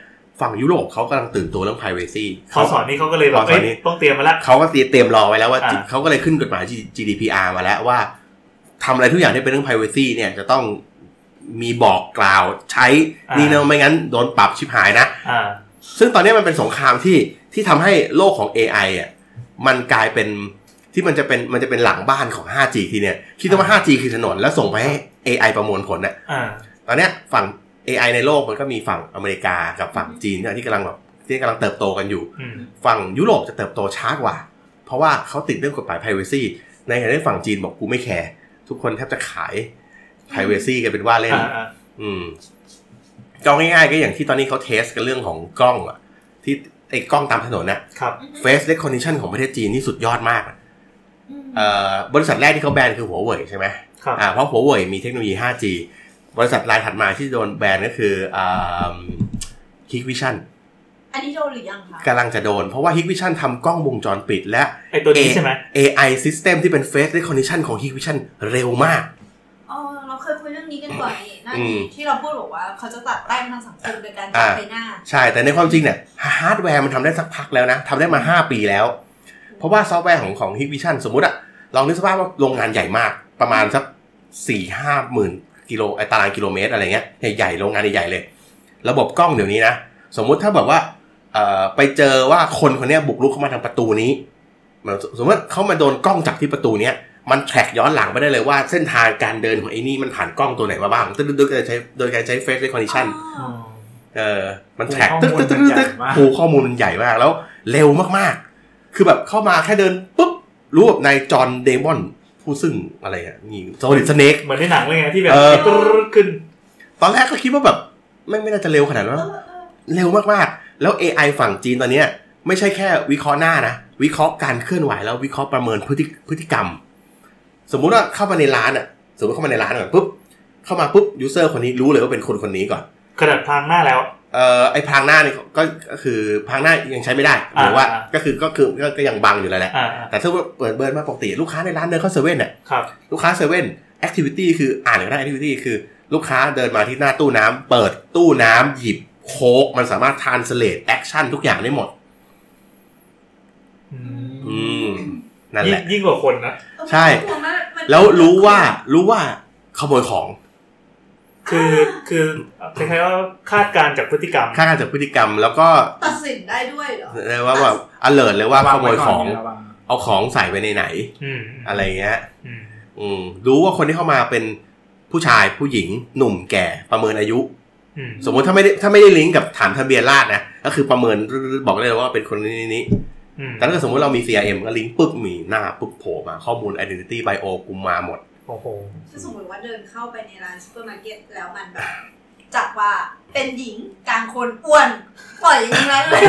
ฝั่งยุโรปเขากำลังตื่นตัวเรื่อง p r i เวซี
พอสอนนี่เขาก็เลยแบ
พ
บ
อสอ
เอ้
น
ย
นี่
ต้องเตรียมมาละ
เขาก็เตรียมรอไว้แล้วว่า
อ่า
เขาก็เลยขึ้นกฎหมาย G- GDPR มาแล้วว่าทำอะไรทุกอย่างที่เป็นเรื่อง p r i เวซีเนี่ยจะต้องมีบอกกล่าวใช้นี่นะไม่งั้นโดนปรับชิบหายนะ
อ่า
ซึ่งตอนนี้มันเป็นสงครามที่ที่ทำให้โลกของ AI อ่ะมันกลายเป็นที่มันจะเป็นมันจะเป็นหลังบ้านของ 5G ทีเนี่ยคิดว่า 5G คือถนนแล้วส่งไปให้ AI ประมวลผลน่ะ
อ่า
ตอนเนี้ยฝั่ง AI ในโลกมันก็มีฝั่งอเมริกากับฝั่งจีนเนี่ยที่กำลังแบบที่กำลังเติบโตกันอยู่
อืม
ฝั่งยุโรปจะเติบโตช้ากว่า เพราะว่าเขาติดเรื่องกฎหมาย privacy ในขณะที่ฝั่งจีนบอกกูไม่แคร์ทุกคนแทบจะขาย privacy กันเป็นว่าเล่น
อ่าอ่า
อืมก็ง่ายๆก็อย่างที่ตอนนี้เขาเทสกันเรื่องของกล้องอะที่ไอ้กล้องตามถนนนะครับ เฟ e recognition ของประเทศจีนนี่สุดยอดมากอะเอ่อบริษัทแรกที่เขาแบนคือหัวเว่ยใช่ไหม
ครับ
อ่าเพราะหัวเว่ยมีเทคโนโลยี 5G บริษัทรายถัดมาที่โดนแบนก็คืออ่าคิกวิชั่น
อันนี้โดนหรือยังคะ
กำลังจะโดน เพราะว่า Hikvision ทำกล้องวงจรปิดและ
ไอตัวนี้ใช่ไหม
AI system ที่เป็น face recognition ของ Hikvision เร็วมาก
อ๋อเราเคยคุยเรื่องนี้กันก่อนนี่นั่น
อืม
ที่เราพูดบอกว่าเขาจะตัดแต้มทางสังคมโดยการ
อ่า
ตัดใบหน้า
ใช่ แต่ในความจริงเนี่ยฮาร์ดแวร์มันทำได้สักพักแล้วนะทำได้มา 5 ปีแล้ว เพราะว่าซอฟต์แวร์ของของ Hikvision สมมติอะลองนึกสภาพว่าโรงงานใหญ่มาก ประมาณสักสี่ห้าหมื่นกิโลไอ้ตารางกิโลเมตรอะไรเงี้ยใหญ่ๆโรงงานใหญ่ๆเลย ระบบกล้องเดี๋ยวนี้นะ สมมุติถ้าแบบว่าเอ่อไปเจอว่าคนคนเนี้ยบุกรุกเข้ามาทางประตูนี้เหมือนสมมติเขามาโดนกล้องจับที่ประตูเนี้ยมันแทร็กย้อนหลังไปได้เลยว่าเส้นทางการเดินของไอ้นี่มันผ่านกล้องตัวไหนมาบ้างตึ๊ดๆๆโดยการใช้โดยการใช้ face recognition
อ๋อ
เออ มันแท็ก
ข้อมู
ตึ๊
ล
กตึ๊กตึ๊ก
มันใหญ่
ตึ๊ก
มาก
โอ้โหข้อมูลมันใหญ่มากแล้วเร็วมากๆ คือแบบเข้ามาแค่เดินปุ๊บ รู้แบบนายจอห์นเดมอนผู้ซึ่งอะไรอ่ะนี่โซลิดสเนก
เหมือนในหนังเลยไงที่แบบ
เออ
ตรึ๊ดขึ้น
ตอนแรกก็คิดว่าแบบไม่ไม่น่าจะเร็วขนาดนั้นวะเร็วมากๆ แล้ว AI ฝั่งจีนตอนเนี้ยไม่ใช่แค่วิเคราะห์หน้านะ วิเคราะห์การเคลื่อนไหวแล้ววิเคราะห์ประเมินพฤติพฤติกรรม สมมุติว่าเข้ามาในร้านอ่ะสมมติเข้ามาในร้านก่อนปุ๊บเข้ามาปุ๊บยูเซอร์คนนี้รู้เลยว่าเป็นคนคนนี้ก่อน
ขนาดพลางหน้าแล้ว
เอ่อไอ้พรางหน้าเนี่ยก็ก็คือพรางหน้ายังใช้ไม่ได้หรือว่า
อ่า
ก็คือก็คือก็ก็ยังบังอยู่แล้วแหละ
อ่า
แต่ถ้าว่าเปิดเบิร์นมาปกติ ลูกค้าในร้านเดินเข้าเซเว่นเนี่ย
ครับ
ลูกค้าเซเว่นแอคทิวิตี้คืออ่านก็ได้แอคทิวิตี้คือ ลูกค้าเดินมาที่หน้าตู้น้ำเปิดตู้น้ำหยิบโค้กมันสามารถทานสเลตแอคชั่นทุกอย่างได้หมด
อืม
อืม นั่น
ยิ่ง
แหละ
ยิ่งกว่าคนนะ
เออ
ใช่
มันกลัวมากมัน
แล้วรู้ว่ารู้ว่าขโมยของ
คือคือคล้ายๆว่าคาดการณ์จากพฤติกรรม
ค่าการจากพฤติกรรม แล้วก็
ตัดสินได้ด้วยเหรอ
เรียกว่าแบบอเลิร์เลยว่าขโมยของ
ระวัง
เอาของใส่ไปในไหน
อืม
อะไรเงี้ย
อืม
อืมรู้ว่าคนที่เข้ามาเป็นผู้ชายผู้หญิงหนุ่มแก่ประเมินอายุ
อืม
สมมติถ้าไม่ได้ถ้าไม่ได้ลิงก์กับฐานทะเบียนราษฎร์นะก็คือประเมินรึๆบอกได้เลยว่าเป็นคนนี้นี้นี้
อืม
แต่ถ้าเกิดสมมติเรามี CRM ก็ลิงก์ปึ๊บมีหน้าปึ๊บโผล่มาข้อมูล identity bio กุมมาหมด
โอ้โห
ถ้าสมมติว่าเดินเข้าไปในร้านซูเปอร์มาร์เก็ตแล้วมันแบบจับว่าเป็นหญิงกลางคนอ้วนปล่อยอย่างนี้แล้วเลย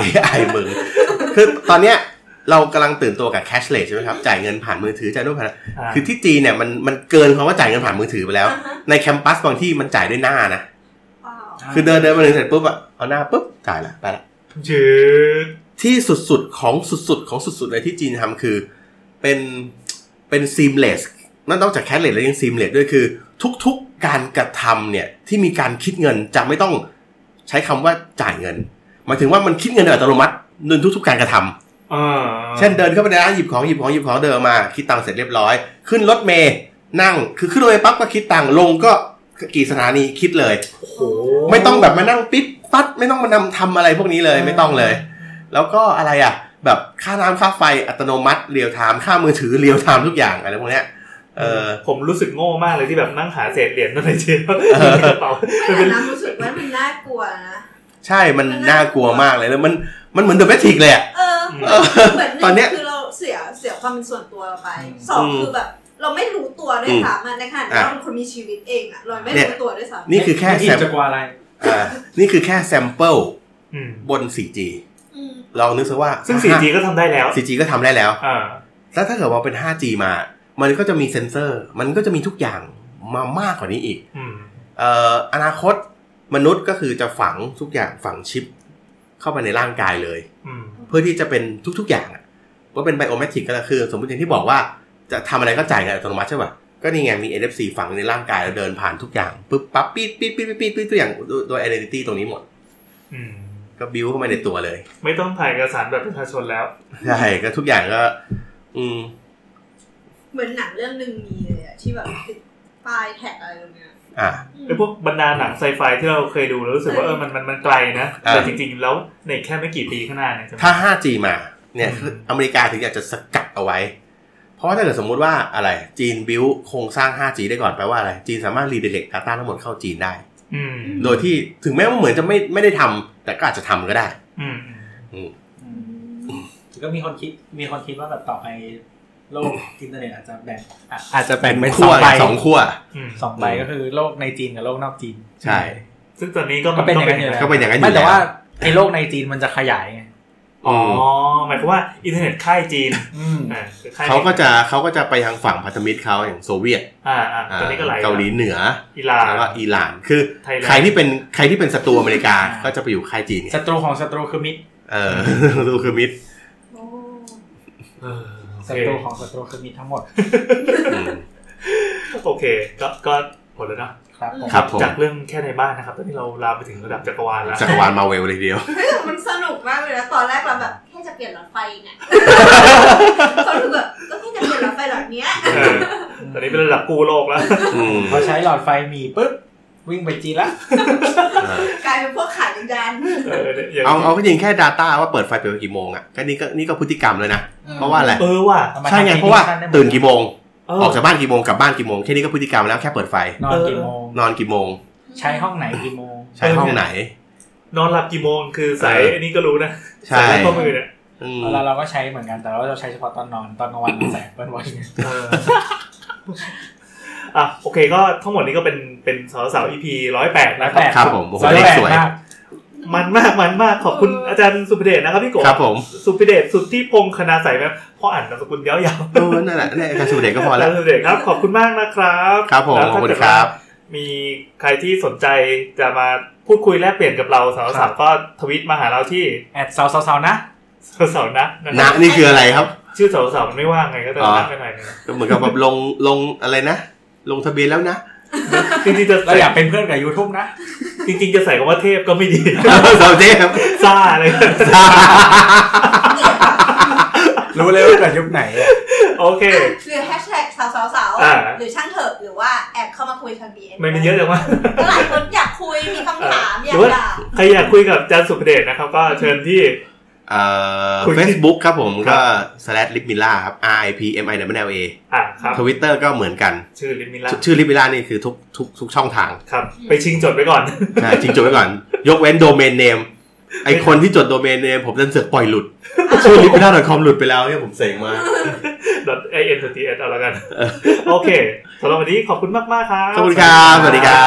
AI มึง คือตอนเนี้ยเรากำลังตื่นตัวกับ cashless ใช่ไหมครับ จ่ายเงินผ่านมือถือจ่ายด้วยผ่าน
อ่า
คือที่จีนเนี่ยมันมันเกินคำว่าจ่ายเงินผ่านมือถือไปแล้ว
อ่าฮะ
ในแคมปัสบางที่มันจ่ายด้วยหน้านะ
ว้าว
คือเดินเดินมาถึงเสร็จปุ๊บอะเอาหน้าปุ๊บจ่ายละไปละ
ชื่อ
ที่สุดๆ ของสุดๆ ของสุดๆ เลยที่จีนทำคือเป็นเป็นซีมเลสนั่นนอกจากแคชเลสแล้วยังซีมเลสด้วยคือ ทุกๆการกระทำเนี่ย ที่มีการคิดเงินจะไม่ต้องใช้คำว่าจ่ายเงินหมายถึงว่ามันคิดเงินโดยอัตโนมัติในทุกๆ การกระทำ
อ่า
เช่นเดินเข้าไปในร้านหยิบของหยิบของหยิบของเดินมา คิดตังค์เสร็จเรียบร้อย ขึ้นรถเมย์นั่งคือขึ้นรถเมย์ปั๊บก็คิดตังค์ลงก็กี่สถานีคิดเลย
โอ้โห
ไม่ต้องแบบมานั่งปิ๊บปั๊ดไม่ต้องมานำทำอะไรพวกนี้เลยไม่ต้องเลย แล้วก็อะไรอ่ะ แบบค่าน้ำค่าไฟอัตโนมัติเรียวไทม์ค่ามือถือเรียวไทม์ทุกอย่างอะไรพวกเนี้ยเออ
ผมรู้สึกโง่มากเลยที่แบบนั่งหาเศษเหรียญนั่นเลยเชียว
เออ
กระเป๋า
ไม่แต่นะรู้สึกว่ามันน่ากลัวนะ
ใช่มันน่ากลัวมากเลยแล้วมันมันเหมือนเดอะแมทริกเลยอ่ะ
เออ
เออ
เหมือนหง
ตอนเนี้ย
คือเราเสียเสียความเป็นส่วนตัวเราไปสอง
อืม
คือแบบ เราไม่รู้ตัวด้วยซ้ำอะในขณะที่
อ่ะ
เราเป็นคนมีชีวิตเองอะเราไม่
เนี่ย
รู้ตัวด้วยซ้ำ
นี่คือแค่
ไม่
แซ
อิ่
ม
มจะกลัวอะไร
อ่านี่คือแค่แซมเปิล
อืม
บน 4G
อืม
ลองนึกซะว่า
ซึ่ง 4G ก็ทำได้แล้ว
4G ก็ทำได้แล้ว
อ่า
แล้วถ้าเกิดว่าเป็น 5G มา มันก็จะมีเซ็นเซอร์ มันก็จะมีทุกอย่างมามากกว่านี้อีก
อืม
เอ่ออนาคตมนุษย์ก็คือจะฝังทุกอย่างฝังชิป เข้าไปในร่างกายเลย
อืม
เพื่อที่จะเป็นทุก ๆ อย่างอะว่าเป็นไบโอเมตริกก็คือ สมมติอย่างที่บอกว่าจะทำอะไรก็จ่ายเงินอัตโนมัติใช่ป่ะ ก็นี่ไงมี NFC ฝังในร่างกายแล้วเดินผ่านทุกอย่างปุ๊บปั๊บปีดปีดปีดปีดปีดปีดทุกอย่างโดยโดย identity ตรงนี้หมด
อืม
ก็บิวเข้ามาในตัวเลย
ไม่ต้องถ่ายเอกสารแบบประชาชนแล้ว
ใช่ก็ทุกอย่างก็ อืม
เหมือนหนังเรื่องหนึ่งมีเลยอะที่แบบติดป้ายแท็กอะไรตรงเนี้ย
อ่ะ
อืม
ไอ้พวกบรรดาหนังไซไฟที่เราเคยดูแล้วรู้สึกว่าเออมันมันมันไกลนะ
อ่า
แต่จริงๆ แล้วในแค่ไม่กี่ปีข้างหน้าเนี่ยจะมี
ถ้า 5G มาเนี่ยคือ
อืม
อเมริกาถึงอยากจะสกัดเอาไว้ เพราะว่าถ้าเกิดสมมุติว่าอะไรจีนบิวโครงสร้าง 5G ได้ก่อนแปลว่าอะไร จีนสามารถรีเดเล็กดาต้าทั้งหมดเข้าจีนได้
อืม
โดยที่ถึงแม้ว่าเหมือนจะไม่ไม่ได้ทำแต่ก็อาจจะทำก็ได้
อืม
ก็มีคนคิดมีคนคิดว่าแบบต่อไปโลกอินเทอร์เน็ตอาจจะแบ่งอ่ะอาจจะแบ่งเป็นส
ขั้
อ
ว
งใบ
สองขั้ว
อืม
สองใบก็คือโลกในจีนกับโลกนอกจีน
ใช่
ซึ่งตอนนี้ก็มั
ก็เป็นอย่างนั้นอยู่แล้ว
ก็เป็นอย่างนั้นอยู่
ไม่แต่
แล้ว
ว่าไอ้โลกในจีนมันจะขยายไง
อ๋อ
อ๋อ หมายความว่าอินเทอร์เน็ตค่ายจีน
อืม
อ่าคือค่ย
เขาก็จะเขาก็จะไปทางฝั่งพันธมิตรเขาอย่างโซเวียต
อ่าอ่า
อ่า
ตอนนี้ก็ไหล
เกาหลีเหนือ
อิหร่าน
แล้วก็อิหร่าน คือ
ไทยแลนด์
ใครที่เป็นใครที่เป็นศัตรูอเมริกา
อ่า
ก็จะไปอยู่ค่ายจีนไง
ศัตรูของศัตรูคือมิตร
เออ ดูคือมิตร
โอ้
เออโอ
ศั
เค
ตรูของศัตรูคือมิตรทั้งหมด
อืม
โอเค ก็ก็หมดแล้วเนาะ
ครับผม
ครับผม
จากเรื่องแค่ในบ้านนะครับ ตอนนี้เราลามไปถึงระดับจักรวาลแล้ว
จักรวาลมาเวลเลยทีเดียว
เฮ้ยแต่มันสนุกมากเลยนะตอนแรกเราแบบแค่จะเปลี่ยนหลอดไฟเนี่ยเขาถึงแบบก็แค่จะเปลี่ยนหลอดไฟหลอดเนี้ย
เออตอนนี้เป็นระดับกู้โลกแล้ว
อืม
พอใช้หลอดไฟหมีปุ๊บวิ่งไปจีนละ
เออก
ลายเป็นพวกขายยาน
เอออย่าง
เอาเอาก็ยิงแค่ Data ว่าเปิดไฟเปิดกี่โมงอ่ะก็นี่ก็นี่ก็พฤติกรรมแล้วนะเพราะว่าอะไร
เออว่ะ
เอามา
ใช่ไง
ทำ
เพราะว่า
prediction ได้หมด
ตื่นกี่โมง
เ
ออกจากบ้านกี่โมงกลับบ้านกี่โมงแค่นี้ก็พฤติกรรมแล้วแค่เปิดไฟ
นอนกี่โมง
นอนกี่โมง
ใช้ห้องไหนกี่โมง
ใช้ห้องไหน
นอนหลับกี่โมงคือสาย
เออ
ไอันนี้ก็รู้นะ
ใช่
สายข้อมือเนี่ย
อืม
เราเราก็ใช้เหมือนกันแต่ว่าเราใช้เฉพาะตอนนอนตอนกลางวันเราใส่แอปเปิลวอช
เอ ออ่ะโอเคก็ทั้งหมดนี้ก็เป็นเป็นสาวสาว EP ร้อยแปดนะค
แป
รับ
ด
ครับผมโอ้โห
ร้อยแปด
สวย
มาก
มันมากมันมากขอบคุณอาจารย์สุภเดชนะครับพี่โก
ครับผม
สุภเดชสุดที่พงษ์คณาใสแบบพออ่านนามสกุลยาว
เออนั่นแหละนี่นอาจารย์สุเดชก็พ
ๆ
อ
อา
แล้
จาว รย์สุภเดชครับ ขอบคุณมากนะครับ
ครับผม
แล้ว
ขอบ
ถ้า
คุณ
เกิด
ค
ว่า
รับ
มีใครที่สนใจจะมาพูดคุยแลกเปลี่ยนกับเราสาว
ครั
สาว
บ
ก็ทวิตมาหาเราที่
แอดสาวสาวๆๆนะ
สาวๆนะนะค
นะ
รับ
นี่คืออะไรครับ
ชื่อสาวสาวๆมันไม่ว่างไงก็จะ
อ๋อ
นัดไปหน่อยนึง
ก็เหมือนกับแบบลงลงอะไรนะ ลงทะเบียน แล้วนะ
จริงๆจะ
เรา
ใส่
อยากเป็นเพื่อนกับ YouTube นะ
จริงๆจะใส่คำว่าเทพก็ไม่ดี
สาวเจ๊ครับ
ซ่าเลย
รู้เลยว่าเกิดยุคไหนอะ
โอเค
หรือแฮชแท็กสาวสาวสาว
อ่า
หรือช่างเถอะหรือว่าแอบเข้ามาคุยทางดีเอ็
ไม่เป็นเยอะจังวะ
ก็หลายคนอยากคุยมีคำถามอยา
หรื
ก
อว่า
ด่า
ใครอยากคุยกับอาจารย์สุภเดชนะครับ ก็เชิญที่
เอ่อ
คุย
Facebook ครับผมก็ slash lipmilla ครับ r i p m i l l a
อ่ะครับ
ทวิตเตอร์ก็เหมือนกัน
ชื่อลิมิลา
ชื่อ lipmilla นี่คือทุกทุกทุกช่องทาง
ครับ ไปชิงจดไว้ก่อน
ใช่จริงจดไว้ก่อน ยกเว้นโดเมนเนม ไอคนที่จดโดเมนเนม ผมดันเสือกปล่อยหลุ ด ชื่อ lipmilla.com หลุดไปแล้วเนี่ยผมเสงมาก
i n t s เอาละกัน โอเคสำหรับวันนี้ขอบคุณมาก ๆ ครับ
ขอบคุณครับ สวัสดีครั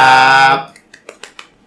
บ